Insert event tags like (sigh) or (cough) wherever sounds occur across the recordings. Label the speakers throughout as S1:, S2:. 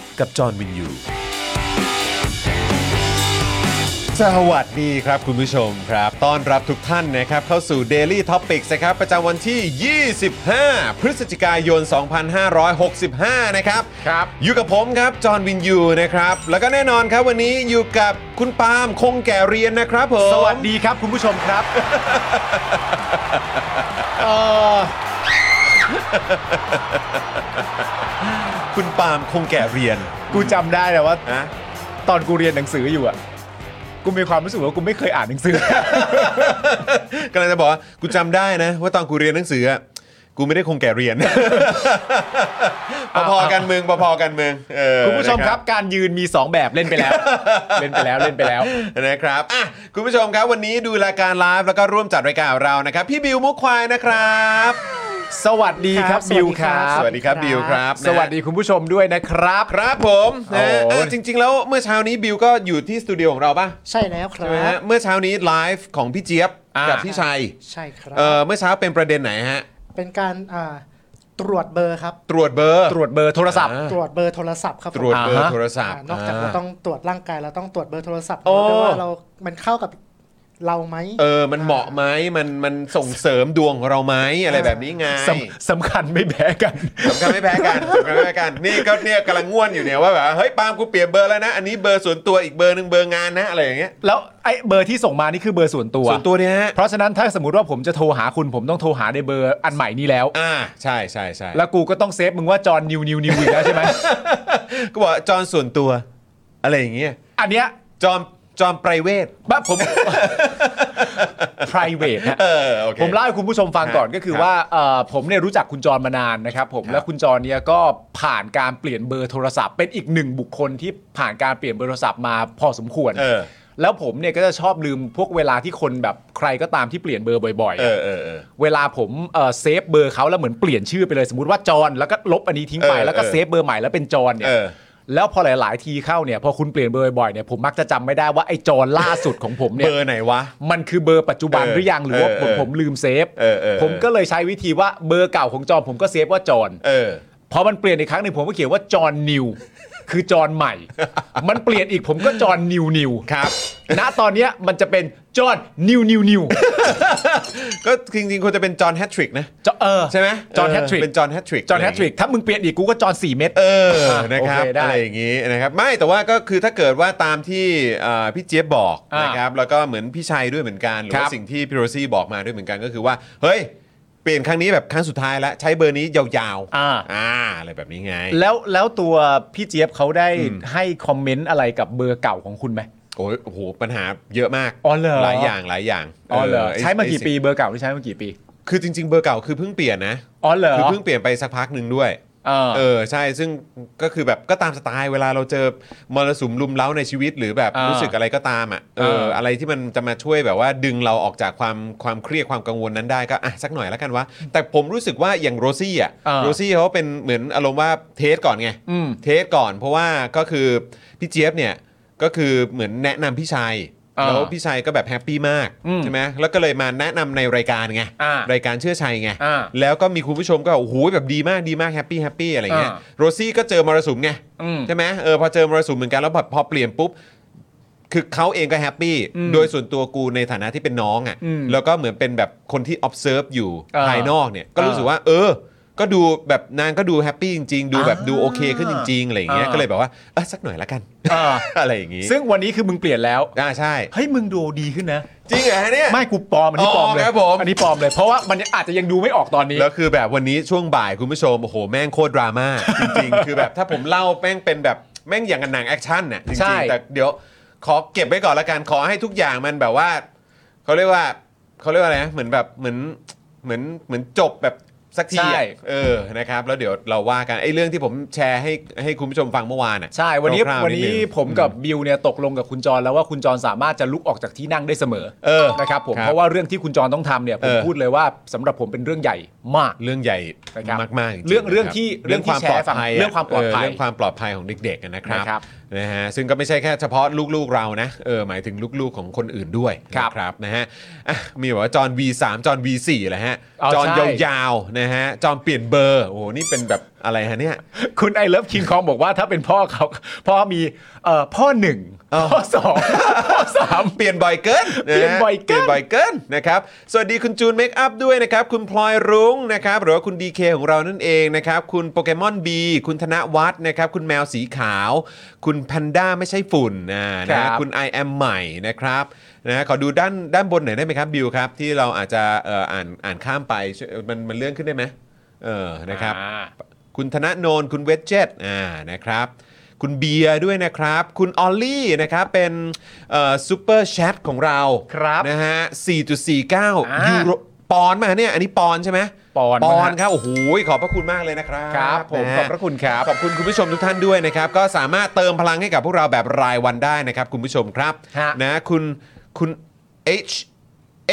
S1: กับจอห์นวินยู
S2: สวัสดีครับคุณผู้ชมครับ ต้อนรับทุกท่านนะครับเข้าสู่ Daily Topics นะครับประจำวันที่ 25 พฤศจิกายน 2565 นะครับ
S3: ครับ
S2: อยู่กับผมครับ จอห์นวินยูนะครับ แล้วก็แน่นอนครับวันนี้อยู่กับคุณปาล์มคงแก่เรียนนะครับผม
S3: สวัสดีครับคุณผู้ชมครับ (laughs) เอ่อ
S2: คุณปาล์มคงแก่เรียน
S3: กูจำได้แต่ว่า
S2: นะ (laughs)
S3: ตอนกูเรียนหนังสืออยู่อ่ะ กูมีความรู้สึกว่ากูไม่เคยอ่านหนังสือ (laughs)
S2: กำลังจะบอกว่ากูจำได้นะ ว่าตอนกูเรียนหนังสืออะกูไม่ได้คงแก่เรียน (laughs) พอๆกันมึงพอๆกันมึงเออ
S3: คุณผู้ชม
S2: นะ
S3: ครับการยืนมี 2 แบบเล่นไปแล้ว (laughs) เล่นไปแล้วเล่นไปแล้ว
S2: นะครับอ่ะคุณผู้ชมครับวันนี้ดูรายการไลฟ์แล้วก็ร่วมจัดรายการของเรานะครับ พี่บิวมุกควายนะครับ
S3: สวัสดีครับบิวครับ
S2: สวัสดีครับบิวครับ
S3: สวัสดีคุณผู้ชมด้วยนะครับ
S2: ครับผมนะ
S3: โอ้โห
S2: เออจริง ๆ แล้วเมื่อเช้านี้บิวก็อยู่ที่สตูดิโอของเราป่ะ
S4: ใช่แล้วครั
S2: ใช่ไหมฮะ
S4: บ
S2: เมื่อเช้านี้ไลฟ์ของพี่เจี๊ยบกับพี่ชัย
S4: ใช่ครับ
S2: เออเมื่อเช้าเป็นประเด็นไหนฮะ
S4: เป็นการอ่าตรวจเบอร์ครับ
S2: ตรวจเบอร์
S3: ตรวจเบอร์โทรศัพท์
S2: อ่า
S4: ตรวจเบอร์โทรศัพท์ครับ
S2: ตรวจ
S4: ผม
S2: เบอร์
S3: อ่าฮะ
S2: โทรศัพท์
S4: อ่านอกจากเราต้องตรวจร่างกายเราต้องตรวจเบอร์โทรศัพท์
S2: โอ้
S4: ด้วยว่าเรา มันเข้ากับเราไหม
S2: เออมันเหมาะไหมมันมันส่งเสริมดวงของเราไหมอะไรแบบนี้ไง
S3: สำสำคัญไม่แพ้กัน
S2: สำคัญไม่แพ้กันสำคัญไม่แพ้กัน นี่ก็เนี่ยกำลังง่วนอยู่เนี่ยว่าแบบเฮ้ยปาล์มกูเปลี่ยนเบอร์แล้วนะ อันนี้เบอร์ส่วนตัวอีกเบอร์หนึ่งเบอร์งานนะอะไรอย่างเงี้ย
S3: แล้วไอ้เบอร์ที่ส่งมานี่คือเบอร์ส่วนตัว
S2: ส่วนตัวเนี่ยฮะ
S3: เพราะฉะนั้นถ้าสมมติว่าผมจะโทรหาคุณผมต้องโทรหาในเบอร์อันใหม่นี้แล้ว
S2: อ่าใช่ใช่ใช่
S3: แล้วกูก็ต้องเซฟมึงว่าจอห์นนิวนิวนิวอีกแล้วใช่ไหม
S2: ก็บอกจอนส่วนตัว อะไรอย่างเงี้ย
S3: อันเนี้ย
S2: จอนจอนไพรเวท
S3: บ้าผม private ฮะ
S2: เออโอเค
S3: ผมเล่าให้คุณผู้ชมฟังก่อนก็คือว่าเอ่อผมเนี่ยรู้จักคุณจรมานานนะครับผมและคุณจรเนี่ยก็ผ่านการเปลี่ยนเบอร์โทรศัพท์ เป็นอีกหนึ่งบุคคลที่ผ่านการเปลี่ยนเบอร์โทรศัพท์มาพอสมควร
S2: เออ
S3: แล้วผมเนี่ยก็จะชอบลืมพวกเวลาที่คนแบบใครก็ตามที่เปลี่ยนเบอร์บ่อยๆ
S2: เอ
S3: อะ
S2: อเออเออ
S3: เวลาผมเอ่อเซฟเบอร์เขาแล้วเหมือนเปลี่ยนชื่อไปเลยสมมติว่าจอนแล้วก็ลบอันนี้ทิ้งไป
S2: เออ
S3: แล้วก็
S2: เออ
S3: เซฟเบอร์ใหม่แล้วเป็นจอนเนี่
S2: เอย อ
S3: แล้วพอหลาย ๆ ทีเข้าเนี่ยพอคุณเปลี่ยนเบอร์บ่อยๆเนี่ยผมมักจะจำไม่ได้ว่าไอ้จอนล่าสุดของผมเนี่
S2: เบ
S3: ย
S2: อร์ไหนวะ
S3: มันคือเบอร์ปัจจุบัน
S2: เออ
S3: หรือยังหรือว่า
S2: เออ
S3: ผม
S2: เออ
S3: ผมลืมเซฟ
S2: เออเออเออ
S3: ผมก็เลยใช้วิธีว่าเบอร์เก่าของจอนผมก็เซฟว่าจอน
S2: เออ
S3: พอมันเปลี่ยนอีกครั้งหนึ่งผมก็เขียนว่าจอนนิวคือจอนใหม่ มันเปลี่ยนอีกผมก็จอนนิวนิว
S2: ครับ
S3: ณตอนเนี้ยมันจะเป็นจอนนิวนิวนิว
S2: ก็จริงๆควรจะเป็นจอนแฮตทริกนะ
S3: จะเออ
S2: ใช่ไหม
S3: จอนแฮตทริก
S2: เป็นจอนแฮตทริก
S3: จอห์นแฮตทริก ถ้ามึงเปลี่ยนอีกกูก็จอห์นสี่เม็ด
S2: เออ
S3: อ่ะ
S2: นะครับ
S3: โอเคได้
S2: อะไรอย่างนี้นะครับ ไม่ แต่ว่าก็คือถ้าเกิดว่าตามที่อ่าพี่เจี๊ยบบอก
S3: อ่าน
S2: นะครับ แล้วก็เหมือนพี่ชัยด้วยเหมือนกัน หรือ
S3: ครั
S2: ว่า
S3: บ
S2: สิ่งที่พี่โรซี่บอกมาด้วยเหมือนกันก็คือว่า เฮ้ย เปลี่ยนครั้งนี้แบบครั้งสุดท้ายแล้วใช้เบอร์นี้ยาวๆ
S3: อ่า
S2: อ่า อะไรแบบนี้ไง
S3: แล้วแล้วตัวพี่เจี๊ยบเขาได้ให้คอมเมนต์อะไรกับเบอร์เก่าของคุณไหม
S2: โอ้ยโอ้โห ปัญหาเยอะมาก
S3: อ๋อเหรอ
S2: หลายอย่างหลายอย่าง
S3: อ๋อเหรอ
S2: ไ
S3: ใช้มากี่
S2: ไสิ่ง
S3: ปีเบอร์เก่าที่ใช้มากี่ปี
S2: คือจริง ๆ เบอร์เก่าคือเพิ่งเปลี่ยนนะ
S3: อ๋อเหรอ
S2: คือเพิ่งเปลี่ยนไปสักพักหนึ่งด้วย
S3: เออ
S2: เออใช่ซึ่งก็คือแบบก็ตามสไตล์เวลาเราเจอมรสุมลุมเล้าในชีวิต หรือแบบ
S3: อ่ารู้
S2: รู้สึกอะไรก็ตามอ่ะเออ
S3: เอออ
S2: อะไรที่มันจะมาช่วยแบบว่าดึงเราออกจากความความเครียดความกังวลนั้นได้ก็อ่ะสักหน่อยแล้วกันวะแต่ผมรู้สึกว่าอย่างโรซี่อ่ะ
S3: อ่า
S2: โรซี่เขาเป็นเหมือนอารมณ์ว่าเทสก่อนไง
S3: อืม
S2: เทสก่อน เพราะว่าก็คือพี่เจี๊ยบเนี่ยก็คือเหมือนแนะนำพี่ชัย
S3: อ่า
S2: แล้วพี่ชัยก็แบบแฮปปี้มาก
S3: อืม
S2: ใช่ไหมแล้วก็เลยมาแนะนำในรายการไง
S3: อ่าร
S2: ายการเชื่อชัยไง
S3: อ่า
S2: แล้วก็มีคุณผู้ชมก็โอ้โหแบบดีมากดีมากแฮปปี้แฮปปี้อะไรเงี้ย
S3: อ่า
S2: โรซี่ก็เจอมรสุมไง
S3: อืม
S2: ใช่ไหมเออพอเจอมรสุมเหมือนกันแล้วพอพอเปลี่ยนปุ๊บ คือเขาเองก็แฮปปี้
S3: อืม
S2: โดยส่วนตัวกูในฐานะที่เป็นน้อง
S3: อืม
S2: อะ่ะแล้วก็เหมือนเป็นแบบคนที่ observe อยู่
S3: อ่า
S2: ภายนอกเนี่ย ก็รู้สึกว่า เออ ก็ ก็ดูแบบนางก็ดูแฮปปี้จริงๆ ดูแบบ
S3: อ่า
S2: ดูโอเคขึ้นจริงๆอะไรอย่างเงี้ย
S3: อ่า
S2: ก็เลยแบบว่าเออสักหน่อยละกัน
S3: เออ
S2: อะไรอย่างงี้
S3: ซึ่งวันนี้คือมึงเปลี่ยนแล้ว
S2: อ่าใช่
S3: เฮ้ยมึงดูดีขึ้นนะ
S2: จริงเหรอฮะเนี่ย
S3: ไม่กูปลอมอันนี้ปล
S2: อ๋อ
S3: อมเลย
S2: ครับผม
S3: อันนี้ปลอมเลย เพราะว่ามันอาจจะยังดูไม่ออกตอนนี้
S2: แล้วคือแบบวันนี้ช่วงบ่ายคุณผู้ชมโอ้โหแม่งโคตรดราม่า จริงๆ (laughs) คือแบบถ้าผมเล่าแม่งเป็นแบบแม่งอย่างกับหนังแอคชั่นน่ะจ
S3: ใช่
S2: ริงๆแต่เดี๋ยวขอเก็บไว้ก่อนละกันขอให้ทุกอย่างมันแบบว่าเขาเรียกว่าเขาเรียกว่าอะไรนะเหมือนแบบเหมือนเหมือนเหมือนจบแบบสักทีอะ
S3: ใช่
S2: เออนะครับแล้วเดี๋ยวเราว่ากันไอ้เรื่องที่ผมแชร์ให้ให้คุณผู้ชมฟังเมื่อวานอ่ะ
S3: ใช่ วันนี้
S2: คร่าๆ
S3: วัน
S2: ด
S3: นี้
S2: ง
S3: ผมกับบิวเนี่ยตกลงกับคุณจรแล้วว่าคุณจรสามารถจะลุกออกจากที่นั่งได้เสมอ
S2: เออ
S3: นะครับผม
S2: ครับ
S3: เพราะว่าเรื่องที่คุณจรต้องทำเนี่ยผม
S2: เออ
S3: พูดเลยว่าสำหรับผมเป็นเรื่องใหญ่มาก
S2: เรื่องใหญ่
S3: นะครับ
S2: มากๆจริงๆ
S3: เรื่องเรื่องที่
S2: นะคบ
S3: เรื่องที่
S2: ความ
S3: แช
S2: ปล
S3: ร์
S2: อด
S3: ฟัง
S2: ภัย
S3: เรื่องความปลอดภัย
S2: เเรื่องความปลอดภัยของเด็กๆนะครั
S3: นะครับ
S2: นะฮะซึ่งก็ไม่ใช่แค่เฉพาะลูกๆเรานะเออหมายถึงลูกๆของคนอื่นด้วย
S3: ครับ
S2: นะครับนะฮะอ่ะมีแบบว่าจอน V3 จอน V4 แหละฮะ
S3: เอา
S2: จอน
S3: ใช่
S2: ยาวๆนะฮะจอนเปลี่ยนเบอร์โอ้โหนี่เป็นแบบอะไรฮะเนี่ย
S3: คุณไอเลิฟคิงคองบอกว่าถ้าเป็นพ่อเขาพ่อมีเอ่อพ่อหนึ่ง
S2: เออ
S3: พ่อส (laughs) องพ่อสาม
S2: เปลี่ยนบ่อยเกิน
S3: เปลี่ยนบ่อยเกิน
S2: เปลี่ยนบ่อยเกินนะครับ สวัสดีคุณจูนเมคอัพด้วยนะครับ คุณพลอยรุ้งนะครับ หรือว่าคุณดีเคของเรานั่นเองนะครับ คุณโปเกมอนบีคุณธนวัฒน์นะครับ คุณแมวสีขาว คุณแพนด้าไม่ใช่ฝุ่นนะนะ คุณ I am ใหม่นะครับนะขอดูด้านด้านบนหน่อยได้ไหมครับบิวครับ ที่เราอาจจะเอ่ออ่านอ่านข้ามไปช่วยมันมันเลื่อนขึ้นได้ไหมเออนะครับ
S3: อ่า
S2: คุณธนโนนคุณเวจเจตอ่านะครับ คุณเบียร์ด้วยนะครับ คุณออลลี่นะครับ เป็นซูเปอร์แชทของเรา
S3: ครับ
S2: นะฮะ 4.49
S3: า
S2: ยูโรปอนด์มาเนี่ย อันนี้ปอนด์ใช่ไหม
S3: ปอนด์
S2: ปอนด์
S3: นะฮะ
S2: ครับ โอ้โห ขอบพระคุณมากเลยนะครับ
S3: ครับผม
S2: นฮ
S3: ขอบพระคุณครับ
S2: ขอบคุณคุณผู้ชมทุกท่านด้วยนะครับ ก็สามารถเติมพลังให้กับพวกเราแบบรายวันได้นะครับ คุณผู้ชมครับ
S3: ฮะ
S2: นะคุณคุณ H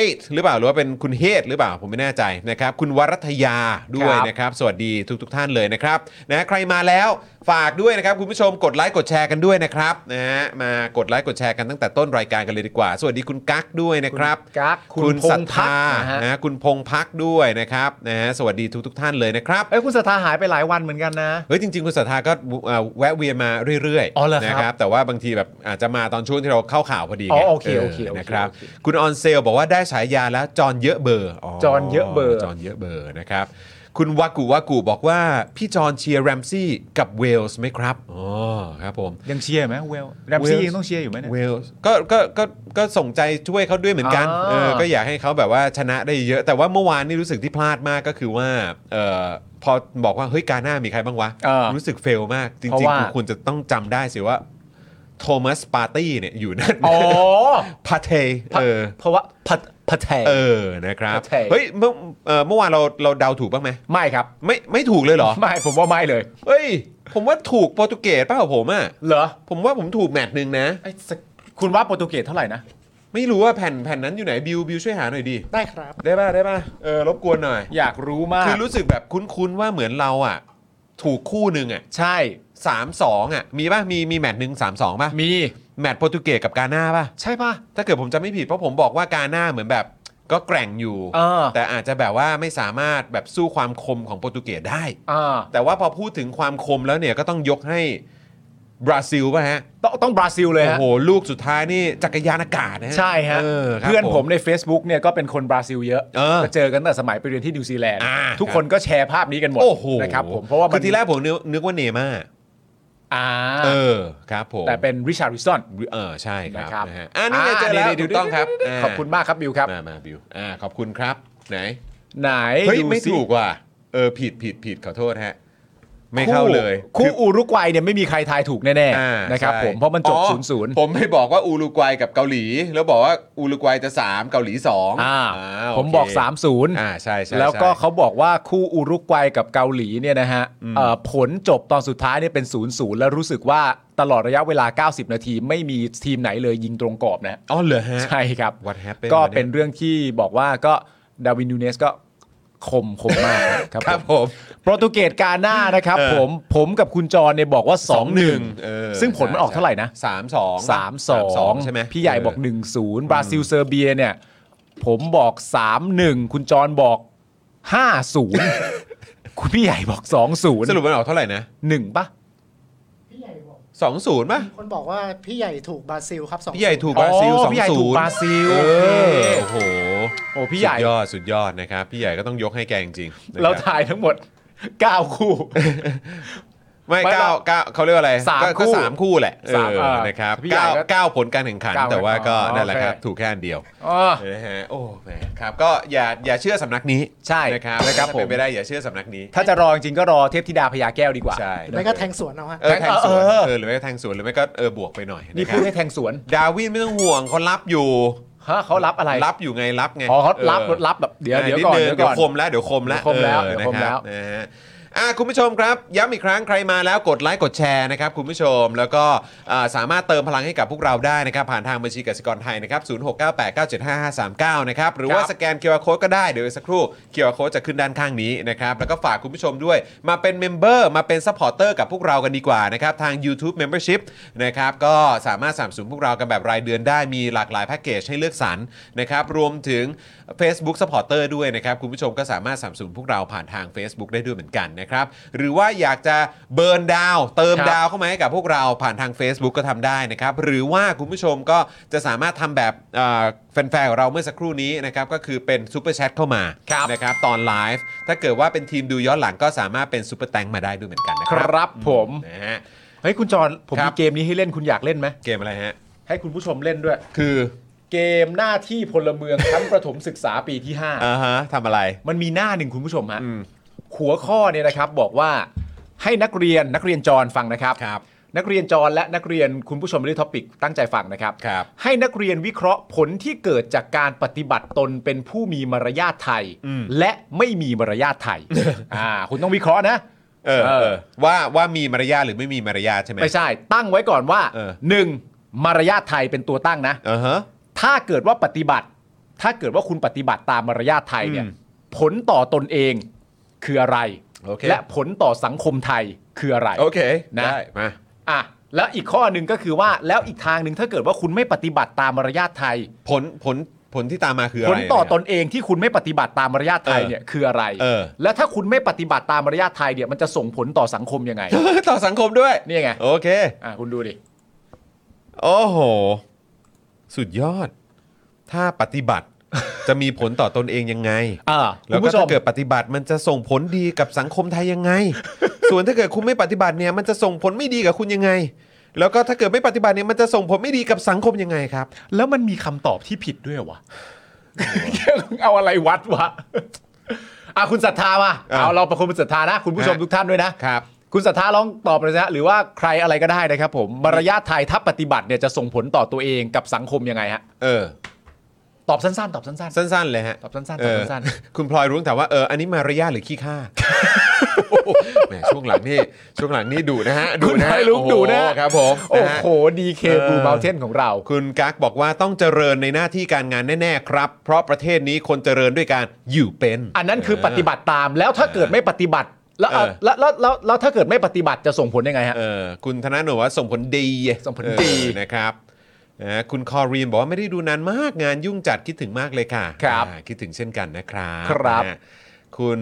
S2: 8หรือเปล่าหรือว่าเป็นคุณเฮดหรือเปล่าผมไม่แน่ใจนะครับ คุณวรัทยาด้วย
S3: ครับ
S2: นะครับ สวัสดีทุกทท่านเลยนะครับนะใครมาแล้วฝากด้วยนะครับ คุณผู้ชมกดไลค์กดแชร์กันด้วยนะครับนะฮะมากดไลค์กดแชร์กันตั้งแต่ต้นรายการกันเลยดีกว่า สวัสดีคุณกั๊กด้วยนะครับ
S3: กักคุ
S2: คุณ ณ
S3: พ
S2: ศรั
S3: ง
S2: ท
S3: ษ์พัก
S2: ธา
S3: นะฮะ
S2: นะคุณพงษ์พักด้วยนะครับนะฮะสวัสดีทุกทท่านเลยนะครับ
S3: เอ้ยคุณสถาหายไปหลายวันเหมือนกันนะ
S2: เฮ้ยจริงๆ คุณศรัทธาก็เอ่อแวะเวียนมาเรื่อย
S3: อ๋อเหรอครับ
S2: นะครับ แต่ว่าบางทีแบบอาจจะมาตอนช่วงที่เราเข้าข่าวพอดีไง
S3: อ๋อโอเคโอเคโอเค
S2: นะครับ
S3: โอเค
S2: คุณออนเซลบอกว่าได้ฉายาแล้วจอนเยอะเบอร์
S3: จอนเยอะเบอร์
S2: จอนเยอะเบอร์นะครับ คุณวากุวากุบอกว่าพี่จอนเชียร์แรมซี่กับเวลส์ไหมครับอ๋อครับผม
S3: ยังเชียร์ไหมเวลแรม
S2: Ramsey
S3: ซี่ยังต้องเชียร์อยู่ไหมเนี่ย
S2: เวลส์ก็ก็ก็ก็ส่งใจช่วยเขาด้วยเหมือนกัน
S3: อ๋อ
S2: เออก็อยากให้เขาแบบว่าชนะได้เยอะ แต่ว่าเมื่อวานนี่รู้สึกที่พลาดมากก็คือว่าเออพอบอกว่าเฮ้ยกาหน้ามีใครบ้างวะ
S3: เออ
S2: รู้สึกเฟลมาก จ
S3: เพราะ
S2: ริง
S3: ว่า
S2: ๆคุณควรจะต้องจำได้สิว่าโทมัสปาร์ตี้เนี่ยอยู่นั่น
S3: อ๋อ
S2: (laughs) พาเท
S3: พะ
S2: เออ
S3: เพราะว่าพัดพัดแทง
S2: เออนะครับ
S3: Partey
S2: เฮ้ยเมื่อเอ่อเมื่อวานเราเราเดาถูกบ้างไหม
S3: ไม่ครับ
S2: ไม่ไม่ถูกเลยเหร
S3: (laughs)
S2: อ
S3: ไม่ผมว่าไม่เลย
S2: เฮ้ย ผมว่าถูกโปรตุเกสเปล่าผมอ่ะ
S3: เหรอ
S2: ผมว่าผมถูกแมตช์หนึ่งนะ
S3: ไอ้สกคุณว่าโปรตุเกสเท่าไหร่นะ
S2: ไม่รู้ว่าแผ่นแผ่นนั้นอยู่ไหนบิวบิวช่วยหาหน่อยดี
S4: ได้ครับ
S2: ได้ป่ะได้ป่ะเออรบกวนหน่อย
S3: อยากรู้มาก
S2: คือรู้สึกแบบคุ้นๆว่าเหมือนเราอ่ะ ถูกคู่หนึ่งอ่ะ
S3: ใช่
S2: สามสองอ่ะ มีป่ะ มีมีแมตช์หนึ่งสามสองป่ะ
S3: มี
S2: แมตช์โปรตุเกสกับกาหน้าป่ะ
S3: ใช่ป่ะ
S2: ถ้าเกิดผมจำไม่ผิดเพราะผมบอกว่ากาหน้าเหมือนแบบก็แกร่งอยู่
S3: เออ
S2: แต่อาจจะแบบว่าไม่สามารถแบบสู้ความคมของโปรตุเกสได้
S3: อ่า
S2: แต่ว่าพอพูดถึงความคมแล้วเนี่ยก็ต้องยกให้บราซิลป่ะฮะ
S3: ต้องต้องบราซิลเลย
S2: โอ้
S3: ฮะ
S2: โหลูกสุดท้ายนี่จักรยานอากาศนะฮะ
S3: ใช่ฮะ
S2: เออครับ
S3: เพื่อนผมใน Facebook เนี่ยก็เป็นคนบราซิลเยอะ
S2: เออ
S3: ก็เจอกันตั้งแต่สมัยไปเรียนที่นิวซีแลนด์
S2: อ่า
S3: ทุกคนก็แชร์ภาพนี้กันหมด
S2: โอ้โห
S3: นะครับผมเพราะว่ามัน
S2: คือทีแรกผมนึกนึกว่าเนย์ม่าร์
S3: อ่า
S2: เออครับผม
S3: แต่เป็นริชาร์ดวิสัน
S2: เออใช่ครับ
S3: นะครับ
S2: นะฮะอ่านี่ไงเจอแล้ว
S3: นี่ๆ
S2: ถูกต้องครับ
S3: นี่ๆขอบคุณมากครับบิวครับ
S2: มามาบิวอ่าขอบคุณครับ ไหน
S3: ไหน
S2: เฮ้ย
S3: ดูสิ
S2: ไม่ถูกว่ะเออผิดผิดผิดขอโทษฮะ ไม่เข้าเลย
S3: คู่
S2: อ
S3: คู่อุรุกวัยเนี่ยไม่มีใครทายถูกแน่
S2: อ่า
S3: ๆนะครับ
S2: ใช่
S3: ผมเพราะมันจบ
S2: อ๋อ
S3: 0ูนย์ศูนย์
S2: ผมไม่บอกว่าอูรุกวัยกับเกาหลี แล้วบอกว่าอูรุกวัยจะ 3 เกาหลี2
S3: อ่า
S2: โเค
S3: ผมบอก 3 0
S2: อ่าใช่ใช่
S3: แล้วก็
S2: ใช่
S3: เขาบอกว่าคู่อุรุกวัยกับเกาหลีเนี่ยนะฮะเอ่อผลจบตอนสุดท้ายเนี่ยเป็น0ูนย์แล้วรู้สึกว่าตลอดระยะเวลา 90 นาที ไม่มีทีมไหนเลยยิงตรงกรอบนะฮะ
S2: อ๋อเหรอฮะ
S3: ใช่ครับ
S2: What happened
S3: ก็เป็นเรื่องที่บอกว่าก็ดาวินนูเนสก็คมคมมากครับ
S2: ครับ
S3: ผม
S2: ผม
S3: โปรตุเกสกาหน้านะครับ
S2: เออ
S3: ผมผมกับคุณจรเนี่ยบอกว่า
S2: เออ
S3: 2-1 ซึ่งผลมันออกเท่าไหร่นะ
S2: สามสอง
S3: 3 2
S2: ใช่ไหม
S3: พี่ใหญ่บอก
S2: เ
S3: 1-0 บราซิลเซอร์เบียเนี่ย ผมบอก 3-1 คุณจรบอก 5-0 คุณพี่ใหญ่บอก 2-0
S2: สรุปมันออกเท่าไหร่นะ
S3: หนึ่งปะ
S4: พี่ใหญ่บอก
S2: 20ป่ะ
S4: คนบอกว่าพี่ใหญ่ถูกบราซิลครับสอง
S2: พี่ใหญ่ถูกบราซิล
S3: อ๋
S2: ส
S3: อ
S2: อง
S3: พี่ใหญ่ถู
S2: ศู
S3: ก
S2: นย์
S3: บราซิล
S2: เออ
S3: โอเค
S2: โอ้โห
S3: โอ้พี่ใหญ่
S2: สุดยอด สุดยอดนะครับ พี่ใหญ่ก็ต้องยกให้แกจริงๆนะครับ
S3: เราถ่ายทั้งหมด เก้า
S2: (laughs)
S3: คู่
S2: ไม่
S3: ไม่
S2: เก้าเก้าเขาเรียกว่าอะไร
S3: สาม
S2: ก็
S3: คู่
S2: ก็สามคู่แหละ
S3: สาม
S2: เออ
S3: เออ
S2: นะครับ
S3: พี่ใหญ่
S2: เก้า
S3: ก็
S2: เก้าผลการแข่งขัน
S3: เก้า
S2: แต่ว่าก็
S3: อ๋อ
S2: นั่นแหละครับ
S3: โอเค
S2: ถูกแค่อันเดียว
S3: อ๋อ
S2: นะฮะโอ้แหมครับก็อย่าอย่าเชื่อสำนักนี้
S3: ใช่
S2: นะครับ
S3: นะครับ
S2: ถ้าเป็น
S3: ผม
S2: ไปได้อย่าเชื่อสำนักนี้
S3: ถ้าจะรอจริงๆก็รอเทพธิดาพญาแก้วดีกว่า
S2: ใช่
S4: ไม่ก็แทงสวนเอาฮะ
S2: เออแทงสวน
S3: เออ
S2: เออหรือไม่ก็แทงสวนหรือไม่ก็เออบวกไปหน่อย
S3: นี่
S2: ะค
S3: พู
S2: รั
S3: ด
S2: บ
S3: ให้แทงสวน
S2: ดาวินไม่ต้องห่วงเขารับอยู่
S3: ฮะเขารับอะไร
S2: รับอยู่ไงรับไง
S3: อ๋อเขารับ
S2: เออ
S3: รับแบบเดี๋ยว
S2: ะ
S3: เดี๋ยว
S2: นิ
S3: ก่อน
S2: ง
S3: เดี๋ยว
S2: เดี๋ย
S3: ก่อ
S2: วน คมแล้วเดี๋ยวคมแล้ว
S3: เดี๋ยวคมแล้ว
S2: เออ
S3: เดี๋ย
S2: นะ
S3: วคม
S2: ค
S3: แล้
S2: รับ
S3: ว
S2: นะฮะอ่ะคุณผู้ชมครับ ย้ำอีกครั้งใครมาแล้วกดไลค์กดแชร์นะครับคุณผู้ชมแล้วก็อ่าสามารถเติมพลังให้กับพวกเราได้นะครับ ผ่านทางบัญชีกสิกรไทยนะครับ0698975539 นะครับ หรือว่าสแกน QR Code ก็ได้เดี๋ยวอีกสักครู่ QR Code จะขึ้นด้านข้างนี้นะครับ แล้วก็ฝากคุณผู้ชมด้วย มาเป็นเมมเบอร์มาเป็นซัพพอร์เตอร์กับพวกเรากันดีกว่านะครับ ทาง YouTube Membership นะครับก็สามารถสนับสนุนพวกเรากันแบบรายเดือนได้มีหลากหลายแพ็กเกจให้เลือกสรรนะครับรวมถึง Facebook Supporter ด้วยนะครับ คุณผู้ชมก็สามารถสนับสนุนพวกเราผ่านทาง Facebook ได้ด้วยเหมือนกันนะครับ หรือว่าอยากจะเบิร์นดาวน์เติม
S3: ครับ
S2: ดาวเข้ามาให้กับพวกเราผ่านทาง Facebook ก็ทำได้นะครับ หรือว่าคุณผู้ชมก็จะสามารถทำแบบเอ่อแฟนๆของเราเมื่อสักครู่นี้นะครับ ก็คือเป็นซูเปอร์แชทเข้ามา
S3: ครับ
S2: นะครับตอนไลฟ์ถ้าเกิดว่าเป็นทีมดูย้อนหลังก็สามารถเป็นซูเปอร์แตงมาได้ด้วยเหมือนกันนะ
S3: ค
S2: ครับ
S3: รับผม
S2: นะฮะ
S3: เฮ้ยคุณจรผม
S2: ครั
S3: มี
S2: บ
S3: เกมนี้ให้เล่นคุณอยากเล่นไหม
S2: เกมอะไรฮะ
S3: ให้คุณผู้ชมเล่นด้วย
S2: คือ
S3: เกมหน้าที่พลเมืองชั้นประถมศึกษาปีที่ห้า
S2: อ่าฮะทำอะไร
S3: มันมีหน้าหนึ่งคุณผู้ชมฮะ
S2: อืม
S3: หัวข้อเนี่ยนะครับบอกว่าให้นักเรียนนักเรียนจรฟังนะครับ
S2: ครับ
S3: นักเรียนจรและนักเรียนคุณผู้ชมเรื่องท็อปิกตั้งใจฟังนะครับ
S2: ครับ
S3: ให้นักเรียนวิเคราะห์ผลที่เกิดจากการปฏิบัติตนเป็นผู้มีมารยาทไทย และไม่มีมารยาทไท
S2: (laughs)
S3: ย อ่าคุณต้องวิเคราะห์นะ
S2: เออเออ
S3: เออ
S2: ว่าว่ามีมารยาทหรือไม่มีมารยาทใช่ไหม
S3: ไม่ใช่ ตั้งไว้ก่อนว่า
S2: เออ
S3: หนึ่งมารยาทไทยเป็นตัวตั้งนะ
S2: อ่าฮะ
S3: ถ้าเกิดว่าปฏิบัติ ถ้าเกิดว่าคุณปฏิบัติตามมารยาทไทยเนี่ย
S2: อืม
S3: ผลต่อตนเองคืออะไร
S2: โอเค
S3: และผลต่อสังคมไทยคืออะไร
S2: โอเค
S3: นะ
S2: ได้มา
S3: อ่ะแล้วอีกข้อหนึ่งก็คือว่าแล้วอีกทางหนึ่งถ้าเกิดว่าคุณไม่ปฏิบัติตามมารยาทไทย
S2: ผลผลผลที่ตามมาคืออะไร
S3: ผลต่อ
S2: เย
S3: ตนเองที่คุณไม่ปฏิบัติตามมารยาทไทย
S2: เออ
S3: เนี่ยคืออะไร
S2: เออ
S3: และถ้าคุณไม่ปฏิบัติตามมารยาทไทยเนี่ยมันจะส่งผลต่อสังคมยังไง
S2: ต่อสังคมด้วย
S3: นี่ไง
S2: โอเค
S3: อ่ะคุณดูดิ
S2: โอ้โห สุดยอด ถ้าปฏิบัติ
S3: (laughs)
S2: จะมีผลต่อตนเองยังไง
S3: อ่า
S2: แล้ว
S3: คุณ
S2: ก็
S3: ผู้ช
S2: ถ้าม เกิดปฏิบัติมันจะส่งผลดีกับสังคมไทย
S3: (laughs)
S2: ยังไง ส่วนถ้าเกิดคุณไม่ปฏิบัติเนี่ยมันจะส่งผลไม่ดีกับคุณยังไง แล้วก็ถ้าเกิดไม่ปฏิบัติเนี่ยมันจะส่งผลไม่ดีกับสังคมยังไงครับ
S3: แล้วมันมีคำตอบที่ผิดด้วยเหรอวะ เอาอะไรวัดวะอ่ะคุณศรัทธามา
S2: อ่ะ
S3: เอาเราประคุณศรัทธานะ คุณผู้ชม
S2: ฮะ
S3: ทุกท่านด้วยนะครับ คุณศรัทธาลองตอบเลยนะหรือว่าใครอะไรก็ได้นะครับ ผมมารยาทไทยถ้าปฏิบัติเนี่ยจะส่งผลต่อตัวเองกับสังคมยังไงฮะ
S2: เออ
S3: ตอบสั้นๆ ตอบสั้น
S2: สั้นๆเลยฮะ
S3: ตอบสั้นๆ
S2: เ
S3: ตอบสั้น
S2: คุณพลอยรุ้งถามว่าเอออันนี้มารยาทหรือขี้
S3: (laughs)
S2: ข้าแหมช่วงหลังนี่ช่วงหลังนี่ดุนะฮะ
S3: ๆ
S2: ดุ
S3: คุณ
S2: นะ
S3: ไท
S2: ฮะ
S3: ยลุกดูนะ
S2: โอ้โหครับผม
S3: โอ้
S2: นะฮะ
S3: โหดีเค
S2: เออ
S3: บูมาเทนของเรา
S2: คุณกั๊กบอกว่าต้องเจริญในหน้าที่การงานแน่ๆครับ เพราะประเทศนี้คนเจริญด้วยการอยู่เป็น
S3: อันนั้นคือปฏิบัติตามแล้วถ้าเกิดไม่ปฏิบัติ แล้วเอา
S2: เออ
S3: แล้วแล้วแล้วแล้วถ้าเกิดไม่ปฏิบัติจะส่งผลยังไงฮะ
S2: เออคุณธนาหนูว่าส่งผลดี
S3: ส่งผลดี
S2: เออนะครับนะฮะคุณคอรีนบอกว่าไม่ได้ดูนานมากงานยุ่งจัดคิดถึงมากเลยค่ะ
S3: ครับ
S2: อ่าคิดถึงเช่นกันนะครับ
S3: ครับ
S2: นะฮะคุณ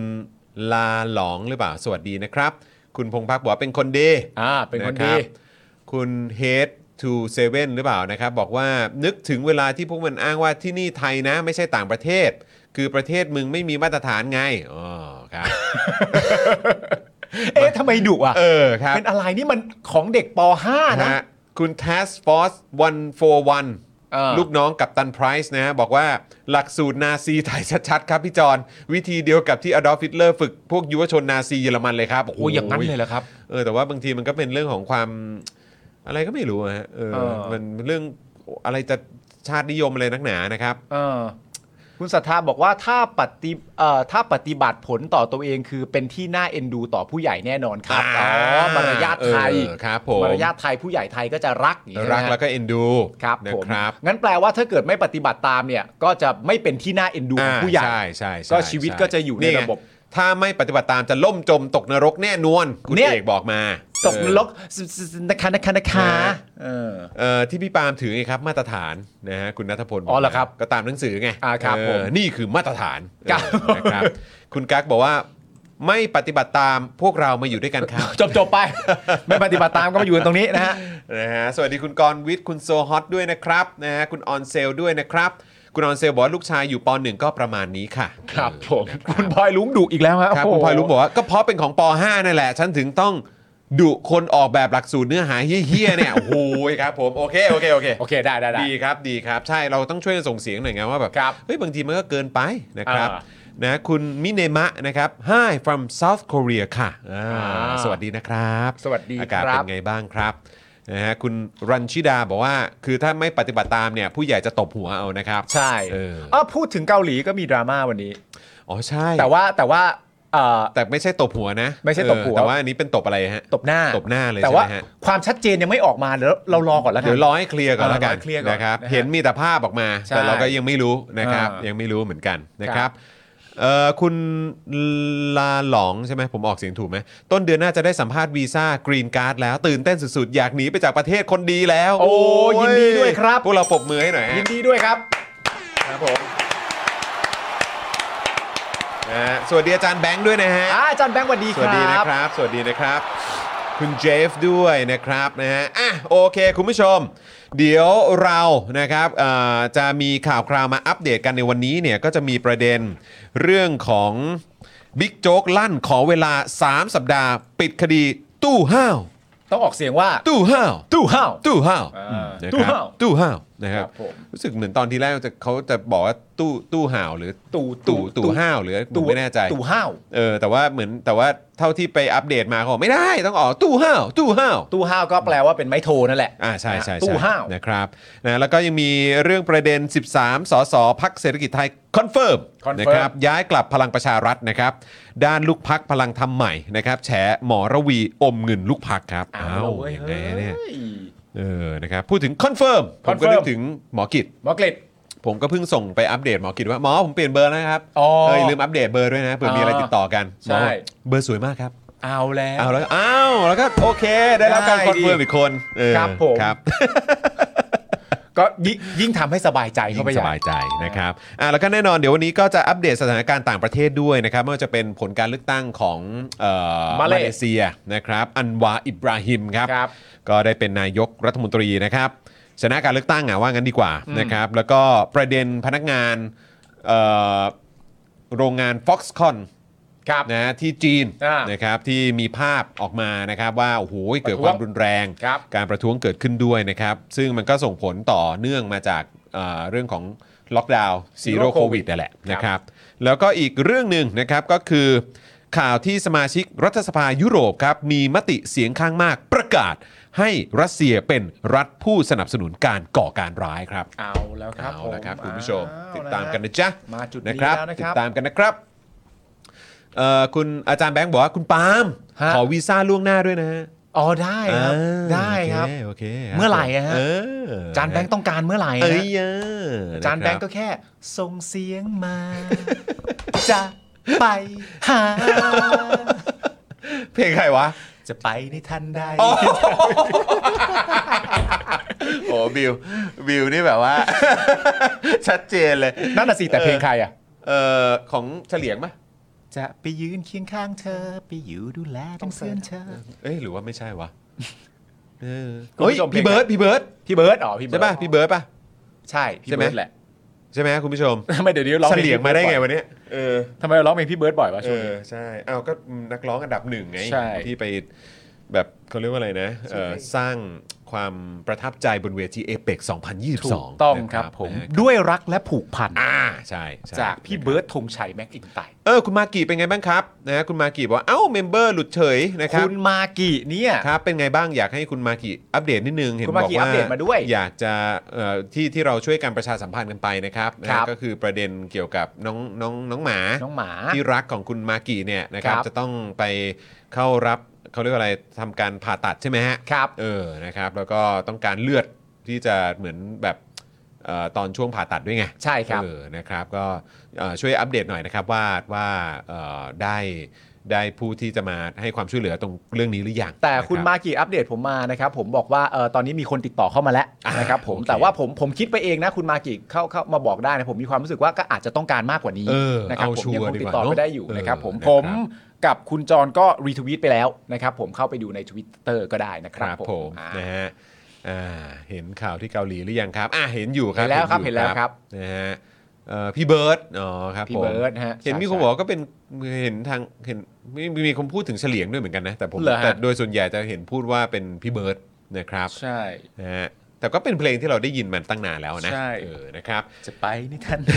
S2: ลาหลองหรือเปล่าสวัสดีนะครับ คุณพงพักบอกว่าเป็นคนดี
S3: อ่าเป็นคนดี
S2: ะรับคุณเฮดทูเซเว่นหรือเปล่านะครับ บอกว่านึกถึงเวลาที่พวกมันอ้างว่าที่นี่ไทยนะ ไม่ใช่ต่างประเทศ คือประเทศมึงไม่มีมาตรฐานไงอ๋อครับ
S3: เอ๊ะทำไมดุอ่ะ
S2: เออครับ
S3: เป็นอะไรนี่มันของเด็กป .5 นะ
S2: ฮะคุณ Task Force 141
S3: เออ
S2: ลูกน้องกับตันไพรส์นะฮะบอกว่าหลักสูตรนาซีไทยชัดๆ ครับพี่จอนวิธีเดียวกับที่อดอล์ฟฮิตเลอร์ฝึกพวกยุวชนนาซีเยอรมันเลยครับ
S3: โอ้ยอย่างนั้นเลยเหรอครับ
S2: เออแต่ว่าบางทีมันก็เป็นเรื่องของความอะไรก็ไม่รู้อะฮะเออ
S3: เออ
S2: มันเรื่องอะไรจะชาตินิยมอะไรนักหนานะครับ
S3: เออคุณศรัทธาบอกว่าถ้าปฏิเอ่อถ้าปฏิบัติผลต่อตัวเองคือเป็นที่น่าเอ็นดูต่อผู้ใหญ่แน่นอนครับ
S2: อ่าม
S3: ารยาทไทย
S2: เออครับผม
S3: รยาทไทยผู้ใหญ่ไทยก็จะรักอย่างนี้
S2: รัก
S3: ใช่ไหม
S2: แล้วก็เอ็นดู
S3: ครับ
S2: นะ
S3: ผม
S2: ครับ
S3: งั้นแปลว่าถ้าเกิดไม่ปฏิบัติตามเนี่ย ก็จะไม่เป็นที่น่าเอ็นดูของผู้ใหญ่
S2: อ่าใช่ใช่ใช่
S3: ก็ชีวิตก็จะอยู่ใน
S2: ไง
S3: ระบบ
S2: ถ้าไม่ปฏิบัติตามจะล่มจมตกนรกแน่นอนคุณเอกบอกมา
S3: ตกนรกสสสนะคะนะคะนะคะ
S2: นะ
S3: เออ
S2: เอ่อที่พี่ปาล์มถือไงครับมาตรฐานนะฮะคุณนัทพล
S3: อ๋อเหรอครับ
S2: ก็ตามหนังสือไง
S3: อ่าครับ
S2: เ
S3: ผม
S2: นี่คือมาตรฐาน
S3: ครับ
S2: เออนะครับคุณกั๊กบอกว่าไม่ปฏิบัติตามพวกเรามาอยู่ด้วยกันครับ
S3: จบจบไป ไม่ปฏิบัติตามก็มาอยู่กันตรงนี้นะฮะ
S2: นะฮะสวัสดีคุณกรณ์วิทย์คุณโซฮอตด้วยนะครับนะฮะคุณออนเซลด้วยนะครับ คุณออนเซลบอกว่าลูกชายอยู่ป .1 ก็ประมาณนี้ค่ะ
S3: ครับ
S2: เออ
S3: ผม
S2: นะ
S3: คุณพลอยลุงดุอีกแล้วฮะ
S2: ครับ
S3: โโห
S2: คุณพลอยรู้บอกว่าก็เพราะเป็นของป .5 นั่นแหละ ฉันถึงต้องดุคนออกแบบหลักสูตรเนื้อหาเฮี้ยๆเนี่ย โอ้โหครับผมโอเคโอเคโอเค
S3: โอเคได้ได้ได้
S2: ดีครับดีครับใช่เราต้องช่วยกันส่งเสียงหน่อยไงว่าแบบ
S3: ครับ
S2: เฮ้ยบางทีมันก็เกินไปนะครับ
S3: อ่
S2: นะคุณมิเนมะนะครับ Hi from South Korea ค่ะอ่า
S3: อ่า
S2: สวัสดีนะครับ
S3: สวัสดี
S2: อากาศ
S3: ครับ
S2: เป็นไงบ้างครับนะฮะคุณรันชิดาบอกว่าคือถ้าไม่ปฏิบัติตามเนี่ยผู้ใหญ่จะตบหัวเอานะครับ
S3: ใช่
S2: เออ
S3: เอ้าพูดถึงเกาหลีก็มีดราม่าวันนี้
S2: อ๋อใช่
S3: แต่ว่าแต่ว่าเอ่อ
S2: แต่ไม่ใช่ตบหัวนะ
S3: ไม่ใช่ตบหัว
S2: เออแต่ว่าอันนี้เป็นตบอะไรฮะ
S3: ตบหน้า
S2: ตบหน้าเลย
S3: แต่ว่า
S2: ใช่ไหมฮะ
S3: ความชัดเจนยังไม่ออกมาเดี๋ยวเรารอก่อนแล้วกั
S2: เดี๋ย
S3: น
S2: วรอให้เคลียร์ก่อน
S3: เออ
S2: แล้วกั
S3: รอ
S2: น
S3: ให้เคลียร์ก่อน
S2: นะครับ
S3: นะฮะ
S2: เห็นมีแต่ภาพออกมา
S3: ใช่
S2: แต่เราก็ยังไม่รู้นะครับ
S3: เออ
S2: ยังไม่รู้เหมือนกันนะครับเอ่อคุณลาหลองใช่ไหมผมออกเสียงถูกไหมต้นเดือนหน้าจะได้สัมภาษณ์วีซ่ากรีนการ์ดแล้วตื่นเต้นสุดๆ อยากหนีไปจากประเทศคนดีแล้ว
S3: โอ้ยินดีด้วยครับ
S2: พวกเราปรบมือให้หน่อยฮะ
S3: ยินดีด้วยครับ ครับผม
S2: นะฮะสวัสดีอาจารย์แบงค์ด้วยนะฮะ
S3: อาอาจารย์แบงค์สวัสดี
S2: ส
S3: ค
S2: วัสดีนะ
S3: รับ
S2: ครับ สวัสดีนะครับ คุณเจฟด้วยนะครับนะฮะ อ่ะโอเค คุณผู้ชม เดี๋ยวเรานะครับเอ่อจะมีข่าวคราวมาอัปเดตกันในวันนี้เนี่ยก็จะมีประเด็นเรื่องของบิ๊กโจ๊กลั่นขอเวลา 3 สัปดาห์ ปิดคดีตู้ห้าว
S3: ต้องออกเสียงว่า
S2: ตู้ห้าว
S3: ตู้ห้าว
S2: ตู้ห้าว
S3: อ่า
S2: อืมนะครั
S3: ตู้
S2: บ
S3: ห้าว
S2: ตู้ห้าวนะครับ
S3: ครับผม
S2: รู้สึกเหมือนตอนที่แรกจะเขาจะบอกว่าตู้ตู้ห่าวหรือ
S3: ตู่
S2: ตู่
S3: ตู่
S2: ตู่ห้าวหรือผมไม่แน่ใจ
S3: ตู้ห้าว
S2: เออแต่ว่าเหมือนแต่ว่าเท่าที่ไปอัปเดตมาเขาบอกไม่ได้ต้องออกตู้ห้าวตู้ห้าว
S3: ตู้ห้าวก็แปลว่าเป็นไม้โทนั่นแหละ
S2: อ่าใช่ใช่ใช่
S3: ตู้ห้าว
S2: นะครับนะแล้วก็ยังมีเรื่องประเด็น 13 สสพักเศรษฐกิจไทยคอนเฟิร์ม
S3: Confirm
S2: นะครับย้ายกลับพลังประชารัฐนะครับ ด้านลูกพักพลังทำใหม่นะครับแฉหมอระวีอมเงินลูกพักครับ
S3: อ้าว
S2: ว
S3: เว้ย
S2: ยังไงเนี่ย
S3: เฮ้ย
S2: เออนะครับพูดถึงคอนเฟิร์มผมก็
S3: Confirm
S2: นึกถึงหมอกิจ
S3: หมอกฤษ
S2: ผมก็เพิ่งส่งไปอัปเดตหมอกิจว่าหมอผมเปลี่ยนเบอร์แล้วนะครับ
S3: อ๋อ
S2: เอออย่าลืมอัปเดตเบอร์ด้วยนะเผื่อมีอะไรติดต่อกันหมอ
S3: ใช่
S2: เบอร์สวยมากครับ
S3: เอาแล้ว
S2: เอาแล้วอ้าวแล้วก็โอเค ได้รับการ
S3: ได้
S2: คอนเฟิร์ม
S3: ดิ
S2: อีกคนเออ
S3: ครับผม
S2: ครับ
S3: ก็ยิ่งยิ่งทำให้สบายใจ
S2: ยิ่
S3: เข้าไป
S2: ง
S3: ให
S2: ส
S3: ญ่
S2: บายใจนะครับอ่ะแล้วก็แน่นอนเดี๋ยววันนี้ก็จะอัปเดตสถานการณ์ต่างประเทศด้วยนะครับไม่ว่าจะเป็นผลการเลือกตั้งของเอ่อ
S3: มาเล
S2: เลเซียนะครับ อันวาอิบราฮิมครับ
S3: ครับ
S2: ก็ได้เป็นนายกรัฐมนตรีนะครับชนะการเลือกตั้งอ่ะว่างั้นดีกว่านะครับแล้วก็ประเด็นพนักงานเอ่อโรงงาน Foxconn
S3: ครับ
S2: นะที่จีน
S3: อ่า
S2: นะครับที่มีภาพออกมานะครับว่าโอ้โหเกิดความรุนแรง
S3: ครับ
S2: การประท้วงเกิดขึ้นด้วยนะครับ ซึ่งมันก็ส่งผลต่อเนื่องมาจากเอ่อเรื่องของล็อกดาวน์ซีโร่
S3: Zero
S2: โควิด
S3: Covid
S2: นั่นแหละนะครับแล้วก็อีกเรื่องหนึ่งนะครับก็คือข่าวที่สมาชิกรัฐสภายุโรปครับมีมติเสียงข้างมากประกาศให้รัสเซียเป็นรัฐผู้สนับสนุนการก่อการร้ายครับ
S3: เอาแล้วครับ
S2: เอาละครับ
S3: ผ
S2: คุณผู้ชม
S3: เอ
S2: ติด
S3: ละ
S2: ตามกันนะจ๊ะ
S3: มาจุดนี้
S2: นะครับ
S3: แล้วนะ
S2: ติ
S3: ครั
S2: ด
S3: บ
S2: ตามกันนะครับ เอ่อคุณอาจารย์แบงค์บอกว่าคุณปาล์ม
S3: ฮะ
S2: ขอวีซ่าล่วงหน้าด้วยนะฮะ
S3: อ๋อได้ครับ
S2: อ่า
S3: ได้ครับ
S2: โอเโอเคคบ
S3: เมื่อไหร่อะฮะ
S2: เออ
S3: จานแบงค์ต้องการเมื่อไหร่
S2: เอ้
S3: นะ
S2: ยเออ
S3: จานแบงค์ก็แค่ส่งเสียงมา จะไปหา
S2: เพลงใครวะ
S3: จะไปในทันใด
S2: โอ้บิวบิวนี่แบบว่า (laughs) ชัดเจนเลย
S3: นั่นน่ะสิแต่เพลงใครอ่ะ
S2: เออของเฉลียงปะ
S3: จะไปยืนเคียงข้างเธอ ไปอยู่ดูแลเป็นเพื่อนเธอ
S2: เอ้ยหรือว่าไม่ใช่วะเออ
S3: คุณผู้ชม
S2: เฮ้ย
S3: เพลง
S2: พี่เบิร์ดพี่เบิร์ด
S3: พี่เบิร์ดอ๋อพี่เบิร์ด
S2: ใช่ป่ะพี่เบิร์ดป่ะ
S3: ใช่พี่
S2: ใช่ไหม
S3: เบิร์ดแหละ
S2: ใช่ไหมครับคุณผู้ชม
S3: ทำไมเดี๋ยวนี้ร้อง
S2: เฉ
S3: พ
S2: ลียงมาได้ไง
S3: พี่เบิร์บ่อ
S2: วันเนี้ยเออ
S3: ทำไมเราร้องเพลงพี่เบิร์ดบ่อยวะ
S2: เอ
S3: ช่วงนี้
S2: อใช่อ้าวก็นักร้องอันดับหนึ่งไง
S3: ใช่
S2: ที่ไปแบบเขาเรียกว่าอะไรนะเอ่อสร้างความประทับใจบนเวทีเอเปก
S3: ถูก
S2: 2022
S3: ต้องครับผม
S2: นะ
S3: ด้วยรักและผูกพัน
S2: อ่าใช่ใช่
S3: จากพี่เบิร์ดธงชัยแม็กอินไตร์
S2: เออคุณมากีเป็นไงบ้างครับนะคุณมากีบอกว่าเอ้าเมมเบอร์หลุดเฉยนะครับ
S3: คุณมากิเนี่ย
S2: ครับเป็นไงบ้างอยากให้คุณมากีอัปเดตนิดนึงเห็น
S3: คุณ
S2: บ
S3: มา
S2: อก
S3: กิอั
S2: ว่า
S3: ปเดตมาด้วย
S2: อยากจะเอ่อที่ที่เราช่วยกันประชาสัมพันธ์กันไปนะครับนะครับ ก็คือประเด็นเกี่ยวกับน้องน้องน้องหมา
S3: น้องหมา
S2: ที่รักของคุณมากีเนี่ยนะครับ
S3: ครับ
S2: จะต้องไปเข้ารับเขาเรียกว่าอะไรทำการผ่าตัดใช่ไหมฮะ
S3: ครับ
S2: เออนะครับแล้วก็ต้องการเลือดที่จะเหมือนแบบเอ่อตอนช่วงผ่าตัดด้วยไง
S3: ใช่ครับ
S2: เออนะครับก็เอ่อช่วยอัปเดตหน่อยนะครับว่าว่าเอ่อได้ได้ผู้ที่จะมาให้ความช่วยเหลือตรงเรื่องนี้หรือยัง
S3: แต่คุณ
S2: นะ
S3: มา
S2: รับ
S3: กิอัปเดตผมมานะครับผมบอกว่าเออตอนนี้มีคนติดต่อเข้ามาแล้ว
S2: อ่า
S3: นะครับผม
S2: โอเค
S3: แต่ว่าผมผมคิดไปเองนะคุณมากิเข้าเข้ามาบอกได้นะผมมีความรู้สึกว่าก็อาจจะต้องการมากกว่านี้
S2: เออ
S3: นะครับ
S2: เอา
S3: ผมยัง
S2: ชัวร์
S3: คง
S2: ดี
S3: ติ
S2: ก
S3: ด
S2: ว่า
S3: ต่อ
S2: เน
S3: ไป
S2: อะ
S3: ได้อยู่นะครับ
S2: เออ
S3: ผม
S2: นะครับ
S3: ผมกับคุณจรก็รีทวีตไปแล้วนะครับผมเข้าไปดูใน Twitter ก็ได้นะค
S2: ครับ รับ
S3: ผม
S2: ผม
S3: อ่า
S2: นะฮะ อ่าเห็นข่าวที่เกาหลีหรือยังครับ อ่าเห็นอยู่ครับ
S3: เห็นแล้วครับ
S2: อยู่
S3: เห็นแล้วครับ
S2: นะฮะเอ่อพี่เบิร์ดอ๋อครับ
S3: พี่
S2: ผม
S3: เบิร์ตฮะ
S2: เห็นมีคนบอกว่าก็เป็นเห็นทางเห็นมีมีคนพูดถึงเฉลียงด้วยเหมือนกันนะแต่ผม
S3: เหรอฮะ
S2: แต่โดยส่วนใหญ่จะเห็นพูดว่าเป็นพี่เบิร์ดนะครับ
S3: ใช่
S2: นะฮะแต่ก็เป็นเพลงที่เราได้ยินมันตั้งนานแล้วนะ
S3: ใช่
S2: เออนะครับ
S3: จะไปนี่ทันใด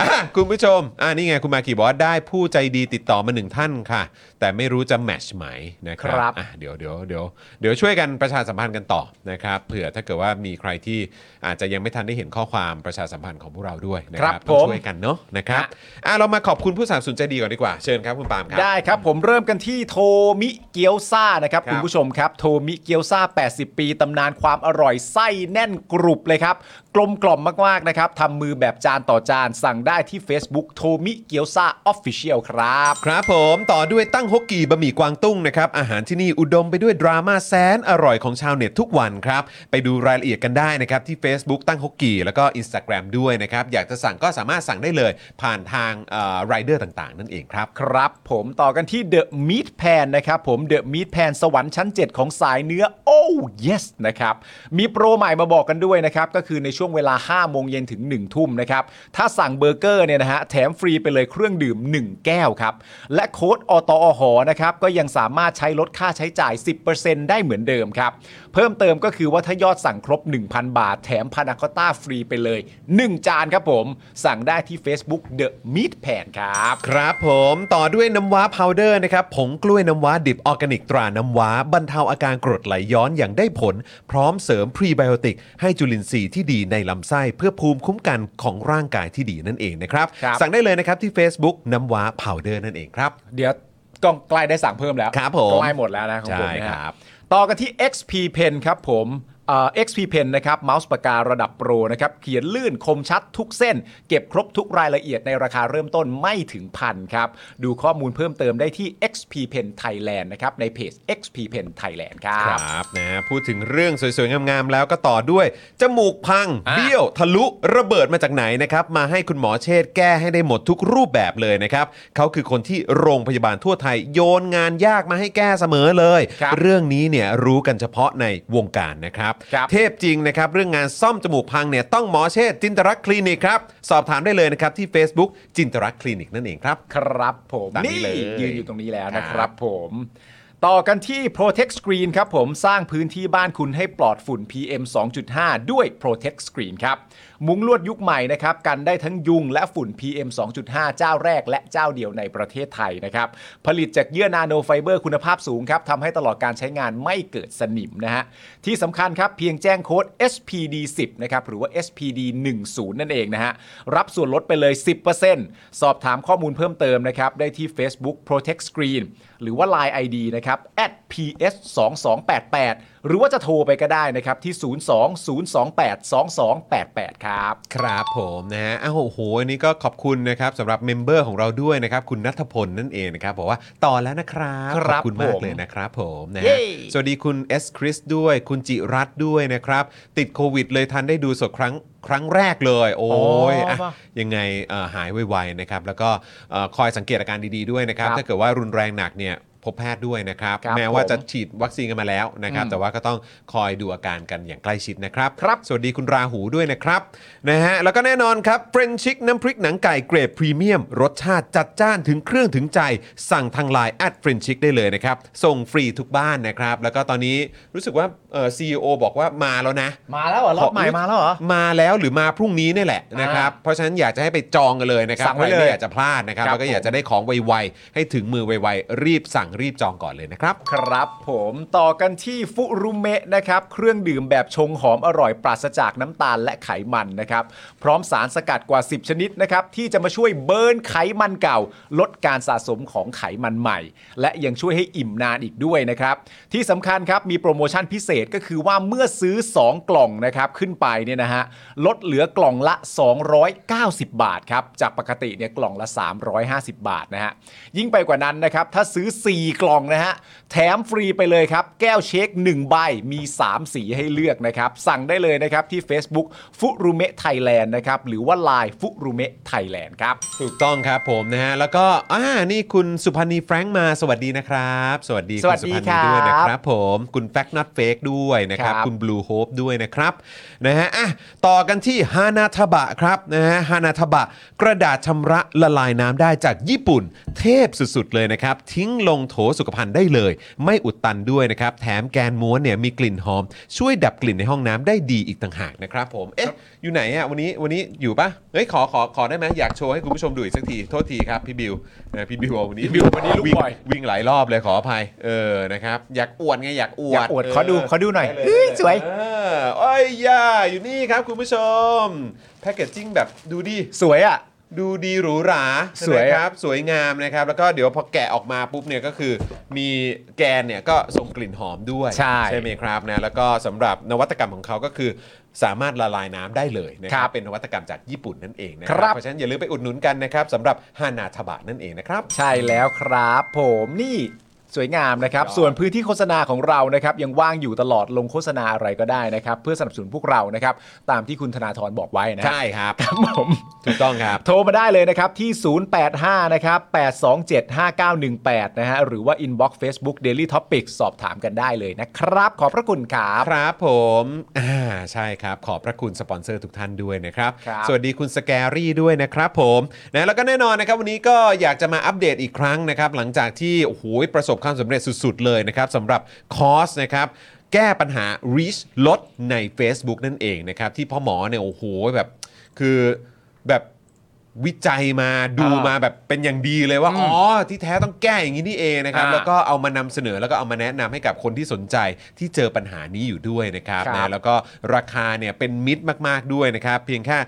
S2: อ่ะคุณผู้ชมอ่านี่ไงคุณมากีบอกว่าได้ผู้ใจดีติดต่อมาหนึ่งท่านค่ะ แต่ไม่รู้จะแมทชไหมนะครั
S3: ครับ
S2: อ่ะเดี๋ยวเดี๋ยวเดี๋ยวเดี๋ยวช่วยกันประชาสัมพันธ์กันต่อนะครับเผื่อถ้าเกิดว่ามีใครที่อาจจะยังไม่ทันได้เห็นข้อความประชาสัมพันธ์ของพวกเราด้วยนะครั
S3: ครับผม
S2: ช่วยกันเนาะนะครับอ่ะเรามาขอบคุณผู้สามสนุนใจดีก่อนดีกว่าเชิญครับคุณปาล์มครับ
S3: ได้ครับ ผมเริ่มกันที่โทมิเกียวซ่านะครับ
S2: ครับ
S3: คุณผู้ชมครับ โทมิเกียวซ่า 80 ปี ตำนานความอร่อยไส้แน่นกรุบเลยครับ กลมกล่อมมาก ๆ นะครับทำมือแบบจานต่อจาน สั่งได้ที่ Facebook โทมิเกียวซ่าออฟฟิเชียลครับ
S2: ครับผมต่อด้วยตั้งฮกกีบะหมี่กวางตุ้งนะครับ อาหารที่นี่อุดมไปด้วยดราม่าแสนอร่อยของชาวเน็ตทุกวันครับ ไปดูรายละเอียดกันได้นะครับ ที่ Facebook ตั้งฮกกีแล้วก็ Instagram ด้วยนะครับ อยากจะสั่งก็สามารถสั่งได้เลย ผ่านทางไรเดอร์ต่างๆ นั่นเองครับ
S3: ครับผมต่อกันที่ The Meat Pan นะครับผม The Meat Pan สวรรค์ชั้น 7 ของสายเนื้อ Oh yes นะครับมีโปรใหม่มาบอกกันด้วยนะครับ ก็คือในช่วงเวลา 5 โมงเย็นถึง 1 ทุ่มนะครับ ถ้าสั่งเบอร์เกอร์เนี่ยนะฮะแถมฟรีไปเลยเครื่องดื่ม 1 แก้วครับ และโค้ดอตอหอนะครับ ก็ยังสามารถใช้ลดค่าใช้จ่าย 10%ได้เหมือนเดิมครับ เพิ่มเติมก็คือว่าถ้ายอดสั่งครบ 1,000 บาท แถมพานาคอตต้าฟรีไปเลย 1 จานครับผม สั่งได้ที่ Facebook The Meat Pan ครับ
S2: ครับผมต่อด้วยน้ำว้าพาวเดอร์นะครับผงกล้วยน้ำว้าดิบออร์แกนิกตราน้ำว้า บรรเทาอาการกรดไหลย้อนอย่างได้ผล พร้อมเสริมพรีไบโอติก ให้จุลินทรีย์ที่ดีในลำไส้ เพื่อภูมิคุ้มกันของร่างกายที่ดีนั่นเองนะครับ
S3: ครับ
S2: สั่งได้เลยนะครับที่ Facebook น้ำว้าพาวเดอร์นั่นเองครับ
S3: เดี๋ยวกล้องใกล้ได้สั่งเพิ่มแล้ว
S2: ครับผม
S3: ใกล้หมดแล้วนะของผม
S2: ใช่
S3: นะฮะ
S2: ครับ
S3: ต่อกันที่ XP Pen ครับผมเอ่อ XP Pen นะครับเมาส์ปากการะดับโปรนะครับเขียนลื่นคมชัดทุกเส้น เก็บครบทุกรายละเอียดในราคาเริ่มต้นไม่ถึงพันครับ ดูข้อมูลเพิ่มเติมได้ที่ XP Pen Thailand นะครับในเพจ XP Pen Thailand ครั
S2: ค
S3: บ
S2: รับนะพูดถึงเรื่องสวยๆ งามๆ แล้วก็ต่อด้วย จมูกพัง
S3: อ่ะ
S2: เบี้ยว ทะลุระเบิดมาจากไหนนะครับ มาให้คุณหมอเชษฐ์แก้ให้ได้หมดทุกรูปแบบเลยนะครับ เขาคือคนที่โรงพยาบาลทั่วไทยโยนงานยากมาให้แก้เสมอเลย
S3: ครับ
S2: เรื่องนี้เนี่ยรู้กันเฉพาะในวงการนะครับ
S3: ครับ
S2: เทพจริงนะครับ เรื่องงานซ่อมจมูกพังเนี่ยต้องหมอเชษฐ์จินตรักษณ์คลินิกครับ สอบถามได้เลยนะครับที่ Facebook จินตรักษณ์คลินิกนั่นเองครับ
S3: ครับผม
S2: ตามนี้เลย
S3: ยืนอยู่ตรงนี้แล้วนะค
S2: ครั
S3: รั
S2: บบ
S3: ผม ต่อกันที่ Protect Screen ครับผมสร้างพื้นที่บ้านคุณให้ปลอดฝุ่น PM 2.5 ด้วย Protect Screen ครับ มุ้งลวดยุคใหม่นะครับ กันได้ทั้งยุงและฝุ่น PM 2.5 เจ้าแรกและเจ้าเดียวในประเทศไทยนะครับ ผลิตจากเยื่อนาโนไฟเบอร์คุณภาพสูงครับทำให้ตลอดการใช้งานไม่เกิดสนิมนะฮะ ที่สำคัญครับเพียงแจ้งโค้ด SPD 10นะครับหรือว่า SPD 1 0นั่นเองนะฮะ รับส่วนลดไปเลย 10%สอบถามข้อมูลเพิ่มเติมนะครับ ได้ที่ Facebook Protect Screen หรือว่า Line ID นะครับ @ps 2 2 8 8หรือว่าจะโทรไปก็ได้นะครับ ที่ 02 028 2288 ครับ
S2: ครับผมนะฮะอ้าวโอ้โหอันนี้ก็ขอบคุณนะครับสำหรับเมมเบอร์ของเราด้วยนะครับ คุณนัทพลนั่นเองนะครับบอกว่าต่อแล้วนะครับ
S3: ครับ
S2: ขอบคุณมาก
S3: ผม
S2: เลยนะครับผมนะ
S3: เย้
S2: ฮะสวัสดีคุณเอสคริสด้วย คุณจิรัตน์ด้วยนะครับ ติดโควิดเลยทันได้ดูสดครั้งครั้งแรกเลย โอ้ยอ่ะยังไงเอ่อหายไวๆนะครับ แล้วก็เอ่อคอยสังเกตอาการดีๆด้วยนะครับ
S3: ครับ
S2: ถ้าเกิดว่ารุนแรงหนักเนี่ยพบแพทย์ด้วยนะครับ
S3: ครับ
S2: แม้ว่า
S3: ผม
S2: จะฉีดวัคซีนกันมาแล้วนะครับ
S3: อืม
S2: แต่ว่าก็ต้องคอยดูอาการกันอย่างใกล้ชิดนะครับ
S3: ครับ
S2: สวัสดีคุณราหูด้วยนะครับนะฮะแล้วก็แน่นอนครับเฟรนชิกน้ำพริกหนังไก่เกรดพรีเมียม รสชาติจัดจ้านถึงเครื่องถึงใจ สั่งทางไลน์แอดเฟรนชิกได้เลยนะครับ ส่งฟรีทุกบ้านนะครับ แล้วก็ตอนนี้รู้สึกว่าเอ่อซีอบอกว่ามาแล้วนะ
S3: มาแล้วเหรอรอบใหม่มาแล้วเหรอ
S2: มาแล้วหรือมาพรุ่งนี้เนี่ยแหละนะครับ เพราะฉะนั้นอยากจะให้ไปจองกันเลยนะครับ
S3: สั่งไว้
S2: ใคร
S3: เลย
S2: ไม่อยากจะพลาดนะครับ
S3: ครับ
S2: แล้วก็อยากจะได้ของไวๆให้ถึงมือไวๆรีบสั่งรีบจองก่อนเลยนะครับ
S3: ครับผมต่อกันที่ฟุรุเมะนะครับ เครื่องดื่มแบบชงหอมอร่อยปราศจากน้ำตาลและไขมันนะครับ พร้อมสารสกัดกว่า 10 ชนิดนะครับ ที่จะมาช่วยเบิร์นไขมันเก่า ลดการสะสมของไขมันใหม่ และยังช่วยให้อิ่มนานอีกด้วยนะครับ ที่สำคัญครับ มีโปรโมชั่นพิเศษก็คือว่าเมื่อซื้อ 2 กล่องนะครับ ขึ้นไปเนี่ยนะฮะลดเหลือกล่องละ 290 บาทครับจากปกติเนี่ยกล่องละ 350 บาทนะฮะยิ่งไปกว่านั้นนะครับถ้าซื้อ 4 4 กล่องนะฮะ แถมฟรีไปเลยครับ แก้วเช็ค 1 ใบมี 3 สีให้เลือกนะครับ สั่งได้เลยนะครับที่ Facebook ฟุรุเมะไทยแลนด์นะครับ หรือว่า Line ฟุรุเมะไทยแลนด์ครับ
S2: ถูกต้องครับผมนะฮะ แล้วก็อ่านี่คุณสุพันธ์นีแฟรงค์มาสวัสดีนะครับ สวัสดี
S3: สวั
S2: คุณ
S3: ส
S2: สุ
S3: ดี
S2: พันธ์นีด้วยนะ
S3: ค
S2: ค
S3: รั
S2: รับบ ผมคุณแฟกต์นั f เฟกด้วยนะครับ
S3: ครับ
S2: คุณบลูโฮปด้วยนะครับนะฮะอ่ะต่อกันที่ฮานาทบะครับนะฮะฮานาทบะ กระดาษชำระละลายน้ำได้จากญี่ปุ่น เทพสุดๆเลยนะครับ ทิ้งลงโถสุขภัณฑ์ได้เลย ไม่อุดตันด้วยนะครับ แถมแกนม้วนเนี่ยมีกลิ่นหอม ช่วยดับกลิ่นในห้องน้ำได้ดีอีกต่างหากนะครับผมเอ๊ะอยู่ไหนอ่ะวันนี้วันนี้อยู่ปะเฮ้ยขอขอขอได้ไหมอยากโชว์ให้คุณผู้ชมดูอีกสักทีโทษทีครับพี่บิวนะพี่บิวเอาวันนี้
S3: พี่บิววันนี้ลุก
S2: วิ่ง
S3: บ่อย
S2: วิ่งหลายรอบเลยขออภัยเออนะครับอยากอวดไงอยากอวด
S3: อยากอวดขอดูขอดูหน่อย
S2: ได้เล
S3: เฮ้ยสวย
S2: เออโอ้ยย่าอยู่นี่ครับคุณผู้ชม แพคเกจจิ้งแบบดูดี
S3: สวยอ่ะ
S2: ดูดีหรูหรา
S3: สวยอะ
S2: นะครับ สวยงามนะครับ แล้วก็เดี๋ยวพอแกะออกมาปุ๊บเนี่ยก็คือมีแกนเนี่ยก็ส่งกลิ่นหอมด้วย
S3: ใช่
S2: ไหมครับนะแล้วก็สำหรับนวัตกรรมของเขาก็คือ สามารถละลายน้ำได้เลยนะค
S3: ครั
S2: รับบ เป็นนวัตกรรมจากญี่ปุ่นนั่นเองนะค
S3: ครั
S2: รับ เพราะฉะนั้นอย่าลืมไปอุดหนุนกันนะครับสำหรับฮานาทบะนั่นเองนะครับ
S3: ใช่แล้วครับผมนี่สวยงามนะครับ ส่วนพื้นที่โฆษณาของเรานะครับยังว่างอยู่ตลอดลงโฆษณาอะไรก็ได้นะครับ เพื่อสนับสนุนพวกเรานะครับ ตามที่คุณธนาธรบอกไว้นะ
S2: ใช่ครับ
S3: ครับผม
S2: ถูกต้องครับ
S3: โทรมาได้เลยนะครับ ที่ 085 นะครับ 827 5918 นะฮะ หรือว่า inbox Facebook Daily Topic สอบถามกันได้เลยนะครับ ขอบพระคุณครับ
S2: ครับผมอ่าใช่ครับ ขอบพระคุณสปอนเซอร์ทุกท่านด้วยนะครับ
S3: ครับ
S2: สวัสดีคุณสแกรี่ด้วยนะครับผมนะแล้วก็แน่นอนนะครับ วันนี้ก็อยากจะมาอัปเดตอีกครั้งนะครับ หลังจากที่โอ้โหประสบความสำเร็จสุด ๆ เลยนะครับสำหรับคอร์สนะครับ แก้ปัญหา reach ลดใน Facebook นั่นเองนะครับ ที่พ่อหมอเนี่ยโอ้โหแบบคือแบบวิจัยมาดู
S3: อ่าม
S2: มาแบบเป็นอย่างดีเลยว่าอ๋อที่แท้ต้องแก้อย่างนี้นี่เองนะครับ
S3: อ่า
S2: แล้วก็ ก็เอามานำเสนอแล้วก็เอามาแนะนำให้กับคนที่สนใจที่เจอปัญหานี้อยู่ด้วยนะครับ
S3: ครับ
S2: นะแล้วก็ราคาเนี่ยเป็นมิตรมาก ๆ ด้วยนะครับ เพียงแค่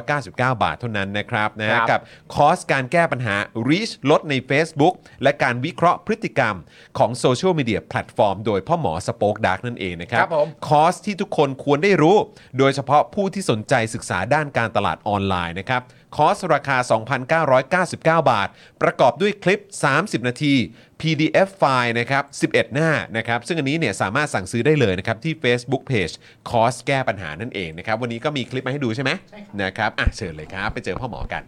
S2: 2,999 บาทเท่านั้นนะครับนะ
S3: ครั
S2: ฮะ
S3: บ
S2: กับคอร์สการแก้ปัญหา reach ลดใน Facebook และการวิเคราะห์พฤติกรรมของโซเชียลมีเดียแพลตฟอร์มโดยพ่อหมอสโป๊กดาร์กนั่นเองนะครับ นะค
S3: ครั
S2: รั
S3: ผ
S2: บบ
S3: ม
S2: คอร์สที่ทุกคนควรได้รู้ โดยเฉพาะผู้ที่สนใจศึกษาด้านการตลาดออนไลน์นะครับ คอร์สราคา 2,999 บาท ประกอบด้วยคลิป 30 นาที PDF ไฟล์นะครับ 11 หน้านะครับ ซึ่งอันนี้เนี่ยสามารถสั่งซื้อได้เลยนะครับ ที่ Facebook Page คอร์สแก้ปัญหานั่นเองนะครับ วันนี้ก็มีคลิปมาให้ดูใช่ไหม
S4: ใช่ครับ
S2: นะครับอ่ะเชิญเลยครับ ไปเจอพ่อหมอกัน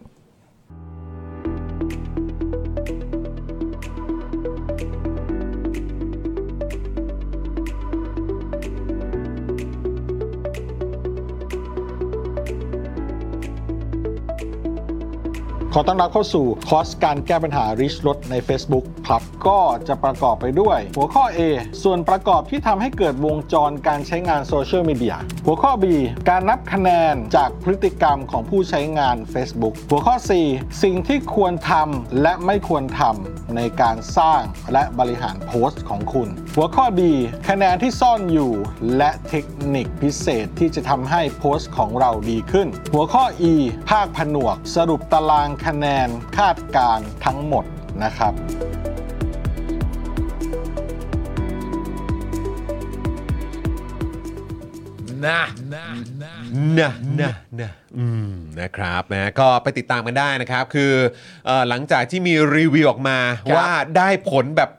S5: ขอต้อนรับเข้าสู่คอร์สการแก้ปัญหาริชลดใน Facebook ครับ ก็จะประกอบไปด้วย หัวข้อ A ส่วนประกอบที่ทำให้เกิดวงจรการใช้งานโซเชียลมีเดียหัวข้อ B การนับคะแนนจากพฤติกรรมของผู้ใช้งาน Facebook หัวข้อ C สิ่งที่ควรทำและไม่ควรทำในการสร้างและบริหารโพสต์ของคุณ หัวข้อ D คะแนนที่ซ่อนอยู่ และเทคนิคพิเศษที่จะทำให้โพสต์ของเราดีขึ้น หัวข้อ E ภาคผนวก สรุปตารางคะแนนคาดการณ์ทั้งหมดนะครับ
S3: นะ
S2: นะนะนะอืมนะครับนะก็ไปติดตามกันได้นะครับ คือเอ่อหลังจากที่มีรีวิวออกมา
S3: ครับ
S2: ว่าได้ผลแบบ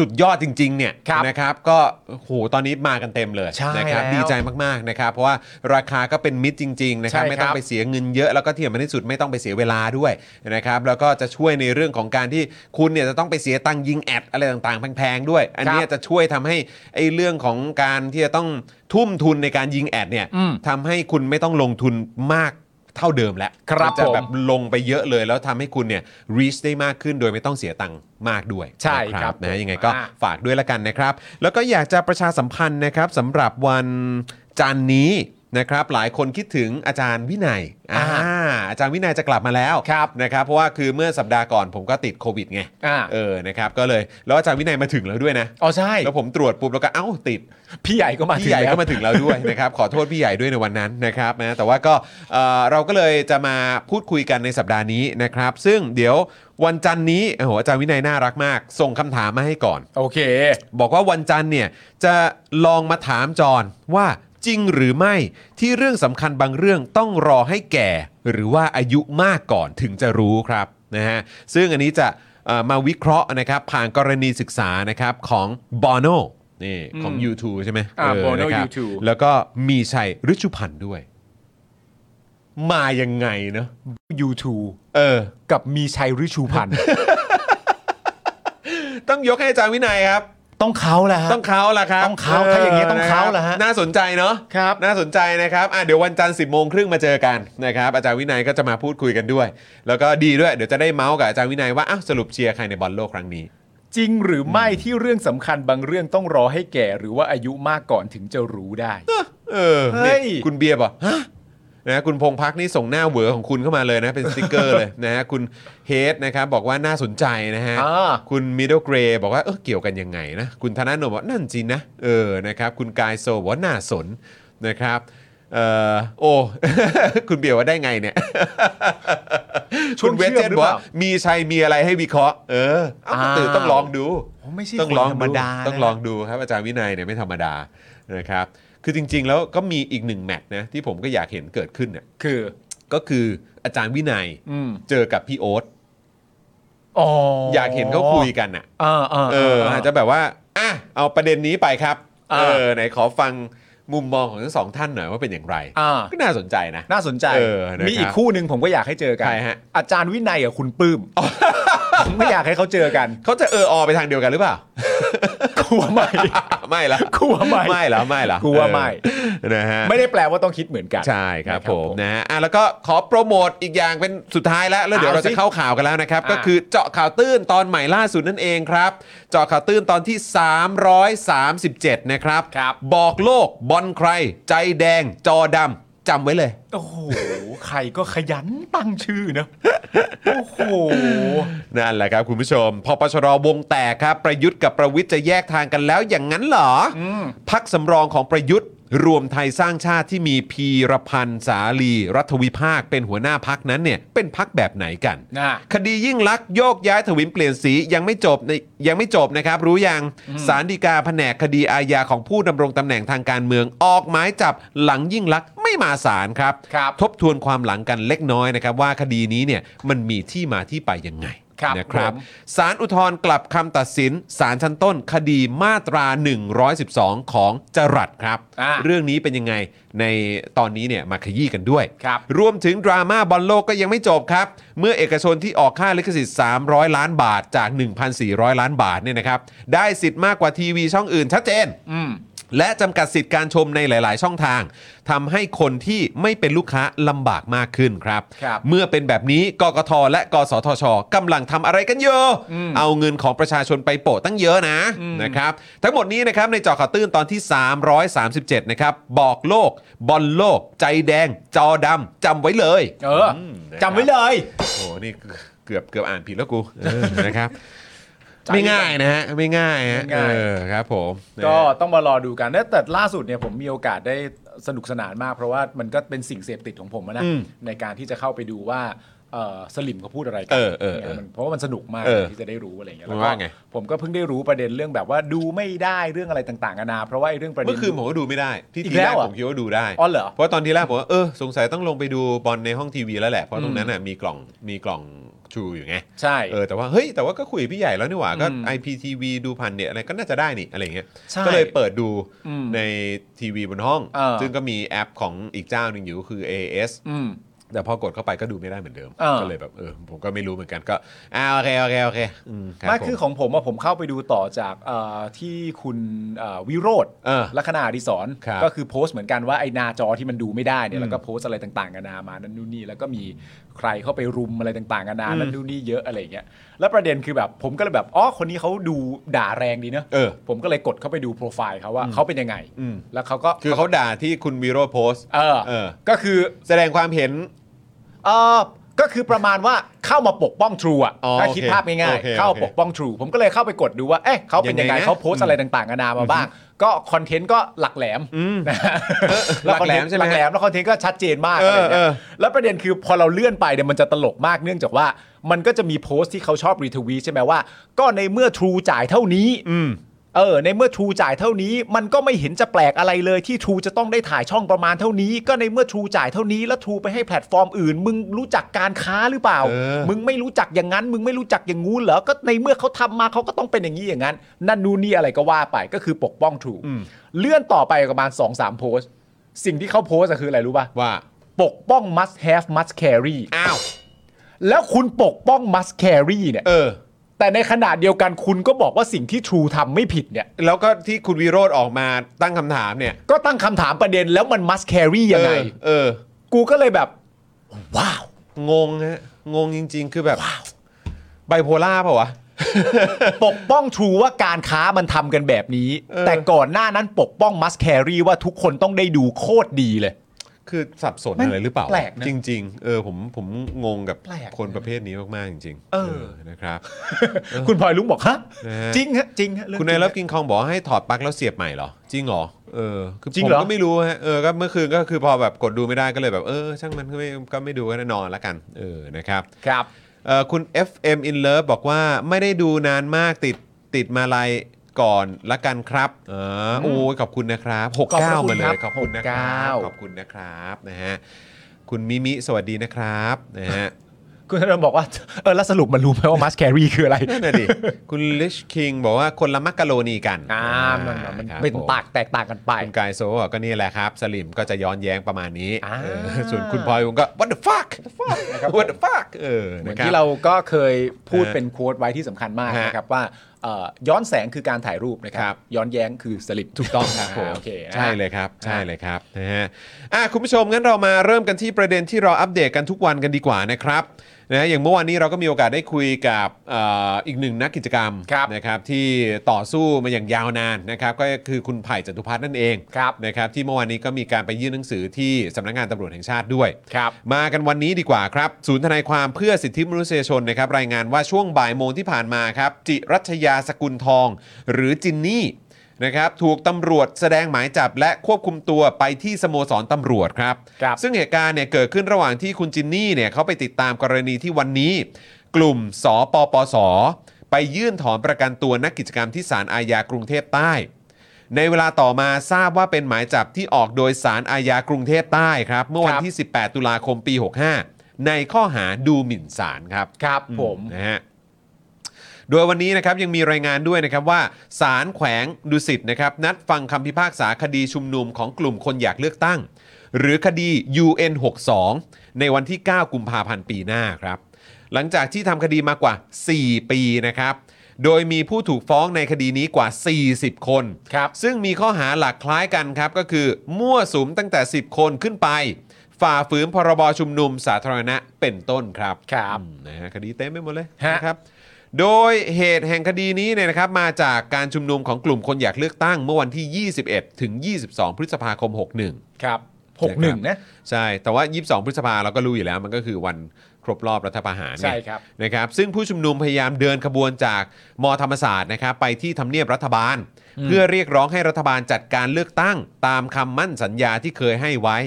S2: สุดยอดจริง ๆ เนี่ย
S3: ครับ
S2: นะครับ ก็โอ้โหตอนนี้มากันเต็มเลย
S3: ใช่
S2: นะครับ
S3: แล้ว
S2: ดีใจมากๆนะครับ เพราะว่าราคาก็เป็นมิตรจริง ๆ นะครับ
S3: ใช่ครับ
S2: ไม่ต้องไปเสียเงินเยอะ แล้วก็ที่สำคัญที่สุดไม่ต้องไปเสียเวลาด้วยนะครับ แล้วก็จะช่วยในเรื่องของการที่คุณเนี่ยจะต้องไปเสียตังค์ยิงแอดอะไรต่างๆแพงๆด้วย อันเนี้
S3: ค
S2: ย
S3: รับ
S2: จะช่วยทำให้ไอ้เรื่องของการที่จะต้องทุ่มทุนในการยิงแอดเนี่ย
S3: อืม
S2: ทำให้คุณไม่ต้องลงทุนมากเท่าเดิมแล้ว
S3: ครับ
S2: มันจะ
S3: ผม
S2: แบบลงไปเยอะเลย แล้วทำให้คุณเนี่ย reach ได้มากขึ้นโดยไม่ต้องเสียตังค์มากด้วย
S3: ใช่
S2: นะครับ นะ
S3: ผม
S2: ยังไงก็
S3: อ่ะ
S2: ฝากด้วยละกันนะครับ แล้วก็อยากจะประชาสัมพันธ์นะครับสำหรับวันจันทร์นี้นะครับ หลายคนคิดถึงอาจารย์วินัย
S3: อ่า
S2: อ่าอาจารย์วินัยจะกลับมาแล้ว
S3: ครับ
S2: นะครับ เพราะว่าคือเมื่อสัปดาห์ก่อนผมก็ติดโควิดไง
S3: อ่า
S2: เออนะครับก็เลยแล้วอาจารย์วินัยมาถึงแล้วด้วยนะ
S3: อ๋อใช่
S2: แล้วผมตรวจปุ๊บแล้วก็เอ้าติด
S3: พี่ใหญ่ก็มา
S2: พี่
S3: ถึง
S2: ใหญ่
S3: แล้ว
S2: ก็มาถึงแล้ว
S3: (laughs)
S2: ด้วย นะครับ ขอโทษพี่ใหญ่ด้วยในวันนั้นนะครับนะแต่ว่าก็เอ่อเราก็เลยจะมาพูดคุยกันในสัปดาห์นี้นะครับ ซึ่งเดี๋ยววันจันทร์นี้โอ้โหอาจารย์วินัยน่ารักมาก ส่งคำถามมาให้ก่อน
S3: โอเค
S2: บอกว่าวันจันทร์เนี่ยจะลองมาถามจอนว่าจริงหรือไม่ที่เรื่องสำคัญบางเรื่องต้องรอให้แก่ หรือว่าอายุมากก่อนถึงจะรู้ครับนะฮะซึ่งอันนี้จะ เอ่อมาวิเคราะห์นะครับผ่านกรณีศึกษานะครับของบอโนนี่ของ YouTube ใช่ไหม
S3: อ่า
S2: เ
S3: Bono
S2: ะครับ
S3: U2
S2: แล้วก็มีชัยฤชุพันธ์ด้วย มายังไงเนอะ
S3: ยูทู
S2: เออ
S3: กับมีชัยฤชูพันธ์
S2: ต้องยกให้อาจารย์วินัยครับ
S3: ต้องเขาแหละฮะ
S2: ต้องเขาละครับ
S3: ต้องเขาถ้าอย่างเงี้ยต้องเขาละฮะ
S2: นะครับน่าสนใจเนาะ
S3: ครับ
S2: น่าสนใจนะครับอ่ะเดี๋ยววันจันทร์สิบโมงครึ่งมาเจอกันนะครับอาจารย์วินัยก็จะมาพูดคุยกันด้วย แล้วก็ดีด้วยเดี๋ยวจะได้เมาส์กับอาจารย์วินัยว่าอ้าวสรุปเชียร์ใครในบอลโลกครั้งนี้
S3: จริงหรือไม่ที่เรื่องสำคัญบางเรื่องต้องรอให้แก่หรือว่าอายุมากก่อนถึงจะรู้ได้
S2: เออ
S3: เฮ้ย
S2: นี่คุณเบียร์บอกฮะนะคุณพงพักนี่ส่งหน้าเหวอของคุณเข้ามาเลยนะ เป็นสติกเกอร์เลย (laughs) นะฮะคุณเฮดนะครับบอกว่าน่าสนใจนะฮะ
S3: อ่า
S2: คุณมิดเดิลเกรย์บอกว่าเออเกี่ยวกันยังไงนะ คุณธนาโนบอกนั่นจริงนะ เออนะครับ คุณกายโซบอกว่าน่าสนนะครับเออโอ้ (laughs) คุณเบียร์ว่าได้ไง
S3: (laughs)
S2: เนี่ย
S3: ช่
S2: คุ
S3: วง
S2: ณเวสเจนบอกว่า
S3: เชื่อมหรือเปล่า
S2: มีชัยมีอะไรให้วิเคราะห์เออเอ้า
S3: อ่า
S2: ตื่นต้องลองดู
S3: ผมไม่ใช่
S2: ต้องลอง
S3: คนธรรมดานะ
S2: ต้องลองดูครับอาจารย์วินัยเนี่ยไม่ธรรมดานะครับ คือจริง ๆ แล้วก็มีอีกหนึ่งแมตช์นะที่ผมก็อยากเห็นเกิดขึ้นเนี่ย
S3: คือ
S2: ก็คืออาจารย์วินัย
S3: อืม
S2: เจอกับพี่โอ๊ต
S3: อ๋อ
S2: อยากเห็นเขาคุยกันอ่ะ
S3: อ่าอ่า
S2: เอออาจจะแบบว่าอ่ะเอาประเด็นนี้ไปครับ
S3: อ่า
S2: เออไหนขอฟังมุมมองของทั้งสองท่านหน่อยว่าเป็นอย่างไร
S3: อ่า
S2: ก็น่าสนใจนะ
S3: น่าสนใจ
S2: เออนะครับ
S3: มีอีกคู่หนึ่งผมก็อยากให้เจอกัน
S2: ใครฮะ
S3: อาจารย์วินัยกับคุณปื้ม ผมก็อยากให้เขาเจอกัน
S2: เขาจะเอออไปทางเดียวกันหรือเปล่า (laughs)
S3: กลัวไหม
S2: ไม่ละ
S3: กลัวไหม
S2: ไม่ละไม่ละ
S3: กลัวไหม
S2: เออนะฮะ
S3: ไม่ได้แปลว่าต้องคิดเหมือนกัน
S2: ใช่ครับ
S3: นะครับ
S2: ผ
S3: ผม ม
S2: นะฮะอ่ะแล้วก็ขอโปรโมทอีกอย่างเป็นสุดท้ายแล้วแล้วเดี๋ยว
S3: เอา
S2: เราจะ
S3: สิ
S2: เข้าข่าวกันแล้วนะครับ
S3: อ่า
S2: ก็คือเจาะข่าวตื้นตอนใหม่ล่าสุดนั่นเองครับ เจาะข่าวตื้นตอนที่ 337 นะครับ บอกโลกบอลใคร ใจแดงจอดำจำไว้เลย
S3: โอ้โห ใครก็ขยันตั้งชื่อเน
S2: (laughs)
S3: อะโอ้โห
S2: นั่นแหละครับคุณผู้ชม พอปชรวงแตกครับ ประยุทธ์กับประวิทย์จะแยกทางกันแล้วอย่างนั้นเหรออพักสำรองของประยุทธ์ รวมไทยสร้างชาติที่มีพีรพันธ์สาลี รัฐวิภาค เป็นหัวหน้าพักนั้นเนี่ย เป็นพักแบบไหนกัน
S3: น่ะ
S2: คดียิ่งลักษณ์โยกย้ายถวิลเปลี่ยนสียังไม่จบในยังไม่จบนะครับ รู้ยังสารดีกาแผนกคดีอาญาของผู้ดำรงตำแหน่งทางการเมืองออกหมายจับหลังยิ่งลักษณ์ไม่มาศาลครับ
S3: ครับ
S2: ทบทวนความหลังกันเล็กน้อยนะครับ ว่าคดีนี้เนี่ยมันมีที่มาที่ไปยังไง
S3: ครับ
S2: นะครับ
S3: ผม
S2: สารอุทธรณ์กลับคำตัดสินสารชั้นต้นคดีมาตรา 112 ของจรัสครับ
S3: อ่า
S2: เรื่องนี้เป็นยังไงในตอนนี้เนี่ยมาขยี้กันด้วย
S3: ครับ
S2: รวมถึงดราม่าบอลโลกก็ยังไม่จบครับ เมื่อเอกชนที่ออกค่าลิขสิทธิ์ 300 ล้านบาทจาก 1,400 ล้านบาทเนี่ยนะครับ ได้สิทธิ์มากกว่าทีวีช่องอื่นชัดเจน
S3: อืม
S2: และจำกัดสิทธิ์การชมในหลาย ๆ ช่องทางทำให้คนที่ไม่เป็นลูกค้าลำบากมากขึ้นครับ
S3: ครับ
S2: เมื่อเป็นแบบนี้กกทและกสทชกำลังทำอะไรกันเยอะเอาเงินของประชาชนไปโปะตั้งเยอะนะนะครับ ทั้งหมดนี้นะครับในเจอข่าวตื้นตอนที่ 337 นะครับ บอกโลก บอลโลก ใจแดง จอดำจำไว้เลย
S3: เอออื
S2: มนะครับ
S3: จำไว้เลย
S2: โอ้โหนี่เกือบเกือบอ่านผิดแล้วกู (laughs) เออนะครับ ไม่ง่ายนะฮะไม่ง่ายฮะ
S3: ไม่ง่าย
S2: เออครับผมนะฮะ
S3: ก็ต้องมารอดูกันนะแต่ล่าสุดเนี่ยผมมีโอกาสได้สนุกสนานมาก เพราะว่ามันก็เป็นสิ่งเสพติดของผมอะนะ
S2: อืม
S3: ในการที่จะเข้าไปดูว่าเอ่อสลิมเขาพูดอะไรกั
S2: เออเออเออ
S3: มันเพราะว่ามันสนุกมาก
S2: เออ
S3: ที่จะได้รู้อะไรอย่างเงี้ย
S2: มั
S3: แล้
S2: น
S3: วก็
S2: ว่าไง
S3: ผมก็เพิ่งได้รู้ประเด็นเรื่องแบบว่าดูไม่ได้เรื่องอะไรต่างๆนานาเพราะว่าไอ้เรื่องประเด็น
S2: เมื่อคืนผมก็ดูไม่ได้ ที่
S3: อี
S2: ที
S3: กแล้
S2: แร
S3: ว
S2: ก
S3: เหรอ
S2: ผมคิดว่าดูได้
S3: อ๋อเหรอ
S2: เพราะตอนที่แรกผมว่าเออสงสัยต้องลงไปดูบอลในห้องทีวีแล้วแหละ เพราะตรงนั้นน่ะมีกล่องมีกล่องชูอยู่ไง
S3: ใช่
S2: เออแต่ว่าเฮ้ยแต่ว่าก็คุยกับพี่ใหญ่แล้วนี่หว่าก็
S3: อืม
S2: IPTV ดูผ่านเน็ตอะไรก็น่าจะได้นี่อะไรอย่างเงี้ย
S3: ใช่
S2: ก็เลยเปิดดู
S3: อืม
S2: ในทีวีบนห้อง
S3: เออ
S2: ซึ่งก็มีแอปของอีกเจ้าหนึ่งอยู่ก็คือ AS
S3: อืม
S2: แต่พอกดเข้าไปก็ดูไม่ได้เหมือนเดิม
S3: เออ
S2: ก็เลยแบบเออผมก็ไม่รู้เหมือนกันก็อ่าโอเคโอเคโอเคอืมรับ
S3: ไมากคือ
S2: ผ
S3: ของผมอะผมเข้าไปดูต่อจากเอ่อที่คุณเอ่อวิโรธ
S2: เออ
S3: ลัคนาดิศร
S2: ครับ
S3: ก็คือโพสต์เหมือนกันว่าไอ้หนาจอที่มันดูไม่ได้เนี่ยแล้วก็โพสต์อะไรต่างๆกันานามานั่นนู่นนี่แล้วก็มีใครเข้าไปรุมอะไรต่างๆกันานานั่นนู่นนี่เยอะอะไรอย่างเงี้ยแล้วประเด็นคือแบบผมก็เลยแบบอ๋อคนนี้เขาดูด่าแรงดีเนอะ
S2: เออ
S3: ผมก็เลยกดเข้าไปดูโปรไฟล์เขาว่าเขาเป็นยังไงแล้วเขาก็
S2: คือเขาด่าที่คุณวีโรจน์โพสต์
S3: เออ
S2: เออ
S3: ก็คือ
S2: แสดงความเห็น
S3: เออก็คือประมาณว่าเข้ามาปกป้อง True อ่ะ
S2: อ๋อ
S3: ถ้าคิด
S2: โอเค
S3: ภาพง่าย
S2: โอเค
S3: ๆ เข้ามาปกป้อง True ผมก็เลยเข้าไปกดดูว่า เอ๊ะเขาเป็นยังไง
S2: ยังไงนะ
S3: เขาโพสต์อะไรต่างๆนานามาบ้าง ก็คอนเทนต์ก็หลักแหลมนะฮะ
S2: หลักแหลมใช่ไหม
S3: หลักแหลมแล้วคอนเทนต์ก็ชัดเจนมากอะไรเงี้
S2: เออเอ
S3: ย
S2: อ
S3: แล้วประเด็นคือพอเราเลื่อนไปเนี่ยมันจะตลกมากเนื่องจากว่า มันก็จะมีโพสต์ที่เขาชอบรีทวีตใช่ไหมว่า ก็ในเมื่อ True จ่ายเท่านี้ เออในเมื่อ True จ่ายเท่านี้ มันก็ไม่เห็นจะแปลกอะไรเลยที่ True จะต้องได้ถ่ายช่องประมาณเท่านี้ ก็ในเมื่อ True จ่ายเท่านี้แล้ว True ไปให้แพลตฟอร์มอื่น มึงรู้จักการค้าหรือเปล่า
S2: เออ
S3: มึงไม่รู้จักอย่างนั้น มึงไม่รู้จักอย่างงู้นเหรอก็ในเมื่อเขาทำมาเขาก็ต้องเป็นอย่างนี้อย่างนั้น นั่นนู่นนี่อะไรก็ว่าไปก็คือปกป้อง True เลื่อนต่อไปประมาณ2อสามโพสต์ สิ่งที่เขาโพสต์อะคืออะไรรู้ป่ะ
S2: ว่า
S3: ปกป้อง must have must carry
S2: อ้าว
S3: แล้วคุณปกป้อง must carry เนี่ย
S2: เออ
S3: แต่ในขณะเดียวกันคุณก็บอกว่าสิ่งที่ True ทำไม่ผิดเนี่ย
S2: แล้วก็ที่คุณวิโรธออกมาตั้งคำถามเนี่ย
S3: ก็ตั้งคำถามประเด็นแล้วมันมัสแครียังไง
S2: เออเออ
S3: กูก็เลยแบบ ว้าว
S2: งงฮะ งงจริง ๆ คือแบบไบโพล่าเปล่าวะ
S3: ปกป้องทรูว่าการค้ามันทำกันแบบนี้
S2: เออ
S3: แต่ก่อนหน้านั้นปกป้องมัสแครีว่าทุกคนต้องได้ดูโคตรดีเลย
S2: คือสับสนอะไรหรือเปล่า
S3: แปลกนะ
S2: จริง ๆ เออผมผมงงกับ
S3: แปลกนะ
S2: คนประเภทนี้มาก ๆ จริงๆ
S3: เออ
S2: นะครับ
S3: คุณพลอยลุงบอกฮะ
S2: เออ
S3: จริงฮะจริงฮะเรื่ง
S2: คุณนายรับ
S3: จริงฮะ
S2: กิงคองบอกให้ถอดปลั๊กแล้วเสียบใหม่เหรอ จริงเหรอเออคือ
S3: จริง
S2: ผม
S3: เหรอ
S2: ก็ไม่รู้ฮะเออก็เมื่อคืนก็คือพอแบบกดดูไม่ได้ก็เลยแบบเออช่างมันก็ไม่ก็ไม่ดูก็นอนละกันเออนะครับ
S3: ครับ
S2: เออคุณ FM in love บอกว่าไม่ได้ดูนานมากติดติดมาลายก่อนละกันครับเออโอ้ยขอบคุณนะครับ
S3: ขอบพระคุณ
S2: 69มาเล
S3: ครั
S2: ย
S3: บ
S2: ขอบคุณนะครับ
S3: 69
S2: ขอบคุณนะครับนะฮะคุณมิมิสวัสดีนะครับนะ
S3: (laughs)
S2: ฮะ
S3: คุณธนบอกว่าเออแล้วสรุปมันรู้ไหมว่ามัสแครีคืออะไร
S2: นั่นน่ะดิ คุณลิชคิงบอกว่าคนละมักกะโรนีกัน
S3: อ่ามันมัน
S2: ครับ
S3: เป็น
S2: ผม
S3: ตากแตกต่างกันไป
S2: คุณกายโซบอกก็นี่แหละครับ สลิมก็จะย้อนแย้งประมาณนี้
S3: อ่า
S2: เออส่วนคุณพลอยผมก็ what the fuck what the fuck เออ
S3: เหมือน
S2: นะคบ
S3: ที่เราก็เคยพูด
S2: ฮะ
S3: เป็นโค้ดไว้ที่สำคัญมาก
S2: ฮะ
S3: นะครับว่าเอ่อย้อนแสงคือการถ่ายรูปนะค
S2: ครั
S3: รับ บ ย้อนแย้งคือสลิปถูกต้องครับโอเคนะ
S2: ใช่เลยครับ ใช่เลยครับนะฮะอ่ะคุณผู้ชมงั้นเรามาเริ่มกันที่ประเด็นที่เราอัปเดตกันทุกวันกันดีกว่านะครับนะอย่างเมื่อวานนี้เราก็มีโอกาสได้คุยกับเอ่ออีกหนึ่งนักกิจกรรม
S3: ครับ
S2: นะครับที่ต่อสู้มาอย่างยาวนานนะครับก็คือคุณไผ่จตุพัฒน์นั่นเอง
S3: ครับ
S2: นะครับที่เมื่อวานนี้ก็มีการไปยื่นหนังสือที่สำนักงานตำรวจแห่งชาติด้วย
S3: ครับ
S2: มากันวันนี้ดีกว่าครับ ศูนย์ทนายความเพื่อสิทธิมนุษยชนนะครับรายงานว่าช่วงบ่ายโมงที่ผ่านมาครับ จิรัชยาสกุลทอง หรือจินนี่นะครับถูกตำรวจแสดงหมายจับและควบคุมตัวไปที่สโมสรตำรวจครับ
S3: ครับ
S2: ซึ่งเหตุการณ์เนี่ยเกิดขึ้นระหว่างที่คุณจินนี่เนี่ยเขาไปติดตามกรณีที่วันนี้ กลุ่มสปปส ไปยื่นถอนประกันตัวนักกิจกรรมที่ศาลอาญากรุงเทพใต้ ในเวลาต่อมาทราบว่าเป็นหมายจับที่ออกโดยสารอาญากรุงเทพใต้ครับ เมื่อวัน
S3: ครับ
S2: ที่ 18 ตุลาคมปี 65 ในข้อหาดูหมิ่นศาลครับ
S3: ครับผม
S2: นะฮะ โดยวันนี้นะครับยังมีรายงานด้วยนะครับว่าศาลแขวงดุสิตนะครับนัดฟังคำพิพากษาคดีชุมนุมของกลุ่มคนอยากเลือกตั้ง หรือคดี UN 62ในวันที่ 9 กุมภาพันธ์ปีหน้าครับ หลังจากที่ทำคดีมากว่า 4 ปีนะครับ โดยมีผู้ถูกฟ้องในคดีนี้กว่า 40 คน
S3: ครับ
S2: ซึ่งมีข้อหาหลักคล้ายกันครับ ก็คือมั่วสุมตั้งแต่ 10 คนขึ้นไป ฝ่าฝืนพรบชุมนุมสาธารณะเป็นต้นครับ
S3: ครับ
S2: อืมนะฮะคดีเต็มไปหมดเลย
S3: ฮะ
S2: นะครับ โดยเหตุแห่งคดีนี้เนี่ยนะครับมาจากการชุมนุมของกลุ่มคนอยากเลือกตั้ง เมื่อวันที่ 21 ถึง 22 พฤษภาคม 61
S3: ครับหกหนึ่งนะ
S2: ใช่ แต่ว่า 22 พฤษภาเราก็รู้อยู่แล้วมันก็คือวันครบรอบรัฐประหารไง
S3: ใช่ครับ
S2: นะครับซึ่งผู้ชุมนุมพยายามเดินขบวนจากมธรรมศาสตร์นะครับไปที่ทำเนียบรัฐบาล เพื่อเรียกร้องให้รัฐบาลจัดการเลือกตั้ง ตามคำมั่นสัญญาที่เคยให้ไว้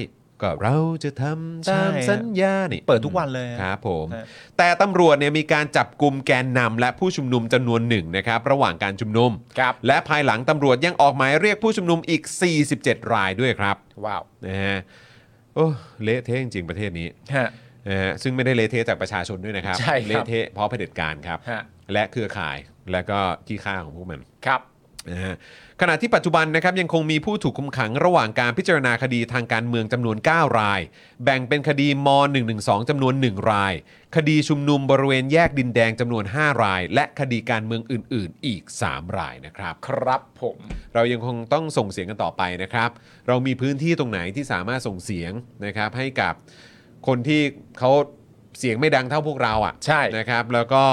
S2: ก็เราจะทำตามสัญญานี่
S3: เปิดทุกวันเลย
S2: ครับผม
S3: ฮะ
S2: แต่ตำรวจเนี่ยมีการจับกลุ่มแกนนำและผู้ชุมนุมจำนวนหนึ่งนะครับระหว่างการชุมนุม
S3: ครับ
S2: และภายหลังตำรวจยังออกหมายเรียกผู้ชุมนุมอีก 47 รายด้วยครับ
S3: ว้าว
S2: นะฮะโอ้เละเทะจริงๆประเทศนี้
S3: ฮะ
S2: นะฮะซึ่งไม่ได้เละเทะจากประชาชนด้วยนะครับ
S3: ใช่ครับ
S2: เละเทะเพราะเผด็จการครับ
S3: ฮะ
S2: และเครือข่ายและก็ขี้ข้าของพวกมัน
S3: ครับ
S2: นะฮะขณะที่ปัจจุบันนะครับยังคงมีผู้ถูกคุมขังระหว่างการพิจารณาคดีทางการเมืองจำนวน 9 ราย แบ่งเป็นคดีม .112 จำนวน 1 ราย คดีชุมนุมบริเวณแยกดินแดงจำนวน 5 ราย และคดีการเมืองอื่น ๆ อีก 3 รายนะครับ
S3: ครับผม
S2: เรายังคงต้องส่งเสียงกันต่อไปนะครับ เรามีพื้นที่ตรงไหนที่สามารถส่งเสียงนะครับให้กับคนที่เขาเสียงไม่ดังเท่าพวกเราอ่ะ
S3: ใช่
S2: นะครับแล้วก็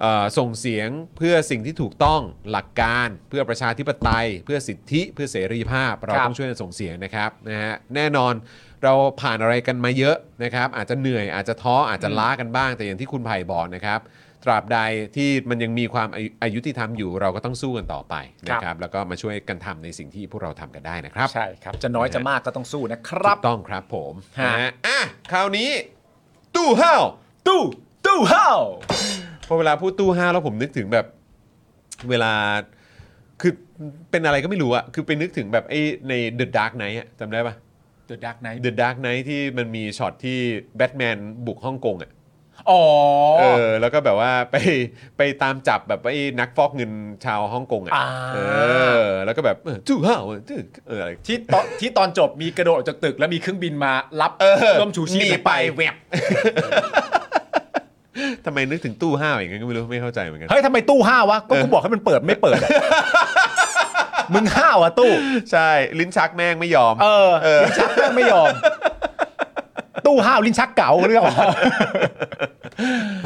S2: เอ่อส่งเสียงเพื่อสิ่งที่ถูกต้องหลักการเพื่อประชาธิปไตย เพื่อสิทธิเพื่อเสรีภาพ เรา
S3: ครับ
S2: ต้องช่วยกันส่งเสียงนะครับนะฮะแน่นอนเราผ่านอะไรกันมาเยอะนะครับ อาจจะเหนื่อยอาจจะท้ออาจจะล้ากันบ้าง แต่อย่างที่คุณไผ่บอกนะครับ ตราบใดที่มันยังมีความอายุอายุติธรรมอยู่เราก็ต้องสู้กันต่อไปนะครับแล้วก็มาช่วยกันทำในสิ่งที่พวกเราทำกันได้นะครับ
S3: ใช่ครับจะน้อยจะมากก็ต้องสู้นะครับ
S2: ถูกต้องครับผม
S3: ฮะ
S2: นะฮะอ่ะคราวนี้ตู้ห้าว
S3: ตู้ตู้เฮา
S2: พอเวลาพูดตู้ห้าวแล้วผมนึกถึงแบบเวลา คือเป็นอะไรก็ไม่รู้อะคือไปนึกถึงแบบไอ้ใน The Dark Knight อะจำได้ปะ
S3: The Dark Knight
S2: The Dark Knight ที่มันมีช็อตที่แบทแมนบุกฮ่องกงอะ
S3: อ๋อ
S2: เออแล้วก็แบบว่าไป (laughs) ไปตามจับแบบไอ้นักฟอกเงินชาวฮ่องกงอะ
S3: อ่า
S2: เออ แล้วก็แบบจู่ห้าวจู่เอออะไร
S3: ที่ตอนที่ตอนจบมีกระโดดออกจากตึกแล้วมีเครื่องบินมารับ
S2: เออ
S3: ร่มชูชีพ
S2: หนีไปแว
S3: เว็บบ
S2: ทำไมนึกถึงตู้ห้าวอย่างนั้นก็ไม่รู้ไม่เข้าใจเหมือนกัน
S3: เฮ้ยทำไมตู้ห้าววะ ก็กูบอกให้มันเปิดไม่เปิดอะ
S2: (laughs)
S3: มึงห้าวอะตู้
S2: ใช่ ลิ้นชักแม่งไม่ยอม
S3: เออลิ้นชักแม่งไม่ยอม ตู้ห้าวลิ้นชักเก๋าเรื่องของเขา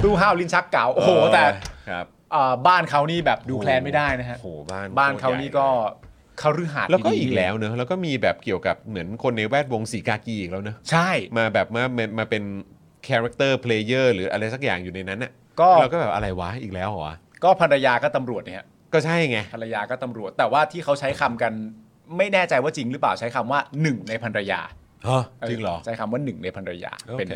S3: ตู้ห้าวลิ้นชักเก๋าโอ้โห
S2: เออ
S3: แต่
S2: ครับ
S3: เอ่อบ้านเขานี่แบบดูแคลนไม่ได้นะฮะ
S2: โอ้โหบ้าน
S3: บ้านเขานี่ก็คฤหาสน์
S2: แล้วก็
S3: ดีๆ
S2: อีกแล้วเนอะแล้วก็มีแบบเกี่ยวกับเหมือนคนในแวดวงสีกากีอีกแล้วเนอะ
S3: ใช่
S2: มาแบบมามามาเป็นคาแรคเตอร์เพลเยอร์หรืออะไรสักอย่างอยู่ในนั้นน่ะ
S3: ก็
S2: เราก็แบบอะไรวะอีกแล้วเหรอวะ
S3: ก็ภรรยาก็ตำรวจเนี่ยฮะ
S2: ก็ใช่ไง
S3: ภรรยาก็ตำรวจ แต่ว่าที่เขาใช้คำกัน ไม่แน่ใจว่าจริงหรือเปล่าใช้คำว่าหนึ่งในภรรยา
S2: จริงเหรอ
S3: ใช้คำว่าหนึ่งในภรรยา
S2: โอเค
S3: เป็น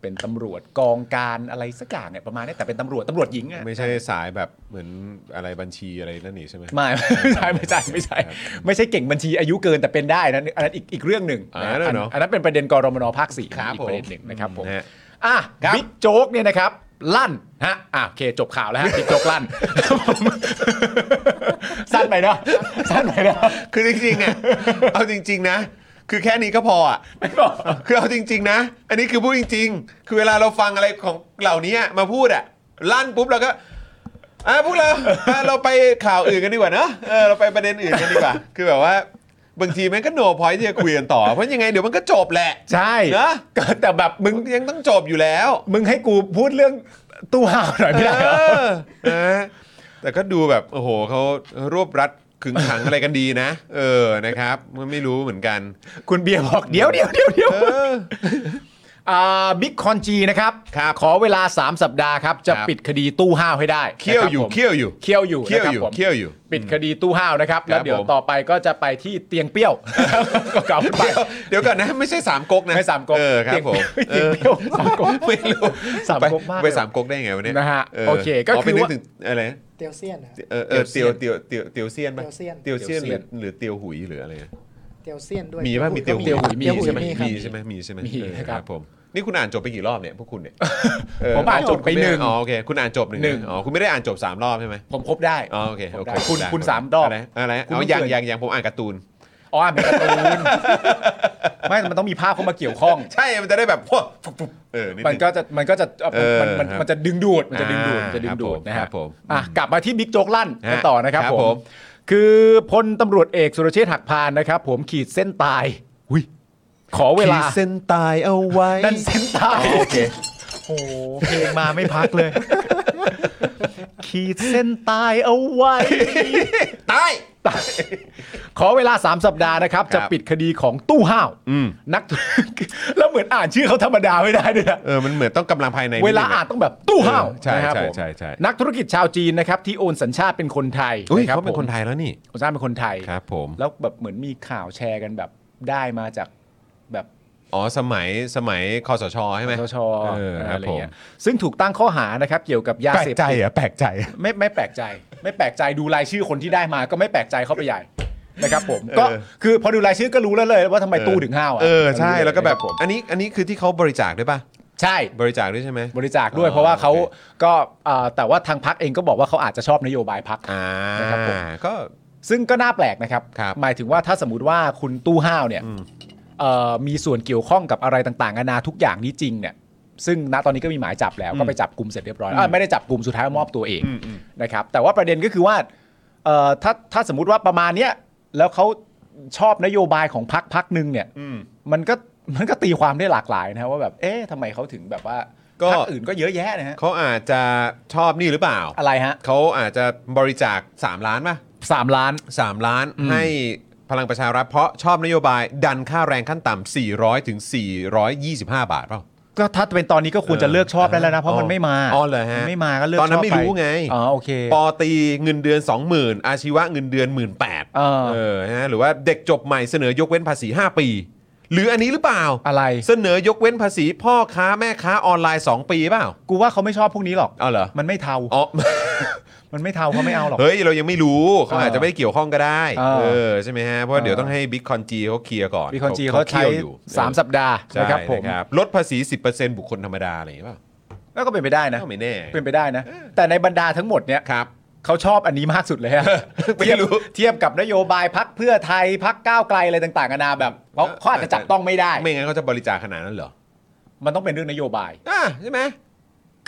S3: เป็นตำรวจกองการอะไรสักอย่างเนี่ยประมาณนี้แต่เป็นตำรวจตำรวจหญิงอะ
S2: ไม่ใช่สายแบบเหมือนอะไรบัญชีอะไรนั่นนี่ใช่ไหม
S3: ไม่ (laughs) ไม่ใช่ไม่ใช่ไม่ใช่ไม่ใช่เก่งบัญชีอายุเกินแต่เป็นได้นะอันนั้นอีกอีกเรื่องหนึ่ง
S2: อ่า
S3: นะ
S2: นั่นเหรออั
S3: อันนั้นเป็นประเด็นกรมนภาคสี่
S2: ครับ
S3: อีกประเด็นหนึ่งนะครับผม
S2: นะฮะ
S3: อ่ะ
S2: ครับ
S3: บิ๊กโจ๊กเนี่ยนะครับ ลั่นฮะอ่ะโอเคจบข่าว
S2: (laughs)
S3: แล้วฮะบิ๊กโจ๊กลั่น (laughs) ผมสั้นไปเนาะ (laughs) สั้นไปเนาะ
S2: (laughs) คือจริงๆอ่ะ เอาจริง ๆ นะ คือแค่นี้ก็พออ่ะ
S3: ไม่บอก
S2: คือเอาจริง ๆ นะ อันนี้คือพูดจริง ๆ คือเวลาเราฟังอะไรของเหล่านี้มาพูดอะลั่นปุ๊บเราก็อ่ะพวกเราอ่ะเราไปข่าวอื่นกันดีกว่าเนอะเออเราไปประเด็นอื่นกันดีกว่า คือแบบว่าบางทีมันก็โนพอยที่จะคุยกันต่อ เพราะยังไงเดี๋ยวมันก็จบแหละ
S3: ใช่
S2: เนอะ
S3: ก็แต่แบบมึ
S2: มึ
S3: ง
S2: งยังต้องจบอยู่แล้ว
S3: มึงให้กูพูดเรื่องตู้ห่าวหน่อยไม่ได้เหรอ
S2: เออนะแต่ก็ดูแบบโอ้โหเขารวบรัดขึงขังอะไรกันดีนะ เออนะครับมันไม่รู้เหมือนกัน
S3: คุณเบียร์บอกเดี๋ยวเดี๋ยวเดี๋ยวเดี๋ยว
S2: เออ
S3: บิ๊กคอนจีนะครับ
S2: ครับ
S3: ขอเวลา 3 สัปดาห์ครับ จะ
S2: ครับ
S3: ปิดคดีตู้ห้าวให้ได้
S2: เคี่ยวอยู่
S3: นะครับผม
S2: เคี่ยวอยู่
S3: เคี่ยวอยู่
S2: เคี่ยว
S3: นะ
S2: อ
S3: ครั
S2: ยู่
S3: บผม
S2: เคี่ยวอยู่
S3: ปิดคดีตู้ห้าวนะครับ แล้วเดี๋ยว
S2: ผม
S3: ต่อไปก็จะไปที่เตียงเปรี้ยว ก็เก่าขึ้นไป
S2: เดี๋ยวเดี๋ยวก่อนนะ ไม่ใช่สามก๊กนะ
S3: ไม่สามก๊ก
S2: เออครับผม
S3: เตียงเปรี้ยวสามก๊ก
S2: ไม่รู้
S3: สาม
S2: ไป
S3: ก๊กมาก
S2: ไป
S3: เลย
S2: สามก๊กได้ไงวะเนี่ย
S3: นะฮะโอเคก็คือ
S2: เป็นนึก
S3: ว่า
S2: ถึงอะไรนะ
S4: เตียวเซียนนะ
S2: เออเออเตียวเตียวเตียวเตียวเซียนปะ
S4: เตียวเซียน
S3: เตียว
S2: เตียวเซียนหรือ
S3: เซียน
S2: หรือเตียวหุยหรืออะไรนะ
S4: เตียวเซียนด้วย
S2: มีป่ะมีเตียว
S4: ก็
S2: หุย
S3: เตียวหุยมี
S4: เตียวหุย
S2: ใช่ไหม
S4: มีครั
S2: มี
S4: บ
S2: ใช่ไหมมีใช่ไหม
S3: มี
S2: เออ
S3: ครับ
S2: ครับผมนี่คุณอ่านจบไปกี่รอบเนี่ยพวกคุณเนี่ยเ
S3: ผมอ่านจบไปหนึ่ง
S2: อ๋อโอเคคุณอ่านจบหนึ่ง
S3: หนึ่ง
S2: อ๋อคุณไม่ได้อ่านจบสามรอบใช่ไหม
S3: ผมครบได้
S2: อ๋อโอเคโอเค
S3: คุณ
S2: ได้
S3: คุณสามรอบ
S2: ะไรอะไรนะ
S3: คุณ
S2: อ๋อ
S3: ไม่
S2: ยัง
S3: เคย
S2: ยังยังผมอ่านการ์ตูน
S3: อ๋ออ่านเป็นการ์ตูนไม่มันต้องมีภาพเข้ามาเกี่ยวข้อง
S2: ใช่มันจะได้แบบ (laughs) พวกฟุบฟุบเออนิด
S3: มัน
S2: นึง
S3: ก็จะมันก็จะ
S2: เออ
S3: มันมัน
S2: ครับ
S3: มันจะดึงดูดมันจะดึงดูด
S2: อ่า
S3: จะดึงดูด
S2: ครับผม
S3: นะค
S2: ครั
S3: รับบ
S2: ผม
S3: อ่ะกลับมาที่บิ๊กโจ๊กลั่นกัน
S2: ฮะ
S3: ต่อนะครับ
S2: ครับ
S3: ผ
S2: ผม
S3: ม คือพลตำรวจเอกสุรเชษฐ์หักพานนะครับ ผมขีดเส้นตายอุยขอเวลา
S2: ขีดเส้นตาย เอาไว้
S3: นั่นเส้นตายโอเคโอ้โหเพลงมาไม่พักเลย ขีดเส้นตายเอาไว้
S2: ตาย
S3: ขอเวลา 3 สัปดาห์นะครับ จะปิดคดีของตู้ห้าว
S2: อืม
S3: นัก (laughs) ธุรกิจแล้วเหมือนอ่านชื่อเขาธรรมดาไม่ได้ด้วยนะ
S2: เออ มันเหมือนต้องกำลังภายในนิด
S3: เว
S2: นึง
S3: ลา
S2: อะ
S3: อ่านต้องแบบตู้ห้าว
S2: เออใช่
S3: นะครับ
S2: ใช่
S3: ผม
S2: ใช่ใช่
S3: นักธุรกิจชาวจีนนะครับที่โอนสัญชาติเป็นคนไทย
S2: อุ้ย
S3: ะครับ
S2: เขาเป็นคนไทยแล้วนี่
S3: ผมโอนสัญชาติเป็นคนไทย
S2: ครับผม
S3: แล้วแบบเหมือนมีข่าวแชร์กันแบบได้มาจากแบบ
S2: อ๋อ สมัยสมัยคอสชใช่ไหม
S3: ชช
S2: เออครับ
S3: อะไร
S2: ผม
S3: เงี้ยซึ่งถูกตั้งข้อหานะครับเกี่ยวกับยา
S2: แปล
S3: เส
S2: ก
S3: พ
S2: ใจ
S3: ติด
S2: เหรอ่ะแปลกใจ
S3: ไม่ไม่แปลกใจ ไม่แปลกใจดูรายชื่อคนที่ได้มาก็ไม่แปลกใจเข้าไปใหญ่นะครับผมก็คือพอดูรายชื่อก็รู้แล้วเลยว่าทำไมตู้ถึงห้าวะ
S2: เออ ใช่แล้วก็แบบ
S3: ผม
S2: อันนี้อันนี้คือที่เขาบริจาคด้วยป่ะ
S3: ใช่
S2: บริจาคด้วยใช่ไหม
S3: บริจาคด้วย
S2: อ๋อ
S3: เพราะว่าเขา
S2: โอเค
S3: ก็เอ่อแต่ว่าทางพักเองก็บอกว่าเขาอาจจะชอบนโยบายพัก
S2: อ่า
S3: นะครับผม
S2: ก็
S3: ซึ่งก็น่าแปลกนะครับ
S2: ครับ
S3: หมายถึงว่าถ้าสมมติว่าคุณตู้ห้าวเนี่ยเอ่อมีส่วนเกี่ยวข้องกับอะไรต่างๆนานาทุกอย่างนี้จริงเนี่ยซึ่งณตอนนี้ก็มีหมายจับแล้วก็ไปจับกลุ่มเสร็จเรียบร้อยอ่ะไม่ได้จับกลุ่มสุดท้ายมอบตัวเอง
S2: อืมอืม
S3: นะครับแต่ว่าประเด็นก็คือว่าเอ่อถ้าถ้าสมมติว่าประมาณเนี้ยแล้วเขาชอบนโยบายของพักพักหนึ่งเนี่ย
S2: อืม
S3: มันก็มันก็ตีความได้หลากหลายนะว่าแบบเอ๊ะทำไมเขาถึงแบบว่า
S2: ก็
S3: พรรคอื่นก็เยอะแยะนะฮะ
S2: เขาอาจจะชอบนี่หรือเปล่า
S3: อะไรฮะ
S2: เขาอาจจะบริจาค 3 ล้านป่ะ
S3: สามล้าน
S2: 3ล้านให้พลังประชารัฐเพราะชอบนโยบายดันค่าแรงขั้นต่ำ400ถึง425 บาทเปล่า
S3: ก็ถ้าเป็นตอนนี้ก็ควรจะเลิกชอบได้แล้วนะ เพราะมันไม่มา
S2: อ๋อเหรอฮะ
S3: ไม่มาก็เลิกช
S2: ต
S3: อบ
S2: อนนั้นไม่รู้ไง
S3: อ๋อโอเค
S2: ปอตีเงินเดือน 20,000 อาชีวะเงินเดือน 18,000
S3: เออ
S2: เออฮะหรือว่าเด็กจบใหม่เสนอยกเว้นภาษี 5 ปี หรืออันนี้หรือเปล่า
S3: อะไร
S2: เสนอยกเว้นภาษีพ่อค้าแม่ค้าออนไลน์ 2 ปีเปล่า
S3: กูว่าเขาไม่ชอบพวกนี้หรอก
S2: เอาเหรอ
S3: มันไม่เทา
S2: อ๋อ (laughs)
S3: มันไม่เทาเขาไม่เอาหรอก
S2: เฮ้ย เรายังไม่รู้เขาอาจจะไม่ได้เกี่ยวข้องก็ได้
S3: เออ
S2: เออ ใช่ไหมฮะ เพราะเดี๋ยวต้องให้บิ๊กคอนจีเขาเคลียร์ก่อน
S3: มีคนจีนเขาใช้
S2: คลียร์อยู่
S3: สามสัปดาห์
S2: ใช่
S3: นะครับผม
S2: นะครับ ลดภาษี 10%บุคคลธรรมดาอะไรอย่างเงี้ยเปล่า
S3: แล้วก็เป็นไปได้นะ
S2: ก็ไม่แน่
S3: เป็นไปได้นะ แต่ในบรรดาทั้งหมดเนี่ย
S2: ครับ
S3: เขาชอบอันนี้มากสุดเลยฮะ
S2: ไม่รู้
S3: เทียบกับนโยบายพักเพื่อไทยพักก้าวไกลอะไรต่างๆนานาแบบเขาเขาอาจจะจับต้องไม่ได้
S2: ไม่งั้นเขาจะบริจาคขนาดนั้นเหรอ
S3: มันต้องเป็นเรื่องนโยบาย
S2: อ่ะใช่ไหม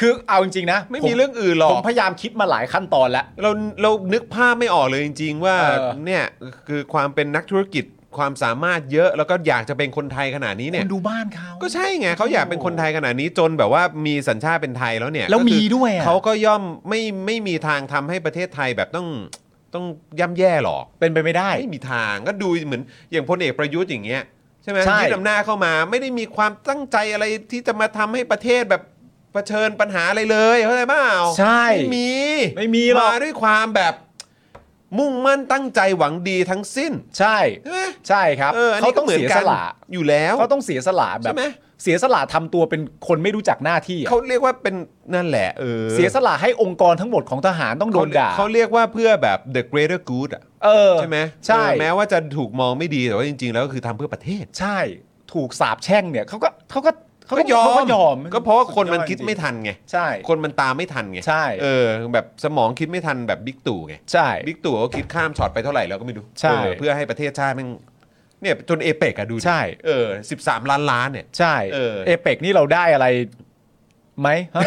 S3: คือเอาจริงๆนะ
S2: ไม่
S3: ผ
S2: มีเรื่องอื่นหรอ
S3: ผม
S2: ก
S3: พยายามคิดมาหลายขั้นตอนแล้ว
S2: เราเรานึกภาพไม่ออกเลยจริง ๆ ว่า
S3: เออ
S2: เนี่ยคือความเป็นนักธุรกิจความสามารถเยอะแล้วก็อยากจะเป็นคนไทยขนาดนี้เนี่ย
S3: คุณดูบ้านเขา
S2: ก็ใช่ไงเขาอยากเป็นคนไทยขนาดนี้จนแบบว่ามีสัญชาติเป็นไทยแล้วเนี่ย
S3: แล้ว
S2: ก็คือ
S3: มีด้วยอะ
S2: เขาก็ย่อมไม่ไม่มีทางทำให้ประเทศไทยแบบต้องต้องย่ำแย่หรอก
S3: เป็นไปไม่ได้
S2: ไม่มีทางก็ดูเหมือนอย่างพลเอกประยุทธ์อย่างเงี้ยใช่ไหม
S3: ใช่
S2: ที่นำหน้าจเข้ามาไม่ได้มีความตั้งใจอะไรที่จะมาทำให้ประเทศแบบเผชิญปัญหาอะไรเลยเข้าใจเปล่า
S3: ใช่
S2: ไม่มี
S3: ไม่มีหรอก
S2: มาด้วยความแบบมุ่งมั่นตั้งใจหวังดีทั้งสิ้น
S3: ใช่
S2: ใช่ไหม
S3: ใช่ครับ
S2: เอออัน
S3: เขา
S2: นี้ก็
S3: ต้อง
S2: เหมือน
S3: เสีย
S2: กั
S3: ส
S2: น
S3: ละ
S2: อยู่แล้ว
S3: เขาต้องเสียสละแบ
S2: ใช่
S3: บ
S2: ไหม
S3: เสียสละทำตัวเป็นคนไม่รู้จักหน้าที่อะ
S2: เขาเรียกว่าเป็นนั่นแหละเออ
S3: เสียสละให้องค์กรทั้งหมดของทหารต้องโดนด่า
S2: เขเขาเรียกว่าเพื่อแบบ the greater good อ่ะ
S3: เออ
S2: ใช่ไหม
S3: ใช่
S2: เออแม้ว่าจะถูกมองไม่ดี แต่ว่าจริง ๆ แล้วก็คือทำเพื่อประเทศ
S3: ใช่ถูกสาบแช่งเนี่ยเขาก็เขาก็เขาก็
S2: ยอม
S3: เขาก็ยอม
S2: ก็เพราะว่าคนมันคิดไม่
S3: สุยอจริง
S2: ทันไง
S3: ใช่
S2: คนมันตามไม่ทันไง
S3: ใช่
S2: เออแบบสมองคิดไม่ทันแบบบิ๊กตู่ไง
S3: ใช่
S2: บิ๊กตู่เขาคิดข้ามช็อตไปเท่าไหร่แล้วก็ไม่รู้
S3: ใช่
S2: เออเพื่อให้ประเทศชาติแมันเนี่ยจนเอเปกอะดูดิ
S3: ใช่
S2: เออ13 ล้านล้านเนี่ย
S3: ใช่
S2: เออ
S3: เอเปกนี่เราได้อะไรไหมฮะ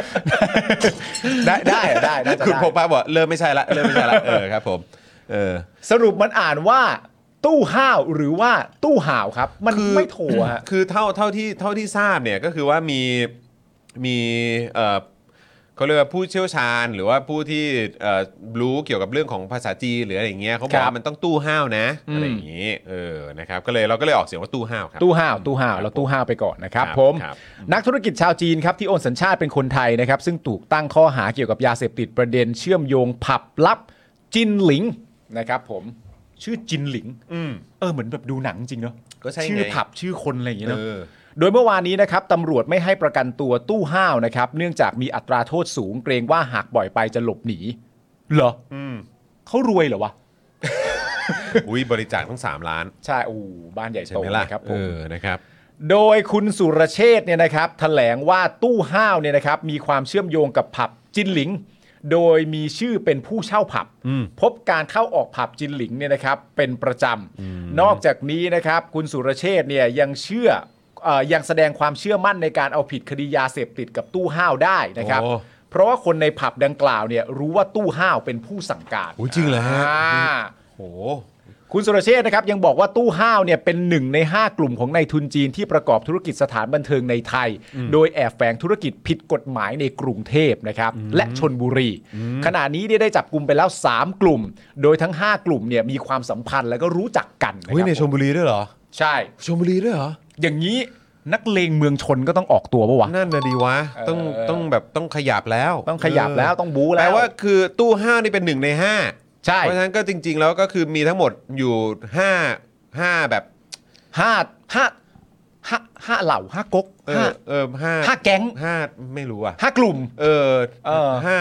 S3: (laughs) ได้ได้ได้น่าจะ
S2: คุณ
S3: ได้
S2: พงษ์ภาพบอกเริ่มไม่ใช่ละเริ่มไม่ใช่ละเออครับผมเออ
S3: สรุปมันอ่านว่า ตู้ห้าวหรือว่าตู้ห่าวครับ มัน
S2: คือ
S3: ไม่โถฮะ
S2: คือเท่าเท่าที่เท่าที่ทราบเนี่ยก็คือว่ามีมีเออเขาเรียกว่าผู้เชี่ยวชาญ หรือว่าผู้ที่เอ่อรู้เกี่ยวกับเรื่องของภาษาจีนหรืออะไรอย่างเงี้ยเขาบอก
S3: ครับ
S2: ว่ามันต้องตู้ห้าวนะ
S3: อืม
S2: อะไรอย่างงี้เออนะครับก็เลยเราก็เลยออกเสียงว่าตู้ห้าวครับ
S3: ตู้ห้าวตู้ห้าวเราตู้ห้าวไปก่อนนะครับ
S2: ครับ
S3: ผม
S2: ครับ
S3: นักธุรกิจชาวจีนครับที่โอนสัญชาติเป็นคนไทยนะครับ ซึ่งถูกตั้งข้อหาเกี่ยวกับยาเสพติดประเด็นเชื่อมโยงผับลับจินหลิงนะครับผมชื่อจินหลิง
S2: อืม
S3: เออเหมือนแบบดูหนังจริงเนาะ
S2: ก็ใช่ไง
S3: ชื่อผับชื่อคนอะไรอย่างเงี้ยเนาะ
S2: เออ
S3: โดยเมื่อวานนี้นะครับตำรวจไม่ให้ประกันตัวตู้ห้าวนะครับ เนื่องจากมีอัตราโทษสูงเกรงว่าหากปล่อยไปจะหลบหนี เหรอ
S2: อืม
S3: เขารวยเหรอวะ
S2: อุ้ยบริจาคต้อง 3 ล้าน
S3: ใช่โอ้โหบ้านใหญ่
S2: ใช่
S3: โต
S2: ไหมล่ะ
S3: นะครับผ
S2: เอ
S3: ม
S2: อนะครับ
S3: โดยคุณสุรเชษฐ์เนี่ยนะครับแถลงว่าตู้ห้าวเนี่ยนะครับมีความเชื่อมโยงกับผับจินหลิง โดยมีชื่อเป็นผู้เช่าผับ
S2: อืม
S3: พบการเข้าออกผับจินหลิงเนี่ยนะครับเป็นประจำนอกจากนี้นะครับคุณสุรเชษฐ์เนี่ยยังเชื่อเอ่อยังแสดงความเชื่อมั่นในการเอาผิดคดียาเสพติดกับตู้ห้าวได้นะครับ
S2: โอ้
S3: เพราะว่าคนในผับดังกล่าวเนี่ยรู้ว่าตู้ห้าวเป็นผู้สั่งการ
S2: โอ้ยจริงเหรอฮะ
S3: อ่า
S2: โห
S3: คุณสุรเชษฐ์นะครับยังบอกว่าตู้ห้าวเนี่ยเป็นหนึ่งใน 5 กลุ่มของนายทุนจีนที่ประกอบธุรกิจสถานบันเทิงในไทย โดยแอบแฝงธุรกิจผิดกฎหมายในกรุงเทพนะครับและชนบุรี ขณะนี้เนี่ยได้จับกลุ่มไปแล้ว 3 กลุ่ม โดยทั้ง 5 กลุ่มเนี่ยมีความสัมพันธ์แล้วก็รู้จักกันะค
S2: อุ้ย
S3: รับ
S2: ในชมบุรีด้วยเหรอ
S3: ใช่
S2: ชมบุรีด้วยเหรอ
S3: อย่างนี้นักเลงเมืองชนก็ต้องออกตัวปะวะ
S2: นั่นนะดีวะ ต้อง
S3: เออ
S2: ต้องแบบต้องขยับแล้ว
S3: ต้องขยับแล้ว
S2: เอ
S3: ต้องบู๊
S2: อ
S3: แล้
S2: แปล
S3: ว
S2: ว่าคือตู้ห้านี่เป็นหนึ่งในห้า
S3: ใช่
S2: เพราะฉะนั้นก็จริง ๆ แล้วก็คือมีทั้งหมดอยู่ห้าห้าแบบ
S3: ห้าห้าห้าห้าเหล่าห้าก๊ก
S2: เอ
S3: ห้า
S2: อเออห้า
S3: ห้าแก๊ง
S2: ห้าไม่รู้อ่ะ
S3: ห้ากลุ่ม
S2: เออ
S3: เออ
S2: ห้า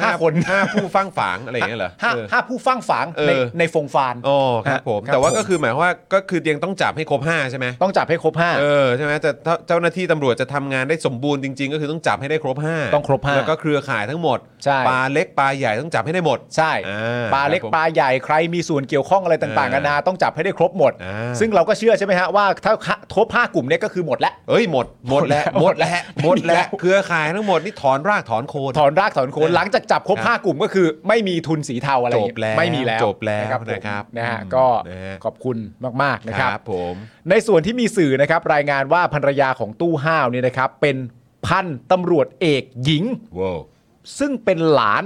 S3: ห้าคน
S2: ห้าผู้ฟั่งฝางอะไรอย่างเงี้ยเหรอ
S3: ห้า
S2: เออ
S3: ห้าผู้ฟั่งฝัง
S2: เออ
S3: ในในฟงฟาน
S2: อ๋อครับผม
S3: ครับ
S2: แต่ว่า
S3: ผม
S2: ก็คือหมายว่าก็คือยังต้องจับให้ครบห้าใช่ไหม
S3: ต้องจับให้ครบห้า
S2: เออใช่ไหมจะถ้าเจ้าหน้าที่ตำรวจจะทำงานได้สมบูรณ์จริงๆ ก็คือต้องจับให้ได้ครบ5
S3: ต้องครบห้า
S2: แล้วก็เครือข่ายทั้งหมด
S3: ใช่
S2: ปลาเล็กปลาใหญ่ต้องจับให้ได้หมด
S3: ใช่
S2: อ่า
S3: ปลาเล็ก
S2: ครับผม
S3: ปลาใหญ่ใครมีส่วนเกี่ยวข้องอะไรต่างๆ
S2: อ่า
S3: นานาต้องจับให้ได้ครบหมด
S2: อ่า
S3: ซึ่งเราก็เชื่อใช่ไหมฮะว่าถ้าทบห้ากลุ่มเนี้ยก็คือหมดแล้ว
S2: เอ้ยหมดหมดแล้วห
S3: ห
S2: ม
S3: ม
S2: ด
S3: ดแล้
S2: แล้ว
S3: ว
S2: หมด
S3: หมด
S2: แล้ว
S3: แล้ว
S2: เครือข่ายทั้งหมดนี่ถอนรากถอนโคน
S3: ถอนรากถอนโค
S2: ครั
S3: น
S2: บ
S3: หลังจากจับครบ
S2: ครับ
S3: ห้ากลุ่มก็คือ ไม่มีทุนสีเทาอะไร
S2: จบแล้ว
S3: ไม่มีแล้ว
S2: จบแล้ว
S3: นะครับผม
S2: นะครับ
S3: นะฮะ
S2: อืม
S3: ก็
S2: นะฮะ
S3: ขอบคุณมากๆนะครับ
S2: ผม
S3: ในส่วนที่มีสื่อนะครับรายงานว่าภรรยาของตู้ห้าวเนี่ยนะครับ เป็นพันตำรวจเอกหญิง
S2: ว้าว
S3: ซึ่งเป็นหลาน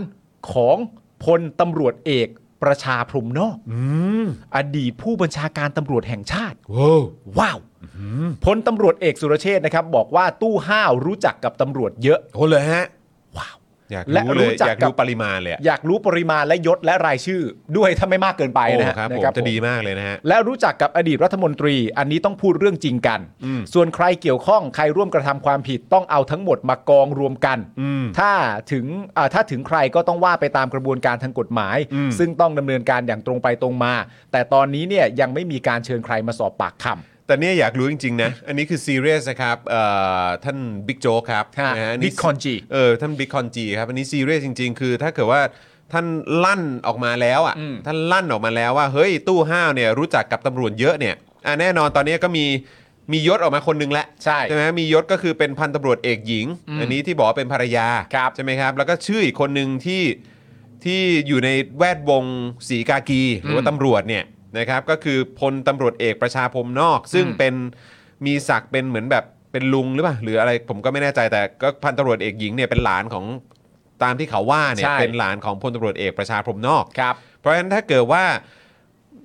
S3: ของพลตำรวจเอกประชาพรหมนอก
S2: อืม
S3: อดีตผู้บัญชาการตำรวจแห่งชาติ
S2: ว้าว
S3: ว้าวพลตำรวจเอกสุรเชษฐ์นะครับ บอกว่าตู้ห้าวรู้จักกับตำรวจเยอะ
S2: โหเลยฮะ
S3: ว้าว
S2: อยาก
S3: และ
S2: รู้เล
S3: รู้
S2: ย
S3: จัก
S2: อยาก
S3: กับ
S2: รู้ปริมาณเลยอะ
S3: อยากรู้ปริมาณและยศและรายชื่อด้วยถ้าไม่มากเกินไป
S2: โอ้
S3: นะฮะ
S2: ครับผม
S3: นะครับ
S2: จะ
S3: ผม
S2: ดีมากเลยนะฮะ
S3: และรู้จักกับอดีตรัฐมนตรี อันนี้ต้องพูดเรื่องจริงกัน
S2: อืม
S3: ส่วนใครเกี่ยวข้องใครร่วมกระทำความผิดต้องเอาทั้งหมดมากองรวมกัน
S2: อืม
S3: ถ้าถึงอ่าถ้าถึงใครก็ต้องว่าไปตามกระบวนการทางกฎหมาย
S2: อืม
S3: ซึ่งต้องดำเนินการอย่างตรงไปตรงมา แต่ตอนนี้เนี่ยยังไม่มีการเชิญใครมาสอบปากคำ
S2: แต่เนี่ยอยากรู้จริงๆนะ อันนี้คือซีเรียสนะครับเอ่อท่านบิ๊กโจ๊กครับ
S3: ฮะ
S2: นะฮะ
S3: บิ๊กคอนจี
S2: เออท่านบิ๊กคอนจีครับ อันนี้ซีเรียสจริง ๆ คือถ้าเกิดว่าท่านลั่นออกมาแล้วอ่ะท่านลั่นออกมาแล้วว่า เฮ้ยตู้ห้าวเนี่ยรู้จักกับตำรวจเยอะเนี่ยอ่ะแน่นอนตอนนี้ก็มีมียศออกมาคนหนึงแล้ว
S3: ใช่
S2: ใช่ไหมมียศก็คือเป็นพันตำรวจเอกหญิง อันนี้ที่บอกว่าเป็นภรรยา
S3: ครับ
S2: ใช่ไหมครับ แล้วก็ชื่ออีกคนหนึ่งที่ที่อยู่ในแวดวงสีกากี หรือว่าตำรวจเนี่ยนะครับ ก็คือพลตำรวจเอกประชาพรมนอก ซึ่ง
S3: อืม
S2: เป็นมีศักดิ์เป็นเหมือนแบบเป็นลุงหรือเปล่าหรืออะไรผมก็ไม่แน่ใจแต่ก็พันตำรวจเอกหญิงเนี่ยเป็นหลานของตามที่เขาว่าเนี่ย
S3: ใช่
S2: เป็นหลานของพลตำรวจเอกประชาพรมนอก
S3: ครับ
S2: เพราะฉะนั้นถ้าเกิดว่า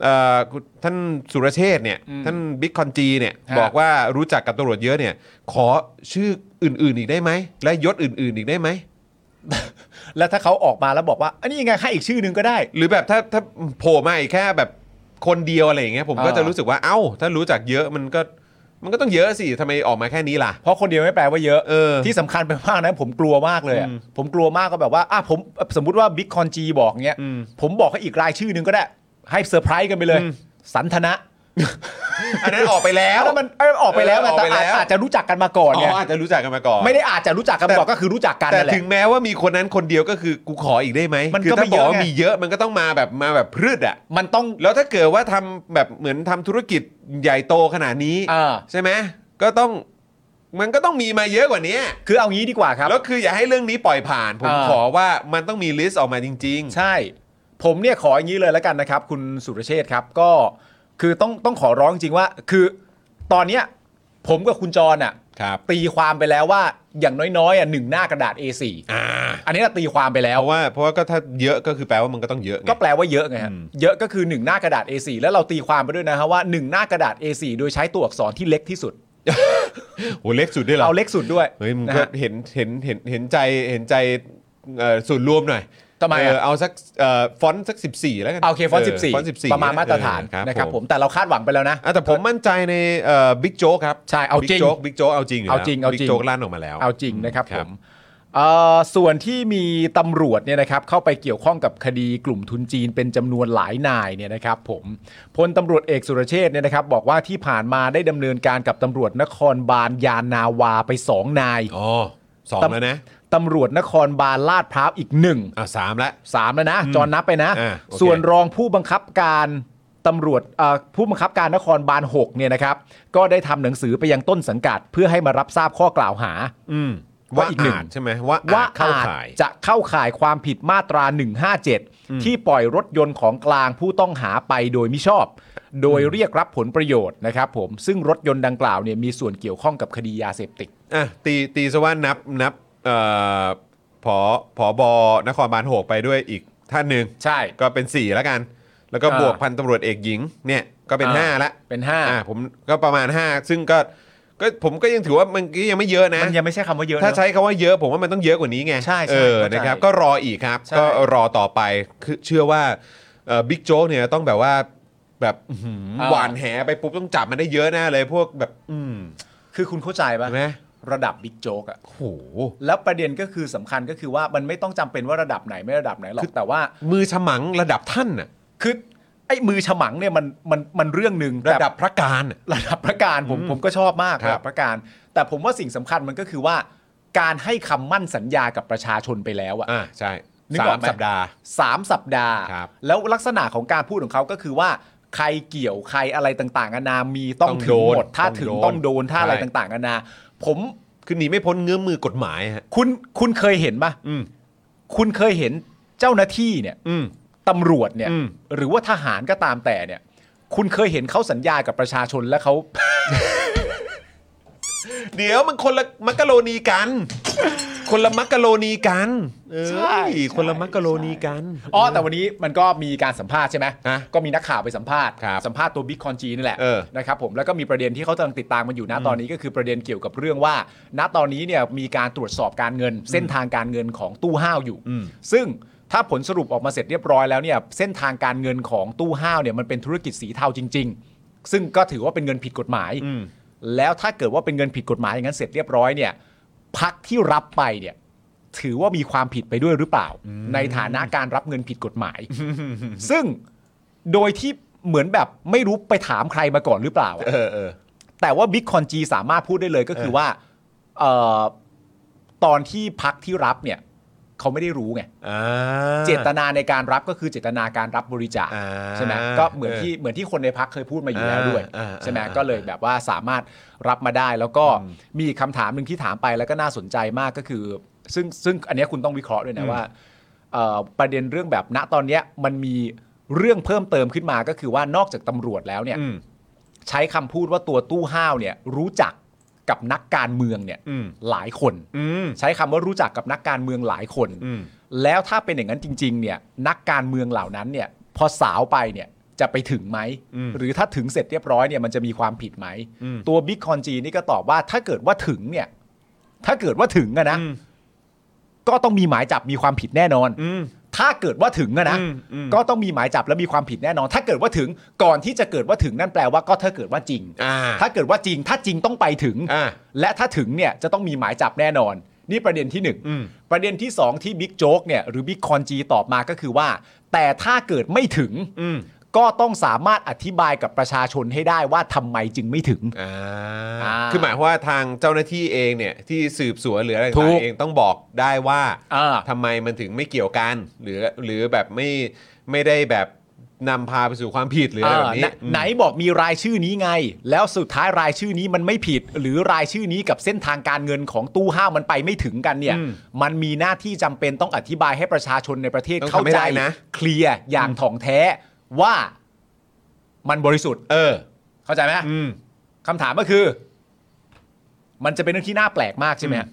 S2: เอ่อคุณท่านสุรเชษฐ์เนี่ย
S3: อืม
S2: ท่านบิ๊กคอนจีเนี่ย
S3: ฮะ
S2: บอกว่ารู้จักกับตำรวจเยอะเนี่ยขอชื่ออื่น ๆ อีกได้ไหม และยศอื่น ๆ อีกได้ไหม
S3: แล้วถ้าเขาออกมาแล้วบอกว่าอันนี้ยังไงให้อีกชื่อหนึ่งก็ได้
S2: หรือแบบถ้าถ้าโผล่มาอีกแค่แบบคนเดียวอะไรอย่างเงี้ยผมก็
S3: อ่า
S2: จะรู้สึกว่าเอ้า ถ้ารู้จักเยอะมันก็มันก็ต้องเยอะสิทำไมออกมาแค่นี้ล่ะ
S3: เพราะคนเดียวไม่แปลว่าเยอะ
S2: เออ
S3: ที่สำคัญไปมากนะผมกลัวมากเลยอะ
S2: อืม
S3: ผมกลัวมากก็แบบว่าอ่ะผมสมมติว่าบิ๊กคอนจีบอกเงี้ย
S2: อืม
S3: ผมบอกให้อีกรายชื่อหนึ่งก็ได้ ให้เซอร์ไพรส์กันไปเลย
S2: อืม
S3: สันทนะ
S2: อันนั้นออกไปแล้ว
S3: แล้วมันเอ้ยออกไปแล้วไง
S2: เออออก
S3: แต่
S2: ไปแล้ว
S3: อาจอาจจะรู้จักกันมาก่อน
S2: อ๋
S3: ไง
S2: ออาจจะรู้จักกันมาก่อน
S3: ไม่ได้อาจจะรู้จักกันมาก่อน
S2: แต่
S3: ก็คือรู้จักกัน
S2: แต่
S3: นั่นแหละ
S2: ถึงแม้ว่ามีคนนั้นคนเดียวก็คือกูขออีกได้ไหม
S3: มันก็
S2: คือถ้า
S3: ไม่
S2: บ
S3: เย
S2: อก
S3: อะ
S2: ว่า
S3: ไง
S2: มีเยอะมันก็ต้องมาแบบมาแบบพรืดอะ
S3: มันต้อง
S2: แล้วถ้าเกิดว่าทำแบบเหมือนทำธุรกิจใหญ่โตขนาดนี้
S3: อ่า
S2: ใช่ไหมก็ต้องมันก็ต้องมีมาเยอะกว่านี้
S3: คือเอางี้ดีกว่าครับ
S2: แล้วคืออย่าให้เรื่องนี้ปล่อยผ่าน ผม
S3: อ่า
S2: ขอว่ามันต้องมีลิสต์ออกมาจริง
S3: ใช่ ผมเนี่ยขออย่างนี้เลยแล้วกันนะครับ คุณสุรเชษฐ์ครับก็คือต้องต้องขอร้องจริงว่า คือตอนเนี้ยผมกับคุณจรอ่ะ
S2: ๆ ครับ
S3: ตีความไปแล้วว่าอย่างน้อยๆอ่ะหนึ่งหน้ากระดาษ A4
S2: อ่า
S3: อันนี้เราตีความไปแล้ว
S2: เพราะว่าเพราะว่าก็ถ้าเยอะก็คือแปลว่ามันก็ต้องเยอะไง
S3: ก็แปลว่าเยอะไงฮะ
S2: อืม
S3: เยอะก็คือหนึ่งหน้ากระดาษ A4 แล้วเราตีความไปด้วยนะฮะว่าหนึ่งหน้ากระดาษ A4 โดยใช้ตัวอักษรที่เล็กที่สุด
S2: โหเล็กสุดด้วยเหรอ
S3: เอาเล็กสุดด้วย
S2: เฮ้ยมึง
S3: นะ
S2: ก็
S3: ฮะ
S2: เห็นเห็นเห็นเห็นใจเห็นใจเอ่อส่วนรวมหน่อย
S3: ทำไมอะ
S2: เออเอาสักเอ่อฟอนต์สัก 14 แล้วกัน
S3: เอาโอเคฟอนต์
S2: ฟอนต์
S3: 14 ประมาณมาตรฐาน
S2: เออ
S3: นะครับผมแต่เราคาดหวังไปแล้วนะ
S2: อ่ะแต่ผมมั่นใจในบิ๊กโจ๊กครับ
S3: ใช่เอาจริง
S2: บิ๊กโจ๊กบิ๊กโจ๊กเอาจริงยู่แล้ว
S3: เอาจริงเอาจริง
S2: บิ๊กโจ๊กลั่นออกมาแล้ว
S3: เอาจริงนะครับ
S2: ค
S3: ผ
S2: รับ
S3: มเอ่อส่วนที่มีตำรวจเนี่ยนะครับเข้าไปเกี่ยวข้องกับคดีกลุ่มทุนจีนเป็นจำนวนหลายนายเนี่ยนะครับผมพลตำรวจเอกสุรเชษฐ์เนี่ยนะครับบอกว่าที่ผ่านมาได้ดำเนินการกับตำรวจนครบาลยานนาวาไปสองนาย
S2: อ๋อสอง
S3: ตำ
S2: แล้วนะ
S3: ตำรวจนครบาลลาดพร้าวอีกหนึ่ง
S2: อ่ะสามแล้ว
S3: สามแล้วนะ จอนนับไปนะ
S2: อ่าโอเค
S3: ส่วนรองผู้บังคับการตำรวจเอ่อผู้บังคับการนครบาล6เนี่ยนะครับ ก็ได้ทำหนังสือไปยังต้นสังกัด เพื่อให้มารับทราบข้อกล่าวหา
S2: อืม
S3: ว่าอีกหนึ่ง
S2: จใช่ไหมว่า
S3: ว่า
S2: อาจเข้า
S3: อาจ
S2: ข่าย
S3: จะเข้าข่ายความผิดมาตรา 157 ที่ปล่อยรถยนต์ของกลางผู้ต้องหาไปโดยมิชอบ โดยเรียกรับผลประโยชน์นะครับผมซึ่งรถยนต์ดังกล่าวเนี่ยมีส่วนเกี่ยวข้องกับคดียาเสพติด
S2: อ่ะตีตีซะว่านับนับเอ่อผอผอบนครบาลหกไปด้วยอีกท่านหนึ่ง
S3: ใช่
S2: ก็เป็นสี่แล้วกัน แล้วก็
S3: อ่า
S2: บวกพันตำรวจเอกหญิงเนี่ยก็เป็น
S3: อ่า
S2: ห้าละ
S3: เป็น 5
S2: อ่าผมก็ประมาณห้าซึ่งก็ก็ผมก็ยังถือว่ามันก็ยังไม่เยอะนะ
S3: มันยังไม่ใช่คำว่าเยอะ
S2: ถ้า
S3: เนอะ
S2: ใช้คำว่าเยอะผมว่ามันต้องเยอะกว่านี้ไง
S3: ใช่ใช่
S2: เออ
S3: เข้าใจ
S2: นะครับ ก็รออีกครับ
S3: ใช่
S2: ก็รอต่อไปคือเชื่อว่าบิ๊กโจ๊กเนี่ยต้องแบบว่าแบบอื้อหือหวานแหไปปุ๊บต้องจับมันได้เยอะแน่เลยพวกแบบ อืม
S3: คือคุณเข้าใจ
S2: เห็
S3: ปะ
S2: นไหม
S3: ระดับบิ๊กโจ๊กอะ
S2: โห
S3: แล้วประเด็นก็คือสำคัญก็คือว่ามันไม่ต้องจำเป็นว่าระดับไหนไม่ระดับไหนหรอ
S2: คื
S3: ก
S2: อ
S3: แต่ว่า
S2: มือฉมังระดับท่านน่ะ
S3: คือไอ้มือฉมังเนี่ยมันมันมันเรื่องหนึ่ง
S2: ระ
S3: แต่
S2: ดับพระการน่ะ
S3: ระดับประการผมผมก็ชอบมาก
S2: ครั
S3: ระดั
S2: บ
S3: บประการ แต่ผมว่าสิ่งสำคัญมันก็คือว่า การให้คำมั่นสัญญากับประชาชนไปแล้วอะ
S2: อ่าใช่
S3: นึก
S2: สา
S3: ออก
S2: ม
S3: ไหม
S2: สัปดาห์
S3: สามสัปดาห์
S2: ครับ
S3: แล้วลักษณะของการพูดของเขาก็คือว่า ใครเกี่ยวใครอะไรต่างๆนานามีต้อง
S2: ต้อง
S3: ถึ
S2: โด
S3: ง
S2: น
S3: หมดถ้า
S2: ต้อง
S3: ถึง
S2: โดน
S3: ต้องโดนถ้าอะไร
S2: ใช่
S3: ต่างๆนานาผม
S2: คือหนีไม่พ้นเงื้อมือกฎหมายฮะ
S3: คุณคุณเคยเห็นปะ
S2: อืม
S3: คุณเคยเห็นเจ้าหน้าที่เนี่ย
S2: อืม
S3: ตำรวจเนี่ย
S2: อืม
S3: หรือว่าทหารก็ตามแต่เนี่ย คุณเคยเห็นเขาสัญญากับประชาชนแล้วเขา
S2: เดี๋ยวมันคนละมักกะโรนีกัน คนละมักกะโรนีกันเอ้ย
S3: ใช่ใช่
S2: คนละมักกะโรนีกัน
S3: อ๋อแต่วันนี้มันก็มีการสัมภาษณ์ใช่ไหม
S2: ฮะ
S3: ก็มีนักข่าวไปสัมภาษณ์
S2: ครับ
S3: สัมภาษณ์ตัวบิ๊กคอนจีนี่แหละ
S2: เออ
S3: นะครับผมแล้วก็มีประเด็นที่เขากำลังติดตามมันอยู่นะตอนนี้ก็คือประเด็นเกี่ยวกับเรื่องว่า ณตอนนี้เนี่ยมีการตรวจสอบการเงิน เส้นทางการเงินของตู้ห้าวอยู่
S2: อืม
S3: ซึ่งถ้าผลสรุปออกมาเสร็จเรียบร้อยแล้วเนี่ยเส้นทางการเงินของตู้ห้าวเนี่ยมันเป็นธุรกิจสีเทาจริง ๆ ซึ่งก็ถือว่าเป็นเงินผิดกฎหมาย
S2: อืม
S3: แล้วถ้าเกิดว่าเป็นเงินผิดกฎหมายอย่างนั้นเสร็จเรียบร้อยเนี่ยพักที่รับไปเนี่ยถือว่ามีความผิดไปด้วยหรือเปล่า ในฐานะการรับเงินผิดกฎหมาย ซึ่งโดยที่เหมือนแบบไม่รู้ไปถามใครมาก่อนหรือเปล่าอะ
S2: เออเออ
S3: แต่ว่าบิ๊กคอนจีสามารถพูดได้เลยก็คือว่าเอ่อตอนที่พักที่รับเนี่ยเขาไม่ได้รู้ไง
S2: อ่า
S3: เจตนาในการรับก็คือเจตนาการรับบริจาค
S2: อ่า
S3: ใช่ไหมก็เหมือนที่เหมือนที่คนในพักเคยพูดมาอยู่แล้วด้วย
S2: อ่าอ่า
S3: ใช่ไหม
S2: อ่า
S3: ก็เลยแบบว่าสามารถรับมาได้แล้วก็มีอีกคำถามหนึ่งที่ถามไปแล้วก็น่าสนใจมากก็คือ ซึ่งซึ่งอันเนี้ยคุณต้องวิเคราะห์ด้วยนะว่าเอ่อประเด็นเรื่องแบบณตอนเนี้ยมันมีเรื่องเพิ่มเติมขึ้นมาก็คือว่านอกจากตำรวจแล้วเนี่ย
S2: อืม
S3: ใช้คำพูดว่าตัวตู้ห้าวเนี่ยรู้จักกับนักการเมืองเนี่ย
S2: อืม
S3: หลายคน
S2: อืม
S3: ใช้คำว่ารู้จักกับนักการเมืองหลายคน
S2: อืม
S3: แล้วถ้าเป็นอย่างนั้นจริง ๆ เนี่ย นักการเมืองเหล่านั้นเนี่ย พอสาวไปเนี่ยจะไปถึงไหม หรือถ้าถึงเสร็จเรียบร้อยเนี่ยมันจะมีความผิดไหม ตัวบิ๊กคอนจีนี่ก็ตอบว่าถ้าเกิดว่าถึงเนี่ย ถ้าเกิดว่าถึงอะนะ ก็ต้องมีหมายจับมีความผิดแน่นอน
S2: อืม
S3: ถ้าเกิดว่าถึงอะนะ
S2: อืมอืม
S3: ก็ต้องมีหมายจับและมีความผิดแน่นอน ถ้าเกิดว่าถึงก่อนที่จะเกิดว่าถึงนั่นแปลว่าก็ถ้าเกิดว่าจริง
S2: อ่า
S3: ถ้าเกิดว่าจริง ถ้าจริงต้องไปถึง
S2: อ่า
S3: และถ้าถึงเนี่ยจะต้องมีหมายจับแน่นอน นี่ประเด็นที่หนึ่ง
S2: อืม
S3: ประเด็นที่สองที่บิ๊กโจ๊กเนี่ยหรือบิ๊กคอนจีตอบมาก็คือว่า แต่ถ้าเกิดไม่ถึง
S2: อืม
S3: ก็ต้องสามารถอธิบายกับประชาชนให้ได้ว่าทำไมจึงไม่ถึง
S2: อ่า
S3: อ่า
S2: คือหมายความว่าทางเจ้าหน้าที่เองเนี่ยที่สืบสวนหรืออะไร
S3: ถู
S2: ต่าง
S3: ก
S2: ๆเองต้องบอกได้ว่า
S3: อ่า
S2: ทำไมมันถึงไม่เกี่ยวกัน หรือหรือแบบไม่ไม่ได้แบบนำพาไปสู่ความผิดหรืออะไรแบบนี้
S3: เออไหนไหนบอกมีรายชื่อนี้ไง แล้วสุดท้ายรายชื่อนี้มันไม่ผิด หรือรายชื่อนี้กับเส้นทางการเงินของตู้ห้าวมันไปไม่ถึงกันเนี่ย มันมีหน้าที่จำเป็นต้องอธิบายให้ประชาชนในประเทศเข้าใจเคลียร์อย่างถ่องแท้ว่ามันบริสุทธิ์
S2: เออ
S3: เข้าใจไหม
S2: อืม
S3: คำถามก็คือ มันจะเป็นเรื่องที่น่าแปลกมากใช่ไหมฮะ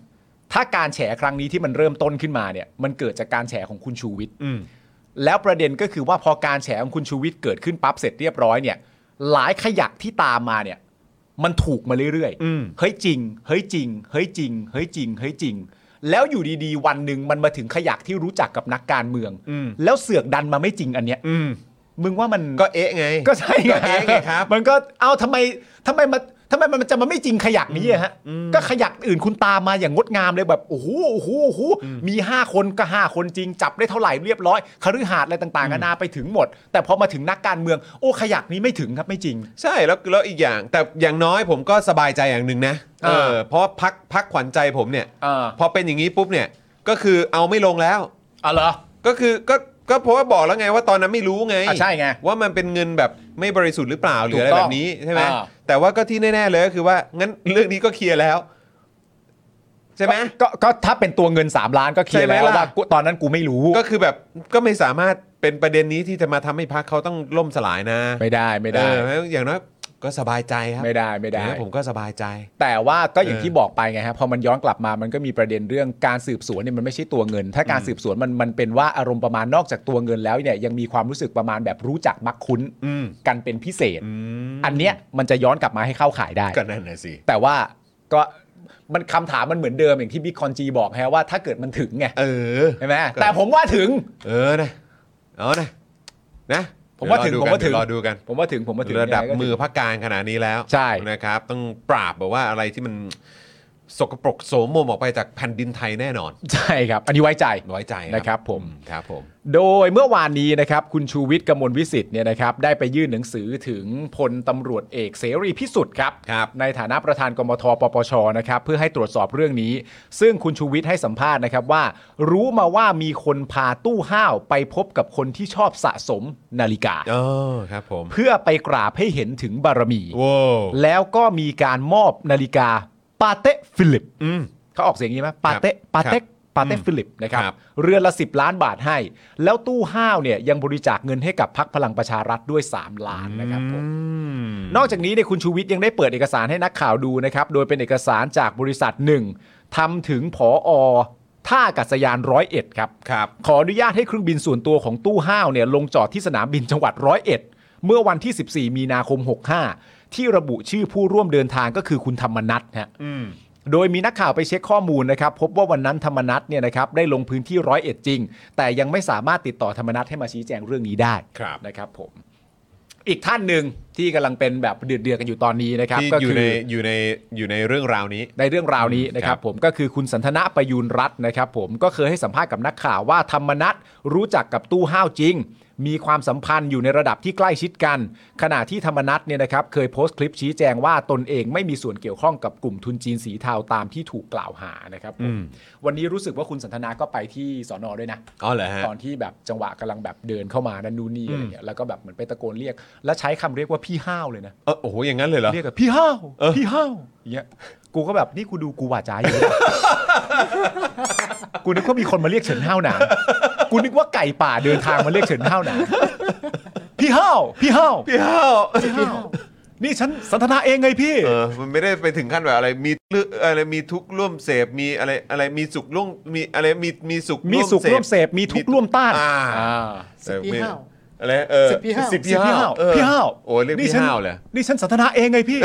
S3: ถ้าการแฉครั้งนี้ที่มันเริ่มต้นขึ้นมาเนี่ย มันเกิดจากการแฉของคุณชูวิทย์
S2: อืม
S3: แล้วประเด็นก็คือว่าพอการแฉของคุณชูวิทย์เกิดขึ้นปั๊บเสร็จเรียบร้อยเนี่ย หลายขยักที่ตามมาเนี่ย มันถูกมาเรื่อย
S2: อืม
S3: เฮ้ยจริง เฮ้ยจริง เฮ้ยจริง เฮ้ยจริง เฮ้ยจริง แล้วอยู่ดีๆ วันหนึ่งมันมาถึงขยักที่รู้จักกับนักการเมือง แล้วเสือกดันมาไม่จริงอันเนี้ย
S2: อืม
S3: มึงว่ามัน
S2: ก็เอ๊ะไง
S3: ก็ใช่ไง
S2: ก็เอ๊ะไงครับ
S3: มันก็เอ้าทำไมทำไมมันทำไมมันจะมาไม่จริงขยักนี้อะฮะก็ขยักอื่นคุณตามมาอย่างงดงามเลยแบบโอ้โหโอ้โหโอ้โหมี 5 คนก็ 5 คนจริง จับได้เท่าไหร่เรียบร้อยคฤหาสน์อะไรต่างๆกันานาไปถึงหมด แต่พอมาถึงนักการเมือง โอ้ขยักนี้ไม่ถึงครับไม่จริง
S2: ใช่แล้วแล้วอีกอย่าง แต่อย่างน้อยผมก็สบายใจอย่างหนึ่งนะ
S3: เออ
S2: เพราะพักพักขวัญใจผมเนี่ย
S3: เออ
S2: พอเป็นอย่างนี้ปุ๊บเนี่ยก็คือเอาไม่ลงแล้ว
S3: อ๋อเหรอ
S2: ก็คือก็ก็เพราะว่าบอกแล้วไงว่าตอนนั้นไม่รู้ไง
S3: อ่ะใช่ไง
S2: ว่ามันเป็นเงินแบบไม่บริสุทธิ์หรือเปล่าหรืออะไร
S3: ถูกต้
S2: แบ
S3: อง
S2: บนี้ใช่ไหม
S3: อ่า
S2: แต่ว่าก็ที่แน่ๆเลยก็คือว่างั้นเรื่องนี้ก็เคลียร์แล้ว ใช่ไหม
S3: ก็ก็ก็ถ้าเป็นตัวเงิน 3 ล้านก็เคลีย
S2: ใช่
S3: ร์
S2: ไหม
S3: แล้ว
S2: ล่ะ
S3: ว่ากูตอนนั้นกูไม่รู้
S2: ก็คือแบบก็ไม่สามารถเป็นประเด็นนี้ที่จะมาทำให้พักเขาต้องล่มสลายนะ
S3: ไม่ได้ไม่ได้
S2: เออแล้วอย่างน้อยก็สบายใจครับ
S3: ไม่ได้ไม่ได้
S2: เออผมก็สบายใจ
S3: แต่ว่าก็อย่าง
S2: เออ
S3: ที่บอกไปไงฮะพอมันย้อนกลับมามันก็มีประเด็นเรื่องการสืบสวนเนี่ยมันไม่ใช่ตัวเงิน ถ้าการสืบสวนมันมันเป็นว่าอารมณ์ประมาณนอกจากตัวเงินแล้วเนี่ยยังมีความรู้สึกประมาณแบบรู้จักมักคุ้น
S2: อืม
S3: กันเป็นพิเศษ
S2: ม
S3: อันเนี้ยมันจะย้อนกลับมาให้เข้าขายได้
S2: ก็นั่นนะสิ
S3: แต่ว่าก็มันคำถามมันเหมือนเดิมอย่างที่บิ๊กคอนจีบอกฮะว่าถ้าเกิดมันถึงไง
S2: เออ
S3: ใช่ไหม
S2: ก็
S3: แต่ผมว่าถึง
S2: เออนะเอานะนะ
S3: ผมว่าถึงผ
S2: เดี๋ย
S3: มว่าถึง
S2: รอดูกัน
S3: ผมว่าถึงผมว่าถึง
S2: ระดับ
S3: ยังไงก็ถึง
S2: มือพักการขนาดนี้แล้ว
S3: ใช่
S2: นะครับ ต้องปราบแบบว่าอะไรที่มันสกปรกโสมมออกไปจากแผ่นดินไทยแน่นอน
S3: ใช่ครับ อันนี้ไว้ใจ
S2: ไว้ใจ
S3: นะครับผม
S2: ครับผม
S3: โดยเมื่อวานนี้นะครับคุณชูวิทย์กมลวิสิทธิ์เนี่ยนะครับได้ไปยื่นหนังสือถึงพลตำรวจเอกเสรีพิสุทธิ์ครับ
S2: ครับ
S3: ในฐานะประธานกมทปปชนะครับเพื่อให้ตรวจสอบเรื่องนี้ ซึ่งคุณชูวิทย์ให้สัมภาษณ์นะครับว่า รู้มาว่ามีคนพาตู้ห้าวไปพบกับคนที่ชอบสะสมนาฬิกา
S2: เออครับผม
S3: เพื่อไปกราบให้เห็นถึงบารมี
S2: ว้าว
S3: แล้วก็มีการมอบนาฬิกาปาเต้ฟิลิป
S2: อืม
S3: เขาออกเสียงอย่างนี้ไหมปาเต้ปาเต้ปาเต้ฟิลิปนะครับ
S2: ครับ
S3: เรือนละ 10 ล้านบาทให้ แล้วตู้ห้าวเนี่ยยังบริจาคเงินให้กับพักพลังประชารัฐด้วย 3 ล้านนะครับผม
S2: อืม
S3: นอกจากนี้เนี่ยคุณชูวิทย์ยังได้เปิดเอกสารให้นักข่าวดูนะครับ โดยเป็นเอกสารจากบริษัทหนึ่งทำถึงผอ ท่าอากาศยานร้อยเอ็ดครับ
S2: ครับ
S3: ขออนุญาตให้เครื่องบินส่วนตัวของตู้ห้าวเนี่ยลงจอดที่สนามบินจังหวัดร้อยเอ็ดเมื่อวันที่ 14 มีนาคม 65 ที่ระบุชื่อผู้ร่วมเดินทางก็คือคุณธรรมนัทฮะ
S2: อืม
S3: โดยมีนักข่าวไปเช็คข้อมูลนะครับ พบว่าวันนั้นธรรมนัทเนี่ยนะครับได้ลงพื้นที่ร้อยเอ็ดจริง แต่ยังไม่สามารถติดต่อธรรมนัทให้มาชี้แจงเรื่องนี้ได้
S2: ครับ
S3: นะครับผม อีกท่านหนึ่งที่กำลังเป็นแบบเดือดเดือดๆกันอยู่ตอนนี้นะครับ
S2: ที่
S3: ก็
S2: อยู่
S3: คื
S2: ในอยู่ในอยู่ในเรื่องราวนี้
S3: ในเรื่องราวนี้นะค
S2: ครั
S3: รั
S2: บบ
S3: ผมก็คือคุณสันทนะประยูนรัตน์นะครับผมก็เคยให้สัมภาษณ์กับนักข่าวว่าธรรมนัตรู้จักกับตู้ห้าวจริง มีความสัมพันธ์อยู่ในระดับที่ใกล้ชิดกัน ขณะที่ธรรมนัตเนี่ยนะครับเคยโพสต์คลิปชี้แจงว่าตนเองไม่มีส่วนเกี่ยวข้องกับกลุ่มทุนจีนสีเทาตามที่ถูกกล่าวหานะครับผ
S2: อื
S3: ม
S2: ม
S3: วันนี้รู้สึกว่าคุณสันทนาก็ไปที่สอนอด้วยนะ
S2: อ๋อเหรอฮะ
S3: ตอนที่แบบจังหวะกำลังแบบเดินเข้ามานั่นนู่นนี่อะไรเงี้ยแล้วก็แบบเหมือนไปตะโกนเรียก แล้วใช้คำเรียกว่าพี่ห้าวเลยนะ
S2: เออโอ้โหอย่างนั้นเลยเหรอ
S3: เรียกแบบพี่ห้าว
S2: เออ
S3: พี่ห้าวอย่างเงี้ยกูก็แบบนี่กูดูกูหวาใจาอยู่ (laughs) กูนึกว่ามีคนมาเรียกเฉินห้าวหนานกูนึกว่าไก่ป่าเดินทางมาเรียกเฉินห้าวหนานพี่ห้าวพี่ห้าว
S2: พี่เฮ้า
S3: พี่ห้าวนี่ฉันสันทนาเองไงพี่
S2: เออมันไม่ได้ไปถึงขั้นแบบอะไรมีเลือกอะไรมีทุกข์ร่วมเสพมีอะไรอะไรมีสุขร่วมมีอะไรมีมีสุข
S3: มีสุขร่วมเสพมีทุกข์ร่วมต้าน
S2: อ่า
S3: อ่า
S4: สิบปีห้าว
S2: อะไรเออ
S4: สิบปีห้าว
S2: สิบพี่เฮ้าเออ
S3: พี่ห้าว
S2: โอ้ยเรียกพี่
S3: ฉัน
S2: เฮ้าเลย
S3: นี่ฉันสันทนาเองไงพี่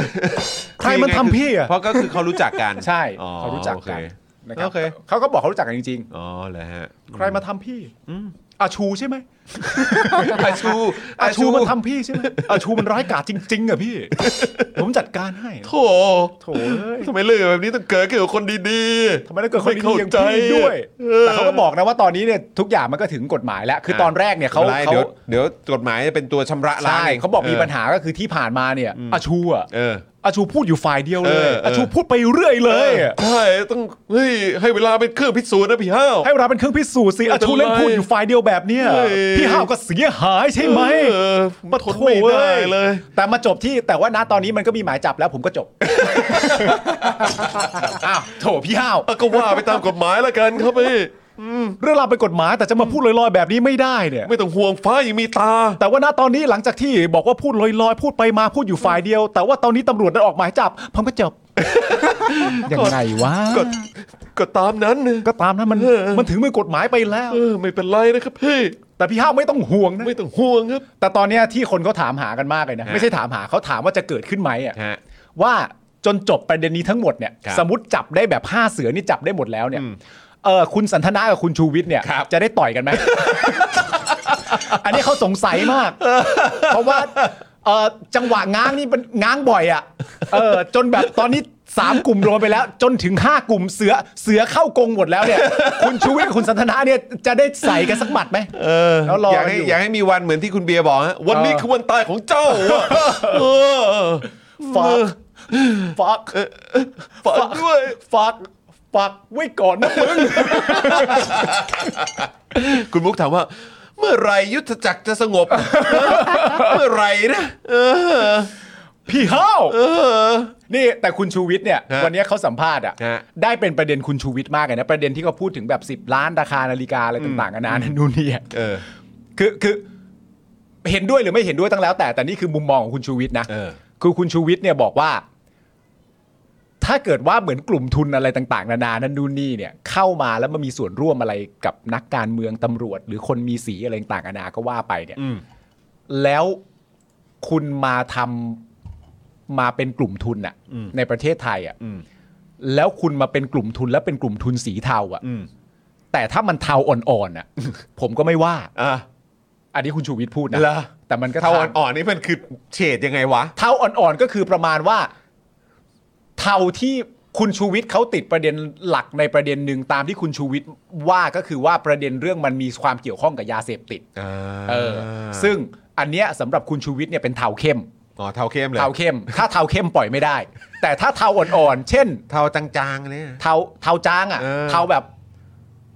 S3: ใครมันทำพี่อ่ะ
S2: เพราะก็คือเขารู้จักกัน
S3: ใช่
S2: อ๋อ
S3: เขารู้จักกัน
S2: โอเค
S3: นะครับ
S2: โอเค
S3: เขาก็บอกเขารู้จักกันจริง
S2: อ๋อเหรอฮะ
S3: ๆ ใครมาทำพี่อาชูใช่ไหม
S2: อาชู
S3: อาชูมันทำพี่ใช่ไหม (laughs) อาชูมันร้ายกาจจริงๆอ่ะพี่ (laughs) ผมจัดการให้
S2: โถโถทำไมเรื่องแบบนี้ต้องเกิดขึ้นกับคนดีๆ
S3: ทำไมต้องเกิดคน
S2: ไม่
S3: ดี
S2: เข้า
S3: อย่าง
S2: ใจ
S3: พี่ด้วย
S2: ออ
S3: แต่เขาก็บอกนะว่าตอนนี้เนี่ยทุกอย่างมันก็ถึงกฎหมายแล้ว คือตอนแรกเนี่ยเขา
S2: ไม่ป็นไร
S3: เขา
S2: เดี๋ยวเดี๋ยวกฎหมายจะเป็นตัวชำระล้าง
S3: ใช่
S2: ง
S3: เขาบอกมีปัญหาก็คือที่ผ่านมาเนี่ยอาชูอ่ะ
S2: เออ
S3: อาชูพูดอยู่ฝ่ายเดียวเลย
S2: เออเอออ
S3: อาชูพูดไปเรื่อยเล
S2: เอย อใช่ต้องเฮ้ยให้เวลาเป็นเครื่องพิสูจน์นะพี่ห้าว
S3: ให้เราเป็นเครื่องพิสูจน์สิอาชูเล่นพูดอยู่ฝ่ายเดียวแบบเนี้ย
S2: เฮ้ย
S3: พี่ห้าวก็เสียหายใช่ไหม
S2: เออ
S3: ปะ
S2: ทนไม่
S3: โถ่
S2: ได้
S3: อ้
S2: เลย
S3: แต่มาจบที่แต่ว่าณตอนนี้มันก็มีหมายจับแล้วผมก็
S2: (laughs)
S3: จบ อ้าวโถพี่ห้าว
S2: เออก็ว่าไปตามกฎหมายละกันครับพี่
S3: เรื่องราวเป็นกฎหมายแต่จะมาพูดลอยๆแบบนี้ไม่ได้เนี่ย
S2: ไม่ต้องห่วงฟ้ายังมีตา
S3: แต่ว่าณตอนนี้หลังจากที่บอกว่าพูดลอยๆ พูดไปมาพูดอยู่ฝ่ายเดียว แต่ว่าตอนนี้ตำรวจนั้นออกหมายจับผมก็จบ ยังไงวะ
S2: ก็ก็ตามนั้นนะ
S3: ก็ตามนั้นมัน
S2: เออ
S3: มันถึงมือกฎหมายไปแล้ว
S2: เออไม่เป็นไรนะครับพี่
S3: แต่พี่ห้าวไม่ต้องห่วงนะ
S2: ไม่ต้องห่วงครับ
S3: แต่ตอนเนี้ยที่คนเขาถามหากันมากเลยนะ
S2: ฮะ
S3: ไม่ใช่ถามหาเขาถามว่าจะเกิดขึ้นไหมอ่ะ
S2: ฮะ
S3: ว่าจนจบประเด็นนี้ทั้งหมดเนี่ย
S2: ครับ
S3: สมมติจับได้แบบห้าเสือนี่จับได้หมดแล้วเนี่ยเออคุณสันทนากับคุณชูวิทย์เนี่ยจะได้ต่อย (laughs) กันไหม อันนี้เขาสงสัยมาก เพราะว่าเอ่อจังหวะง้างนี่มันง้างบ่อยอ่ะเออจนแบบตอนนี้ 3 กลุ่มรวมไปแล้ว จนถึง 5 กลุ่มเสือเสือเข้ากรงหมดแล้วเนี่ย คุณชูวิทย์กับคุณสันทนาเนี่ยจะได้ใส่กันสักหมัดไหม
S2: เออ
S3: แล้วรออย
S2: อากให้
S3: อยู่
S2: อยากให้มีวันเหมือนที่คุณเบียร์บอกฮะวันนี้
S3: เออ
S2: คือวันตายของเจ้าอะเออ
S3: ฟักฟัก
S2: ฝากด้วย
S3: ฟักฟักไว้ก่อนนะมึง
S2: คุณมุกถามว่า เมื่อไหรยุทธจักรจะสงบ เมื่อไหรนะเออ
S3: พี่เฮ้า
S2: เออ
S3: นี่แต่คุณชูวิทย์เนี่ย
S2: ฮะ
S3: วันนี้เขาสัมภาษณ์อ่ะ
S2: ฮะ
S3: ได้เป็นประเด็นคุณชูวิทย์มากเลยนะ ประเด็นที่เขาพูดถึงแบบ 10 ล้านราคานาฬิกาอะไรต่างๆนานานู่นนี่อะ
S2: เออ
S3: คือคือเห็นด้วยหรือไม่เห็นด้วยตั้งแล้วแต่แต่นี่คือมุมมองของคุณชูวิทย์นะ
S2: เออ
S3: คือคุณชูวิทย์เนี่ยบอกว่า ถ้าเกิดว่าเหมือนกลุ่มทุนอะไรต่างๆ นานานั่นนู่นนี่เนี่ย เข้ามาแล้วมันมีส่วนร่วมอะไรกับนักการเมืองตำรวจ หรือคนมีสีอะไรต่างๆนานาก็ว่าไปเนี่ย
S2: อืม
S3: แล้วคุณมาทำมาเป็นกลุ่มทุนอะในประเทศไทยอะ
S2: อืม
S3: แล้วคุณมาเป็นกลุ่มทุนแล้วเป็นกลุ่มทุนสีเทาอะ
S2: อืม
S3: แต่ถ้ามันเทาอ่อนๆอะผมก็ไม่ว่า
S2: (laughs) อ่ะ
S3: อันนี้คุณชูวิทย์พูดนะ
S2: เหรอ
S3: แต่มันก็
S2: เทา
S3: เทา
S2: อ่อนๆนี่มันคือเฉดยังไงวะ
S3: เทาอ่อนๆก็คือประมาณว่า เทาที่คุณชูวิทย์เขาติดประเด็นหลักในประเด็นหนึ่งตามที่คุณชูวิทย์ว่าก็คือว่าประเด็นเรื่องมันมีความเกี่ยวข้องกับยาเสพติดเออ ซึ่งอันเนี้ยสำหรับคุณชูวิทย์เนี่ยเป็นเทาเข้ม
S2: อ๋อเทาเข้มเลย
S3: เทาเข้ม ถ้าเทาเข้มปล่อยไม่ได้ แต่ถ้าเทาอ่อนๆ เช่น
S2: เทาจางๆเนี่ย
S3: เทาเทาจางอ่ะ
S2: เออ
S3: เทาแบบ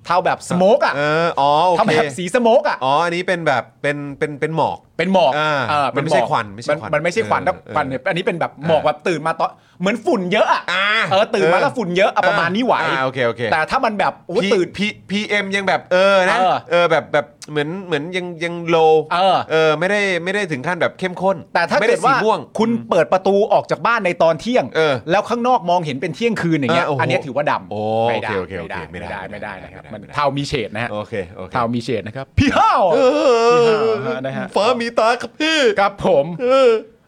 S3: เทาแบบสโมกอ่ะ
S2: เอออ๋อโอ
S3: เทา
S2: เค
S3: แบบสีสโมกอ่ะ
S2: อ๋ออันนี้เป็นแบบเป็นเป็นเป็นหมอก
S3: เป็นหมอก
S2: อ่า
S3: เออ
S2: มันไม่ใช่
S3: หอก
S2: ควันไม่ใช่ควัน
S3: นมันไม่ใช่ควัน
S2: เออ
S3: นะ
S2: เออ
S3: ควันเนี่ยอันนี้เป็นแบบหมอก
S2: เออ
S3: แบบตื่นมาตอนเหมือนฝุ่นเยอะอะ
S2: อ่า
S3: เออตื่นมา
S2: เออ
S3: แล้วฝุ่นเยอะอะประมาณนี้ไหว
S2: อ่าโอเคโอเค
S3: แต่ถ้ามันแบบโอ้ยตื่น
S2: พีพีเอ็มยังแบบเออนะ
S3: เออ
S2: เออแบบแบบเหมือนเหมือนยังยังโล
S3: เออ
S2: เออไม่ได้ไม่ได้ถึงขั้นแบบเข้มข้น
S3: แต่ถ้า
S2: ไม่
S3: เกิ
S2: ได้
S3: ด
S2: สี
S3: ว่า
S2: ม่วง
S3: คุณเปิดประตูออกจากบ้านในตอนเที่ยง
S2: เออ
S3: แล้วข้างนอกมองเห็นเป็นเที่ยงคืนอย่างเงี้ย
S2: เออโอ้โห
S3: อันเนี้ยถือว่าดำ
S2: โอ้
S3: ไม่ได้
S2: โอเคโอเคโอเค
S3: ไม่ได้
S2: ไม่
S3: ไม่
S2: ได้
S3: ได้
S2: ไม่ได้
S3: นะครับ
S2: ไม่ได้
S3: มัน
S2: ไม่ได้
S3: เทามีเฉดนะฮะ
S2: โอเคโอเค
S3: เทามีเฉดนะครับพี่ห้าว
S2: เอ
S3: พี่ห้าวนะฮะ
S2: ฟ้ามีตาครับพี่
S3: ครับผม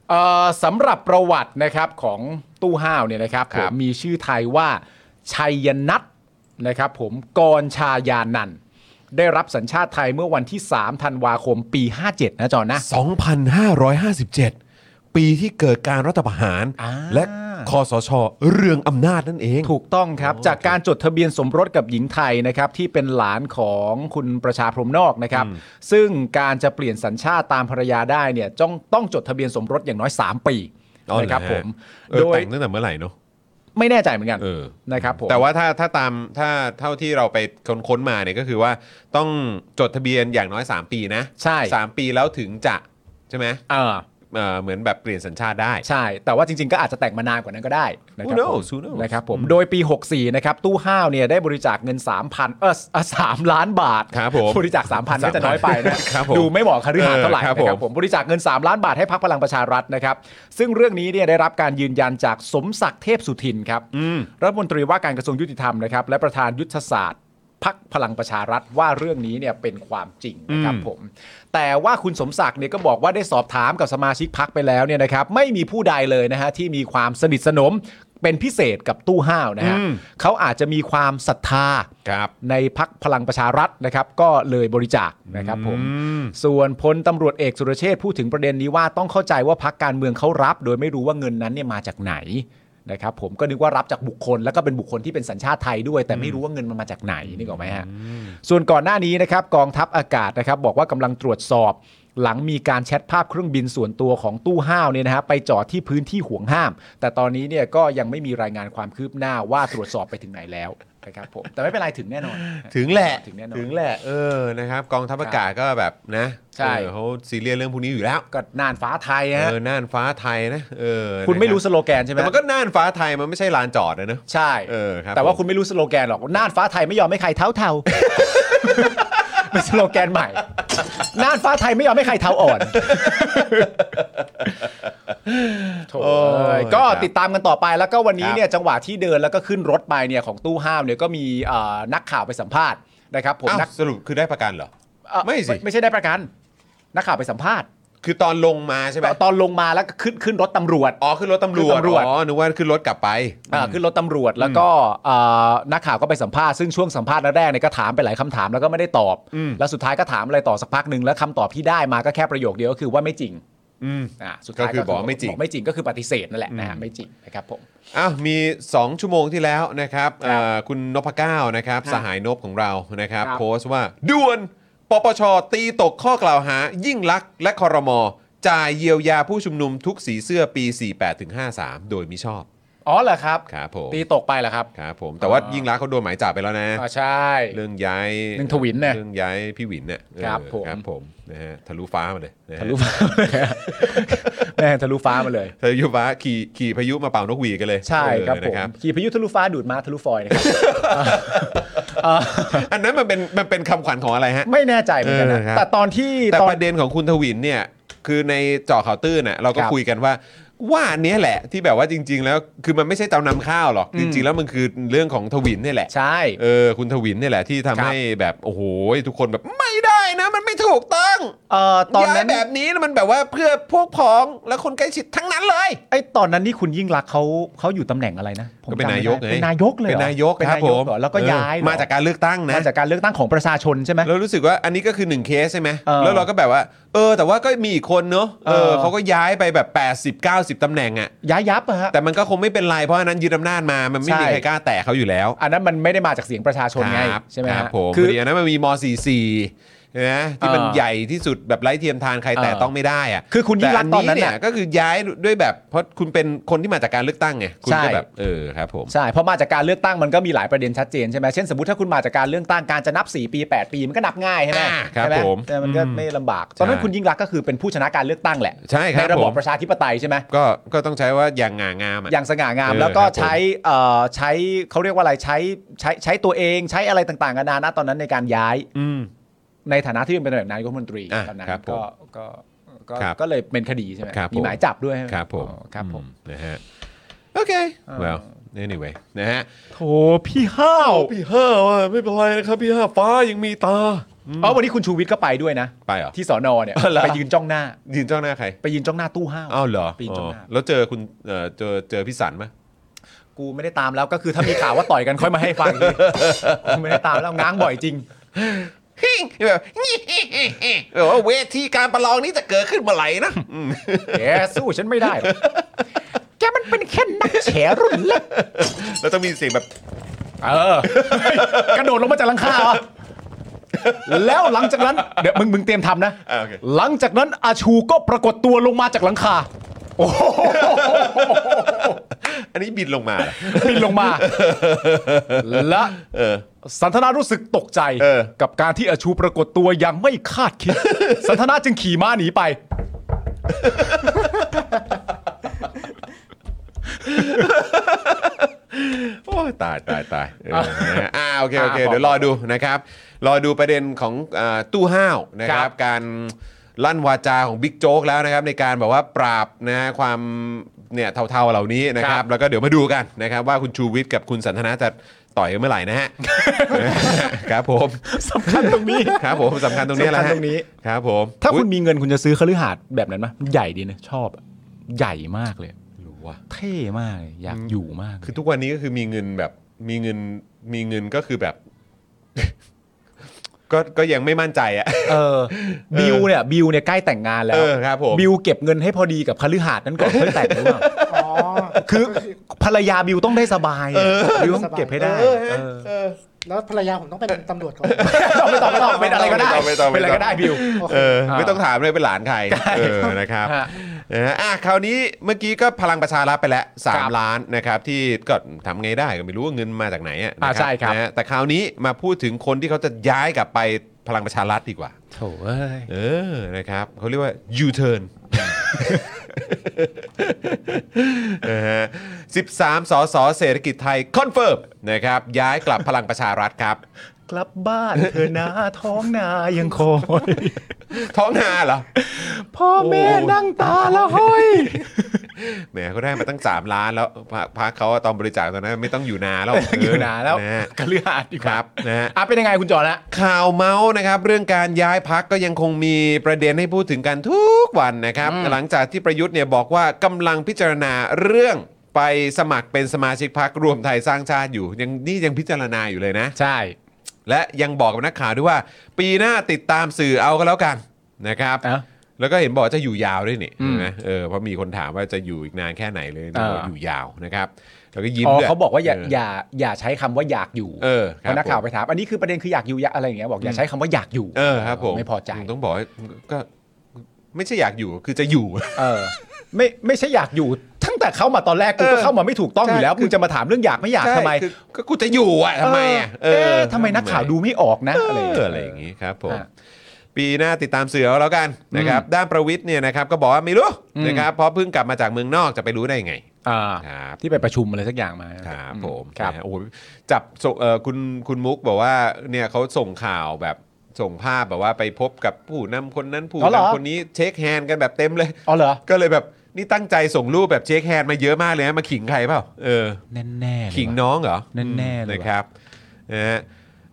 S3: เอ่อสำหรับประวัตินะครับของตู้ห้าวเนี่ยนะครับผมมีชื่อไทยว่า ชัยนัทนะครับผมกรชายานันท์ได้รับสัญชาติไทยเมื่อวันที่ 3 ธันวาคมปี 57 นะจอนนะ
S2: 2,557 ปีที่เกิดการรัฐประหาร
S3: อ่า
S2: และคอสช เรื่องอำนาจนั่นเอง
S3: ถูกต้องครับ จากการจดทะเบียนสมรสกับหญิงไทยนะครับที่เป็นหลานของคุณประชาพรหมนอกนะครับ ซึ่งการจะเปลี่ยนสัญชาติตามภรรยาได้เนี่ยต้องต้องจดทะเบียนสมรสอย่างน้อย 3 ปี
S2: อ๋อเหรอ
S3: นะครับ
S2: ฮะ
S3: ผม
S2: เออ
S3: โดย
S2: แต่งตั้งแต่เมื่อไหร่เนอะ
S3: ไม่แน่ใจเหมือนกัน
S2: เออ
S3: นะครับผม
S2: แต่ว่าถ้าถ้าตามถ้าเท่าที่เราไปค้นค้นมาเนี่ยก็คือว่าต้องจดทะเบียนอย่างน้อย 3 ปีนะ
S3: ใช่
S2: สามปีแล้วถึงจะใช่ไหม
S3: เออ
S2: เอ่อเหมือนแบบเปลี่ยนสัญชาติได้
S3: ใช่ แต่ว่าจริงๆ ก็อาจจะแต่งมานานกว่านั้นก็ได้นะครั
S2: Who
S3: ผม
S2: knows? Who knows?
S3: นะครับผม โดยปี 64 นะครับ ตู้ห้าวเนี่ยได้บริจาคเงิน 3,000 เออสามล้านบาท
S2: ครับผม
S3: บริจาค 3,000น่าจะน้อยไปนะครับ
S2: ผม
S3: ดูไม่เหมาะคฤหาสน์เท่าไหร่
S2: เออครับผม
S3: นะครับผม บริจาคเงิน 3 ล้านบาทให้พักพลังประชารัฐนะครับ ซึ่งเรื่องนี้เนี่ยได้รับการยืนยันจากสมศักดิ์เทพสุทินครับรัฐมนตรีว่าการกระทรวงยุติธรรมนะครับ และประธานยุทธศาสตร์พักพลังประชารัฐว่าเรื่องนี้เนี่ยเป็นความจริงนะครับผม แต่ว่าคุณสมศักดิ์เนี่ยก็บอกว่าได้สอบถามกับสมาชิกพักไปแล้วเนี่ยนะครับ ไม่มีผู้ใดเลยนะฮะที่มีความสนิทสนมเป็นพิเศษกับตู้ห้าวนะฮะเขาอาจจะมีความศรัทธา
S2: ครับ
S3: ในพักพลังประชารัฐนะครับ ก็เลยบริจาคนะครับผม ส่วนพลตำรวจเอกสุรเชษฐ์พูดถึงประเด็นนี้ว่าต้องเข้าใจว่าพักการเมืองเขารับ โดยไม่รู้ว่าเงินนั้นเนี่ยมาจากไหนนะครับผมก็นึกว่ารับจากบุคคลแล้วก็เป็นบุคคลที่เป็นสัญชาติไทยด้วย แต่ไม่รู้ว่าเงินมันมาจากไหนนี่กออกไหมฮะส่วนก่อนหน้านี้นะครับกองทัพอากาศนะครับบอกว่ากำลังตรวจสอบ หลังมีการแชทภาพเครื่องบินส่วนตัวของตู้ห้าวเนี่ยนะฮะไปจอดที่พื้นที่ห่วงห้าม แต่ตอนนี้เนี่ยก็ยังไม่มีรายงานความคืบหน้าว่าตรวจสอบไปถึงไหนแล้วนะครับผมแต่ไม่เป็นไรถึงแน่นอน
S2: ถึงแหละ
S3: ถึงแน่นอน
S2: แหละเออนะครับกองทัพอากาศก็แบบนะ
S3: ใช่
S2: เออเขาซีเรียสเรื่องพวกนี้อยู่แล้ว
S3: ก็น่านฟ้าไทย
S2: เอ
S3: ฮะ
S2: อน่านฟ้าไทยนะเออ
S3: คุณไม่รู้ส
S2: นะบ
S3: โลแกนใช่ไหม
S2: แต่มันก็น่านฟ้าไทยมันไม่ใช่ลานจอดนะเนอะ
S3: ใช่
S2: เออครับ
S3: แต่ว่า
S2: ผม
S3: คุณไม่รู้สโลแกนหรอกน่านฟ้าไทยไม่ยอมให้ใครเท้า
S2: (laughs)
S3: เทา เป็นสโลแกนใหม่น่านฟ้าไทยไม่ยอมให้ใครเท้าอ่อนโถ่เอ้ยก็ติดตามกันต่อไปแล้วก็วันนี้เนี่ยจังหวะที่เดินแล้วก็ขึ้นรถไปเนี่ยของตู้ห้าวเนี่ยก็มีเอ่อนักข่าวไปสัมภาษณ์นะครับผม
S2: อ้าว
S3: นัก
S2: สรุปคือได้ประกันเหรอ
S3: เอ่อ
S2: ไม่สิ
S3: ไม่ใช่ได้ประกัน นักข่าวไปสัมภาษณ์
S2: คือตอนลงมาใช่ไหม
S3: ตอนลงมาแล้วก็ขึ้นขึ้นรถตำรวจ
S2: อ๋อขึ้นรถตำรว
S3: ขึ้
S2: จ
S3: นตำรวจ
S2: อ๋อนึกว่าขึ้นรถกลับไป
S3: อ่าขึ้นรถตำรวจแล้วก็อ่านักข่าวก็ไปสัมภาษณ์ซึ่งช่วงสัมภาษณ์แรกๆเนี่ยก็ถามไปหลายคำถามแล้วก็ไม่ได้ตอบ แล้วสุดท้ายก็ถามอะไรต่อสักพักหนึ่งแล้วคำตอบที่ได้มาก็แค่ประโยคเดียวก็คือว่าไม่จริงอ่าสุดท้าย
S2: ก็คือบอกว่าไม่จริง
S3: ไม่จริงก็คือปฏิเสธนั่นแหละนะฮะไม่จริงนะครับผม
S2: อ้าวมี 2 ชั่วโมงที่แล้วนะครับเอ่อคุณนพเก้านะครับ
S3: ครับ
S2: สหายนพของเรานะครับ
S3: ครับ
S2: โพสต์ว่าด่วนปปช ตีตกข้อกล่าวหา ยิ่งลักษณ์และคอรมอจ่ายเยียวยาผู้ชุมนุมทุกสีเสื้อปี 48-53 โดยมิชอบ
S3: อ๋อเหรอครับ
S2: ครับผม
S3: ตีตกไปเหรอครับ
S2: ครับผมแต่ว่ายิ่งลักษณ์เขาโดนหมายจับไปแล้วนะ
S3: อ๋อใช่
S2: เรื่องย้าย
S3: เรื่องทวินเนี่ย
S2: เรื่องย้ายพี่หวินเนี่ยเออ
S3: ครับผม
S2: ครับผมนะฮะทะลุฟ้ามาเลยนฮ
S3: ทะลุ (laughs) ฟ้า แม่งทะลุฟ้ามาเลย
S2: พายุฟ้าขี่ขี่พายุมาเป่านกหวีกันเลย
S3: ใช่
S2: เออ
S3: ครับผ
S2: นะ
S3: มขี่พายุทะลุฟ้าดูดมาทะลุฟอยนะครับ (laughs) อ่า (laughs)
S2: อันนั้นมันเป็นมันเป็นคำขวัญของอะไรฮะ
S3: ไม่แน่ใจเหมือนกันนะ
S2: เออครับ
S3: แต่ตอนที่
S2: แต่
S3: ตอ
S2: ป
S3: น
S2: ระเด็นของคุณทวินเนี่ยคือในเจอข่าวตื้นน่ะเราก็
S3: ครับ
S2: คุยกันว่า ว่าอันเนี้ยแหละที่แบบว่าจริง ๆ แล้วคือมันไม่ใช่เตานำข้าวหรอก
S3: อืม
S2: จริง ๆ แล้วมันคือเรื่องของทวินเนี่ยแหละ
S3: ใช่
S2: เออคุณทวินเนี่ยแหละที่ทำ
S3: ครับ
S2: ให้แบบโอ้โหทุกคนแบบไม่ได้นะ มันไม่ถูกต้อง
S3: เอ่อตอนนั้
S2: ย้าย
S3: น
S2: แบบนี้มันแบบว่าเพื่อพวกพ้องและคนใกล้ชิดทั้งนั้นเลย
S3: ไอ้ตอนนั้นนี่คุณยิ่งรักษณ์เขาเขาอยู่ตำแหน่งอะไรนะผม
S2: ก็เป็น
S3: จำไม่
S2: นายก
S3: ได้
S2: ไง
S3: เป็นนายกเลยหรอ
S2: เป็นนายก
S3: เป็น
S2: ครับ
S3: นาย
S2: ผ
S3: ก
S2: ม
S3: เหรอแล้วก็
S2: เออ
S3: ย้ายเหรอ
S2: มาจากการเลือกตั้งนะ
S3: มาจากการเลือกตั้งของประชาชนใช่ไหม
S2: แล้วรู้สึกว่าอันนี้ก็คือ 1 เคสใช่ไหม
S3: เออ
S2: แล้วเราก็แบบว่า เออ แต่ว่าก็มีอีกคนเนอะเอ
S3: เอ
S2: อ
S3: อ
S2: เขาก็ย้ายไปแบบ 80 90ตำแหน่งอะ่ะ
S3: ย้ายยับอะฮะ
S2: แต่มันก็คงไม่เป็นไร เพราะอันนั้นยึดอำนาจมา มันไม่มี
S3: ใช่
S2: ใครกล้าแตะเขาอยู่แล้ว
S3: อันนั้นมันไม่ได้มาจากเสียงประชาชนไง
S2: ครับ
S3: ใช่ไหม
S2: ครั
S3: ฮะ
S2: บผม
S3: คื
S2: คือ อดีอันนั้นมันมีม .44 นะที่มัน
S3: เออ
S2: ใหญ่ที่สุดแบบไร้เทียมทานใครแต่
S3: เออ
S2: ต้องไม่ได้อะ
S3: คือคุณยิ่งรักษณ์
S2: แ
S3: ตอนนั้นน่ะ
S2: เยก็คือย้ายด้วยแบบเพราะคุณเป็นคนที่มาจากการเลือกตั้งไงคุณ
S3: ใช่
S2: ก็แบบเออครับผม
S3: ใช่เพราะมาจากการเลือกตั้งมันก็มีหลายประเด็นชัดเจนใช่ไหมเช่นสมมติถ้าคุณมาจากการเลือกตั้งการจะนับ 4 ปี 8 ปีมันก็นับง่ายใช่ไหม
S2: อ่าครับ
S3: ใช่ไหม
S2: ผม
S3: แต่มันก็ไม่ลำบากตอนนั้นคุณยิ่งรักษณ์ก็คือเป็นผู้ชนะการเลือกตั้งแหละ
S2: ใช่ครับ
S3: ระบอบ
S2: ผม
S3: ประชาธิปไตยใช่ไหม
S2: ก็ก็ต้องใช้ว่าอย่างงางามอะ
S3: อย่างสง่างาม
S2: เออ
S3: แล้วก็
S2: ครับผม
S3: ใช้เอ่อใช้เขาเรียกว่าอะไรใช้ใช้ใช้ตัวเองใช้อะไรต่างๆกันานานะตอนนั้นในการย้าย
S2: อืม
S3: ในฐานะที่เป็นแบบนายกรัฐมนตรี
S2: อ่ะ
S3: ตอนนั้น
S2: ครับผม
S3: ก็ก็ก็
S2: ครับ
S3: ก็เลยเป็นคดีใช่ไหม
S2: ครับผม
S3: มีหมายจับด้วยใช่ไห
S2: ครับผม
S3: อ๋อครับผม
S2: อืนะฮะโอเค well anyway นะฮะ
S1: โถพี่ห้าว
S2: พี่ห้าวไม่เป็นไรนะครับพี่ห้าฟ้ายังมีตา
S3: อ๋อวันนี้คุณชูวิทย์ก็ไปด้วยนะ
S2: ไปเหรอ
S3: ที่สอนอเนี่ย
S2: อ๋อเหรอ
S3: ไปยืนจ้องหน้า
S2: ยืนจ้องหน้าใคร
S3: ไปยืนจ้องหน้าตู้ห้าว
S2: อ้าวเหรอ
S3: ปีนจ้องหน้า
S2: อ๋อแล้วเจอคุณเอ่อเจอเจอพี่สันไหม
S3: กูไม่ได้ตามแล้วก็คือถ้ามีข่าวว่าต่อยกันค่อยมาให้ฟังดิกูไม่ได้ตามแล้วง้างบ่อยจริง
S2: ฮิ่งแบบงี้แบบว่าเวทีการประลองนี้จะเกิดขึ้นเมื่อไหร่นะ
S3: แกสู้ฉันไม่ได้หรอกแกมันเป็นแค่นักแฉรุ่นเล็ก
S2: แล้วต้องมีเสียงแบบ (laughs)
S3: เออกระโดดลงมาจากหลังคาวะแล้วหลังจากนั้น เดี๋ยวมึงมึงเตรียมทำนะ
S2: อ่าโอเค
S3: หลังจากนั้นอาชูก็ปรากฏตัวลงมาจากหลังคา โอ้โห
S2: อันนี้บินลงมาเหรอ
S3: บินลงมา และ
S2: เออ
S3: สันทนารู้สึกตกใจ
S2: เออ
S3: กับการที่อาชูปรากฏตัวอย่างไม่คาดคิด สันทนาจึงขี่ม้าหนีไป
S2: โอ้ยตายตายตายเออ
S3: อ่ะ
S2: นะฮะอ่าโอเคโอเค
S3: อ่ะ
S2: เดี๋ยวรอดูนะครับ รอดูประเด็นของอ่าตู้ห้าวนะค
S3: ค
S2: รั
S3: รับ บ
S2: การลั่นวาจาของบิ๊กโจ๊กแล้วนะครับ ในการแบบว่าปราบนะฮะความเนี่ยเทาๆเหล่านี้นะค
S3: ค
S2: รั
S3: รับ บ
S2: แล้วก็เดี๋ยวมาดูกันนะครับ ว่าคุณชูวิทย์กับคุณสันทนาจะต่อยกันเมื่อไหร่นะฮะ
S3: (laughs)
S2: ครับผม
S3: สำคัญตรงนี้
S2: ครับผมสำคัญตรงนี้แหละ
S3: สำคั
S2: ฮะ
S3: ญตรงนี้
S2: ครับผม
S3: ถ้าคุณ
S2: อุ๊ย
S3: มีเงินคุณจะซื้อคฤหาสน์แบบนั้นไหมใหญ่ดีนะชอบอะใหญ่มากเลย
S2: รู้ว่ะ
S3: เท่มากเลยอยากอยู่มากเลย
S2: คือทุกวันนี้ก็คือมีเงินแบบมีเงินมีเงินก็คือแบบ (laughs) ก็ก็ยังไม่มั่นใจอะ
S3: เออบิวเนี่ยบิวเนี่ยใกล้แต่งงานแล้ว
S2: เออครับผม
S3: บิวเก็บเงินให้พอดีกับคฤหาสน์นั้นก่อนค่อยแต่งหรือเปล่า
S4: อ๋อ
S3: คือภรรยาบิวต้องได้สบายอะบิวต้องเก็บให้ได้
S2: เออฮะ
S3: เออ
S4: แล้วภรรยาผมต้องเป็นตำรวจก่อน
S3: ไม่ต้องไม่ต้องเป็นอะไรก็ได้
S2: ไม่ต้องไม่
S3: เป็นอะไร
S2: ต้อง
S3: ก็ได้บิว
S2: เออ ไม่ต้องถามเลยเป็นหลานใครเออนะครับ
S3: ฮะ
S2: นะฮะอ่ะคราวนี้เมื่อกี้ก็พลังประชารัฐไปแล้ว
S3: ครั
S2: 3
S3: บ
S2: ล้านนะครับ ที่ก็ทำไงได้ก็ไม่รู้ว่าเงินมาจากไหนอะ
S3: อ่า
S2: นะ
S3: ใช่ครับ
S2: นะฮะแต่คราวนี้มาพูดถึงคนที่เขาจะย้ายกลับไปพลังประชารัฐดีกว่า
S3: โถเอ้ย
S2: เออ นะครับเขาเรียกว่า U-turn (laughs) นะฮะ13 สส เศรษฐกิจไทย คอนเฟิร์มนะครับ ย้ายกลับพลังประชารัฐครับ
S3: กลับบ้านเธอนะท้องนายังคอย
S2: ท้องนาเหรอ
S3: พ่อแม่นั่งตาละห้อย
S2: แหมเขาได้มาตั้ง 3 ล้านแล้วพักเขาตอนบริจาคตอนนั้นไม่ต้องอยู่นาแล้ว
S3: (laughs) อยู่นานแล้ว
S2: นะฮะ
S3: คฤหาสน์ดีก
S2: ค
S3: ว่า
S2: รับนะฮะ
S3: อ่ะเป็นยังไงคุณจอนะ
S2: ข่าวเมาส์นะครับเรื่องการย้ายพักก็ยังคงมีประเด็นให้พูดถึงกันทุกวันนะครับ หลังจากที่ประยุทธ์เนี่ยบอกว่ากำลังพิจารณาเรื่องไปสมัครเป็นสมาชิกพักรวมไทยสร้างชาติอยู่ ยังนี่ยังพิจารณาอยู่เลยนะ
S3: ใช่
S2: และยังบอกกับนักข่าวด้วยว่า ปีหน้าติดตามสื่อเอาก็แล้วกันนะครับ
S3: เอ้า
S2: แล้วก็เห็นบอกจะอยู่ยาวด้วยนี่
S3: อืม
S2: ใช่ไหมเออเพราะมีคนถามว่าจะอยู่อีกนานแค่ไหนเลย
S3: เออ
S2: บอกอยู่ยาวนะครับ แล้วก็ยิ้ม
S3: อ๋อ
S2: ด้วย
S3: เขาบอกว่าอย่า
S2: เ
S3: อย่าอย่าใช้คำว่าอยากอยู่
S2: เออค
S3: เพ
S2: รับ
S3: ราะนักข่าว
S2: ผม
S3: ไปถาม อันนี้คือประเด็นคืออยากอยู่อยากอะไรอย่างเงี้ยบอกอย่าใช้คำว่าอยากอยู่
S2: เออครับผม
S3: ไม่พอใจ
S2: ต้องบอกว่าก็ไม่ใช่อยากอยู่คือจะอยู่
S3: เออไม่ไม่ใช่อยากอยู่ตั้งแต่เข้ามาตอนแรกกู
S2: เอ
S3: ก็
S2: อ
S3: เข้ามาไม่ถูกต้องอยู่แล้ว
S2: ใช่คือ
S3: มึงจะมาถามเรื่องอยากไม่อยาก
S2: ใช่
S3: ทำไม
S2: คือก็กูจะอยู่อ่ะทำไมอ่ะ
S3: เออเอ๊ะทำไมนักข่าวดูไม่ออกนะ
S2: เอ
S3: อะไรอย่างเงี้ย
S2: ออะไรอย่างงี้ครับผม
S3: อ่ะ
S2: ปีหน้าติดตามเสือเอาแล้วกันนะครับด้านประวิทย์เนี่ยนะครับก็บอกว่าไม่รู้
S3: อืม
S2: นะครับเพราะเพิ่งกลับมาจากเมืองนอกจะไปรู้ได้ไง
S3: อ่า
S2: ครับ
S3: ที่ไปประชุมอะไรสักอย่างมา
S2: ครับ
S3: อื
S2: ผม
S3: ครับ
S2: นะฮะโอ้โหจับส่งเอ่อคุณคุณมุกบอกว่าเนี่ยเขาส่งข่าวแบบส่งภาพแบบว่าไปพบกับผู้นำคนนั้นผู้
S3: อ๋อเหรอ
S2: นำคนนี้เช็คแฮนด์กันแบบเต็มเลย
S3: อ๋อเหรอ
S2: ก็เลยแบบนี่ตั้งใจส่งรูปแบบเช็คแฮนด์มาเยอะมากเลยนะมาขิงใครเปล่าเออ
S3: แน่แน่ๆเลย
S2: ขิง
S3: ว่ะ
S2: น้องเหรอ
S3: แน่ๆเลยว่ะ
S2: นะครับนะฮะ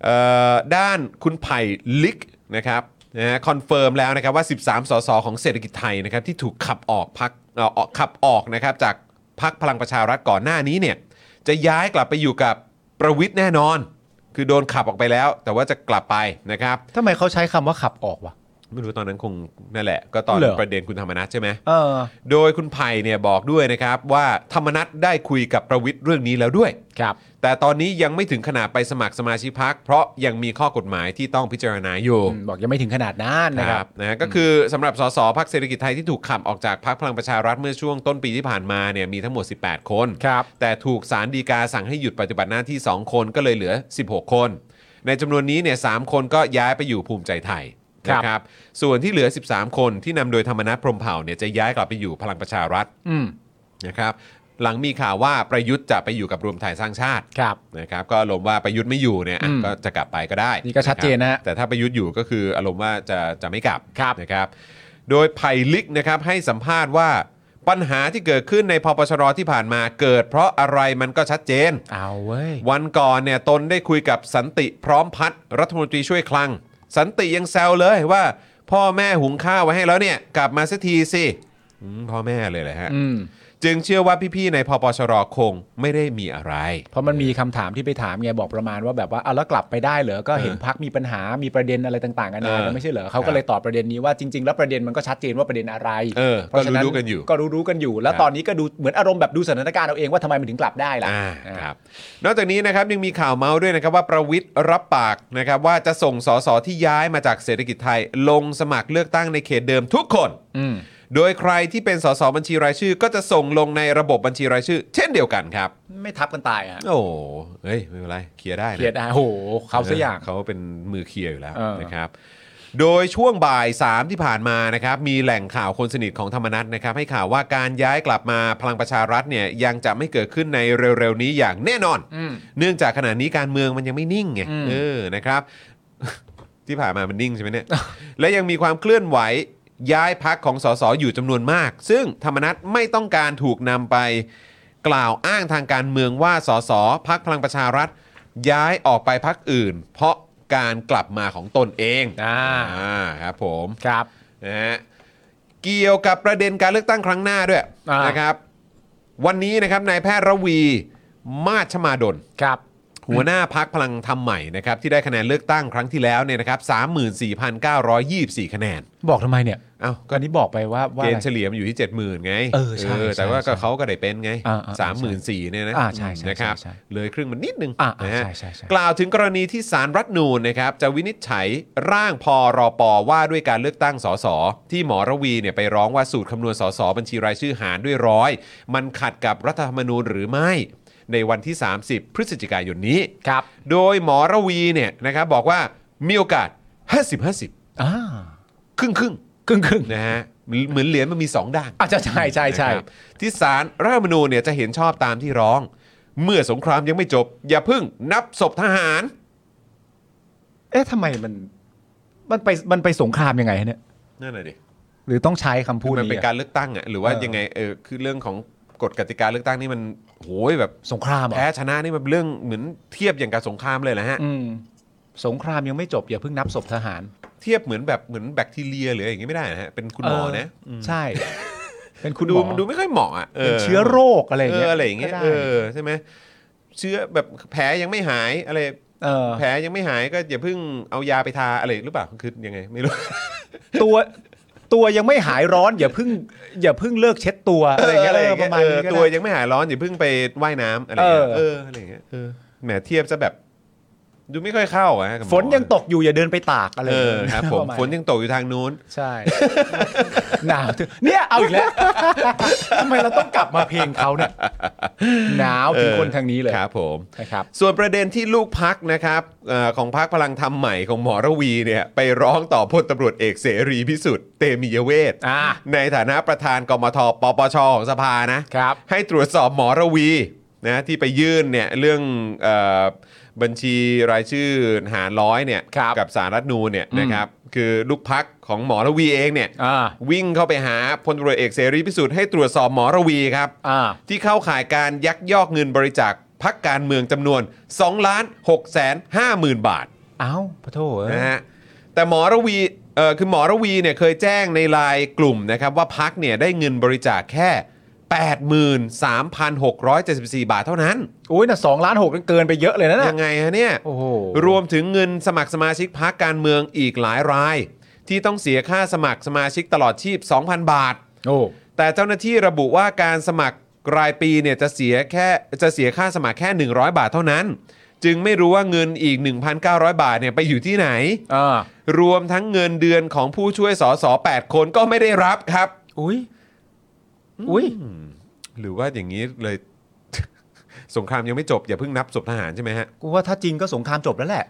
S2: เอ่อด้านคุณไผ่ลิกนะครับนะฮะคอนเฟิร์มแล้วนะครับว่า 13 สส ของเศรษฐกิจไทยนะครับที่ถูกขับออกพักเอ่อออกขับออกนะครับจากพักพลังประชารัฐก่อนหน้านี้เนี่ยจะย้ายกลับไปอยู่กับประวิทย์แน่นอน คือโดนขับออกไปแล้ว แต่ว่าจะกลับไปนะครับ
S3: ทำไมเขาใช้คำว่าขับออกวะ
S2: ไม่รู้ตอนนั้นคงนั่นแหละ ก็ตอน
S3: เหรอ
S2: ประเด็นคุณธรรมนัทใช่ไหม
S3: เออ
S2: โดยคุณไผ่เนี่ยบอกด้วยนะครับว่าธรรมนัฐได้คุยกับประวิทย์เรื่องนี้แล้วด้วย
S3: ครับ
S2: แต่ตอนนี้ยังไม่ถึงขนาดไปสมัครสมาชิกพัก เพราะยังมีข้อกฎหมายที่ต้องพิจารณาอยู่
S3: อืมบอกยังไม่ถึงขนาดนั้นนะ
S2: นะ
S3: ค
S2: ค
S3: รั
S2: รั
S3: บบ
S2: นะก็คือสำหรับสสพักเศรษฐกิจไทยที่ถูกขับออกจากพักพลังประชารัฐเมื่อช่วงต้นปีที่ผ่านมาเนี่ยมีทั้งหมด 18 คน
S3: ครับ
S2: แต่ถูกสารดีกาสั่งให้หยุดปฏิบัติหน้าที่ 2 คนก็เลยเหลือ 16 คน ในจำนวนนี้เนี่ยสคนก็ย้ายไปอยู่ภูมิใจไทย
S3: ครับ
S2: นะครับ ส่วนที่เหลือ 13 คนที่นำโดยธรรมนัฐพรหมเผ่าเนี่ยจะย้ายกลับไปอยู่พลังประชารัฐ
S3: อืม
S2: นะครับ หลังมีข่าวว่าประยุทธ์จะไปอยู่กับรวมไทยสร้างชาติ
S3: ครับ
S2: นะครับ ก็อารมณ์ว่าประยุทธ์ไม่อยู่เนี่ยอ่ะ
S3: อืม
S2: ก็จะกลับไปก็ได้
S3: นี่ก็ชัดเจนนะ
S2: ค
S3: ฮะ
S2: รับแต่ถ้าประยุทธ์อยู่ก็คืออารมณ์ว่าจะจะไม่กลับ
S3: ครับ
S2: นะครับ โดยไผ่ลิกนะครับให้สัมภาษณ์ว่าปัญหาที่เกิดขึ้นในพปชรที่ผ่านมาเกิด เพราะอะไรมันก็ชัดเจน
S3: เอาเว้ย
S2: วันก่อนเนี่ยตนได้คุยกับสันติพร้อมพัฒน์รัฐมนตรีช่วยคลัง สันติยังแซวเลยว่า พ่อแม่หุงข้าวไว้ให้แล้วเนี่ย กลับมาสักทีสิอืมพ่อแม่เลยเลยฮะ
S3: อืม
S2: จึงเชื่อว่าพี่ๆในพปชรคงไม่ได้มีอะไร
S3: เพราะมันมีคำถามที่ไปถามไงบอกประมาณว่าแบบว่าเอาแล้วกลับไปได้เหรอก็เห็นพักมีปัญหามีประเด็นอะไรต่างๆกันานา
S2: เออ
S3: แล้วไม่ใช่เหรอเขาก็เลยตอบประเด็นนี้ว่าจริง ๆ แล้วประเด็นมันก็ชัดเจนว่าประเด็นอะไร
S2: เออ
S3: เพราะฉะนั้น
S2: ก็รู้ๆกันอยู่
S3: ก็รู้ๆกันอยู่ แล้ว
S2: ครับ
S3: ตอนนี้ก็ดูเหมือนอารมณ์แบบดูสถานการณ์เอาเองว่าทำไมมันถึงกลับได้ล่ะ
S2: อ่า
S3: อ่า
S2: ครับนอกจากนี้นะครับยังมีข่าวเมาส์ด้วยนะครับว่าประวิทย์รับปากนะครับว่าจะส่งสสที่ย้ายมาจากเศรษฐกิจไทย ลงสมัครเลือกตั้งในเขตเดิมทุกคน
S3: อืม
S2: โดยใครที่เป็นสสบัญชีรายชื่อ ก็จะส่งลงในระบบบัญชีรายชื่อ เช่นเดียวกันครับ
S3: ไม่ทับกันตายอ่ะ
S2: โอ้เฮ้ยไม่เป็นไรเคลียร์ได้นะ
S3: เกลียดอ่ะโหเขาซะอย่าง
S2: เขาเป็นมือเคลียร์อยู่แล้ว
S3: เออ
S2: นะครับโดยช่วงบ่าย 3 ที่ผ่านมานะครับมีแหล่งข่าวคนสนิทของธรรมนัฐนะครับให้ข่าวว่าการย้ายกลับมาพลังประชารัฐเนี่ยยังจะไม่เกิดขึ้นในเร็วๆนี้อย่างแน่นอน
S3: อืม
S2: เนื่องจากขณะนี้การเมืองมันยังไม่นิ่งไง
S3: อืม
S2: เออนะครับ ที่ผ่านมามันนิ่งใช่ไหมเนี่ย และยังมีความเคลื่อนไหวย้ายพักของสสอยู่จำนวนมาก ซึ่งธรรมนัตไม่ต้องการถูกนำไปกล่าวอ้างทางการเมืองว่าสสพักพลังประชารัฐ ย้ายออกไปพักอื่น เพราะการกลับมาของตนเอง
S3: อ่า
S2: อ่าครับผม
S3: ครับ
S2: นะฮะเกี่ยวกับประเด็นการเลือกตั้งครั้งหน้าด้วย
S3: อ่าน
S2: นะครับ วันนี้นะครับนายแพทย์ระวีมาชมาดล
S3: ครับ
S2: หัวหน้าพักพลังทำใหม่นะครับที่ได้คะแนนเลือกตั้งครั้งที่แล้วเนี่ยนะครับ34,924 คะแนน
S3: บอกทำไมเนี่ย
S2: เอ้า
S3: ก็นี้บอกไปว่าว่า
S2: เก
S3: อะ
S2: ณ
S3: ไร
S2: ฑ์เฉลี่ยมันอยู่ที่ 70,000 ไง
S3: เออใช่ใช่
S2: แต่ว่าก็
S3: ใช่
S2: เขาก็ได้เป็นไง
S3: อ่าอ่า
S2: 34,000เนี่ยนะ
S3: อ่าใช่ใช่
S2: นะครับ
S3: ใช่ใช่
S2: เลยครึ่งมันนิดนึง
S3: อ่าอ่า
S2: นะฮะ
S3: ใช่ใช่ใช่
S2: กล่าวถึงกรณีที่สารรัฐธรรมนูนนะครับจะวินิจฉัยร่างพอรอปอว่าด้วยการเลือกตั้งสสที่หมอระวีเนี่ยไปร้องว่าสูตรคำนวณสสบัญชีรายชื่อหารด้วยร้อยมันขัดกับรัฐธรรมนูญหรือไม่ ในวันที่ 30 พฤศจิกายนนี้
S3: ครับ
S2: โดยหมอระวีเนี่ยนะครับบอกว่ามีโอกาส 50 50
S3: อ่า
S2: ครึ่งครึ่ง
S3: ครึ่งครึ่ง
S2: ๆนะฮะเหมือนเหรียญมันมี 2 ด้าน
S3: ๆอ่ะใช่ใช่ใช่ใช่
S2: นะครับที่สารรัฐธรรมนูญเนี่ยจะเห็นชอบตามที่ร้อง เมื่อสงครามยังไม่จบ อย่าเพึ่งนับศพทหาร
S3: เอ๊ะทำไมมัน มันไปมันไปสงครามยังไงฮะเนี่ย
S2: นั่นแหละดิ
S3: หรือต้องใช้คำพูด
S2: มันเป็น
S3: นี้อะ
S2: การเลือกตั้งอ่ะหรือว่า
S3: เออ
S2: ยังไงเออคือเรื่องของกฎกติกาเลือกตั้งนี่มันโหยแบบ
S3: สงครามเหรอ
S2: แพ้ชนะนี่มันเป็นเรื่องเหมือนเทียบอย่างกับสงครามเลยแหละฮะ
S3: อืมสงครามยังไม่จบอย่าเพิ่งนับศพทหาร
S2: เทียบเหมือนแบบเหมือนแบคทีเรียหรืออะไรอย่างงี้ไม่ได้นะฮะเป็นคุณหมอนะ
S3: เใช่ เป็นคุณห
S2: ดู
S3: มอ
S2: ดูไม่ค่อยเหมาะอ่ะ
S3: เป็น
S2: อ
S3: เชื้อโรคอะไรอย่าง
S2: เอ
S3: เงี้
S2: อย อะไรอย่างเงี้ย
S3: ก็ได้
S2: เออใช่ไหมเชื้อแบบแผลยังไม่หายอะไร
S3: เออ
S2: แผลยังไม่หายก็อย่าเพิ่งเอายาไปทาอะไรหรือเปล่าคือยังไงไม่รู้
S3: ตัวตัวยังไม่หายร้อน อย่าเพิ่ง อย่าเพิ่งเลิกเช็ดตัวอะไรอย่างเงี้ย
S2: เออ
S3: ประมาณ
S2: เออ
S3: นี้ก็
S2: ตัว
S3: ได้
S2: ยังไม่หายร้อนอย่าเพิ่งไปว่ายน้ำอะไรอย่างเงี้ย
S3: เออ
S2: เอออะไรอย่างเงี้ยเออแหมเทียบซะแบบ ดูไม่ค่อยเข้าอะกับหมอ
S3: ฝนยังตกอยู่อย่าเดินไปตากอะไร
S2: เอ
S3: อย่าง
S2: อ
S3: เงี้ย
S2: ครับผ
S3: ป
S2: ม
S3: ระาณ
S2: ฝนยังตกอยู่ทางนู้น
S3: ใช่ หนาวถึงเนี่ย (laughs) เอาอีกแล้ว (laughs) ทำไมเราต้องกลับมาเพลงเขาเนี่ยหนาวถึง
S2: เออ
S3: คนทางนี้เลย
S2: ครับผม
S3: นะครับ
S2: ส่วนประเด็นที่ลูกพักนะครับเออของพักพลังธรรมใหม่ของหมอระวีเนี่ยไปร้องต่อพลตำรวจเอกเสรีพิสุทธิ์เตมียเวท
S3: อ่า
S2: ในฐานะประธานกมทปปชของสภานะครับ ให้ตรวจสอบหมอระวีนะที่ไปยื่นเนี่ยเรื่องเออบัญชีรายชื่อหารร้อยเนี่ย
S3: ครับ
S2: กับสารรัฐธรรมนูนเนี่ยนะครับคือลูกพักของหมอระวีเองเนี่ย
S3: อ่า
S2: วิ่งเข้าไปหาพลตำรวจเอกเสรีพิสุทธิ์ให้ตรวจสอบหมอระวีครับ
S3: อ่า
S2: ที่เข้าข่ายการยักยอกเงินบริจาคพักการเมืองจำนวน2ล้าน6แสน5หมื่นบาท
S3: เอ้าพะโทเอ้ย
S2: นะฮะแต่หมอระวีเอ่อคือหมอระวีเนี่ยเคยแจ้งในไลน์กลุ่มนะครับว่าพักเนี่ยได้เงินบริจาคแค่ 83,674 บาทเท่านั้น
S3: โอ้ยนะสองล้านหกเกินไปเยอะเลยนะน่ะ
S2: ยังไงฮะเนี่ย
S3: โอ้โห
S2: รวมถึงเงินสมัครสมาชิกพักการเมืองอีกหลายราย ที่ต้องเสียค่าสมัครสมาชิกตลอดชีพ 2,000 บาท
S3: โอ้
S2: แต่เจ้าหน้าที่ระบุว่าการสมัครรายปีเนี่ยจะเสียแค่จะเสียค่าสมัครแค่ 100 บาทเท่านั้น จึงไม่รู้ว่าเงินอีก 1,900 บาทเนี่ยไปอยู่ที่ไหน
S3: อ่าร
S2: วมทั้งเงินเดือนของผู้ช่วยสอสอ8คนก็ไม่ได้รับครับ
S3: อุ้ยอุ้ย
S2: หรือว่าอย่างนี้เลย (laughs) สงครามยังไม่จบ อย่าเพิ่งนับศพทหารใช่ไหมฮะ
S3: กูว่าถ้าจริงก็สงครามจบแล้วแหละ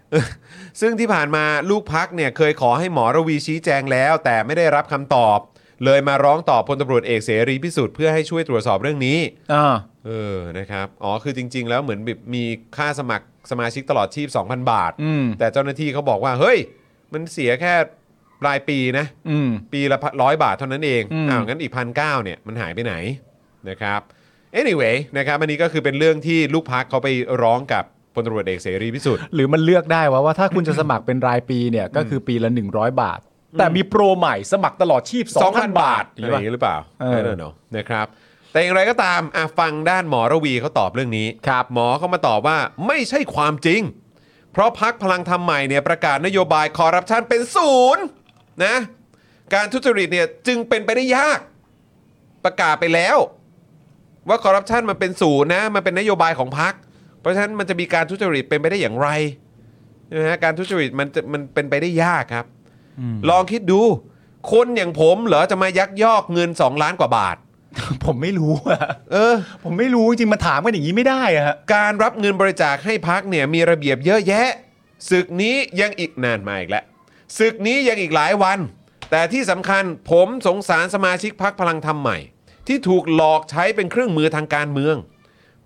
S2: ซึ่งที่ผ่านมาลูกพักเนี่ยเคยขอให้หมอระวีชี้แจงแล้ว แต่ไม่ได้รับคำตอบ เลยมาร้องต่อพลตำรวจเอกเสรีพิสุทธิ์เพื่อให้ช่วยตรวจสอบเรื่องนี้
S3: อ่า
S2: เออ นะครับ อ๋อ คือจริง ๆ แล้วเหมือนแบบมีค่าสมัครสมาชิกตลอดชีพ 2,000 บาท
S3: อืม
S2: แต่เจ้าหน้าที่เขาบอกว่า เฮ้ย มันเสียแค่รายปีนะ
S3: อืม
S2: ปีละร้อยบาทเท่านั้นเอง
S3: อืม
S2: อ้าวงั้นอีกพันเเนี่ยมันหายไปไหนนะครับ anyway นะครับอันนี้ก็คือเป็นเรื่องที่ลูกพักเขาไปร้องกับพลตำรวจเอกเสรีพิสุทธิ์
S3: หรือมันเลือกได้ว่าว่าถ้าคุณจะสมัครเป็นรายปีเนี่ยก็คือปีละ 100 บาท แต่มีโปรใหม่สมัครตลอดชีพ 2,000 บาทห
S2: อะไร
S3: รือ
S2: อ
S3: ว่า
S2: ย่างนี้หรือเปล่า
S3: เออ
S2: ไม่แน่เนาะนะครับ แต่อย่างไรก็ตามอ่ะฟังด้านหมอระวีเขาตอบเรื่องนี้
S3: ครับ
S2: หมอเขามาตอบว่าไม่ใช่ความจริง เพราะพักพลังธรรมใหม่เนี่ยประกาศนโยบายคอร์รัปชันเป็นศูนย์นะการทุจริตเนี่ยจึงเป็นไปได้ยาก ประกาศไปแล้ว ว่าคอร์รัปชันมันเป็นศูนย์นะมันเป็นนโยบายของพัก เพราะฉะนั้นมันจะมีการทุจริตเป็นไปได้อย่างไรนะฮะการทุจริตมันจะมันเป็นไปได้ยากครับ ลองคิดดู คนอย่างผมเหรอจะมายักยอกเงิน 2 ล้านกว่าบาท
S3: ผมไม่รู้อะ
S2: เออ
S3: ผมไม่รู้จริงๆมันถามกันอย่างนี้ไม่ได้อะฮะ
S2: การรับเงินบริจาคให้พักเนี่ยมีระเบียบเยอะแยะศึกนี้ยังอีกนานมาอีกแล้วศึกนี้ยังอีกหลายวัน แต่ที่สำคัญผมสงสารสมาชิกพักพลังธรรมใหม่ ที่ถูกหลอกใช้เป็นเครื่องมือทางการเมือง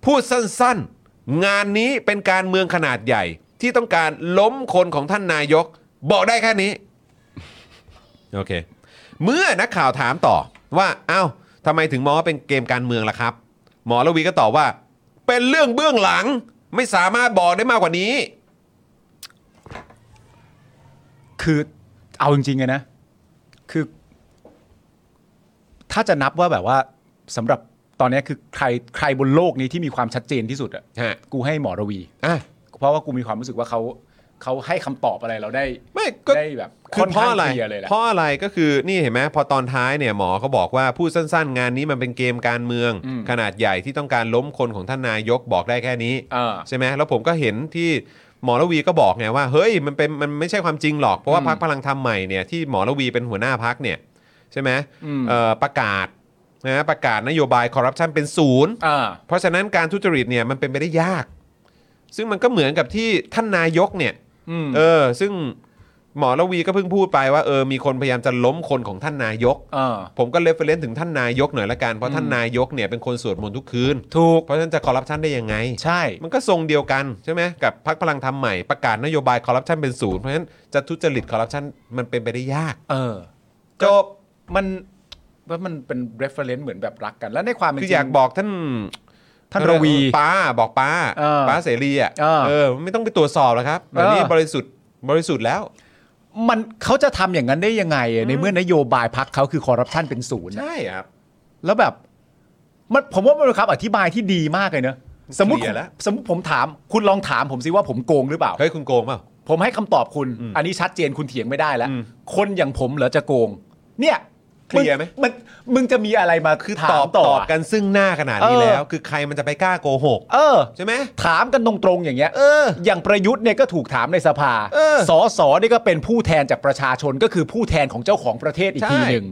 S2: พูดสั้นๆ งานนี้เป็นการเมืองขนาดใหญ่ ที่ต้องการล้มคนของท่านนายก บอกได้แค่นี้ (laughs) โอเค เมื่อนักข่าวถามต่อว่า เอ้าทำไมถึงมองว่าเป็นเกมการเมืองล่ะครับ หมอระวีก็ตอบว่า เป็นเรื่องเบื้องหลัง ไม่สามารถบอกได้มากกว่านี้
S3: คือเอาจริงๆไงนะ คือ ถ้าจะนับว่าแบบว่าสำหรับตอนเนี้ยคือใครใครบนโลกนี้ที่มีความชัดเจนที่สุดอะ
S2: ฮะ
S3: กูให้หมอระวี
S2: อ่ะ
S3: เพราะว่ากูมีความรู้สึกว่าเขาเขาให้คำตอบอะไรเราได้
S2: ไม่ก็
S3: ได้แบบ
S2: คือเพราะอะไร
S3: ค่อนข้างเคลียร์เลยแหละ
S2: เพราะอะไรก็คือนี่เห็นไหมพอตอนท้ายเนี่ยหมอเขาบอกว่าพูดสั้นๆ งานนี้มันเป็นเกมการเมือง ขนาดใหญ่ที่ต้องการล้มคนของท่านนายกบอกได้แค่นี้
S3: เออ
S2: ใช่ไหมแล้วผมก็เห็นที่หมอระวีก็บอกไงว่าเฮ้ยมันเป็นมันไม่ใช่ความจริงหรอก เพราะว่า
S3: อืม
S2: พักพลังธรรมใหม่เนี่ยที่หมอระวีเป็นหัวหน้าพักเนี่ยใช่ไหม
S3: อืม
S2: เอ่อประกาศนะประกาศนโยบายคอร์รัปชันเป็นศูนย์
S3: อ่า
S2: เพราะฉะนั้นการทุจริตเนี่ยมันเป็นไปได้ยาก ซึ่งมันก็เหมือนกับที่ท่านนายกเนี่ย
S3: อืม
S2: เออ ซึ่งหมอระวีก็เพิ่งพูดไปว่าเออมีคนพยายามจะล้มคนของท่านนายก
S3: อ่า
S2: ผมก็เลฟเฟรนถึงท่านนายกหน่อยละกันเพราะท่านนายกเนี่ยเป็นคนสวดมนต์ทุกคืน
S3: ถูก
S2: เพราะฉะนั้นจะคอร์รัปชันได้ยังไง
S3: ใช่
S2: มันก็ทรงเดียวกันใช่ไหมกับพักพลังธรรมใหม่ประกาศนโยบายคอร์รัปชันเป็นศูนย์เพราะฉะนั้นจะทุจริตคอร์รัปชันมันเป็นไปได้ยาก
S3: เออ
S2: จบ
S3: มันว่ามันเป็น reference เหมือนแบบรักกัน แล้วในความเป็น
S2: คือ
S3: จริ
S2: อยาก
S3: ง
S2: บอกท่าน
S3: ท่านระวี
S2: ป้าบอกป้า
S3: เออ
S2: ป้าเสรีอ่ะ
S3: เออ
S2: เออ ไม่ต้องไปตรวจสอบแล้วครับเดี๋ยวนี้
S3: เออ
S2: บริสุทธิ์บริสุทธิ์แล้ว
S3: มันเขาจะทำอย่างนั้นได้ยังไงอะในเมื่อนโยบายพักเขาคือคอร์รัปชันเป็นศูนย์อะ
S2: ใช่ครับ
S3: แล้วแบบมันผมว่ามันเป็นคำอธิบายที่ดีมากเลยเนอะสมมติ
S2: เคลียร์แล้ว
S3: สมมติผมถาม คุณลองถามผมสิว่าผมโกงหรือเปล่า
S2: เฮ้ยคุณโกงเปล่า
S3: ผมให้คำตอบคุณ อันนี้ชัดเจนคุณเถียงไม่ได้แล้ว คนอย่างผมเหรอจะโกง เนี่ย
S2: เคลียร์ไหม
S3: นมึงจะมีอะไรมา
S2: คือ
S3: ถาม
S2: ตอบ
S3: ต่
S2: ต
S3: อ
S2: อบ
S3: อะ
S2: กันซึ่งหน้าขนาดนี้
S3: เออ
S2: แล้ว คือใครมันจะไปกล้าโกหก
S3: เออ
S2: ใช่ไหม
S3: ถามกันตรงๆอย่างเงี้ย
S2: เออ
S3: อย่างประยุทธ์เนี่ยก็ถูกถามในสภา
S2: เออ
S3: สอสอนี่ก็เป็นผู้แทนจากประชาชนก็คือผู้แทนของเจ้าของประเทศอีก
S2: ใช่
S3: ทีหนึ่ง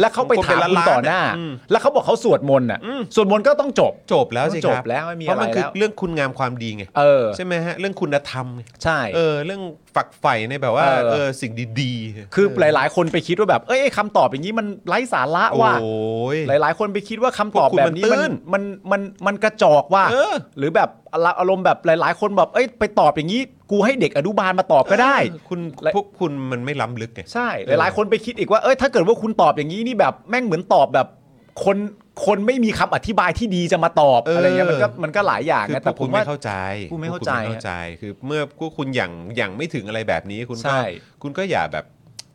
S3: แล้วเขาไปถาม
S2: ผมเป็น
S3: คุณ
S2: ล้านๆ
S3: ต่อหน้า
S2: อืม
S3: แล้วเขาบอกเขาสวดมนต์อ่ะสวดมนต์ก็ต้องจบ
S2: จบแล้วสิครั
S3: จ
S2: บ
S3: บแล้วไม่มี
S2: เพราะมัน
S3: อะไร
S2: คือ
S3: แล้ว
S2: เรื่องคุณงามความดีไง
S3: เออ
S2: ใช่ไหมฮะเรื่องคุณธรรมไง
S3: ใช่
S2: เออ เรื่องฝักใฝ่ในแบบว่า
S3: เออ
S2: เออสิ่งดีๆ
S3: คือหลาย ๆ คนไปคิดว่าแบบ เอ้ยคำตอบอย่างนี้มันไร้สาระ
S2: โอ้
S3: ว่ะ
S2: ย
S3: หลาย ๆ คนไปคิดว่าคำตอบ
S2: พวกคุณ
S3: แบบนี้
S2: มันตื้
S3: มัน
S2: น
S3: มันมันมันกระจอกว่ะ
S2: เออ
S3: หรือแบบอารมณ์แบบหลาย ๆ คนแบบเอ้ยไปตอบอย่างนี้ กูให้เด็กอนุบาลมาตอบก็ได้
S2: เออคุณพวกคุณมันไม่ล้ำลึกไง
S3: ใช่
S2: เอ
S3: ห
S2: อ
S3: ลายๆ คนไปคิดอีกว่า เอ้ย ถ้าเกิดว่าคุณตอบอย่างนี้นี่แบบแม่งเหมือนตอบแบบ คนคนไม่มีคำอธิบายที่ดีจะมาตอบอะไรเงี้ยมันก็มันก็หลายอย่าง
S2: คือ
S3: นะ
S2: พ
S3: แต่
S2: วก
S3: ผ
S2: คุ
S3: ม
S2: ณ
S3: ว่า
S2: ไม่เข้าใจ
S3: ผมว่า
S2: พวคุ
S3: ผ
S2: ณไม่
S3: มไม่
S2: เข้าใจ คือเมื่อพวกคุณอย่างอย่างไม่ถึงอะไรแบบนี้ คุณ
S3: ใช่
S2: ก็คุณก็อย่าแบบ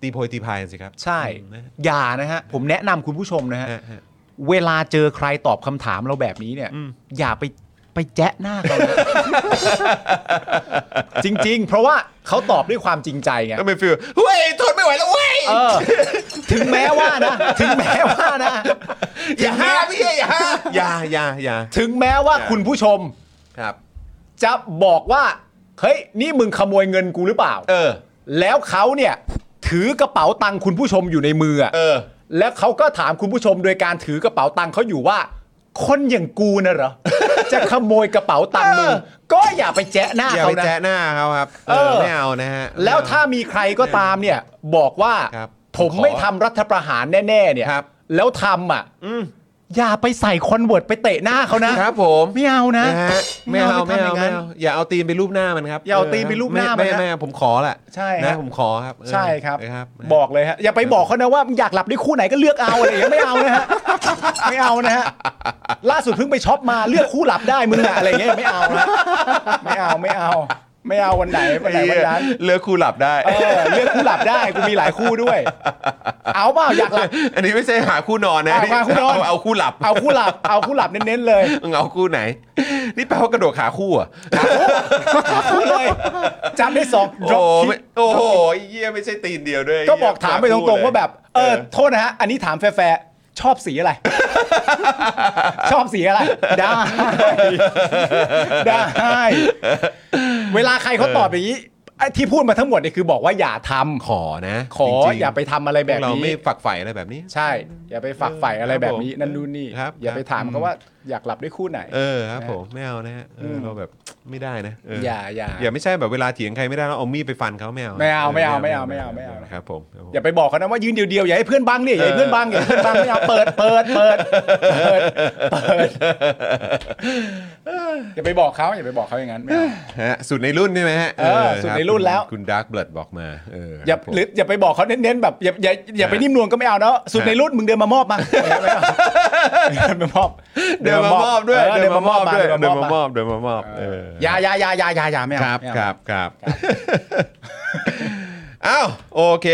S2: ตีโพยตีพายกันสิครับ
S3: ใช่
S2: นะฮะ
S3: อย่านะฮะ ผมแนะนำคุณผู้ชมนะฮะ
S2: ฮะฮะ
S3: เวลาเจอใครตอบคำถามเราแบบนี้เนี่ย
S2: อืม
S3: อย่าไป ไปแจ๊ะหน้าเขา
S2: (laughs)
S3: นะ จริง ๆ เพราะว่าเขาตอบด้วยความจริงใจไง
S2: ก็เป็นฟิลเฮ้ยทนไม่ไหวแล้วเว้ย
S3: เออ ถึงแม้ว่านะ ถึงแม้ว่านะ
S2: อย่าห้ามพี่อย่าห้ามอย่าอย่าอย่า
S3: ถึงแม้ว่าคุณผู้ชม
S2: ครับ
S3: จะบอกว่า เฮ้ย นี่มึงขโมยเงินกูหรือเปล่า
S2: เออ
S3: แล้วเขาเนี่ย ถือกระเป๋าตังค์คุณผู้ชมอยู่ในมืออะ
S2: เออ
S3: แล้วเขาก็ถามคุณผู้ชมโดยการถือกระเป๋าตังค์เขาอยู่ว่า คนอย่างกูนะเหรอ จะขโมยกระเป๋าตังค์มึง
S2: เออ
S3: ก็อย่าไปแจ๊ะหน้า
S2: อย่า
S3: เขา
S2: ไป
S3: นะ
S2: แจ๊ะหน้าเขาครับ
S3: เออ
S2: ไม่เอานะฮะ
S3: แล้วถ้ามีใครก็ตามเนี่ยบอกว่า
S2: ครับ
S3: ผม
S2: ขอ
S3: ไม่ทำรัฐประหารแน่ๆเนี่ย
S2: ครับ
S3: แล้วทำอ่ะอย่าไปใส่คอนเวิร์ตไปเตะหน้าเขานะครับ
S2: ผม
S3: ไม่เอานะ
S2: ฮไม่เอาไม่
S3: ปทำ
S2: เอา
S3: ย่ง
S2: ไม่
S3: นั้น
S2: เอาอย่าเอาตีนไปรูปหน้ามันครับ
S3: อย่าเอาตีนไปรูปหน้ามันนะ
S2: ไไไม่ผมขอแหละ
S3: ใช่ฮะ
S2: นะผมขอครับเออ
S3: ใช่ครับ
S2: นะครับ
S3: บอกเลยฮะอย่าไปบอกเขานะว่าอยากหลับด้วยคู่ไหนก็เลือกเอาอะไรอย่างเงี้ยไม่เอา
S2: (laughs)
S3: นะฮะไม่เอานะฮะล่าสุดเพิ่งไปช็อปมาเลือกคู่หลับได้มึงอะอะไรอย่างเงี้ยไม่เอานะไม่เอาไม่เอา ไม่เอาวันไหนวันไหนวันนั้น
S2: เลือกคู่หลับได้
S3: เออเลือกคู่หลับได้กูมีหลายคู่ด้วย เอาเปล่าอยากหลับ
S2: (laughs) อันนี้ไม่ใช่หาคู่นอนนะ
S3: อ่ะหาคู่นอน
S2: เเอาคู่หลับ
S3: เอาคู่หลับเอาคู่หลับเน้นๆเลย
S2: มึงเอาคู่ไหน นี่แปลว่ากระโดดขาคู่เหรอ่ะ
S3: เอาคู่เลยจำได้สอง
S2: โอ้
S3: drop kick
S2: โหไม่โอ้โหไอ้เยี่ยไม่ใช่ตีนเดียวด้วย
S3: ก็บอก
S2: เหี้ย
S3: ถามไปตร
S2: คู่
S3: ง
S2: เลย
S3: ๆว่าแบบ เออโทษนะฮะ อันนี้ถามแฟร์ๆชอบสี
S2: (laughs)
S3: อะไร ชอบสีอะไร ได้ ได้ เวลาใครเขาตอบอย่างนี้ไอ้ที่พูดมาทั้งหมดเนี่ยคือบอกว่าอย่าทำ
S2: ขอนะ
S3: ขอ
S2: จริงๆ
S3: อย่าไปทำอะไรแบ
S2: พว
S3: บ
S2: กเราไม่
S3: นี้
S2: ฝักใฝ่อะไรแบบนี้
S3: ใช่ อย่าไปฝักใฝ่อะไรแบบนี้
S2: ครับผม
S3: นั่นนู่นนี่
S2: ครับ
S3: อย่าไป
S2: ครับ
S3: ถามเขาว่าอยากหลับด้วยคู่ไหน
S2: เออครับผมไม่เอานะฮะเออเราแบบไม่ได้นะเ
S3: อย่าอย่า
S2: อย่าไม่ใช่แบบเวลาเถียงใครไม่ได้แล้วเอามีดไปฟันเขาไม่เอา
S3: ไม่เอาไม่เอาไม่เอาไม่เอาไม่เอา
S2: ครับผมครับผม
S3: อย่าไปบอกเขานะว่ายืนเดียวๆอย่าให้เพื่อนบังเนี่ยอย่าให้เพื่อนบังอย่าให้เพื่อนบังไม่เอาเปิดเปิดเปิดเปิดเปิดอย่าไปบอกเขาอย่าไปบอกเขาอย่างนั้นไม่เอา
S2: ฮะสุดในรุ่นใช่ไหมฮะ
S3: เออสุดในรุ่นแล้ว
S2: คุณดาร์กเบลดบอกมาเออ
S3: อย่า
S2: ครับผม
S3: หรืออย่าไปบอกเขาเน้นๆแบบอย่าอย่าอย่าไป
S2: ฮะ
S3: นิ่มนวลก็ไม่เอาเนาะสุด
S2: ฮะ
S3: ในรุ่นมึงเดินมามอบมาไม่เอาเดินมามอบ
S2: เดินมามอบด้วย
S3: เออเดินมามอบมา
S2: เดิน
S3: เดิ
S2: มาม
S3: นาม มอบ
S2: อบเดินมามอบเออ
S3: อยาอยาอยาอยาอยาอยาไม่เอา
S2: ครับ
S3: ไม่เอา
S2: ครับครับอ้าวโอเค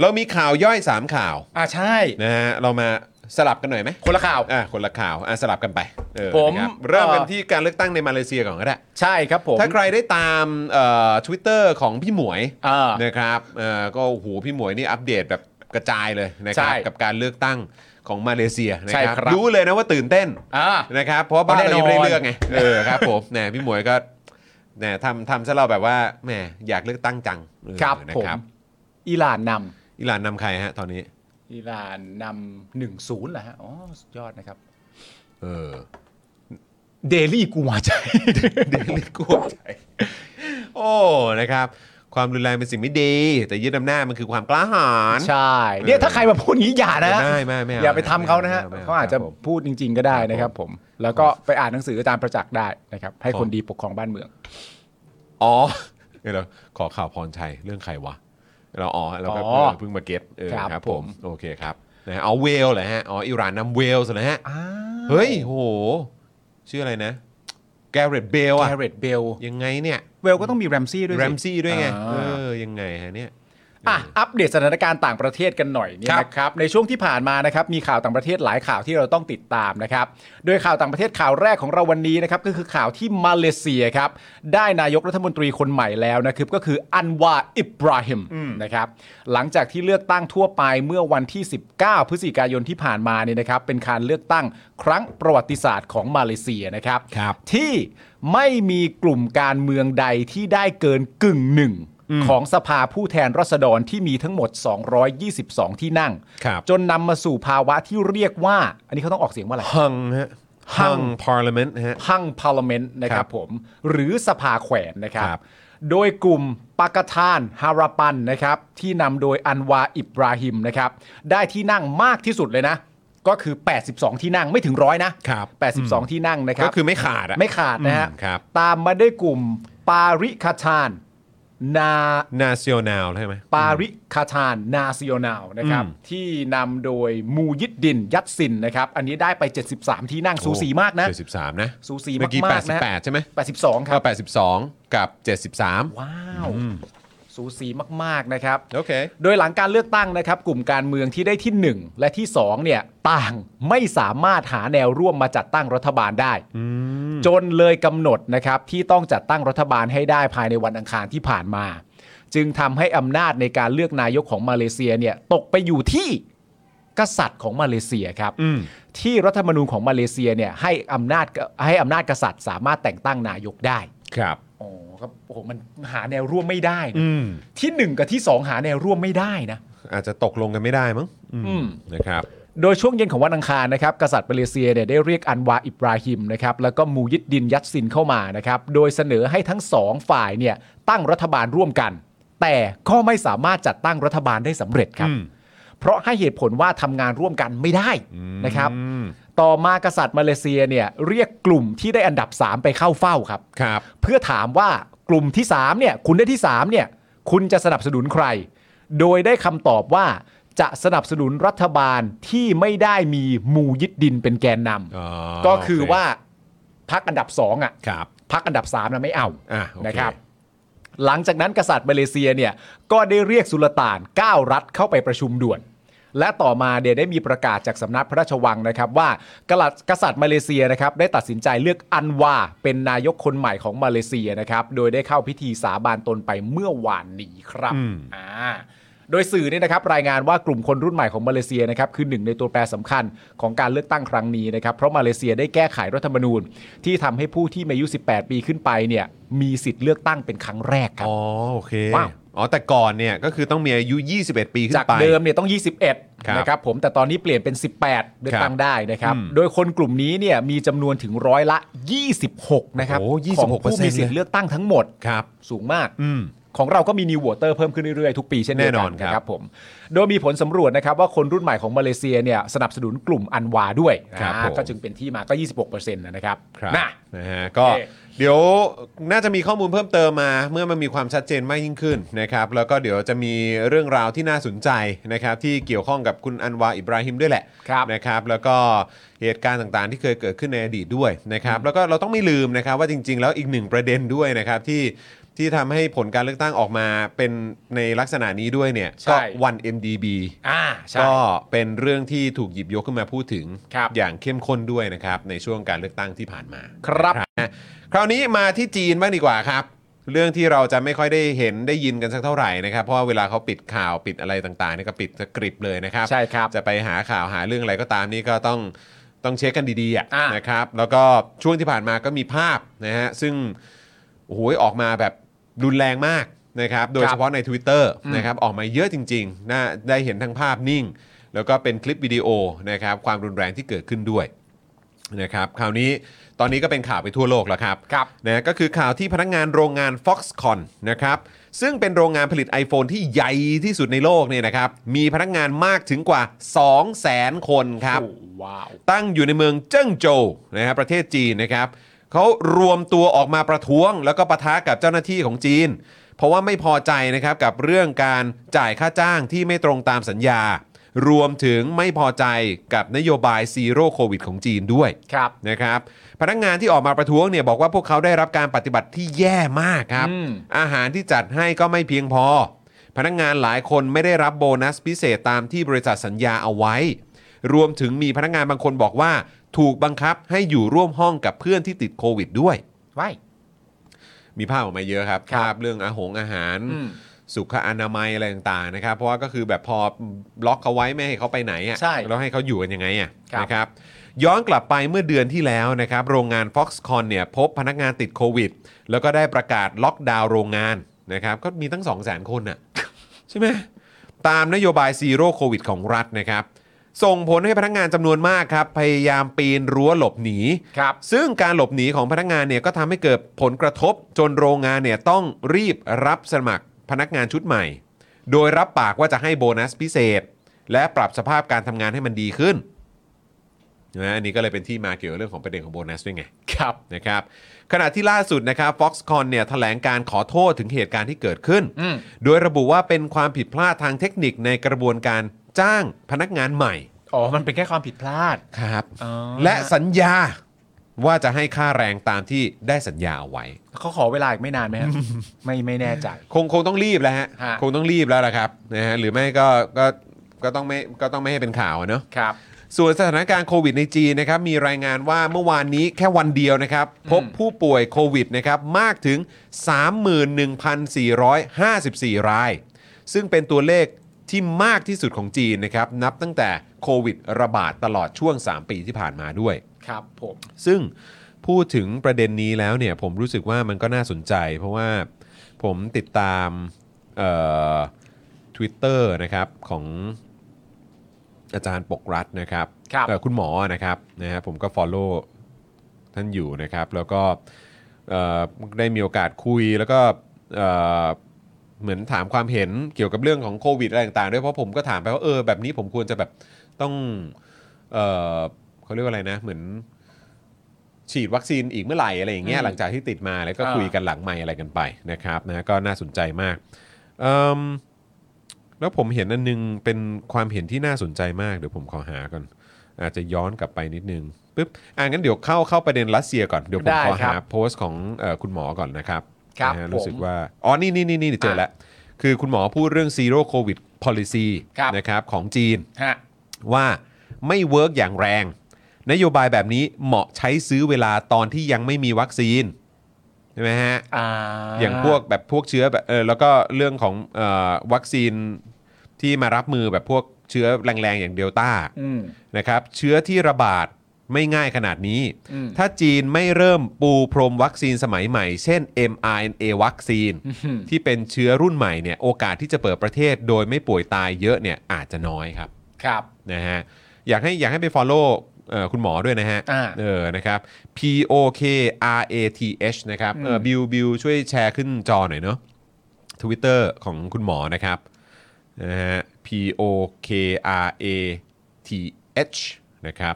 S2: เรามีข่าวย่อย 3 ข่าว
S3: อ่าใช่
S2: นะฮะเรามาสลับกันหน่อยไหม
S3: คนละข่าว
S2: อ่ะคนละข่าวอ่ะสลับกันไปเออ
S3: ผม
S2: นะครับเริ่มกัน
S3: เอ่อ
S2: ที่การเลือกตั้งในมาเลเซียก่อนก็ได้
S3: ใช่ครับผม
S2: ถ้าใครได้ตามเอ่อทวิตเตอร์ของพี่หมวย
S3: อ่า
S2: นะครับเอ่อก็โอ้โหพี่หมวยนี่อัปเดตแบบกระจายเลยนะครับ
S3: ใช่
S2: กับการเลือกตั้งของมาเลเซียนะ
S3: ใช่
S2: ครับ
S3: ครับ
S2: รู้เลยนะว่าตื่นเต้น
S3: อ่า
S2: นะครับเพราะว่าบ้าน
S3: แน่น
S2: เรา
S3: อน
S2: ยังไม่ได้เลือกไงเออครับ (laughs) ผมแหมพี่หมวยก็แหมทำทำซะเราแบบว่าแหมอยากเลือกตั้งจังเออ
S3: ครับ
S2: นะ
S3: ผม อิหร่านนำ
S2: อิหร่านนำใครฮะตอนนี้
S3: อิหร่านนำหนึ่งศูนย์เหรอฮะ อ๋อ สุดยอดนะครับ
S2: เออ (laughs)
S3: เดลี่กูมาใจ
S2: เดลิกวใจโอ้นะครับ ความรุนแรงเป็นสิ่งไม่ดี แต่ยึดอำนาจมันคือความกล้าหาญ
S3: ใช่ เนี่ยถ้าใครมาพูดอย่างนี้อย่านะฮะ
S2: ไม่ไม่ไม่เ
S3: อย่าไปทำเขานะฮะ
S2: ไม่ไม่
S3: เขาอาจจะ
S2: ครับผม
S3: พูดจริง ๆ ก็ได้นะค
S2: ครั
S3: รับบ ผ
S2: ผม ม
S3: แล้วก็ไปอ่านหนังสืออาจารย์ประจักษ์ได้นะครับ ให้คนดีปกครองบ้านเมือง
S2: อ๋อ (laughs) เดี๋ยวเราขอข่าวพรชัยเรื่องใครวะ เราอ๋อเราก็
S3: อ๋อ
S2: เพิ่งมาเก็ตเออ
S3: ครับ
S2: ครับ
S3: ผ
S2: ผม มโอเคครับนะเอาเวลเหรอฮะอ๋ออิหร่านนำเวลส์เหรอฮะเฮ้ยโห ชื่ออะไรนะแกเรตเบลอะ
S3: แกเรตเบล
S2: ยังไงเนี่ย
S3: เวลก็ต้องมีแรมซี่ด้วยสิ
S2: แรมซี่ด้วยไง
S3: อ่า
S2: เออยังไงฮะเนี่ย
S3: อ่ะอัปเดตสถานการณ์ต่างประเทศกันหน่อยเนี่ย
S2: ครับ
S3: นะครับในช่วงที่ผ่านมานะครับมีข่าวต่างประเทศหลายข่าวที่เราต้องติดตามนะครับโดยข่าวต่างประเทศข่าวแรกของเราวันนี้นะครับก็คือข่าวที่มาเลเซียครับได้นายกรัฐมนตรีคนใหม่แล้วนะครับก็คืออันวาอิบราฮิมนะครับหลังจากที่เลือกตั้งทั่วไปเมื่อวันที่ 19 พฤศจิกายนที่ผ่านมาเนี่ยนะครับเป็นการเลือกตั้งครั้งประวัติศาสตร์ของมาเลเซียนะครับ
S2: ครับ
S3: ที่ไม่มีกลุ่มการเมืองใดที่ได้เกินกึ่งหนึ่ง ของสภาผู้แทนราษฎรที่มีทั้งหมด 222 ที่นั่ง
S2: ครับ
S3: จนนำมาสู่ภาวะที่เรียกว่า อันนี้เขาต้องออกเสียงว่าอะไร
S2: ฮังฮะ
S3: ฮั
S2: ฮั
S3: ง
S2: งพาร์ลเมนต์ฮะ
S3: พังพาร์ลเมนต์นะค
S2: ค
S3: รั
S2: รั
S3: บบ ผม หรือสภาแขวนนะครับ
S2: ครับ
S3: โดยกลุ่มปากทานฮาราปันนะครับ ที่นำโดยอันวาอิบราฮิมนะครับ ได้ที่นั่งมากที่สุดเลยนะ ก็คือ 82 ที่นั่งไม่ถึงร้อยนะครับ 82 ที่นั่งนะครั
S2: ก็
S3: บ
S2: คือไม่ขาดอะ
S3: ไม่ขาดนะฮะ
S2: อืมครับ
S3: ตามมาด้วยกลุ่มปาริคาชานนา
S2: นาซิโอแนลใช่ไหม
S3: ปาริคาทานนาซิโอนาลนะครับ
S2: อืม
S3: ที่นำโดยมูยิดดิน ยัตซินนะครับ อันนี้ได้ไป 73 ที่นั่งสูสีมากนะ
S2: เจ็ดสิบสามนะ
S3: สูสี
S2: เมื่อกี้
S3: มา
S2: แป
S3: ก
S2: ด
S3: ๆ
S2: สิบ
S3: นะ
S2: แปดใช่ไหม
S3: 82 ค
S2: ก็
S3: รับ
S2: แปดสิบสองกับเจ็ดสิบสาม
S3: ว้าว สูสีมาก ๆ นะครับ
S2: โอเค
S3: โดยหลังการเลือกตั้งนะครับ กลุ่มการเมืองที่ได้ที่ 1 และที่ 2 เนี่ย ต่างไม่สามารถหาแนวร่วมมาจัดตั้งรัฐบาลได้ จนเลยกำหนดนะครับที่ต้องจัดตั้งรัฐบาลให้ได้ภายในวันอังคารที่ผ่านมา จึงทำให้อำนาจในการเลือกนายกของมาเลเซียเนี่ยตกไปอยู่ที่กษัตริย์ของมาเลเซียครับ
S2: อืม
S3: ที่รัฐธรรมนูญของมาเลเซียเนี่ยให้อำนาจให้อำนาจกษัตริย์ สามารถแต่งตั้งนายกได้
S2: ครับ
S3: อ๋อครับโอ้โหมันหาแนวร่วมไม่ได้นะ
S2: อืม
S3: ที่หนึ่งกับที่สองหาแนวร่วมไม่ได้นะ
S2: อาจจะตกลงกันไม่ได้มั้งอืม
S3: อืม
S2: นะครับ
S3: โดยช่วงเย็นของวันอังคารนะครับกษัตริย์มาเลเซียเนี่ยได้เรียกอันวาอิบราฮิมนะครับแล้วก็มูยิดดินยัตซินเข้ามานะครับโดยเสนอให้ทั้งสองฝ่ายเนี่ยตั้งรัฐบาลร่วมกัน แต่ก็ไม่สามารถจัดตั้งรัฐบาลได้สำเร็จครับ
S2: อืม
S3: เพราะให้เหตุผลว่าทำงานร่วมกันไม่ได้นะครับ
S2: อืม
S3: ต่อมากษัตริย์มาเลเซียเนี่ยเรียกกลุ่มที่ได้อันดับ 3 ไปเข้าเฝ้าครับ
S2: ครับ
S3: เพื่อถามว่ากลุ่มที่3เนี่ยคุณได้ที่3เนี่ยคุณจะสนับสนุนใคร โดยได้คำตอบว่าจะสนับสนุนรัฐบาลที่ไม่ได้มีมูยิดดินเป็นแกนน
S2: อ๋อ
S3: ำก็คือ
S2: โเ
S3: ว่าพักอันดับ 2อ่ะ
S2: ครับ
S3: พักอันดับ3นะไม่เอา
S2: อ่ะโอเค
S3: นะครับ หลังจากนั้นกษัตริย์มาเลเซียเนี่ยก็ได้เรียกสุลต่าน 9 รัฐเข้าไปประชุมด่วน และต่อมาเดียได้มีประกาศจากสำนักพระราชวังนะครับ ว่ากษัตริย์กษัตริย์มาเลเซียนะครับได้ตัดสินใจเลือกอันวาเป็นนายกคนใหม่ของมาเลเซียนะครับ โดยได้เข้าพิธีสาบานตนไปเมื่อวานนี้ครับอ่าโดยสื่อเนี่ยนะครับรายงานว่ากลุ่มคนรุ่นใหม่ของมาเลเซียนะครับคือหนึ่งในตัวแปรสำคัญของการเลือกตั้งครั้งนี้นะครับเพราะมาเลเซียได้แก้ไขรัฐธรรมนูญ ที่ทำให้ผู้ที่มีอายุ 18 ปีขึ้นไปเนี่ยมีสิทธิ์เลือกตั้งเป็นครั้งแรกครับ
S2: อ๋อโอเค
S3: ว้าว
S2: อ๋อแต่ก่อนเนี่ยก็คือต้องมีอายุ 21 ปีขึ้
S3: จาน ก
S2: ไป
S3: เดิมเนี่ยต้อง
S2: ครับ
S3: 21 นะครับผมแต่ตอนนี้เปลี่ยนเป็น 18เลือกตั้งได้นะครับ
S2: อืม
S3: โดยคนกลุ่มนี้เนี่ยมีจำนวนถึงร้อยละ 26 นะครับ
S2: โอ้โห26%
S3: ของผู้มีสิทธิ์
S2: เลย
S3: เลือกตั้งทั้งหมด
S2: ครับ
S3: สูงมาก
S2: อืม
S3: ของเราก็มีนิววอเตอร์เพิ่มขึ้นเรื่อยๆ ทุกปีเช่นเดียว
S2: แน่น
S3: กั
S2: อน
S3: น
S2: ครับ
S3: นะครับผม โดยมีผลสำรวจนะครับว่าคนรุ่นใหม่ของมาเลเซียเนี่ยสนับสนุนกลุ่มอันวาด้วย
S2: ครับ
S3: อ่า
S2: ผม
S3: ก็จึงเป็นที่มาก็ 26%นะครับ
S2: ครับ
S3: นะ
S2: นะฮะก็
S3: โอเค
S2: เดี๋ยวน่าจะมีข้อมูลเพิ่มเติมมา เมื่อมันมีความชัดเจนมากยิ่งขึ้นนะครับแล้วก็เดี๋ยวจะมีเรื่องราวที่น่าสนใจนะครับที่เกี่ยวข้องกับคุณอันวาอิบราฮิมด้วยแหละ
S3: ครับ
S2: นะครับแล้วก็เหตุการณ์ต่างๆ ที่เคยเกิดขึ้นในอดีตด้วยนะครับแล้วก็เราต้องไม่ลืมนะครับว่าจริง ๆ แล้วอีกหนึ่งประเด็นด้วยนะครับที่ที่ทำให้ผลการเลือกตั้งออกมาเป็นในลักษณะนี้ด้วยเนี่ย
S3: ใช่
S2: ก็วัน MDB
S3: อ่าใช่
S2: ก็เป็นเรื่องที่ถูกหยิบยกขึ้นมาพูดถึง
S3: ครับ
S2: อย่างเข้มข้นด้วยนะครับ ในช่วงการเลือกตั้งที่ผ่านมา
S3: ครับ
S2: นะคราวนี้มาที่จีนบ้างดีกว่าครับ เรื่องที่เราจะไม่ค่อยได้เห็นได้ยินกันสักเท่าไหร่นะครับ เพราะว่าเวลาเขาปิดข่าวปิดอะไรต่างๆเนี่ยก็ปิดสกริปต์เลยนะครับ
S3: ใช่ครับ
S2: จะไปหาข่าวหาเรื่องอะไรก็ตามนี่ก็ต้องต้องเช็คกันดีๆอ่ะ
S3: อ่าน
S2: นะครับ แล้วก็ช่วงที่ผ่านมาก็มีภาพนะฮะซึ่งโอ้โหออกมาแบบรุนแรงมากนะครับ โดยเฉพาะใน Twitter นะครับออกมาเยอะจริงๆน่าได้เห็นทั้งภาพนิ่ง แล้วก็เป็นคลิปวิดีโอนะครับความรุนแรงที่เกิดขึ้นด้วย นะครับคราวนี้ตอนนี้ก็เป็นข่าวไปทั่วโลกแล้วครับ
S3: ครับ
S2: นะก็คือข่าวที่พนักงานโรงงาน Foxconn นะครับซึ่งเป็นโรงงานผลิต iPhone ที่ใหญ่ที่สุดในโลกเนี่ยนะครับมีพนักงานมากถึงกว่า 200,000 คนครับ
S3: โอ้ว้าว
S2: ตั้งอยู่ในเมืองเจิ้งโจวนะฮะประเทศจีนนะครับเขารวมตัวออกมาประท้วง แล้วก็ปะทะกับเจ้าหน้าที่ของจีน เพราะว่าไม่พอใจนะครับกับเรื่องการจ่ายค่าจ้างที่ไม่ตรงตามสัญญา รวมถึงไม่พอใจกับนโยบายซีโร่โควิดของจีนด้วย
S3: ครับ
S2: นะครับพนักงานที่ออกมาประท้วงเนี่ยบอกว่าพวกเขาได้รับการปฏิบัติที่แย่มากครับ
S3: อืม
S2: อาหารที่จัดให้ก็ไม่เพียงพอ พนักงานหลายคนไม่ได้รับโบนัสพิเศษตามที่บริษัทสัญญาเอาไว้ รวมถึงมีพนักงานบางคนบอกว่า ถูกบังคับให้อยู่ร่วมห้องกับเพื่อนที่ติดโควิดด้วย
S3: ไว้
S2: มีภาพออกมาเยอะครับ
S3: ครับ
S2: ภาพเรื่องอาหงอาหาร
S3: อืม
S2: สุขอนามัยอะไรต่างๆนะครับ เพราะว่าก็คือแบบพอล็อกเขาไว้ไม่ให้เขาไปไหนอ่ะ
S3: ใช่
S2: แล้วให้เขาอยู่กันยังไงอ่ะ
S3: ครับ
S2: นะครับย้อนกลับไปเมื่อเดือนที่แล้วนะครับ โรงงาน Foxconn เนี่ยพบพนักงานติดโควิด แล้วก็ได้ประกาศล็อกดาวน์โรงงานนะครับ ก็มีตั้ง 2 0 0 0 0 0 คนน่ะ (laughs) ใช่ไหมตามนโยบายซีโร่โควิดของรัฐนะครับ ส่งผลให้พนักงานจำนวนมากครับ พยายามปีนรั้วหลบหนี
S3: ครับ
S2: ซึ่งการหลบหนีของพนักงานเนี่ยก็ทำให้เกิดผลกระทบจนโรงงานเนี่ยต้องรีบรับสมัครพนักงานชุดใหม่ โดยรับปากว่าจะให้โบนัสพิเศษ และปรับสภาพการทำงานให้มันดีขึ้นนะอันนี้ก็เลยเป็นที่มาเกี่ยวกับเรื่องของประเด็นของโบนัสด้วยไง
S3: ครับ
S2: นะครับขณะที่ล่าสุดนะครับ Foxconn เนี่ยแถลงการขอโทษถึงเหตุการณ์ที่เกิดขึ้น
S3: อืม
S2: โดยระบุว่าเป็นความผิดพลาดทางเทคนิคในกระบวนการจ้างพนักงานใหม่
S3: อ๋อมันเป็นแค่ความผิดพลาด
S2: ครับ
S3: อ๋อ
S2: และสัญญาว่าจะให้ค่าแรงตามที่ได้สัญญาเอาไว้
S3: เขาขอเวลาอีกไม่นานไหมครับ ไม่ไม่แน่ใจ
S2: คงคงต้องรีบแล้วฮะ
S3: ฮะ
S2: คงต้องรีบแล้วล่ะครับนะฮะหรือไม่ก็ก็ก็ต้องไม่ก็ต้องไม่ให้เป็นข่าวอะเนาะ
S3: ครับ
S2: ส่วนสถานการณ์โควิดในจีนนะครับมีรายงานว่าเมื่อวานนี้แค่วันเดียวนะครับ พบผู้ป่วยโควิดนะครับมากถึง 31,454 ราย ซึ่งเป็นตัวเลขที่มากที่สุดของจีนนะครับนับตั้งแต่โควิดระบาดตลอดช่วง 3 ปีที่ผ่านมาด้วย
S3: ครับผม
S2: ซึ่งพูดถึงประเด็นนี้แล้วเนี่ยผมรู้สึกว่ามันก็น่าสนใจ เพราะว่าผมติดตามทวิตเตอร์นะครับของอาจารย์ปกรัฐนะครับ
S3: ครับ
S2: เอ่อคุณหมอนะครับนะฮะผมก็ Follow ท่านอยู่นะครับ แล้วก็เอ่อได้มีโอกาสคุยแล้วก็เอ่อเหมือนถามความเห็นเกี่ยวกับเรื่องของโควิดอะไรต่างๆด้วยเพราะผมก็ถามไปว่าเออแบบนี้ผมควรจะแบบต้องเอ่อเขาเรียกว่าอะไรนะเหมือน ฉีดวัคซีนอีกเมื่อไหร่อะไรอย่างเงี้ย
S3: อืม
S2: หลังจากที่ติดมาแล้วก็
S3: อ่า
S2: คุยกันหลังไม่อะไรกันไปนะครับนะก็น่าสนใจมากเอิ่มแล้วผมเห็นอันนึงเป็นความเห็นที่น่าสนใจมากเดี๋ยวผมขอหาก่อน อาจจะย้อนกลับไปนิดนึงปึ๊บอ่างั้นเดี๋ยวเข้าเข้าประเด็นรัสเซียก่อนเดี๋ยวผม
S3: ได้
S2: ขอ
S3: ครั
S2: หา
S3: บ
S2: โพสต์ของเอ่อคุณหมอก่อนนะครับ
S3: ครับ
S2: นะฮะ
S3: ผม
S2: รู้สึกว่าอ๋อนี่นี่นี่นี่เจอแล้วคือคุณหมอพูดเรื่องซีโร่โควิด policy
S3: ครับ
S2: นะครับของจีน
S3: ฮะ
S2: ว่าไม่เวิร์กอย่างแรง นโยบายแบบนี้เหมาะใช้ซื้อเวลาตอนที่ยังไม่มีวัคซีนใช่ไหมฮะ
S3: อ่า
S2: อย่างพวกแบบพวกเชื้อแบบเออแล้วก็เรื่องของเออวัคซีนที่มารับมือแบบพวกเชื้อแรงๆอย่างเดลต้า
S3: อืม
S2: นะครับเชื้อที่ระบาดไม่ง่ายขนาดนี้
S3: อืม
S2: ถ้าจีนไม่เริ่มปูพรมวัคซีนสมัยใหม่ เช่น mRNA วัคซีน ที่เป็นเชื้อรุ่นใหม่เนี่ยโอกาสที่จะเปิดประเทศโดยไม่ป่วยตายเยอะเนี่ยอาจจะน้อยครับ
S3: ครับ
S2: นะฮะอยากให้อยากให้ไป Follow เอ่อคุณหมอด้วยนะฮะ
S3: อ่า
S2: เออนะครับ P O K R A T H นะครับเออ
S3: ม
S2: บิวบิวช่วยแชร์ขึ้นจอหน่อยเนาะ Twitter ของคุณหมอนะครับนะฮะ P O K R A T H นะครับ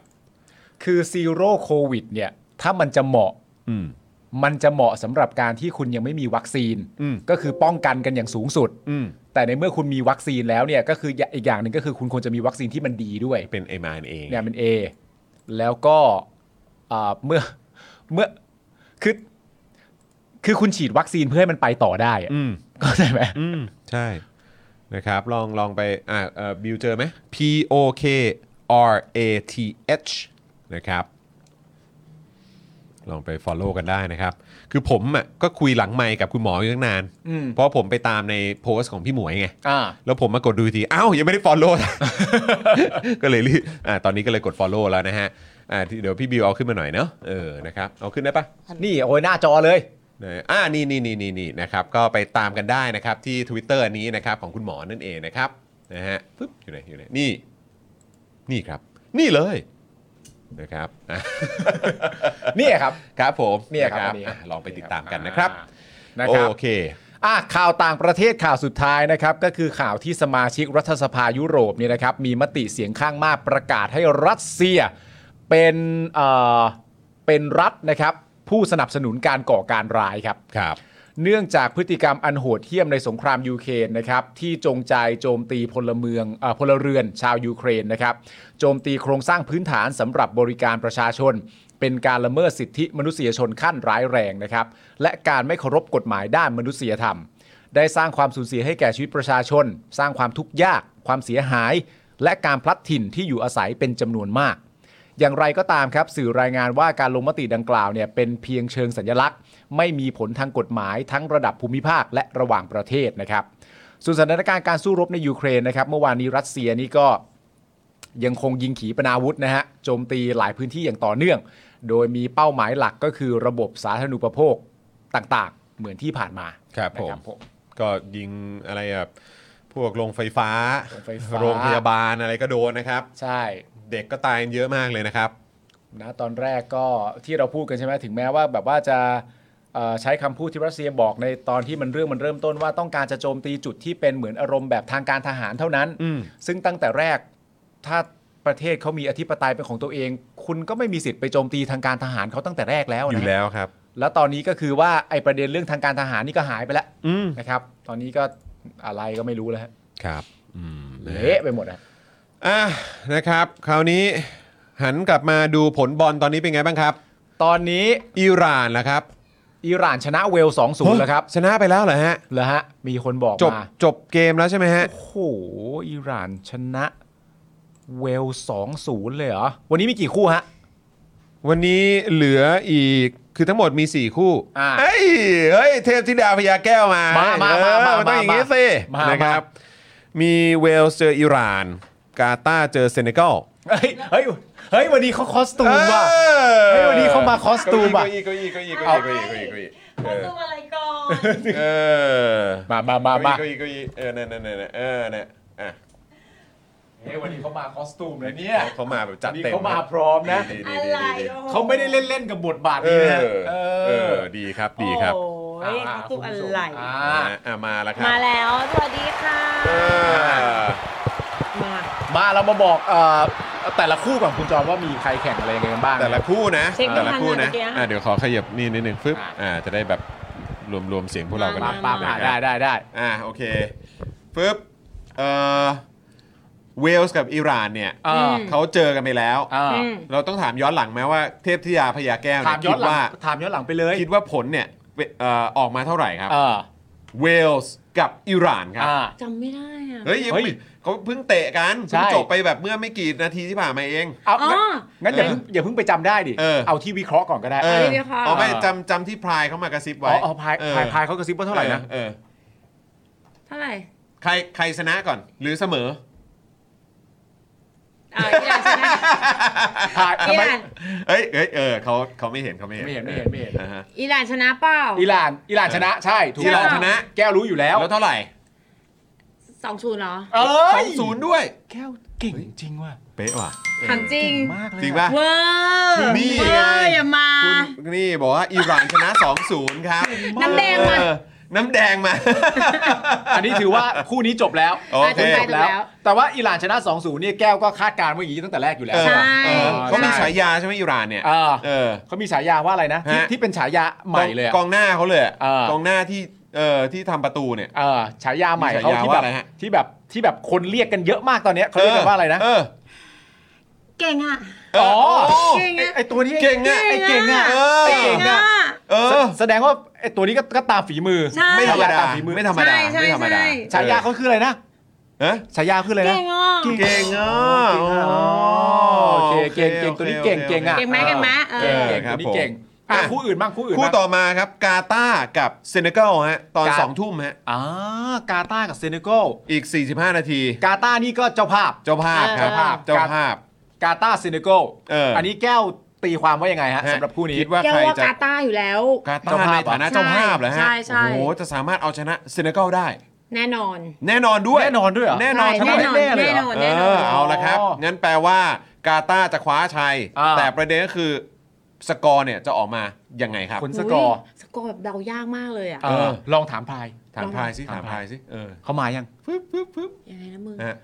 S3: คือซีโร่โควิดเนี่ย ถ้ามันจะเหมาะ
S2: อืม
S3: มันจะเหมาะสำหรับการที่คุณยังไม่มีวัคซีน
S2: อืม
S3: ก็คือป้องกันกันอย่างสูงสุด
S2: อืม
S3: แต่ในเมื่อคุณมีวัคซีนแล้วเนี่ยก็คืออย่าอีกอย่างหนึ่งก็คือคุณควรจะมีวัคซีนที่มันดีด้วย
S2: เป็น mRNA
S3: เนี่ยเป็น A แล้วก็อ่าเมื่อเมื่อคือคือคุณฉีดวัคซีนเพื่อให้มันไปต่อได้อะ
S2: อืม
S3: เข้าใจไหม
S2: อืม ใช่นะครับลองลองไปอ่าเอ่อบิวเจอไหม P O K R A T H นะครับ ลองไป Follow กันได้นะครับ คือผมอ่ะก็คุยหลังไมค์กับคุณหมออยู่ตั้งนาน
S3: อืม
S2: เพราะผมไปตามในโพสต์ของพี่หมวยไง
S3: อ่า
S2: แล้วผมมากดดูอีกที อ้าว ยังไม่ได้ follow (laughs) ก็เลยรีบอ่าตอนนี้ก็เลยกด follow แล้วนะฮะอ่าที่เดี๋ยวพี่บิวเอาขึ้นมาหน่อยเนาะเออนะครับ เอาขึ้นได้ปะ
S3: นี่โอ้ยหน้าจอเลย
S2: นะอ่านี่นี่นี่นี่นี่นะครับก็ไปตามกันได้นะครับที่ Twitter อันนี้นะครับของคุณหมอนั่นเองนะครับนะฮะปึ๊บอยู่ไหนอยู่ไหนนี่ นี่ครับ นี่เลยนะครับอ่ะ
S3: เนี่ยครับ
S2: ครับผม
S3: เนี่ยครับ
S2: ะ
S3: นนี้
S2: อ่ะลองไปติดตามกันนะครับ
S3: อ่านะครับ
S2: โอเค
S3: อ่ะข่าวต่างประเทศข่าวสุดท้ายนะครับก็คือข่าวที่สมาชิกรัฐสภายุโรปเนี่ยนะครับมีมติเสียงข้างมากประกาศให้รัสเซียเป็นเอ่อเป็นรัฐนะครับผู้สนับสนุนการก่อการร้ายครับ
S2: ครับ
S3: เนื่องจากพฤติกรรมอันโหดเหี้ยมในสงครามยูเครนนะครับที่จงใจโจมตีพลเมืองเออพลเรือนชาวยูเครนนะครับโจมตีโครงสร้างพื้นฐานสำหรับบริการประชาชน เป็นการละเมิดสิทธิมนุษยชนขั้นร้ายแรงนะครับและการไม่เคารพกฎหมายด้านมนุษยธรรม ได้สร้างความสูญเสียให้แก่ชีวิตประชาชน สร้างความทุกข์ยาก ความเสียหาย และการพลัดถิ่นที่อยู่อาศัยเป็นจำนวนมาก อย่างไรก็ตามครับ สื่อรายงานว่าการลงมติดังกล่าวเนี่ยเป็นเพียงเชิงสัญลักษณ์ ไม่มีผลทางกฎหมายทั้งระดับภูมิภาคและระหว่างประเทศนะครับส่วนสถานการณ์การสู้รบในยูเครนนะครับเมื่อวานนี้รัสเซียนี่ก็ ยังคงยิงขีปนาวุธนะฮะโจมตีหลายพื้นที่อย่างต่อเนื่อง โดยมีเป้าหมายหลักก็คือระบบสาธารณูปโภคต่างๆ เหมือนที่ผ่านมา
S2: ครับผม
S3: นะ
S2: ก็ยิงอะไรอะพวกโรงไฟฟ้า
S3: โรงไฟฟ้า
S2: โรงพยาบาลอะไรก็โดนนะครับ
S3: ใช่
S2: เด็กก็ตายเยอะมากเลยนะครับ
S3: นะตอนแรกก็ที่เราพูดกันใช่ไหมถึงแม้ว่าแบบว่าจะเอ่อใช้คำพูดที่รัสเซียบอกในตอนที่มันเรื่องมันเริ่มต้นว่าต้องการจะโจมตีจุดที่เป็นเหมือนอารมณ์แบบทางการทหารเท่านั้น
S2: อืม
S3: ซึ่งตั้งแต่แรกถ้าประเทศเขามีอธิปไตยเป็นของตัวเอง คุณก็ไม่มีสิทธิ์ไปโจมตีทางการทหารเขาตั้งแต่แรกแล้วนะ
S2: อ
S3: ฮะ
S2: ยู่แล้วครับ
S3: แล้วตอนนี้ก็คือว่าไอประเด็นเรื่องทางการทหารนี่ก็หายไปแล้ว
S2: อืม
S3: นะครับ ตอนนี้ก็อะไรก็ไม่รู้แล้วฮะ
S2: ครับอืม
S3: เละไปหมดอะ
S2: อ่ะนะครับ คราวนี้หันกลับมาดูผลบอลตอนนี้เป็นไงบ้างครับ
S3: ตอนนี้
S2: อิหร่านนะครับ
S3: อิหร่านชนะเวล 2-0 แล้วครับ
S2: ชนะไปแล้วเหรอฮะ
S3: เหรอฮะ มีคนบอก
S2: จบ
S3: มา
S2: จบเกมแล้วใช่ไหมฮะ
S3: โอ้โหอิหร่านชนะ เ เวล20 เลยเหรอ วันนี้มีกี่คู่ฮะ
S2: วันนี้เหลืออีกคือทั้งหมดมี 4 คู่
S3: อ่า
S2: เฮ้ยเฮ้ย เทพธิดาพญาแก้วมา
S3: มามามา
S2: เออ
S3: มา
S2: ต้องอย่างงี้
S3: มา
S2: สิ
S3: มา
S2: นะครับ มีเวลส์เจออิหร่าน กาตาร์เจอเซเนกัล
S3: เฮ้ยเฮ้ยเฮ้ยวันนี้เขาคอสตูมว่ะ
S2: เอ
S3: เฮ้ย
S2: อ
S3: วันนี้เข้ามาคอสตูมอะ
S2: เก้าอี้เก้าอี้เก้าอี้เก้าอี้เก้าอี้เก้าอี้
S6: ค
S2: เก้า
S6: อน
S2: อี้
S6: ซูมอะไรก่อน
S2: เออเออ
S3: มามามามา
S2: เก้าอี้เก้าอี้เก้าอี้เออนั่นนั่นนั่นนั่นเออเนี่ยอ่ะ
S3: เฮ้ยวันนี้เขามาคอสตูมเลยเนี่ย
S2: เขามาแบบจัด
S3: วันนี้
S2: เต็ม
S3: เขามาพร้อมนะ
S2: ดี
S6: อะ
S2: ดีดี
S6: ไร
S2: ดีดี
S6: โอ้โห
S3: เขาไม่ได้เล่น ๆ กับบทบาท
S2: เอ
S3: นี้
S2: อ
S3: นะ
S2: เอ
S3: เออ
S2: อดีครับดีครับ
S6: โอ้ยคอสตูมอะไร
S3: อ่า
S2: อ่ะอ่ะมาแล้วครับ
S6: มาแล้ว สวัสดีค่ะ มา
S3: มาเรามาบอกเอ่อแต่ละคู่ก่อนคุณจอมว่ามีใครแข่งอะไรยังไงกันบ้าง
S2: แต่ละคู่นะ
S6: เช็คไม่
S2: แต่
S6: ทั
S2: ละ
S6: น
S2: คู่นะ
S6: เมื่อกี้อะ
S2: อ่ะเดี๋ยวขอขยับนี่นิดนึงฟึบ
S3: อ่ะ
S2: อ่าจะได้แบบรวมรวมเสียงพวกเรากันหน่อย
S3: ป้า
S6: มา
S3: มา
S2: นะครับ
S3: ได้ได้ได้
S2: อ่าโอเคฟึบเอ่อเวลส์กับอิหร่านเนี่ย
S3: อ่า
S2: เขาเจอกันไปแล้ว
S3: อ่า
S6: อืม
S2: เราต้องถามย้อนหลังไหมว่าเทพธิยาพญาแก้ว
S3: ถา
S2: เนี่
S3: ม
S2: ย
S3: ย้อ
S2: คิ
S3: น
S2: ด
S3: หลัง
S2: ว่า
S3: ถามย้อนหลังไปเลย
S2: คิดว่าผลเนี่ยเอ่อออกมาเท่าไหร่ครับ
S3: เออ
S2: เวลส์กับอิหร่านครับ
S3: อ่า
S6: จำไม่ได้อ่ะ
S2: เฮ้ยยัง
S3: เฮ้
S2: ไม่
S3: ย
S2: เขาเพิ่งเตะกัน
S3: ใช่
S2: เพิ่งจบไปแบบเมื่อไม่กี่นาทีที่ผ่านมาเอง
S3: เอา
S6: อ๋อ
S3: งั้นอย่าเพิ่งอย่าเพิ่งไปจำได้ดิ
S2: เออ
S3: เอาที่วิเคราะห์ก่อนก็ได้
S2: เออ
S6: ไม่ได้ค่ะ
S2: อ๋อไม่จำจำที่พลายเขามากระซิบ
S3: อ๋
S2: ไว้
S3: ออ๋อพาย
S2: เออ
S3: พายพายเขากระซิบว่าเท่าไหร่นะ
S2: เออเออ
S6: เท่าไหร่
S2: ใครใครชนะก่อน หรือเสมอ
S6: อ่าอิหร่านชนะ
S3: พาย
S6: อิ
S3: ทำ
S6: ห
S3: ไม
S6: ร่าน
S2: เอ้ยเอ้ยเออเขาเขาไม่เห็นเขาไม่เห็น
S3: ไม่เห็นไม่เห็นไม่เห็น
S2: อ่าฮะ
S6: อิหร่านชนะเปล่า
S3: อิหร่านอิหร่านชนะใช่ถูก
S2: อิหร่านชนะ
S3: แก้วรู้อยู่แล้ว
S2: แล้วเท่าไหร่
S6: สองศูนย์เหรอ
S3: เอ
S2: ส
S3: อ
S2: องศูนย์ด้วย
S3: แก้วเก่งจริงว่ะ
S2: เป๊ะว่ะ
S6: ถามจริง
S3: เก่มากเลย
S2: จริงป่ะ
S6: เวอร์
S2: นี่ไง
S6: เวอร์อย่ามา
S2: คุณนี่บอกว่าอิหร่านชนะ 2 0 ครับ
S6: น้ำแดงมา
S2: เออน้ำแดงมา
S3: อันนี้ถือว่าคู่นี้จบแล้ว
S2: โอเค
S3: จบแล้ว
S6: จบแล้ว
S3: แต่ว่าอิหร่านชนะ 2-0เนี่ยแก้วก็คาดการณ์ไว่าอย่างนี้ตั้งแต่แรกอยู่แล้ว
S2: เออ
S6: ใช่
S2: เออเขามี
S3: ใช่
S2: ฉายาใช่ไหมอิหร่านเนี่ย
S3: เออ
S2: เออ
S3: เขามีฉายาว่าอะไรนะที่
S2: ฮะ
S3: ที่เป็นฉายาใหม่เลยอะ
S2: กองหน้าเขาเลยอะ
S3: เออ
S2: กองหน้าที่เออที่ทำประตูเนี่ย
S3: เออฉายาใหม่
S2: มีฉายา
S3: เขาที่
S2: ว่า
S3: แบบ
S2: อะไรฮะ
S3: ที่แบบที่แบบคนเรียกกันเยอะมากตอนเนี้ยเขาเรียกกันว่าอะไรนะ
S2: เออ
S6: เก่งอ่ะ
S2: เออ
S3: อ๋อ
S2: โอ้
S6: เก่ง
S3: ไอ้
S6: อะ
S3: ไอตัวนี้
S2: เก่งอะ
S3: ไอเก่งอะ
S2: เออ
S3: ไอเก่งอะ
S2: เอ
S3: แส
S2: อ
S3: แสดงว่าไอ้ตัวนี้ก็ก็ตามฝีมือ
S6: ใช่
S2: ไม่ธรรมดา
S3: ตามฝีมือ
S2: ไม่ธรรมดา
S6: ใช่
S2: ไม่ธรรมดา
S6: ใช่
S3: ฉายาเขาคืออะไรนะ
S2: เออ
S3: ฉายาคืออะไร
S6: เก่
S3: นะ
S6: งอ่ะ
S2: เก่งอ่ะ
S3: โอเคเก่งเก่งตัวนี้เก่งเก่งอ่ะ
S6: เก่งไหมเก่งไหมเออ
S3: เก่ง
S2: เก่
S3: เก่
S2: ง
S3: ง
S2: ค
S3: ตั
S2: รั
S3: วนี้เก่งอ่ะ
S2: บผมอ่ะ
S3: คู่อื่นบ้างคู่อื่น
S2: คู่
S3: บ้าง
S2: ต่อมาครับ กาตาร์กับเซเนกัลฮะ ตอน
S3: กา
S2: 2 ทุ่มฮะ
S3: อ่ากาตาร์กับเซเนกัล
S2: อีก 45 นาที
S3: กาตาร์นี่ก็เจ้าภาพ
S2: เจ้าภาพครับ
S3: เออ
S2: เจ้าภาพ
S3: กาตาร์เซเนกัล
S2: เอออั
S3: นนี้แก้วตีความว่ายังไงฮะ
S2: ฮะ
S3: สำหรับคู่นี้
S2: คิดว่า
S6: แก
S2: ใคร
S6: ว่าก
S2: จะ
S6: กาตาร์อยู่แล้ว
S2: กาตา
S3: เจ้า
S2: ร์ใน
S3: ภาพเหรอ
S2: ฐานะเจ้าภาพเหรอฮะ
S6: ใช่ใช่
S2: โอ้โหจะสามารถเอาชนะเซเนกัลได้
S6: แน่นอน
S2: แน่นอนด้วย
S3: แน่นอนด้วยเหรอ
S2: แน่นอน
S6: ใช่
S2: ทั้งหมด
S6: แน่นอน
S3: เลยเหร
S6: แน่นอ
S2: เออ
S6: น
S2: เอาละครับ
S3: อ๋อ
S2: งั้นแปลว่ากาตาร์จะคว้าชัย
S3: อ่า
S2: แต่ประเด็นก็คือสกอร์เนี่ยจะออกมายังไงครับ
S3: ผลสกอร์
S6: ยสกอร์แบบเดายากมากเลยอ่ะ
S3: เอ
S2: เอ
S3: อ
S2: อ
S3: ลองถามพลาย
S2: ถามพายสิถามพายสิเออ
S3: เขามายัง
S2: ฟึบฟึบฟึบ
S6: ยังไงนะมึง
S2: ฮะ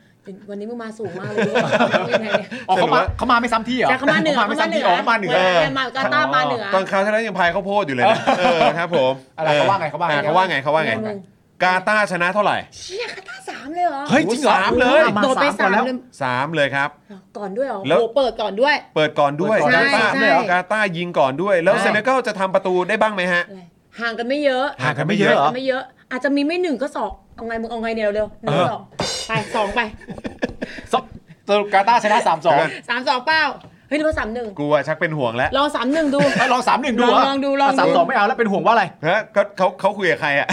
S6: วันนี้มึงมาสูงมากเลย
S2: (laughs)
S6: ยังไงเนี่ย
S3: อ๋อเขามาเขามาไม่ซ้ำที่เหรอ
S6: จะเข้ามาเหนือ
S3: เขามาไม่ซ้ำที่อ๋อเขามาเหนือ
S6: เมากาตาร์มาเหนือ
S2: ตอนคราวที่แล้วยังพายข้าวโพดอยู่เลยนะเออครับผม
S3: อะไรเขาว่าไงเขาว่าไง
S2: อ่เขาว่าไงเขาว่าไง
S6: มึง
S2: กาตาร์ชนะเท่าไหร่
S6: เชี่ยกาตาร์สามเลยเหรอ
S3: เฮ้ยจริงเหรอ
S2: สามเลย
S3: มา
S6: โดดไป
S3: สาก่
S6: สาม ม
S3: อนแล้ว
S6: เลย
S2: สามเลยครับ
S6: เหรอก่อนด้วยเหรอ
S2: แล้ว
S6: โอ้โหเปิดก่อนด้วย
S2: เปิดก่อนด้วย
S3: เปิดก่อ
S2: กา
S3: น
S2: ตาร์
S6: ใช่
S2: เลยเหรอกาตาร์ยิงก่อนด้วย แล้ว
S3: ใช่
S2: เซเนกัลจะทำประตูได้บ้างไหมฮะ
S6: อะไรห่างกันไม่เยอะ
S3: ห่างกันไม่เยอะเหรอ
S6: ไม่เยอะ อาจจะมีไม่หนึ่งก็สองเอาไงมึงเอาไงเดียวเร็วหนึ่ง
S3: เออ
S6: สองไปสองไป
S3: สรุปสรุปกาตาร์ชนะ 3-2มสอง
S2: เดี๋ยวก่อน
S6: สามสองเป้าเฮ้ยหรือว่าสามหนึ่ง
S2: กูอะชักเป็นห่วงแล้ว
S6: ลองสามหนึ่งดู
S3: ลองสามหนึ่งดูเหร
S6: ลองดูลองดู
S3: สามสองไม่เอาแล้วเป็นห่วงว่าอะไร
S2: ฮะก็เขาเขาคุยกับใครอะ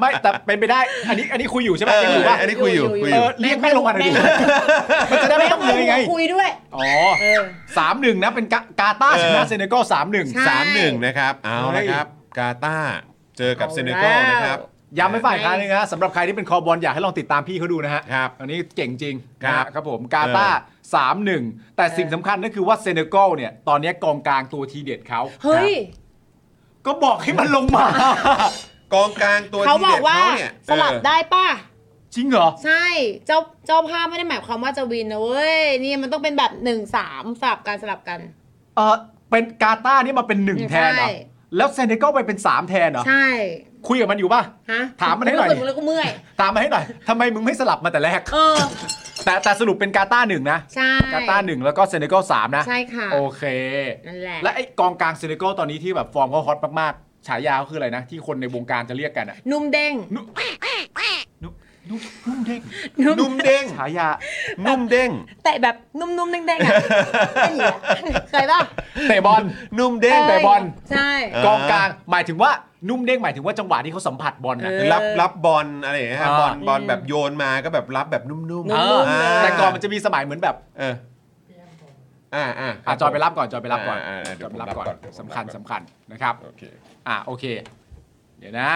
S3: ไม่แต่เป็นไปได้ อันนี้อันนี้คุยอยู่ใช่ไหมยังอยู่ป่ะ
S2: เอันนี้คุยอยู่คุยอยู่
S3: เออเรียกแม่ลงมาหน่อยดิมันจะได้ไม่ต้องเลยไง
S6: คุยด้วย
S3: อ๋อ
S6: เออ
S3: สามหนึ่งนะเป็นกากาตาร์ชนะ
S2: เออ
S3: เซเนกัลสามหนึ่ง
S6: ใช่
S2: สามหนึ่งนะครับ เอา
S3: เฮ้
S2: ละ
S3: ย
S2: ครับ กาตาร์เจอกับ
S6: เอา
S2: เซเนกัล
S6: แล้ว
S2: นะครับ
S3: ย้ำไม่ฝ่ายค้านนึงนะสำหรับใครที่เป็นคอบอลอยากให้ลองติดตามพี่เขาดูนะฮะ
S2: ครับ
S3: อันนี้เก่งจริง
S2: ครับ
S3: นะฮะครับผมกาตาร์สามหนึ่งแต่สิ่งสำคัญก็คือว่าเซเนกัลเนี่ยตอนนี้กองกลางตัวทีเด็ดเขา
S6: เฮ้ย
S3: ก็บอกให้มันลงมา
S2: กองกลางตัว
S6: เขา
S2: ที่
S6: บอ
S2: เด็
S6: ก
S2: ด
S6: ว่า
S2: เขาเนี่ย
S6: สลับ
S2: เออ
S6: ได้ป่ะ
S3: จริงเหรอ
S6: ใช่ เจ้าเจ้าภาพไม่ได้หมายความว่าจะวินนะเว้ย นี่มันต้องเป็นแบบหนึ่งสามสลับกันสลับกัน
S3: เออเป็นกาตาร์นี่มาเป็นหนึ่งแทนเหรอ
S6: ใช่
S3: แล้วเซเนกัลไปเป็นสามแทนเหรอ
S6: ใช่
S3: คุยกับมันอยู่ป่ะ
S6: ฮะ
S3: ถามมันให้หน่อย
S6: กูรู้สึกแล้วกูเมื่อย
S3: ตามมาให้หน่อยทำไมมึงไม่สลับมาแต่แรก (laughs)
S6: เออ
S3: แต่แต่สรุปเป็นกาตาร์หนึ่งนะ
S6: ใช่
S3: กาตาร์หนึ่งแล้วก็เซเนกัลสามนะ
S6: ใช่ค่ะ
S3: โอเค
S6: นั่นแหละ
S3: และไอ้กองกลางเซเนกัลตอนนี้ที่แบบฟอร์มเขาฮอตมากๆฉายาเขาคืออะไรนะ ที่คนในวงการจะเรียกกันอะ
S6: นุ่มเด้ง
S3: นุนุ นุ่มนุ่มเด้ง
S2: นุ่มเด้ง
S3: ฉายา
S2: นุ่มเด้ง
S6: แต่แบบนุ่มๆเด้ง
S3: (laughs)
S6: ๆอ่ะเต้นอย่างเงี้ยเคยป่ะ
S3: เตะบอล
S2: นุ่มเด้ง
S3: แต่บอล
S6: ใช่
S2: เออ
S3: กองกลางหมายถึงว่านุ่มเด้งหมายถึงว่าจังหวะที่เขาสัมผัสบอลนะ
S6: เออ
S2: รับรับบอลอะไรอย่างเงี้ยฮะ
S3: อ่า
S2: บอลบอลแบบโยนมาก็แบบรับแบบนุ่มๆ
S3: เออ
S2: อ่า
S3: แต่ก่อนมันจะมีสมัยเหมือนแบบ
S2: เอออ่าอ่าค
S3: อ่ะ
S2: บ
S3: จอยไปรับก่อนจอยไปรับก่อน
S2: อ่าอ่าเดี๋
S3: จ
S2: ย
S3: อ
S2: วย ผ
S3: ไป
S2: มรั
S3: รั
S2: บบ ก่
S3: ก่
S2: อ
S3: อน น
S2: เดี๋ยวผม
S3: สำ
S2: รั
S3: คั
S2: บ
S3: ญ
S2: ก่อน
S3: สำคัญนะครับ
S2: โอเค
S3: อ่ะโอเค เดี๋ยวนะ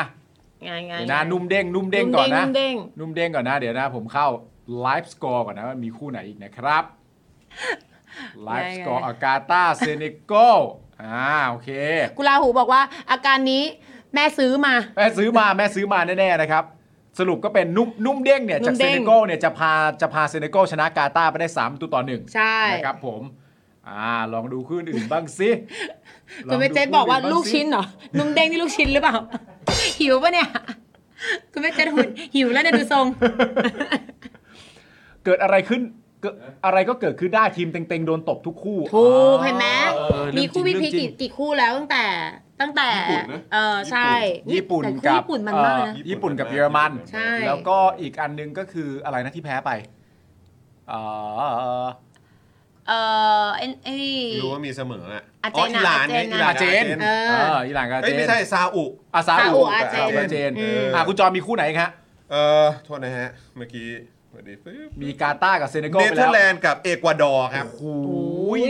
S6: ไงไง
S3: เดี๋ยวนะนุ่มเด้งนุ่มเด้งก่อนนะ
S6: มเด้ง
S3: นุ่มเด้งก่อนนะ เดี๋ยวนะ ผมเข้าไลฟ์สกอร์ก่อนนะว่ามีคู่ไหนอีกนะครับไลฟ์สกอร์อากาตาเซเนโกอ่าโอเค
S6: กุลาหูบอกว่า อาการนี้แม่ซื้อมา
S3: แม่ซื้อมาแม่ซื้อมาแน่ๆนะครับ สรุปก็เป็นนุ่มนุ่มเด้งเนี่ย
S6: นุ่
S3: จาก
S6: ม
S3: เซ
S6: เด้ง
S3: เนโกเนี่ยจะพาจะพาเซเนโกชนะกาตาร์ไปได้ 3 ประตูต่อหนึ่ง
S6: ใช่
S3: นะครับผมอ่าลองดูคู่อื่นบ้างสิ
S6: (laughs) คุณแม่เจ๊บอกว่าลูกชิ้นเหรอ นุ่มเด้งนี่ลูกชิ้นหรือ
S3: (laughs)
S6: เปล่า หิวปะเนี่ย คุณแม่เจ๊หุ่นหิวแล้วเนี่ยดู
S3: (laughs)
S6: ทรง
S3: เกิดอะไรขึ้นเกิดอะไรก็เกิดขึ้นได้ทีมเต็งๆ โดนตบทุกคู่
S6: ถูก
S3: อ๋อ
S6: เห็นไหม
S3: เออเรื่อง
S6: มีคู่วิ
S3: จริ
S6: พี
S3: งเรื่
S6: กี่
S3: องจริง
S6: กี่คู่แล้วตั้งแต่ตั้งแต่
S2: ญี่ปุ่นนะ
S6: เออใช่
S3: ญี่ปุ่น
S6: แต่คู่
S3: กับ
S6: ญี่ปุ่นมันมากนะ
S3: เอ่อญี่ปุ่นกับเยอรมัน
S6: ใช่
S3: แล้วก็อีกอันหนึงก็คืออะไรนะที่แพ้ไปเอ่อ
S6: เออเอ็นเอ้ย
S2: รู้ว่ามีเสมออ่ะ
S6: อาเจนอะ
S2: หลานไง
S6: อาเจน
S3: อาเจ
S2: หลาน
S6: อะ
S3: น
S6: เอ
S3: เอ
S6: อ
S3: ออิหร่านกับอา
S2: เอ้ย
S3: เจน
S2: ไม่ใช่ซาอุ
S3: อาซา
S6: ซาอุ
S3: อุ
S6: อาเจน
S3: อาเจน
S2: อืม
S3: อ่ะคุณจอยมีคู่ไหนครับ
S2: เออโทษนะฮะ เมื่อกี้สวัสดีปึ๊บ
S3: มีกาตาร์กับเซเนกัล
S2: เน
S3: ไป
S2: เธอ
S3: แล้ว
S2: ร์แลนด์กับเอกวาดอร์ครับ
S3: โอ้โห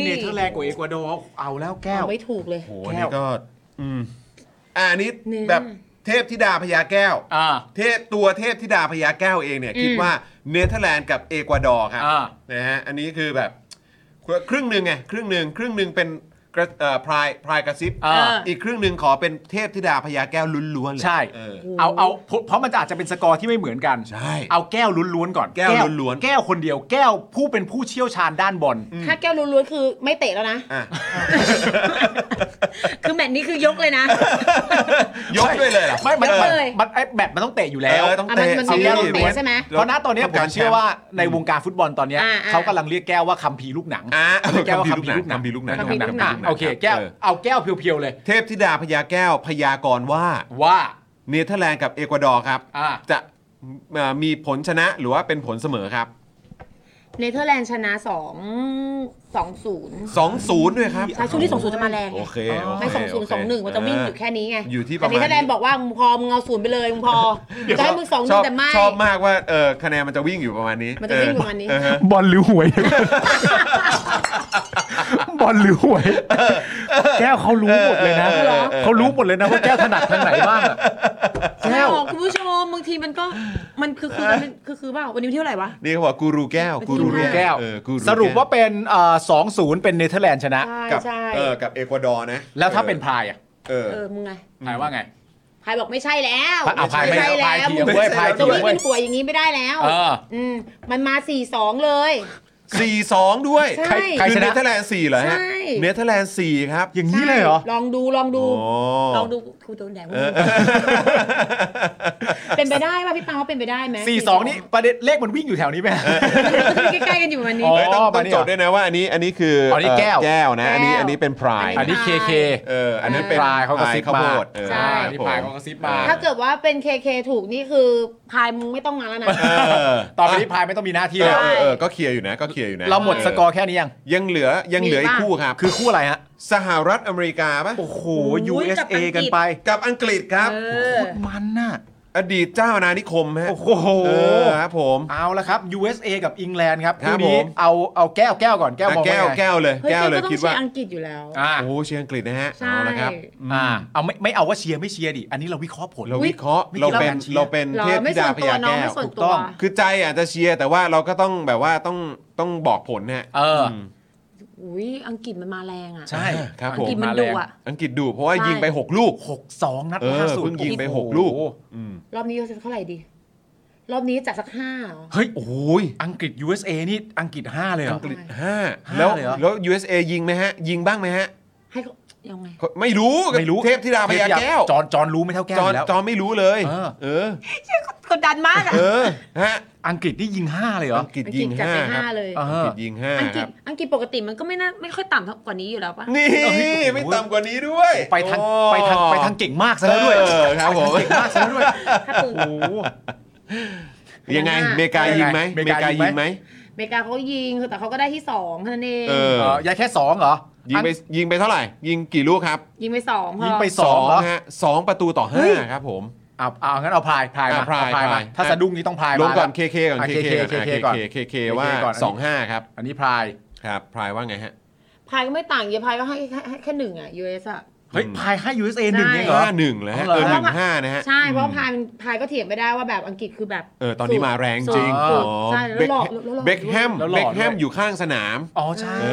S3: เนเธอร์แลนด์กับเอกวาดอร์เอาแล้วแก้ว
S6: เอาไม่ถูกเลย
S2: โอ้โห
S3: แก้ว
S2: นี่ก็อืมอ่าอันนี้
S6: เนี่ย
S2: แบบเทพธิดาพญาแก้ว
S3: อ่า
S2: เทพตัวเทพธิดาพญาแก้วเองเนี่ย คิดว่าเนเธอร์แลนด์กับเอกวาดอร์ครับ
S3: อ่า
S2: นะฮะอันนี้คือแบบ ครึ่งหนึ่งไงครึ่งหนึ่งครึ่งหนึ่งเป็นกระเอ่อพรายพรายกระซิบ
S3: อ่า
S6: เออ
S2: อีกครึ่งหนึ่งขอเป็นเทพธิดาพญาแก้วล้วนๆเลย
S3: ใช่
S2: เออ
S3: เอาเอาเพราะเพราะมันอาจจะเป็นสกอร์ที่ไม่เหมือนกัน
S2: ใช่
S3: เอาแก้วล้วนๆก่อน
S2: แก้วล้วนๆ
S3: แก้วคนเดียวแก้วผู้เป็นผู้เชี่ยวชาญด้านบอล
S6: ถ้าแก้วล้วนๆคือไม่เตะแล้วนะ
S2: อ่ะ
S6: คือแมตช์นี้คือยกเลยนะ
S2: ยกด้วยเลยเหรอ
S3: ไม่มัน
S6: ยก
S3: มัน
S6: เลย
S3: มันไอ้แบตมันต้องเตะอยู่แล้ว
S2: เออต้อง
S6: อ่ะ
S2: เตะ
S6: มันมันมีเรื่องของเตะใช่ไหม
S3: เพราะณตอนเนี้ยผมเชื่อว่าในวงการฟุตบอลตอนเนี้ย
S6: อ่าอ่า
S3: เขากำลังเรียกแก้วว่าคัมภีร์ลูกหนัง
S2: อ่ะ
S3: เขาเรียกแก้วว่าคัมภีร์ลูกหนั
S2: คั
S3: ง
S2: มภีร์ลูกหนัง
S3: คัมภีร์ลูกหนัง
S2: คัมภีร์ลูกหนัง
S3: อ่ะโอเคแก้ว
S2: เออ
S3: เอาแก้วเพียวๆเลย
S2: เทพธิดาพญาแก้วพยากรณ์ว่า
S3: ว่า
S2: เนเธอร์แลนด์กับเอกวาดอร์ครับ
S3: อ่า
S2: จะเอ่อมีผลชนะหรือว่าเป็นผลเสมอครับ
S6: เนเธอร์แลนด์ชนะสองสองศูนย์
S2: 2-0 ด้วยครับ
S6: ใช่ช่วงที่สองศูนย์จะมาแรง
S2: โอ
S6: ไง
S2: เคโเค
S6: ไม่สองศูนย์สองหนึ่งมันจะวิ่งอยู่แค่นี้ไง
S2: อยู่ที่ประ
S6: แต่
S2: มาณ
S6: เนเธอร์แลนด์บอกว่ามึงพอมึงเอาศูนย์ไปเลยมึงพอจะให้มึงสองห
S2: ช
S6: นึ่
S2: อบ
S6: งแต่ไม่
S2: ชอบมากว่าเออคะแนนมันจะวิ่งอยู่ประมาณนี้
S6: มันจะวิ่งประมาณนี้
S2: เออเออบ
S1: อลหรือ
S5: (laughs)
S1: หวย บอลหรือหวย แก้วเขารู้หมดเลยนะเขารู้หมดเลยนะว่าแก้วถนัดทางไหนบ้างอะ
S6: ใช่หรอกคุณผู้ชมบางทีมันก็มันคือคือมันคือคือเปล่าวันนี้วันที่เท่าไหร่วะ
S2: นี่เขาบอกกูรูแก้วกูรู
S6: กูรู
S3: แก้ว
S2: เออกู
S3: สรุปว่าเป็นสองศูนย์เป็นเนเธอร์แลนด์ชนะ
S6: ใช่
S2: กับ
S6: ใช่
S2: เออกับเอกวาดอร์นะ
S3: แล้วถ้าเป็นพายอ่ะ
S2: เออ
S6: เออมึงไง
S3: พายว่าไง
S6: พายบอกไม่ใช่แล้ว
S3: เอาพายไม่
S6: ใช่
S3: เอา
S6: แล้
S3: พายว เถี
S6: มึ
S3: ยง
S6: ง
S3: เว้ยพาย
S6: จะ
S3: เถียง
S6: วิ่ง
S3: เว้
S6: เป็
S3: ย
S6: นป่วยอย่างนี้ไม่ได้แล้ว
S3: เออ
S6: อืมมันมาสี่สองเลย
S2: สี่สองด้วย
S6: ใช่
S3: ใคร
S2: คือ
S3: ชนะ
S2: เนเธอร์แลนด์สี่เหรอฮะ
S6: ใช่
S2: เนเธอร์แลนด์สี่ครับ
S1: อย่างนี้เลยเหรอ
S6: ใช่ลองดูลองดู
S2: โอ้
S6: ลองดูคุณโดนแดดว่ามึงเป็นไปได้ป่ะพี่ตังว่าเป็นไปได้ไหม
S3: สี่สองนี่ประเด็นเลขมันวิ่งอยู่แถวนี้ไหม
S6: ใกล้ๆกันอยู่วันนี้
S3: อ๋
S2: เฮ้ยต้อง
S3: มา
S2: ต้อง
S3: นี่
S2: จ
S3: เหร
S2: ด
S3: อ
S2: ด้วยนะว่าอันนี้อันนี้คือ
S3: ออันนี้แก้ว
S2: เแก้วนะ อันนี้
S6: แก้ว
S2: อันนี้เป็นพราย
S6: อั
S3: อัน
S6: นนี้
S3: นี้เคเค
S2: เอออันนั้นเป็น
S3: พายเขากระซิบ
S2: ข้าว
S3: มา
S2: โพดเออ
S6: ใช่
S3: อันนี้พายเขากระซิบมา
S6: ถ้าเกิดว่าเป็นเคเคถูกนี่คือพายมึงไม่ต้องมาแล้วนะ
S2: เออ
S3: ต่อไปนี้พายไม่ต้องมีหน้าที่
S2: เอ
S3: แล้ว
S2: อเออเออก็เคลียร์อยู่นะก็เคลียร์อยู่นะ
S3: เราหมดสกอร์แค่นี้ยัง
S2: ยังเหลือยังเหลือ
S6: มี
S2: อีก
S6: บ้าง
S2: คู่ครับ
S3: คือคู่อะไรฮะ
S2: สหรัฐอเมริกาป่ะ
S3: โอ้โห
S6: โอ้ย
S3: USA กันไป
S2: กับอังกฤษครับ
S6: เอ
S3: โค
S6: อ
S3: ตรมันน่ะ
S2: อดีตเจ้าอาณานิคมฮะ
S3: โอ้โห
S2: เออครับผม
S3: เอาละครับ USA กับอิงแลนด์ครับ
S2: ครั
S3: คู่
S2: บ
S3: นี้
S2: ผม
S3: เอาเอาแก้วแก้วก่อนแก้วมอง
S2: แก้ว
S3: ว่าไง
S2: แก้วเลย
S6: เฮ้ย
S2: แก้วเลย
S6: ก็ต้อง
S2: คิดว่า
S6: เชียร์อังกฤษอยู่แล้ว
S3: อ่า
S2: โอ้โหเชียร์อังกฤษนะฮะ
S6: ใช่
S2: เอาละครับ
S3: อ่าเอาไม่ไม่เอาว่าเชียร์ไม่เชียร์ดิอันนี้เราวิเคราะห์ผล
S2: เราวิเคราะห์
S3: อุ๊ย
S2: เราเป็น
S3: ไม่คิดว่า
S2: เราเป็น
S6: หรอ
S2: เทพ
S6: ไม่
S2: ธิ
S6: ส่
S2: ดา
S6: วน
S2: พ
S6: ตัว
S2: ญา
S6: น้อง
S2: แก้
S6: ไม่
S2: ว
S6: ส่วน
S3: ถูก
S6: ตั
S3: ต้
S6: ว
S3: อง
S2: คือใจอาจจะเชียร์แต่ว่าเราก็ต้องแบบว่าต้องต้องบอกผลนะฮะ
S3: เออ
S6: อุ้ยอังกฤษมันมาแรงอ่ะ
S3: ใช่
S2: ครับ
S6: อั
S2: ผ
S6: ง
S2: ม
S6: กฤษมันดุอ่ะ
S2: อังกฤษดูเพราะว่า
S6: ใช่
S2: ยิงไป 6 ลูก
S3: หกสองนัด
S2: เออ
S3: ล่าสุด
S2: เพิ่งยิงไป
S3: โอ้
S2: ห
S3: โ
S2: กลูก อืม
S6: รอบนี้จะเท่าไหร่ดี รอบนี้จัดสักห้าเหรอ
S3: เฮ้ย
S2: โอ้ย
S3: อังกฤษ USA นี่อังกฤษ 5 เลยเหร
S2: อั
S3: อ
S2: งกฤษห้า
S3: ห้า
S2: แล้ว
S3: เลยเหรอ
S2: แล้ว USA ยิงไหมฮะ ยิงบ้างไหมฮะ
S6: ให้เขายังไง
S2: ไม่รู้
S3: ไม่รู้
S2: เทพธิดาพญาแก้ว
S3: จอนจอนรู้ไม่เท่าแก้ว
S2: จอ
S3: อน ยู่แล้ว
S2: จอนไม่รู้เลย
S3: เออ
S2: เออ
S6: กดดันมากอ่ะ
S2: เออฮะ
S3: อังกฤษนี่ยิง 5 เลยเหรอ
S2: อังกฤษยิง
S6: อังกฤษจัด
S2: ห้าครับ
S6: ไปห้าเลย
S2: อังกฤษยิงห้า
S6: อัง
S2: ค
S6: กฤ
S2: รั
S6: ษ
S2: บ
S6: อังกฤษปกติมันก็ไม่น่าไม่ค่อยต่ำเท่ากว่านี้อยู่แล้วป่ะ
S2: นี่
S3: เอ้ย
S2: ไม่ต่ำกว่านี้ด้วย
S3: ไปทาง
S2: โอ้
S3: ไปทางไปทางเก่งมากซะแล้วด้วย
S2: เออครับผม
S3: เก่งมากซะแล้วด้วย
S6: ถ้าปืน
S3: โอ้โห
S2: ยังไงเมกายิงไหมเม
S3: เมกาก
S2: า
S3: ยิงไหม
S2: ยิงไหม
S6: อเมริกาเขายิงแต่เขาก็ได้ที่สองเท่านั้นเอง
S2: เออ
S3: เออยายแค่สองเหรอ
S2: ยิงไปยิงไปเท่าไหร่ ยิงกี่ลูกครับ
S6: ยิงไปสองพอ
S3: ยิงไปสองเหรอ
S2: ฮะสองประตูต่อห้าครับผม
S3: อ่ะเอางั้นเอาพายพายมา
S2: อ่ะพาย
S3: เอพา
S2: พาม
S3: ยาย ถ้าสะดุ้งนี้ต้องพาย
S2: ลง
S3: มา
S2: ก่อน
S3: แว
S2: เคเคก่อน
S3: อ่ะ
S2: เคเค
S3: KK
S2: ก่
S3: KK ก่
S2: อนก่อ
S3: อน น
S2: เคเคว่า
S3: KK ก่อน
S2: 25 ครับ
S3: อันนี้พาย
S2: ครับพรายว่าไงฮะ
S6: พายก็ไม่ต่างเยอะพายก็ให้แค่แค่หนึ่งอ่ะ US อ่ะ
S3: เฮ้ย
S2: อืม
S3: พายให้ USA หนึ่ง
S6: ใช่
S3: เองเหรอ
S2: ห้าหนึ่งแล้วฮะ
S3: เอา
S2: เอ
S3: เหร
S2: อ
S3: อ
S2: หนึ่งห้านะฮะ
S6: ใช่ เพราะว่าพายมันพายก็เถียงไม่ได้ว่าแบบอังกฤษคือแบบ
S2: เออตอนนี้มาแรงจริง
S6: สุด
S2: อ๋อ
S6: ใช่แล้วหลอกแล้วหลอก
S2: เบคแฮม
S3: แล้วหล
S2: เบ
S3: อก
S2: คแฮม
S3: ด้วย
S2: อยู่ข้างสนาม
S3: อ๋อใช่
S2: เอ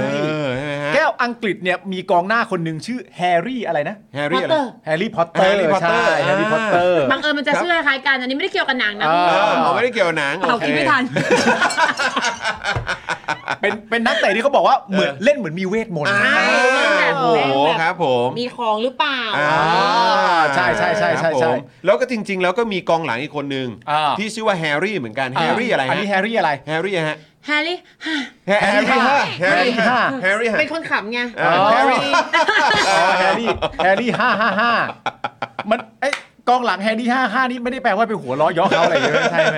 S2: อใช่ไหมฮะ
S3: แก้วอังกฤษเนี่ยมีกองหน้าคนหนึ่งชื่อแฮร์รี่อะไรนะ
S2: แฮร์
S6: พอ
S2: รี่อะ
S6: ต
S2: ไร
S6: เตอร์
S3: แฮร์รี่พอตเตอร์
S2: Harry Potter
S3: ใช่แฮร์รี่พอตเตอร์
S6: บังเอิญมันจะ
S2: ครับ
S6: ชื่อคล้ายกันอันนี้ไม่ได้เกี่ยวกับหนังนะ
S3: อ่า
S2: เออเอาไม่ได้เกี่ยวหนังโอ
S6: เขา
S2: เค
S6: คิดไม่ทัน
S3: เป็นเป็นนักเตะที่เขาบอกว่าเหมือน
S2: เออ
S3: เล่นเหมือนมีเวทมนต์
S2: อ่า
S6: ใช่แบบ
S2: โอ้โห
S6: แบบ
S2: ครับผม
S6: มีของหรือเปล่า
S2: อ่า
S3: ใช่ใช่ใช่ใช่
S2: ครับผ
S3: ใช่
S2: มแล้วก็จริง ๆ แล้วก็มีกองหลังอีกคนนึง
S3: อ่า
S2: ที่ชื่อว่าแฮร์รี่เหมือนกันแฮร์รี่อะไร
S3: อัน
S2: ฮะ
S3: นี้แฮร์รี่อะไร
S2: แฮร์รี่ฮะ
S6: แฮร์รี่
S2: แฮร์รี่ฮะแฮร์รี่ฮะแฮร์รี่ฮะ
S6: เป็นคนขำไง
S2: เออแฮร์รี่
S3: อ๋อแฮ (laughs) ร์รี่แฮร์รี่ห้าห้าห้ามันไอ้ยกองหลังแฮร์รี่ห้าห้านี่ไม่ได้แปลว่าไปหัวล้อเย้อเขาอะไรอย่างเงี้ยใช่ไหม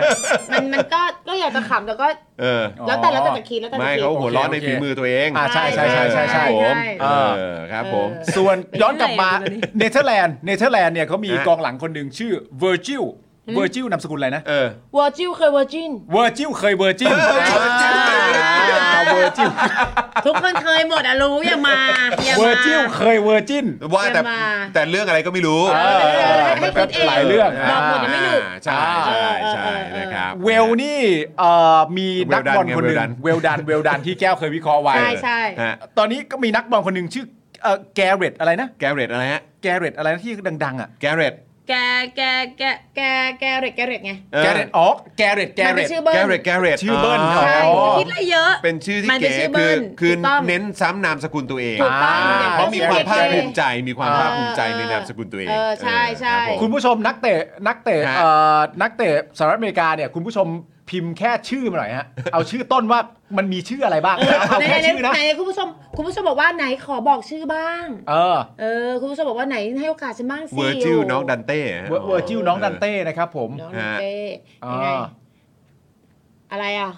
S6: มันมันก็ก็อยากจะขำแต่ก็
S2: เออ
S6: แล้วแต่แล้วแต่จะคิดแล้วแต่จะ
S2: ไม่
S6: คิด
S2: เขาหัวเร้อนในฝีมือตัวเอง
S3: อ่าใช่ใช่ใช่ใช่ใช่
S2: ครับผม
S6: ใช่
S2: เออครับผม
S3: ส่วนย้อนกลับมา
S6: ไปเรื่อยเลย
S3: เนเธอร์แลนด์เนเธอร์แลนด์เนี่ยเขามี
S2: ฮะ
S3: กองหลังคนหนึ่งชื่อเวอร์จิลเวอร์จิลนามสกุลอะไรนะ
S2: เออ
S6: วอร์จิลเคยวอร์จิน
S3: เวอร์จิลเคยเวอร์
S2: (laughs)
S3: จิลเวอร์จิล
S6: ทุกคนเคยหมดอะรู้อย่ามาอย่า
S3: เวอ
S6: มา
S3: ร์จิลเคยเวอร์จิน
S2: ว่าแต่
S6: เรียนมา
S2: แต่เรื่องอะไรก็ไม่รู้
S3: เออ
S6: ให้คิดเอง
S3: หลายเรื่อง
S6: บอกหมดยังไม่หยุด
S2: าใช่ใช่ใช่
S6: เออเออเออ
S2: นะครับ
S3: เวลนี่เอ่อมีนักบอลคนหนึ่งเวลดันเวลดันที่แก้วเคยวิเคราะห์ไว้
S6: ใช่ใช่
S2: ฮะ
S3: ตอนนี้ก็มีนักบอลคนหนึ่งชื่อเอ่อแกเรตอะไรนะ
S2: แกเรตอะไรฮะ
S3: แกเรตอะไรนะที่ดังๆอ่ะ
S2: แกเรต
S6: แกแกแกแกแกเรตแกเรตไง
S2: เออ
S3: แกเรตอ๋อแกเรตแก
S6: มัน
S3: เร
S6: เป็น
S3: ต
S6: ชื่อเบิ้ล
S2: แกเรตแกเรต
S3: ชื่อเบิ้ล
S6: ใช่
S3: อ๋อ
S6: คิดอะไรเยอะ
S2: เป็นชื่อที่
S6: มันเป็
S2: เก๋
S6: นชื่อเบิ้
S2: คือ
S6: ล
S2: คือ
S6: ถูกต้อง
S2: เน้นซ้ำนามสกุลตัวเอง
S6: ถูกต้อง
S2: อ่าเพราะมีความ
S6: เก๋ๆ
S2: ภาคภูมิใจมีความภาคภูมิใจในนามสกุลตัวเอง
S6: เออใช่ใช่
S2: รับผม
S3: คุณผู้ชมนักเตะนักเตะ
S2: ฮะ
S3: เอ่อนักเตะสหรัฐอเมริกาเนี่ย คุณผู้ชมพิมพ์แค่ชื่อมาหน่อยฮะ เอาชื่อต้นว่ามันมีชื่ออะไรบ้างเอาเอา
S6: ไหน
S3: แค่
S6: ไหน
S3: ชื่อนะ
S6: ไหนคุณผู้ชมคุณผู้ชมบอกว่าไหนขอบอกชื่อบ้าง
S3: เออ
S6: เออคุณผู้ชมบอกว่าไหนให้โอกาสฉันบ้างสิ
S2: เวอร์จิลน้องดันเต้ฮะ
S3: เวอร์เวอร์จิลน้องดันเต้นะครับผม
S6: น้องดันเต้
S3: ฮะ
S6: ยังไงอะไรอ่ะ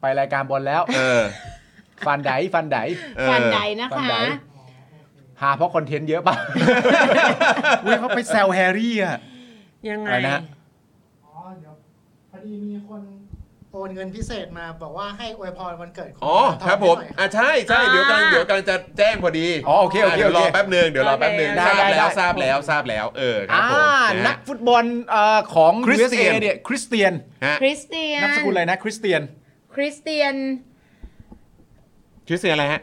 S3: ไปรายการบอลแล้ว
S2: เออ
S3: ฟันไดฟันได
S2: เออ
S6: ฟันใดนะ
S3: ฟัน
S6: คะ
S3: ใด หาเพราะคอนเทนต์เยอะป่ะ เว้ยเขาไปแซวแฮร์รี่อ่ะ
S6: ยังไง
S3: อะไรนะ
S4: อ๋อเดี๋ยวพอดีมีคนโอนเงินพิเศษมาบอกว่าให้อวยพรวันเกิดคุณ
S2: อ๋อ
S4: ธนาธ
S2: ครับ
S4: ร
S2: ผม
S4: ให้หน่อย
S2: อ่ะใช่ใช่เดี๋ยวกำลันเดี๋ยวกำลันจะแจ้งพอดี
S3: อ๋อโอเคโอเค
S2: เดี๋ยวรอ
S3: โอเค
S2: แป๊บหนึ่งเดี๋ยวรอแป๊บหนึ่ง
S3: ได้
S2: ทราบ
S3: ได้
S2: แล้ว
S3: ได้
S2: ทราบแล้วทราบแล้วเออครับ
S3: อ่า
S2: ผมะ
S3: นั
S2: ฮะ
S3: กฟุตบอลเอ่อของ USA
S2: Christian
S3: เนี่ยคริสเตียน
S2: ฮะ
S6: คริสเตียน
S3: นามสกุลอะไรนะคริสเตียน
S6: คริสเตียน
S2: ชื่อเสียงอะไรฮะ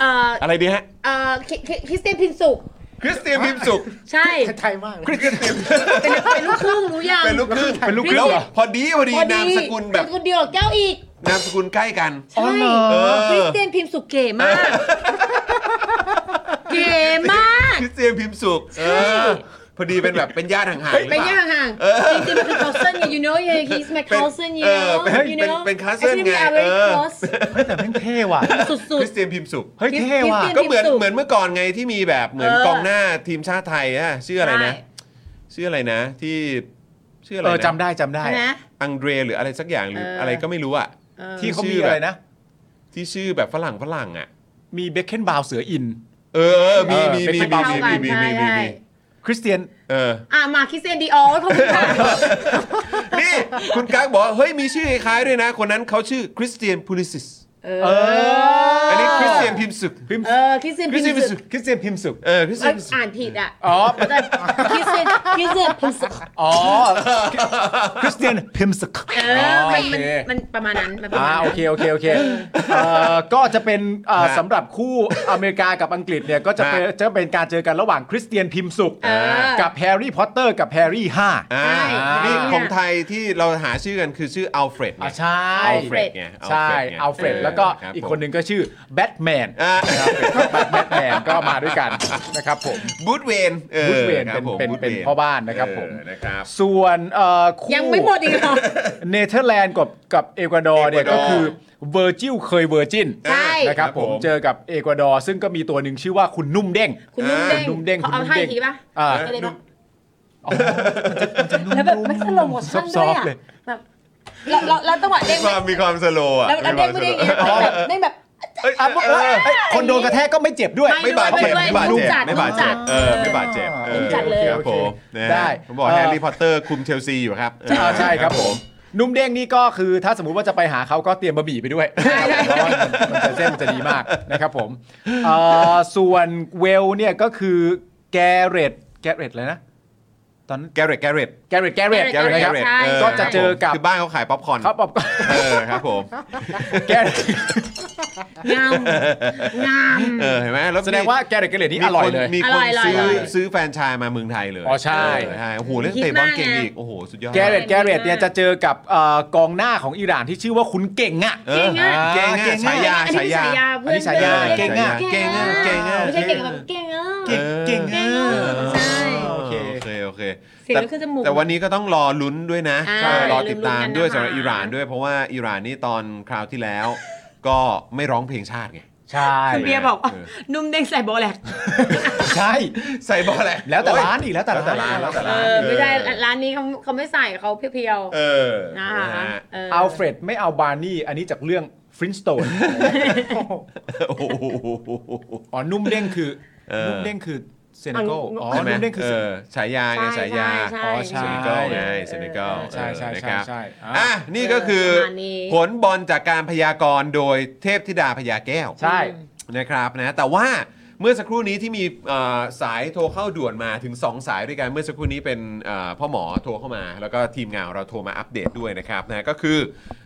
S6: เอ่อ
S2: อะไรดีฮะ
S6: เอ่อคริคริสเตียนพินสุก
S2: คริสเตียนพิมพ์สุข
S6: ใช่
S4: ไทยมากเลย
S6: เป็นเป็นลูกครึ่งรู้ยัง
S2: เป็นลูกครึ่ง
S3: เป็นลูกครึ่ง
S2: แว
S3: เหรอ
S2: พอดีพอดี
S6: พอดี
S2: นามสกุลแบบ
S6: นามสกุลเดียวกับแก้วอีก
S2: นามสกุลใกล้กัน
S3: อ๋อเหรอ
S2: เออ
S6: คริสเตียนพิมพ์สุเก๋มาก เก๋มาก
S2: คริสเตียนพิมพ์สุขเออพอดีเป็นแบบเป็นญาติห่างๆหรือเป
S6: ไป
S2: ล่า
S6: ย่างห่างจริงๆมันคือ cousin ไง you know yeah, he's my
S2: เป็น
S6: cousin you
S2: เออ
S6: know
S2: เป็น
S6: you
S2: เป็น
S6: know
S2: เป็น cousin
S6: Actually, we
S2: ไง
S6: are very
S2: เออ
S6: close
S3: เฮ้ยแต่แม่งเท่ว่ะ
S6: สุ
S2: ค
S6: ด
S2: ริสเตียนพิมพ์สุข
S3: เฮ้ยเท่ว่ะ
S6: คริสเตีย
S2: ก็เหมือนเหมือนเมื่อก่อนไงที่มีแบบเหมือน
S6: เออ
S2: กองหน้าทีมชาติไทยอะชื่อ
S6: ๆ
S2: อะไรนะ
S6: ใ
S2: ชื่ออะไรนะที่ชื่ออะไร
S3: เออ
S2: นะ
S3: จำได้จำได้
S6: ช่นะ
S2: อังเดรหรืออะไรสักอย่างหรือ
S6: เอออ
S2: อะไรก็ไม่รู้อะ
S6: เออ
S3: ที่เขามีอะไรนะ
S2: ที่ชื่อแบบฝรั่งฝรั่งอะ
S3: มีเบคเคนบาวเสืออิน
S2: เออเออมีมี
S3: เออเป็น
S2: มีมี
S3: เบาๆ
S2: มี
S6: เข้ากัน
S2: มี
S6: ใช่
S2: มีมี
S6: ใช่
S2: มี
S3: คริสเตียน
S2: เออ
S6: อ่ะมาคริสเตียนดีออลเขาพูดค่ะ
S2: นี่คุณกั๊กบอกว่าเฮ้ยมีชื่อคล้ายด้วยนะ คนนั้นเขาชื่อคริสเตียนพูลิซิส
S6: เอ
S3: เอ
S6: อ
S3: อ
S2: อันนี้คริสเตียนพิมพ์สุข
S3: พิมพ์
S6: เออคริสเตียน
S2: คริ
S6: พิ
S2: ส
S6: ม
S2: เตียนพิมพ์
S6: พ์
S2: สุ
S6: สุ
S2: ข
S6: ด
S3: คริสเตียนพิมพ์สุข
S2: เออคริสเตีย
S6: เอ้ย
S2: นพิมพ์สุข
S6: อ่านผิดอ่ะ
S3: อ๋อ
S6: คริสเตียนคริสเตียนพิมพ์สุด
S3: อ๋อคริสเตียนพิมพ์สุข
S6: เออมันมันมันประมาณนั้นมันประมาณ
S3: อ่า
S6: นั้น
S3: โอเคโอเคโอเคเอ่อก็จะเป็นเอ่อสำหรับคู่อเมริกากับอังกฤษเนี่ยก็จะเป็นจะเป็นการเจอกันระหว่างคริสเตียนพิมพ์สุข
S6: เออ
S3: กับแฮร์รี่พอตเตอร์กับแฮร์รี่ห้า
S2: อ่า
S6: ใช่
S2: นี่ของไทยที่เราหาชื่อกันคือชื่ออัลเฟรด
S3: อ่ะ
S2: ไง
S3: ใช่
S2: อัลเฟรดไง
S3: ใช่อัลเฟรด
S2: ไง
S3: แล้วก็
S2: รับ
S3: อีก
S2: ผม
S3: คนหนึ่งก็ชื่อแบทแมน
S2: อ่า
S3: แบทแมนก็มาด้วยกันนะครับผม
S2: บูธเวนออ
S3: บูธเวน
S2: ครั
S3: เป็
S2: บ
S3: น
S2: ผม
S3: เป็น
S2: บูธ
S3: เป็น
S2: ว
S3: พ่อบ้านนะครับผม
S2: เออนะครับ
S3: ส่วนเอ่อคู่
S6: ยังไม่หมดอีกเหรอ
S3: เนเธอร์แลนด์กับกับเอกวาดอร์เนี่ย
S2: เอกวาดอร์
S3: ก็คือเวอร์จิลเคยเวอร์จิน
S6: ใช่
S3: นะครับผม
S2: ครับผม
S3: เจอกับเอกวาดอร์ซึ่งก็มีตัวหนึ่งชื่อว่าคุณนุ่มเด้ง
S6: คุณนุ่มเด้ง
S3: คุณนุ่มเด้ง
S6: เขาเอา
S3: คุณนุ่ม
S6: ให้
S3: เด้ง
S6: ทีป่ะ
S3: อ่า
S6: ก็เลยบอก
S3: อ๋อมันจะมันจะนุ่ม
S6: แล้วแบบไม่สโลโมชั่นด้วย
S3: ซอฟ
S6: อ่ะ
S3: ๆเลย
S6: แบบ แล้วแล้วแล้วจังหวะเด้ง
S2: ความมีความสโลว์อ่ะ
S6: แล้วแล้วเด้งไม่ได้อย่างเงี้ย
S2: ควา
S6: แบ
S2: ม
S6: บเด้งแบบ
S2: เอ้ย
S3: อ่ะเอ้ยเอ้ยคนโดนกระแทกก็ไม่เจ็บด้วย
S2: ไม่บาดเจ็บ
S6: ไม่
S2: ไม่
S6: ด้วย
S2: บาด
S6: ไม่
S2: เจ็บไม่
S6: ด้วย
S2: บาดเจ็บ
S6: รู้จัก
S2: เออไม่บาดเจ็บเออ
S6: รู้จักเลย
S2: ครับผมนะฮะ
S3: ได้
S2: ผมบอกแฮร์รี่พอตเตอร์คุมเชลซีอยู่ครับเออ
S3: อ่าใช่ครับผมหนุ่มเด้งนี่ก็คือถ้าสมมุติว่าจะไปหาเขาก็เตรียมบะหมี่ไปด้วยเพราะว่ามันจะเส้นมันจะดีมากนะครับผมเอ่อส่วนเวลเนี่ยก็คือแกเรตแกเรตเลยนะ ตอนนั้น
S2: แกเรตแกเรต
S3: แกเรตแกเรต
S6: Garrett
S3: นะครับ
S6: Garrett ใช่
S3: ก็จะเจอกับ
S2: คือบ้านเขาขายป๊อปคอร์น
S3: เขาบอก
S2: เออครับผม
S3: แก
S6: งามงาม
S2: เออเห็นไหมแล้วมี
S3: แสดงว่าแกเรตแกเรตนี่อร่อยเลย
S2: มี
S6: อ
S2: ค
S6: ร่
S2: น
S6: อยอร่อย
S2: ซื้อ
S6: อร่อย
S2: ซื้อแฟรนไชายมาเมืองไทยเลย
S3: อ๋อใช่
S2: เใช่โอ้โหเล่นเตะบอลเก่งอีกโอ้โหสุดยอด
S3: แกเรตแกเรตเนี่ยจะเจอกับเอ่อกองหน้าของอิหร่านที่ชื่อว่าคุณเก่งอ่ะ
S2: เออ
S6: เก่งอะ
S2: เก่งอ่ะฉายา
S6: อันนี้
S2: ฉา
S6: คือย
S2: า
S6: ฉายา
S3: อัน
S6: เพื่อ
S3: นี้
S6: น
S3: ฉายา
S6: พื่อน
S2: เก่งอะเก่งอะเก่งอะ
S6: ไม่ใช่เก่งแบบเก่งอะ
S2: เก่งเก่งอ่ะ
S6: ใช่
S2: โอเคโอเคโอเค
S6: เสียง
S2: แต่
S6: มันขึ้นจมูก
S2: แต่วันนี้ก็ต้องรอลุ้นด้วยนะ
S6: อ่าร
S2: อติดตามด้วย
S6: ลุ้
S2: สำห
S6: นๆกันนะคะ
S2: รับอิหร่านด้วยเพราะว่าอิหร่านนี่ตอนคราวที่แล้ว ก็ไม่ร้องเพลงชาติไง
S3: ใช่
S6: คุณเบียร์บอกว่า
S2: เออ
S6: นุ่มเด้งใส่โบแลก
S3: ใช่
S2: ใส่บอลแหละ
S3: แล้วแต่ร้าน
S2: โย
S3: อีกแล้วแต่
S2: แล้วแต่ร้า
S3: ร้าน น
S2: แล้วแต่
S6: เอ
S2: ร้าน
S6: อไม่ได้ร้านนี้เขาเขาไม่ใส่เขาเพียว
S2: เออ
S6: ๆนะคะ
S2: ฮะ
S6: เออ
S3: อัลเฟรดไม่เอาบาร์นี่อันนี้จากเรื่องฟรินสโตน
S2: โอ้โห
S3: อ๋อ นุ่มเด้งคือ
S2: เออ
S3: นุ่มเด้งคือเซนโกอ๋อ
S2: ใช่ไหม
S3: นุ่มเด้งคือ
S2: เออฉายาไงฉายา
S6: ใช่
S3: อ๋อใช่
S2: เซเน
S6: ใช่ใช่
S2: กัลไงเซเนกัล
S3: ใช่ใช่
S2: เออนะ
S3: ใช่
S2: ครับ
S3: ใช่
S2: อ่ะ
S3: อ่ะ
S2: นี่ก็คือ
S6: ประมาณนี้
S2: ผลบอลจากการพยากรณ์โดยเทพธิดาพยาแก้ว
S3: ใช่
S2: นะครับนะแต่ว่าเมื่อสักครู่นี้ที่มีเอ่อสายโทรเข้าด่วนมาถึง 2 สายด้วยกันเมื่อสักครู่นี้เป็นเอ่อพ่อหมอโทรเข้ามา แล้วก็ทีมงานของเราโทรมาอัปเดตด้วยนะครับนะก็คือ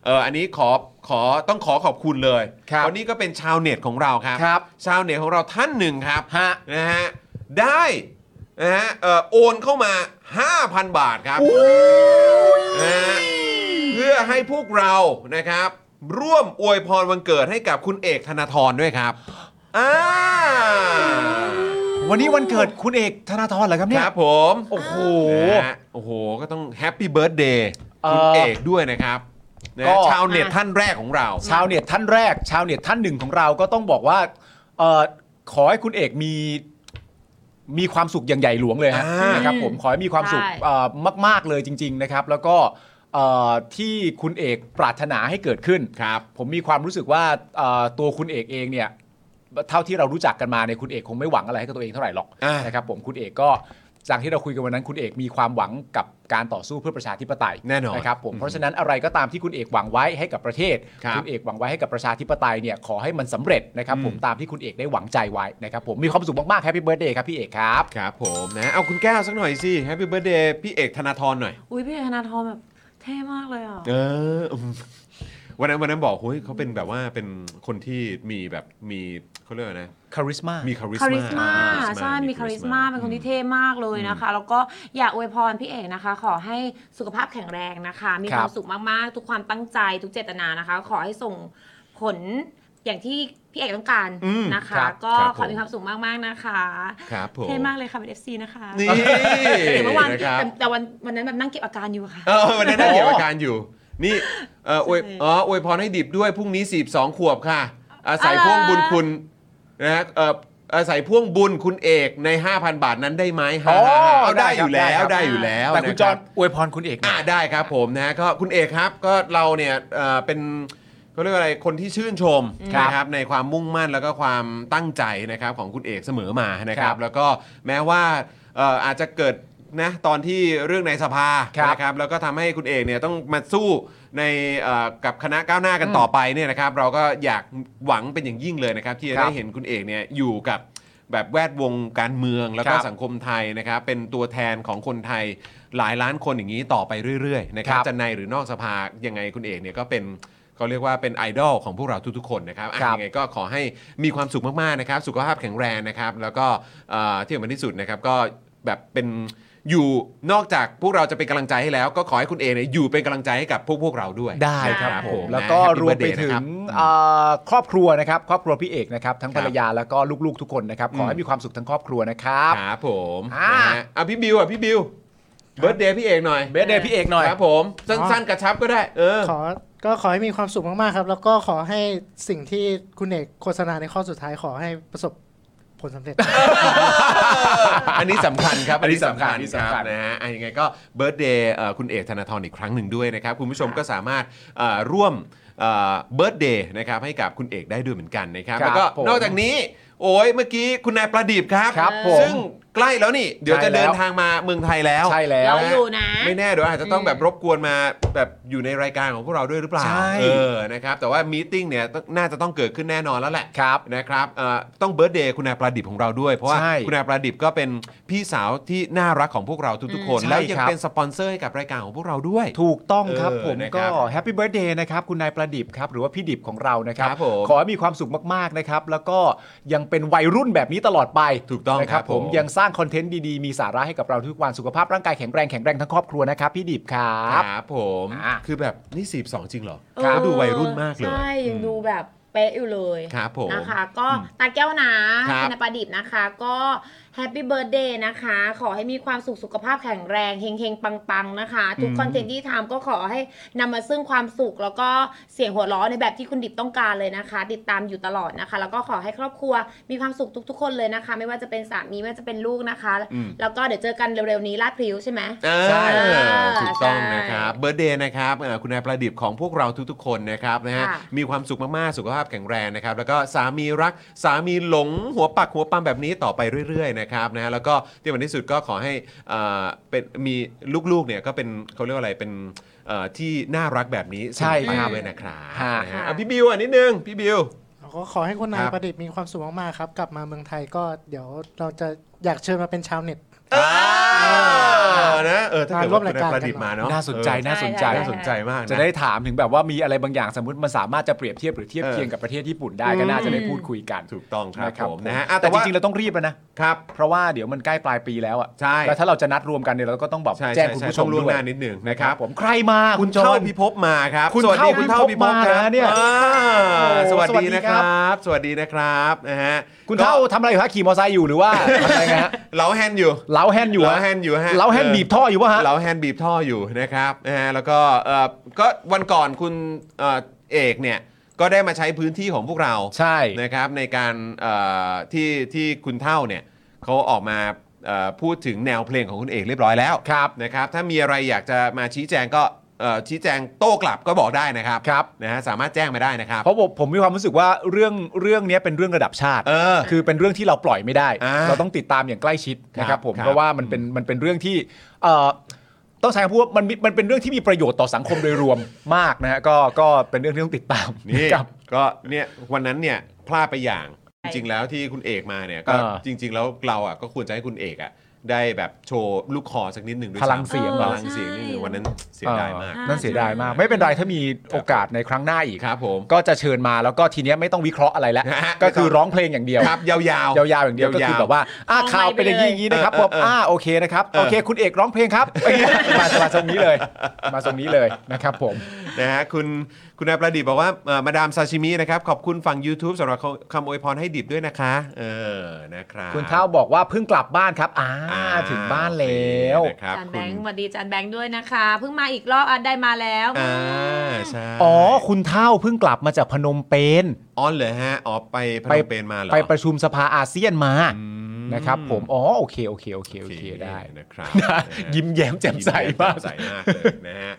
S2: เอ่ออันนี้ขอขอต้องขอขอบคุณเลย
S3: ครับ
S2: เพาะนี่ก็เป็นชาวเน็ตของเราครับ
S3: ครับ
S2: ชาวเน็ตของเราท่านหนึ่งครับ
S3: ฮะ
S2: นะฮะได้นะฮะเอ่อโอนเข้ามา 5,000 บาทครับนะฮะเพื่อให้พวกเรานะครับ ร่วมอวยพรวันเกิดให้กับคุณเอกธนาธรด้วยครับอ่า
S3: วันนี้วันเกิดคุณเอกธนาธรเหรอครับเนี่
S2: ค
S3: ย
S2: รับผม
S3: โอ้โห
S2: นะฮะโอ้โห ก็ต้องแฮปปี้เบิร์ดเดย์คุณ
S3: เอ่อ
S2: เอกด้วยนะครับนะ
S3: ก็
S2: ฮะชาวเน็ตท่านแรกของเรา
S3: ชาวเน็ตท่านแรก ชาวเน็ตท่านหนึ่งของเราก็ต้องบอกว่าเอ่อขอให้คุณเอกมี มีความสุขอย่างใหญ่หลวงเลยฮะ
S2: อ่าน
S3: นะครับผมขอให้มีความสุข
S6: ใช่
S3: เอ่อมาก ๆ เลยจริง ๆ นะครับ แล้วก็เอ่อที่คุณเอกปรารถนาให้เกิดขึ้น
S2: ครับ
S3: ผมมีความรู้สึกว่าเอ่อตัวคุณเอกเองเนี่ยเท่าที่เรารู้จักกันมาเนี่ยคุณเอกคงไม่หวังอะไรให้กับตัวเองเท่าไหร่หรอก
S2: อ่าน
S3: นะครับผมคุณเอกก็จากที่เราคุยกันวันนั้นคุณเอกมีความหวังกับการต่อสู้เพื่อประชาธิปไตย
S2: แน่นอน
S3: นะครับผมเพราะฉะนั้นอะไรก็ตามที่คุณเอกหวังไว้ให้กับประเทศ
S2: ครับ
S3: ณเอกหวังไว้ให้กับประชาธิปไตยเนี่ยขอให้มันสำเร็จนะครับผมตามที่คุณเอกได้หวังใจไว้นะครับผมมีความสุขมากๆแฮปปี้เบิร์ดเดย์ครับพี่เอกครับ
S2: ครับผมนะเอาคุณแก้วสักหน่อยสิแฮปปี้เบิร์ดเดย์พี่เอกธนาธรหน่อย
S6: อุ้ยพี่ธนาธรแบบเท่มากเลยอ่ะ
S2: เอออืมวันนั้นวันนั้นบอกเฮ้ยเขาเป็นแบบว่าเป็นคนที่มีแบบมีเขาเรียกว่านะ
S3: คาริสมา
S2: มีคาริส
S6: คาริสมา
S2: มา
S6: ใช่มีคาริสมาเป็นคนที่เท่มากเลยนะคะ แล้วก็อยากอวยพรพี่เอกนะคะ ขอให้สุขภาพแข็งแรงนะคะ มี
S3: ครับ
S6: ความสุขมาก ๆ ทุกความตั้งใจทุกเจตนานะคะ ขอให้ส่งผลอย่างที่พี่เอกต้องการนะคะ ก็ขอมีความสุขมาก ๆ นะคะ
S2: ครับผม
S6: เท่มากเลยค่ะเป็นเอฟซีนะคะ
S2: นี่
S6: แต่เมื่อวาน
S2: นะครับ
S6: แต่แต่วันวันนั้นแบบนั่งเก็บอาการอยู่อะค่ะ
S2: เออวันนั้นนั่งเก็บอาการอยู่
S6: (laughs)
S2: นี่เอออวยอ๋ออวยพรให้ดิบด้วยพรุ่งนี้สีบสองขวบค่ะ อาศัย
S6: อะไร
S2: พ่วงบุญคุณนะฮะเอออาศัยพ่วงบุญคุณเอกใน 5,000 บาทนั้นได้ไหม
S3: อ๋
S2: ฮ่า
S3: อ
S2: ฮ่าฮ่าเอาได้
S3: ได้ค
S2: อ
S3: รับ
S2: ยู่แล้ว
S3: ได้ครับ
S2: ได้อยู่แล้ว
S3: แต่คุณ
S2: นะ
S3: จ
S2: รั
S3: อบ ห์นอวยพรคุณเอกหน่
S2: อ่า
S3: อย
S2: ได้ครับผมนะก็คุณเอกครับก็เราเนี่ยเอ่อเป็นเขาเรียกว่าอะไรคนที่ชื่นชม
S3: ครับ
S2: นะครับในความมุ่งมั่นแล้วก็ความตั้งใจนะครับของคุณเอกเสมอมานะครั
S3: ครั
S2: บ
S3: บ
S2: แล้วก็แม้ว่าเอ่ออาจจะเกิดนะตอนที่เรื่องในสภา
S3: ครับ
S2: นะครับแล้วก็ทำให้คุณเอกเนี่ยต้องมาสู้ในเอ่อกับคณะก้าวหน้ากัน
S3: อืม
S2: ต่อไปเนี่ยนะครับ เราก็อยากหวังเป็นอย่างยิ่งเลยนะครับ ที่จะ
S3: ครับ
S2: ได้เห็นคุณเอกเนี่ยอยู่กับแบบแวดวงการเมืองแล้ว
S3: ค
S2: ก็
S3: รับ
S2: สังคมไทยนะครับเป็นตัวแทนของคนไทยหลายล้านคนอย่างนี้ต่อไปเรื่อยๆนะครั
S3: ค
S2: บ
S3: รับ
S2: จะในหรือนอกสภายังไงคุณเอกเนี่ยก็เป็นเขาเรียกว่าเป็นไอดอลของพวกเราทุกๆคนนะครับอ่ะ
S3: ครับ
S2: ยังไงก็ขอให้มีความสุขมากๆนะครับสุขภาพแข็งแรงนะครับ แล้วก็เอ่อที่สำคัญที่สุดนะครับก็แบบเป็นอยู่นอกจากพวกเราจะเป็นกำลังใจให้แล้ว ก็ขอให้คุณเอกเนี่ยอยู่เป็นกำลังใจให้กับพวกพวกเราด้วย
S3: ได้ครับ
S2: นะ
S3: ผม
S2: นะ
S3: แล้วก็
S2: Happy
S3: รวมไป
S2: Birthday
S3: ถึ
S2: นะค
S3: ง
S2: บ
S3: เอ่อครอบครัวนะครับครอบครัวพี่เอกนะครับทั้ง
S2: ครั
S3: ภ
S2: บ
S3: รรยาแล้วก็ลูกๆทุกคนนะครับขอให้มีความสุขทั้งครอบครัวนะครับ
S2: ครับผม
S3: อ่าน
S2: ะฮะอ่ะพี่บิวอ่ะพี่บิวเบิร์ดเดย์พี่เอกหน่อย
S3: เบสเดย์พี่เอกหน่อย
S2: ครับผมสั้นๆกระชับก็ได้ เออ
S4: ขอก็ขอให้มีความสุขมาก ๆ ครับ แล้วก็ขอให้สิ่งที่คุณเอกโฆษณาในข้อสุดท้ายขอให้ประสบ ผลสำเร็จ
S2: อันนี้สำคัญครับ
S3: อันนี้สำคัญ
S2: อัน
S3: อัน
S2: นี้
S3: นี้
S2: สำ
S3: สำคั
S2: คัญ
S3: ญ
S2: นะฮะอ่ะยังไงก็เบิร์ตเดย์คุณเอกธนาธรอีกครั้งหนึ่งด้วยนะครับ คุณผู้ชมก็สามารถเอ่อร่วมเบิร์ตเดย์นะครับให้กับคุณเอกได้ด้วยเหมือนกันนะครับ
S3: ครับ
S2: แล้วก็
S3: ผม
S2: นอกจากนี้ โอ้ยเมื่อกี้คุณนายประดิบครับ
S3: ครับผม
S2: ซึ่งใกล้แล้วนี่ เดี๋ยว
S3: ใกล้
S2: จะเดิน
S3: แล้ว
S2: ทางมาเมืองไทยแล้ว
S3: ใช่แล้ว
S6: เราอยู่นะ
S2: ไม่แน่เดี๋ยวอาจจะต้องแบบรบกวนมาแบบอยู่ในรายการของพวกเราด้วยหรือเปล่า
S3: ใช่
S2: เออนะครับแต่ว่ามีตติ้งเนี่ยต้องน่าจะต้องเกิดขึ้นแน่นอนแล้วแหละ
S3: ครับ
S2: นะครับเอ่อต้องเบิร์ d เดย์คุณนายประดิบของเราด้วย เพราะว่า
S3: ใช่
S2: คุณนายประดิบก็เป็นพี่สาวที่น่ารักของพวกเราทุกๆคน
S3: อืม
S2: แล้ว
S3: ใช่
S2: ยัง
S3: ครับ
S2: เป็นสปอนเซอร์ให้กับรายการของพวกเราด้วย
S3: ถูกต้องครับ
S2: เออ
S3: ผม
S2: นะค
S3: ก็
S2: รับ
S3: แฮปปี้เบิร์ดเดย์นะครับ คุณนายประดิบครับ หรือว่าพี่ดิบของเรานะครับ
S2: ครับผม
S3: ขอให้มีความสุขมากๆนะครับ แล้วก็ยังเป็นวัยรุ่นแบบนี้ตลอดไป
S2: ถูกต้อง
S3: นะ
S2: ค
S3: ค
S2: รั
S3: รั
S2: บบ ผ
S3: ผม มยังสร้างคอนเทนต์ดีๆ มีสาระให้กับเราทุกวันสุขภาพร่างกายแข็งแรงแข็งแรงทั้งครอบครัวนะครับ พี่ดิบครับ
S2: ครับผม
S3: อ่ะ
S2: คือแบบนี่สีสองจริงเหรอ
S6: เออ
S2: เขาดูวัยรุ่นมากเลย
S6: ใช่ยังดูแบบเป๊ะอยู่เลย
S2: ครับผม
S6: นะคะ ก็ตาแก้วนะครับ ณประดิษฐ์นะคะ ก็แฮปปี้เบิร์ดเดย์นะคะ ขอให้มีความสุขสุขภาพแข็งแรงเฮงๆ ปังๆ นะคะ ทุกคอนเทนต์ที่ทำก็ขอให้นำมาซึ่งความสุข แล้วก็เสียงหัวเราะในแบบที่คุณดิบต้องการเลยนะคะ ติดตามอยู่ตลอดนะคะ แล้วก็ขอให้ครอบครัวมีความสุขทุก ๆ คนเลยนะคะ ไม่ว่าจะเป็นสามีไม่ว่าจะเป็นลูกนะคะ
S2: อืม
S6: แล้วก็เดี๋ยวเจอกันเร็วๆนี้ลาดพริ้วใช่ไหม
S2: ใ
S3: ใช่
S2: ถูกต้อง
S6: ใช่
S2: นะครับเบอร์เดย์นะครับเอ่อคุณนายประดิบของพวกเราทุกๆ คนนะครับนะฮะ
S6: ค่ะ
S2: มีความสุขมากๆ สุขภาพแข็งแรงนะครับ แล้วก็สามีรักสามีหลงหัวปักหัวปั๊มแบบนี้ต่อไปเรื่อยๆนะครับนะฮะแล้วก็ที่มันที่สุดก็ขอให้เอ่อเป็นมีลูกๆเนี่ยก็เป็นเขาเรียกว่าอะไรเป็นเอ่อที่น่ารักแบบนี้
S3: ใช่
S2: เสมอ
S3: ครับ
S2: ไปด้วยนะครับ
S3: ฮะ
S2: นะฮะ
S6: ค่ะ
S2: อ่ะพี่บิวอ่ะนิดนึงพี่บิว
S4: ก็ขอให้คุณนา
S2: ค
S4: ย
S2: รับ
S4: ประดิษฐ์มีความสุขมากๆครับ กลับมาเมืองไทยก็เดี๋ยวเราจะอยากเชิญมาเป็นชาวเน็ต
S2: อ่านะเออถ้าเกิดว่าคุณนายประดิษฐ์มาเนาะ
S3: น่าสนใจน่าสนใจ
S2: เออ
S6: ได้
S2: น่าสนใจมากนะ
S3: จะได้ถามถึงแบบว่ามีอะไรบางอย่างสมมติมันสามารถจะเปรียบเทียบหรือเทียบเคียงกับประเทศญี่ปุ่นได้ก็น่าจะได้พูดคุยกัน
S2: ถูกต้องครับ
S3: นะ
S2: ผมนะฮะอ่ะแต่
S3: แต่จ
S2: ว่า
S3: ริงๆเราต้องรีบแล้วนะครับ เพราะว่าเดี๋ยวมันใกล้ปลายปีแล้วอ่ะ
S2: ใช่
S3: แล้วถ้าเราจะนัดรวมกันเนี่ยเราก็ต้องแบบ
S2: ใช่
S3: แจ้
S2: ใช่
S3: งคุณ
S2: ใช่
S3: ผู้ช
S2: ต้อ
S3: ม
S2: งล่วง
S3: ด้ว
S2: ห
S3: ย
S2: น้านิดหนึ่งนะค
S3: ค
S2: รั
S3: รับ บผมใครมา
S2: คุณ
S3: จอ
S2: เท่า
S3: ห์น
S2: พิภพมาครับ
S3: คุณ
S2: สวัสดี
S3: เท่า
S2: คุณเท่า
S3: พิ
S2: พิ
S3: ภพ
S2: ภพ
S3: มา
S2: ครับ
S3: นะเนี่ย
S2: อ่าส
S3: โอ้
S2: วัส
S3: สวั
S2: ดี
S3: สดี
S2: นะค
S3: ครั
S2: รับ บ สวัสดีนะครับนะฮะ
S3: คุณเท่า
S2: ก็
S3: ทำอะไรอยู่ฮะขี่มอเตอร์ไซค์อยู่หรือว่า อะไรนะ
S2: (laughs)
S3: ฮะ
S2: เหลาแฮนด์อยู่
S3: เล้าแฮนด์อยู่
S2: เห
S3: ฮะ
S2: ลาแฮนด์อยู่ฮะ
S3: เล้าแฮนด์บีบท่ออยู่วะฮะ
S2: เหลาแฮนด์บีบท่ออยู่นะครับนะฮะแล้วก็เออก็วันก่อนคุณเอ่อเอกเนี่ยก็ได้มาใช้พื้นที่ของพวกเรา
S3: ใช่
S2: นะครับในการเอ่อที่ที่คุณเท่าเนี่ยเขาออกมาเอ่อพูดถึงแนวเพลงของคุณเอกเรียบร้อยแล้ว
S3: ครับ
S2: นะครับถ้ามีอะไรอยากจะมาชี้แจงก็เอ่อชี้แจงโต้กลับก็บอกได้นะครับ
S3: ครับ
S2: นะฮะสามารถแจ้งมาได้นะครับ
S3: เพราะผมผมมีความรู้สึกว่าเรื่องเรื่องเนี้ยเป็นเรื่องระดับชาติ
S2: เออ
S3: คือเป็นเรื่องที่เราปล่อยไม่ได้
S2: อ่า
S3: เราต้องติดตามอย่างใกล้ชิดนะ
S2: ค
S3: ค
S2: รั
S3: รั
S2: บบ
S3: ผม
S2: ครับ
S3: เพราะว่ามันเป็นมันเป็นเรื่องที่เอ่อต้องใช้คำพูดว่ามันมีมันเป็นเรื่องที่มีประโยชน์ต่อสังคมโดยรวมมากนะฮะก็ก็เป็นเรื่องที่ต้องติดตาม
S2: นี่
S3: ครับ
S2: ก็เนี่ยวันนั้นเนี่ยพลาดไปอย่างจริงๆแล้วที่คุณเอกมาเนี่ยก็
S3: เออ
S2: จริง ๆ แล้วเราอ่ะก็ควรจะให้คุณเอกอ่ะได้แบบโชว์ลูกคอสักนิดหนึ่งด้วย
S3: พลัง
S2: ซ้ำ
S3: เสียง
S2: พ
S3: เหรอ
S2: ลังเสียงนิดหนึ่งวันนั้นเสียดายมาก
S3: เออนั่นเสียดายมาก ไม่เป็นไรถ้ามีโอกาสในครั้งหน้าอีก
S2: ครับผม
S3: ก็จะเชิญมาแล้วก็ทีเนี้ยไม่ต้องวิเคราะห์อะไรแล้ว
S2: ฮะ
S3: ก็คือร้องเพลงอย่างเดียว
S2: ครับยาวๆ
S3: ยาวๆอย่างเดียวก็คือแบบว่าอ่ะ
S6: เอาไมค์
S3: ข่าวเป็นอย่างนี้
S6: ไป
S3: อ
S6: เลย
S3: ย่างนี้นะครับ
S2: เอ
S3: ผ
S2: อ
S3: ม
S2: เออเออ
S3: อ่าโอเคนะครับ
S2: เออ
S3: โอเค คุณเอกร้องเพลงครับ (laughs) อย่างเงี้ยมามาตรงนี้เลย มาตรงนี้เลยนะครับผม
S2: นะฮะคุณคุณนายประดิษฐ์บอกว่าเอ่อมาดามซาชิมินะครับ ขอบคุณฝั่ง YouTube สำหรับคำอวยพรให้ดิบด้วยนะคะ เออนะครับ
S3: คุณเท่าบอกว่าเพิ่งกลับบ้านครับอ่า
S2: อ่า
S3: ถึงบ้านแล้ว
S2: โอเคนะครับ
S6: จาน
S2: คุ
S6: แบง
S2: ณ
S6: ค์สวัสดีจานแบงค์ด้วยนะคะ เพิ่งมาอีกรอบอ่ะได้มาแล้ว
S2: อ่าใช่
S3: อ๋อคุณเท่าเพิ่งกลับมาจากพนมเปญ
S2: อ๋อเหรอฮะอ๋อไปพนมเปญมาเหรอ
S3: ไปประชุมสภาอาเซียนมา
S2: อืม
S3: นะครับผมอ๋อโอเคโอเคโอเคโอเคได้ (laughs)
S2: นะครับ
S3: ยิ้มแย้มแจ่มใสมาก
S2: ยิ้แย้แจ่ใสมากเลยนะฮะ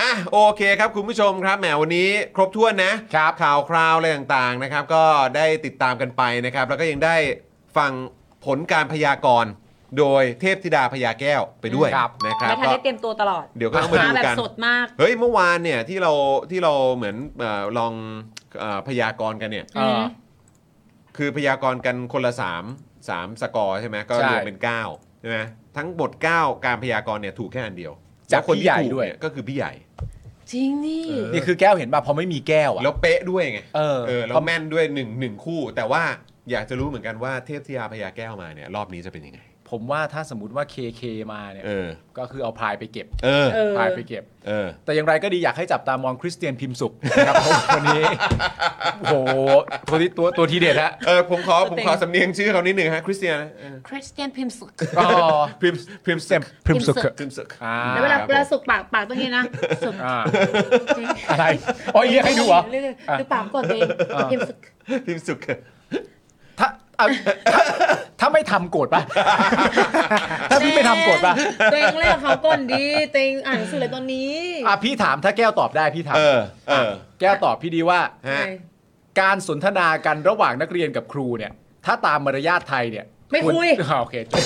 S2: อ่ะโอเคครับคุณผู้ชมครับแหมวันนี้ครบถ้วนนะครับข่าวคราวอะไรต่างๆนะครับ ก็ได้ติดตามกันไปนะครับ แล้วก็ยังได้ฟังผลการพยากรณ์โดยเทพธิดาพยาแก้วไปด้วย
S3: ครับ
S2: นะครับ
S6: ไม่ทัน
S2: ก็
S6: ได้เตรียมตัวตลอด
S2: เดี๋ยวก็ต้องมาดูกัน
S6: แบบสดมาก
S2: เฮ้ยเมื่อวานเนี่ยที่เราที่เราเหมือนเอ่อลองเอ่อพยากรณ์กันเนี่ย
S3: เออ
S2: คือพยากรณ์กันคนละ3ามสามสกอร์ใช่ไหมก็
S3: ใช่
S2: รวมเป็น9ใช่ไหมทั้งหมด 9 การพยากรณ์เนี่ยถูกแค่อันเดียว
S3: จาก
S2: แล้วคน
S3: พี่ใหญ่
S2: ที่ถูก
S3: ด้วย
S2: เนี่ก็คือพี่ใหญ่
S6: จริงนี่
S3: นี่คือแก้วเห็นป่ะพอไม่มีแก้วอ่ะ
S2: แล้วเป๊ะด้วยไง
S3: เออ
S2: แล้วแม่นด้วย1นึ่งหนึ่งคู่ แต่ว่าอยากจะรู้เหมือนกันว่าเทพธิยาพยาแก้วมาเนี่ยรอบนี้จะเป็นยังไง
S3: ผมว่าถ้าสมมติว่า KK มาเนี่ย
S2: เออ
S3: ก็คือเอาพายไปเก็บ
S2: เออ
S6: เออ
S3: พายไปเก็บ
S2: เออ
S3: แต่อย่างไรก็ดีอยากให้จับตามองคริสเตียนพิมพ์สุขนะครับผมวันนี้โอ้โหตัวที่ตัวตัวทีเด็ดฮะ
S2: เออผมขอผมขอสำเนียงชื่อเขานิดหนึ่งฮะคริสเตียนนะเออ
S6: คริสเตียนพิมพ์สุก
S3: อ๋อ
S2: พิมพ์พิมพ์
S3: เต็มพิมพ์สุข
S2: พิมพ์สึก
S3: อ่า
S6: แล้วเวลา
S2: ครับผม
S6: เวลาสุกปากปากต้องนี้นะ สุก
S3: อ่าอะไรอ๋อเรียกให้ดูเหรอ
S6: เรื่อยๆหรือปากกดตัวเองพิมพ์สุก
S2: พิมพ์สึก
S3: ถ้า เอาถ้าไม่ทำโกรธ
S6: (laughs)
S3: ปะ ถ้าพี่ไม่ทำโกรธปะ
S6: ตัวเองเล่นกับเขาก่อนดีตัวเองอ่านหนังสือเลยตอนนี้
S3: อ่ะพี่ถามถ้าแก้วตอบได้พี่ถาม
S2: เออเออ
S3: แก้วตอบพี่ดีว่า
S2: ฮะ
S3: การสนทนากันระหว่างนักเรียนกับครูเนี่ย ถ้าตามมารยาทไทยเนี่ย
S6: ไม่คุย
S3: อ่า (laughs) โอเคจบ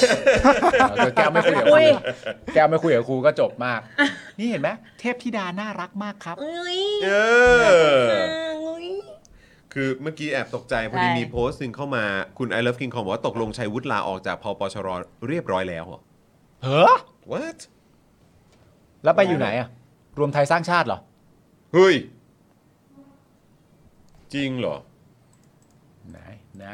S3: เออแก้วไม่คุยกับครู
S6: ไม่คุย
S3: แก้วไม่คุยกับครูก็จบมาก นี่เห็นไหมเทพธิดาน่ารักมากครับ
S6: เอ้ย
S2: เออ
S6: เอ้ย
S2: คือเมื่อกี้แอบตกใจพอดี
S6: ใช่
S2: มีโพสต์หนึ่งเข้ามาคุณ I love King Kong บอกว่าตกลงชัยวุฒิลาออกจากพปชรเรียบร้อยแล้วเหรอ
S3: เฮ้อ
S2: what
S3: แล้วไปอยู่ไหนอะรวมไทยสร้างชาติเหรอ
S2: เฮ้ย จริงเหรอ
S3: ไหน ไหน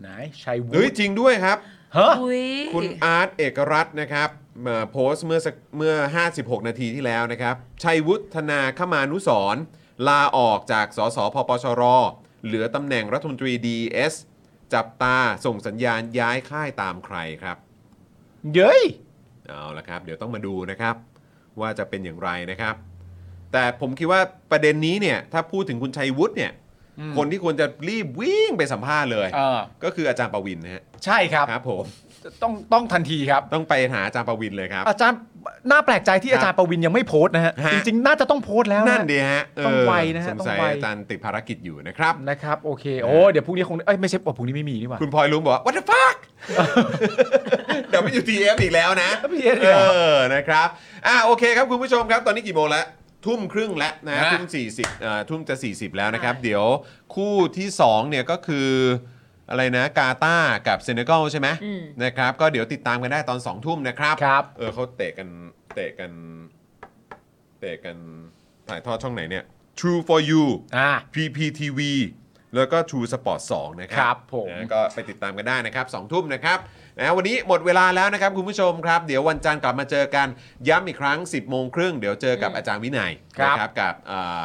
S3: ไหนชัยวุ
S2: เฮ้ย
S3: ฒิ
S2: จริงด้วยครับ
S3: เฮ้อ
S6: อุ๊ย
S2: คุณอาร์ตเอกรัตน์นะครับเอ่อโพสต์เมื่อสักเมื่อ 56 นาทีที่แล้วนะครับ ชัยวุฒนาคมานุสรณ์ลาออกจากสสพปชร เหลือตำแหน่งรัฐมนตรี DS จับตาส่งสัญญาณย้ายค่ายตามใครครับ
S3: เย้ย
S2: เอาละครับ เดี๋ยวต้องมาดูนะครับ ว่าจะเป็นอย่างไรนะครับ แต่ผมคิดว่าประเด็นนี้เนี่ย ถ้าพูดถึงคุณชัยวุฒิเนี่ย คนที่ควรจะรีบวิ่งไปสัมภาษณ์เลย
S3: เออ
S2: ก็คืออาจารย์ประวินนะฮะ
S3: ใช่ครับ
S2: ครับผม
S3: ต้องต้องทันทีครับ
S2: ต้องไปหาอาจารย์ประวินเลยครับ
S3: อาจารย์น่าแปลกใจที่อาจารย์ประวินยังไม่โพสต์นะฮะ
S2: ฮะ
S3: จริงๆ น่าจะต้องโพสต์แล้วะ
S2: นั่นดีฮะเ
S3: ต้องไวนะฮะ
S2: สง
S3: ต้
S2: สัย
S3: องไว
S2: อาจารย์ติดภารกิจอยู่นะครับ
S3: นะครับ โอเค โอ้ เดี๋ยวพรุ่งนี้คง เอ้ย ไม่ใช่ว่าพรุ่งนี้ไม่มีนี่หว่า
S2: คุณพลอยลุงบอกว่า what the fuck (laughs) เดี๋ยวไม่อยู่ TF อีกแล้วนะ
S3: TF อี
S2: เอก
S3: แล้ว
S2: อนะครับ อ่ะโอเคครับคุณผู้ชมครับ ตอนนี้กี่โมงแล้ว ทุ่มครึ่งแล้วนะ
S3: ฮะ
S2: ทุ่ม40เอ่อทุ่มจะ 40 แล้วนะครับ เดี๋ยวคู่ที่2เนี่ยก็คืออะไรนะกาตาร์กับเซเนกัลใช่ไหมนะครับ ก็เดี๋ยวติดตามกันได้ตอน 2 ทุ่มนะครับ
S3: ครับ
S2: เออเขาเตะกันเตะกันเตะกันถ่ายทอดช่องไหนเนี่ย True for you
S3: อ่า
S2: PPTV แล้วก็ True Sport 2 นะครั
S3: ครับผม
S2: นะก็ไปติดตามกันได้นะครับ2ทุ่มนะครับนะวันนี้หมดเวลาแล้วนะครับคุณผู้ชมครับ เดี๋ยววันจันทร์กลับมาเจอกันย้ำอีกครั้ง 10 โมงครึ่ง เดี๋ยวเจอกับอาจารย์วินัย
S3: ครับ
S2: นะกับเอ่อ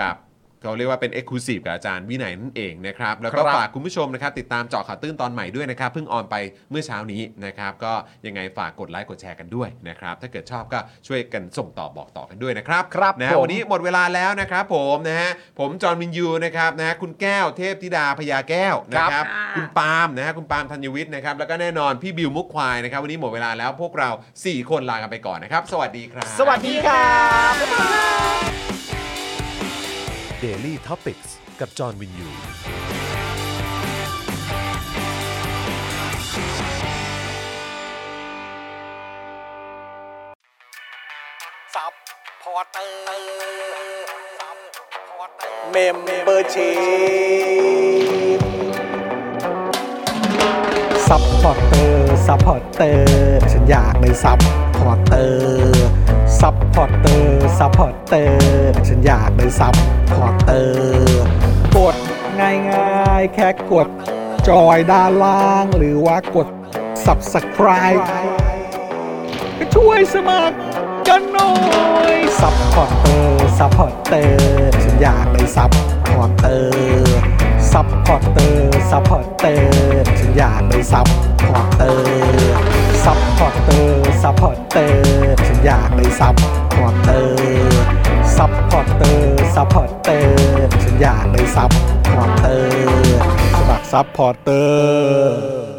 S2: กับเขาเรียกว่าเป็น e x c l u s i v e กับอาจารย์วินัยนั่นเองนะครับ แล้วก็
S3: ครับ
S2: ฝากคุณผู้ชมนะครับ ติดตามเจาะข่าวตื้นตอนใหม่ด้วยนะครับ เพิ่งออนไปเมื่อเช้านี้นะครับ ก็ยังไงฝากกดไลค์กดแชร์กันด้วยนะครับ ถ้าเกิดชอบก็ช่วยกันส่งต่อบอกต่อกันด้วยนะครับ
S3: ครับ
S2: นะ
S3: ผ
S2: ฮะ
S3: ม
S2: วันนี้หมดเวลาแล้วนะครับผมนะฮะผมจอห์นวินยูนะครับนะฮะคุณแก้วเทพธิดาพญาแก้วนะครับคุณปาล์มนะฮะคุณปาล์มธัญวิทย์นะครับแล้วก็แน่นอนพี่บิวมุกควายนะครับวันนี้หมดเวลาแล้วพวกเรา 4 คนลากันไปก่อนนะครับ สวัสดีครับ
S3: สวัสดีครับ
S7: Daily Topics กับจอห์นวินยู
S8: ซับพอร์เตอร์ซับพอร์เตอร์
S5: เมมเบอร์ชีพซัพพอร์เตอร์ซัพพอร์เตอร์ฉันอยากเป็นซัพพอร์เตอร์ซัพพอร์เตอร์ซัพพอร์เตอร์ฉันอยากเป็นซัพพอร์เตอร์กดง่ายง่ายๆ แค่กด จอยด้านล่าง หรือว่ากด subscribe ก็ช่วยสมัครกันหน่อยซัพพอร์เตอร์ซัพพอร์เตอร์ฉันอยากเป็นซัพพอร์เตอร์ซัพพอร์เตอร์ซัพพอร์เตอร์ฉันอยากเป็นซัพพอร์เตอร์ซัพพอร์เตอร์ซัพพอร์เตอร์ฉันอยากเป็นซัพพอร์เตอร์ซัพพอร์เตอร์ซัพพอร์เตอร์ฉันอยากเป็นซัพพอร์เตอร์สมัครซัพพอร์เตอร์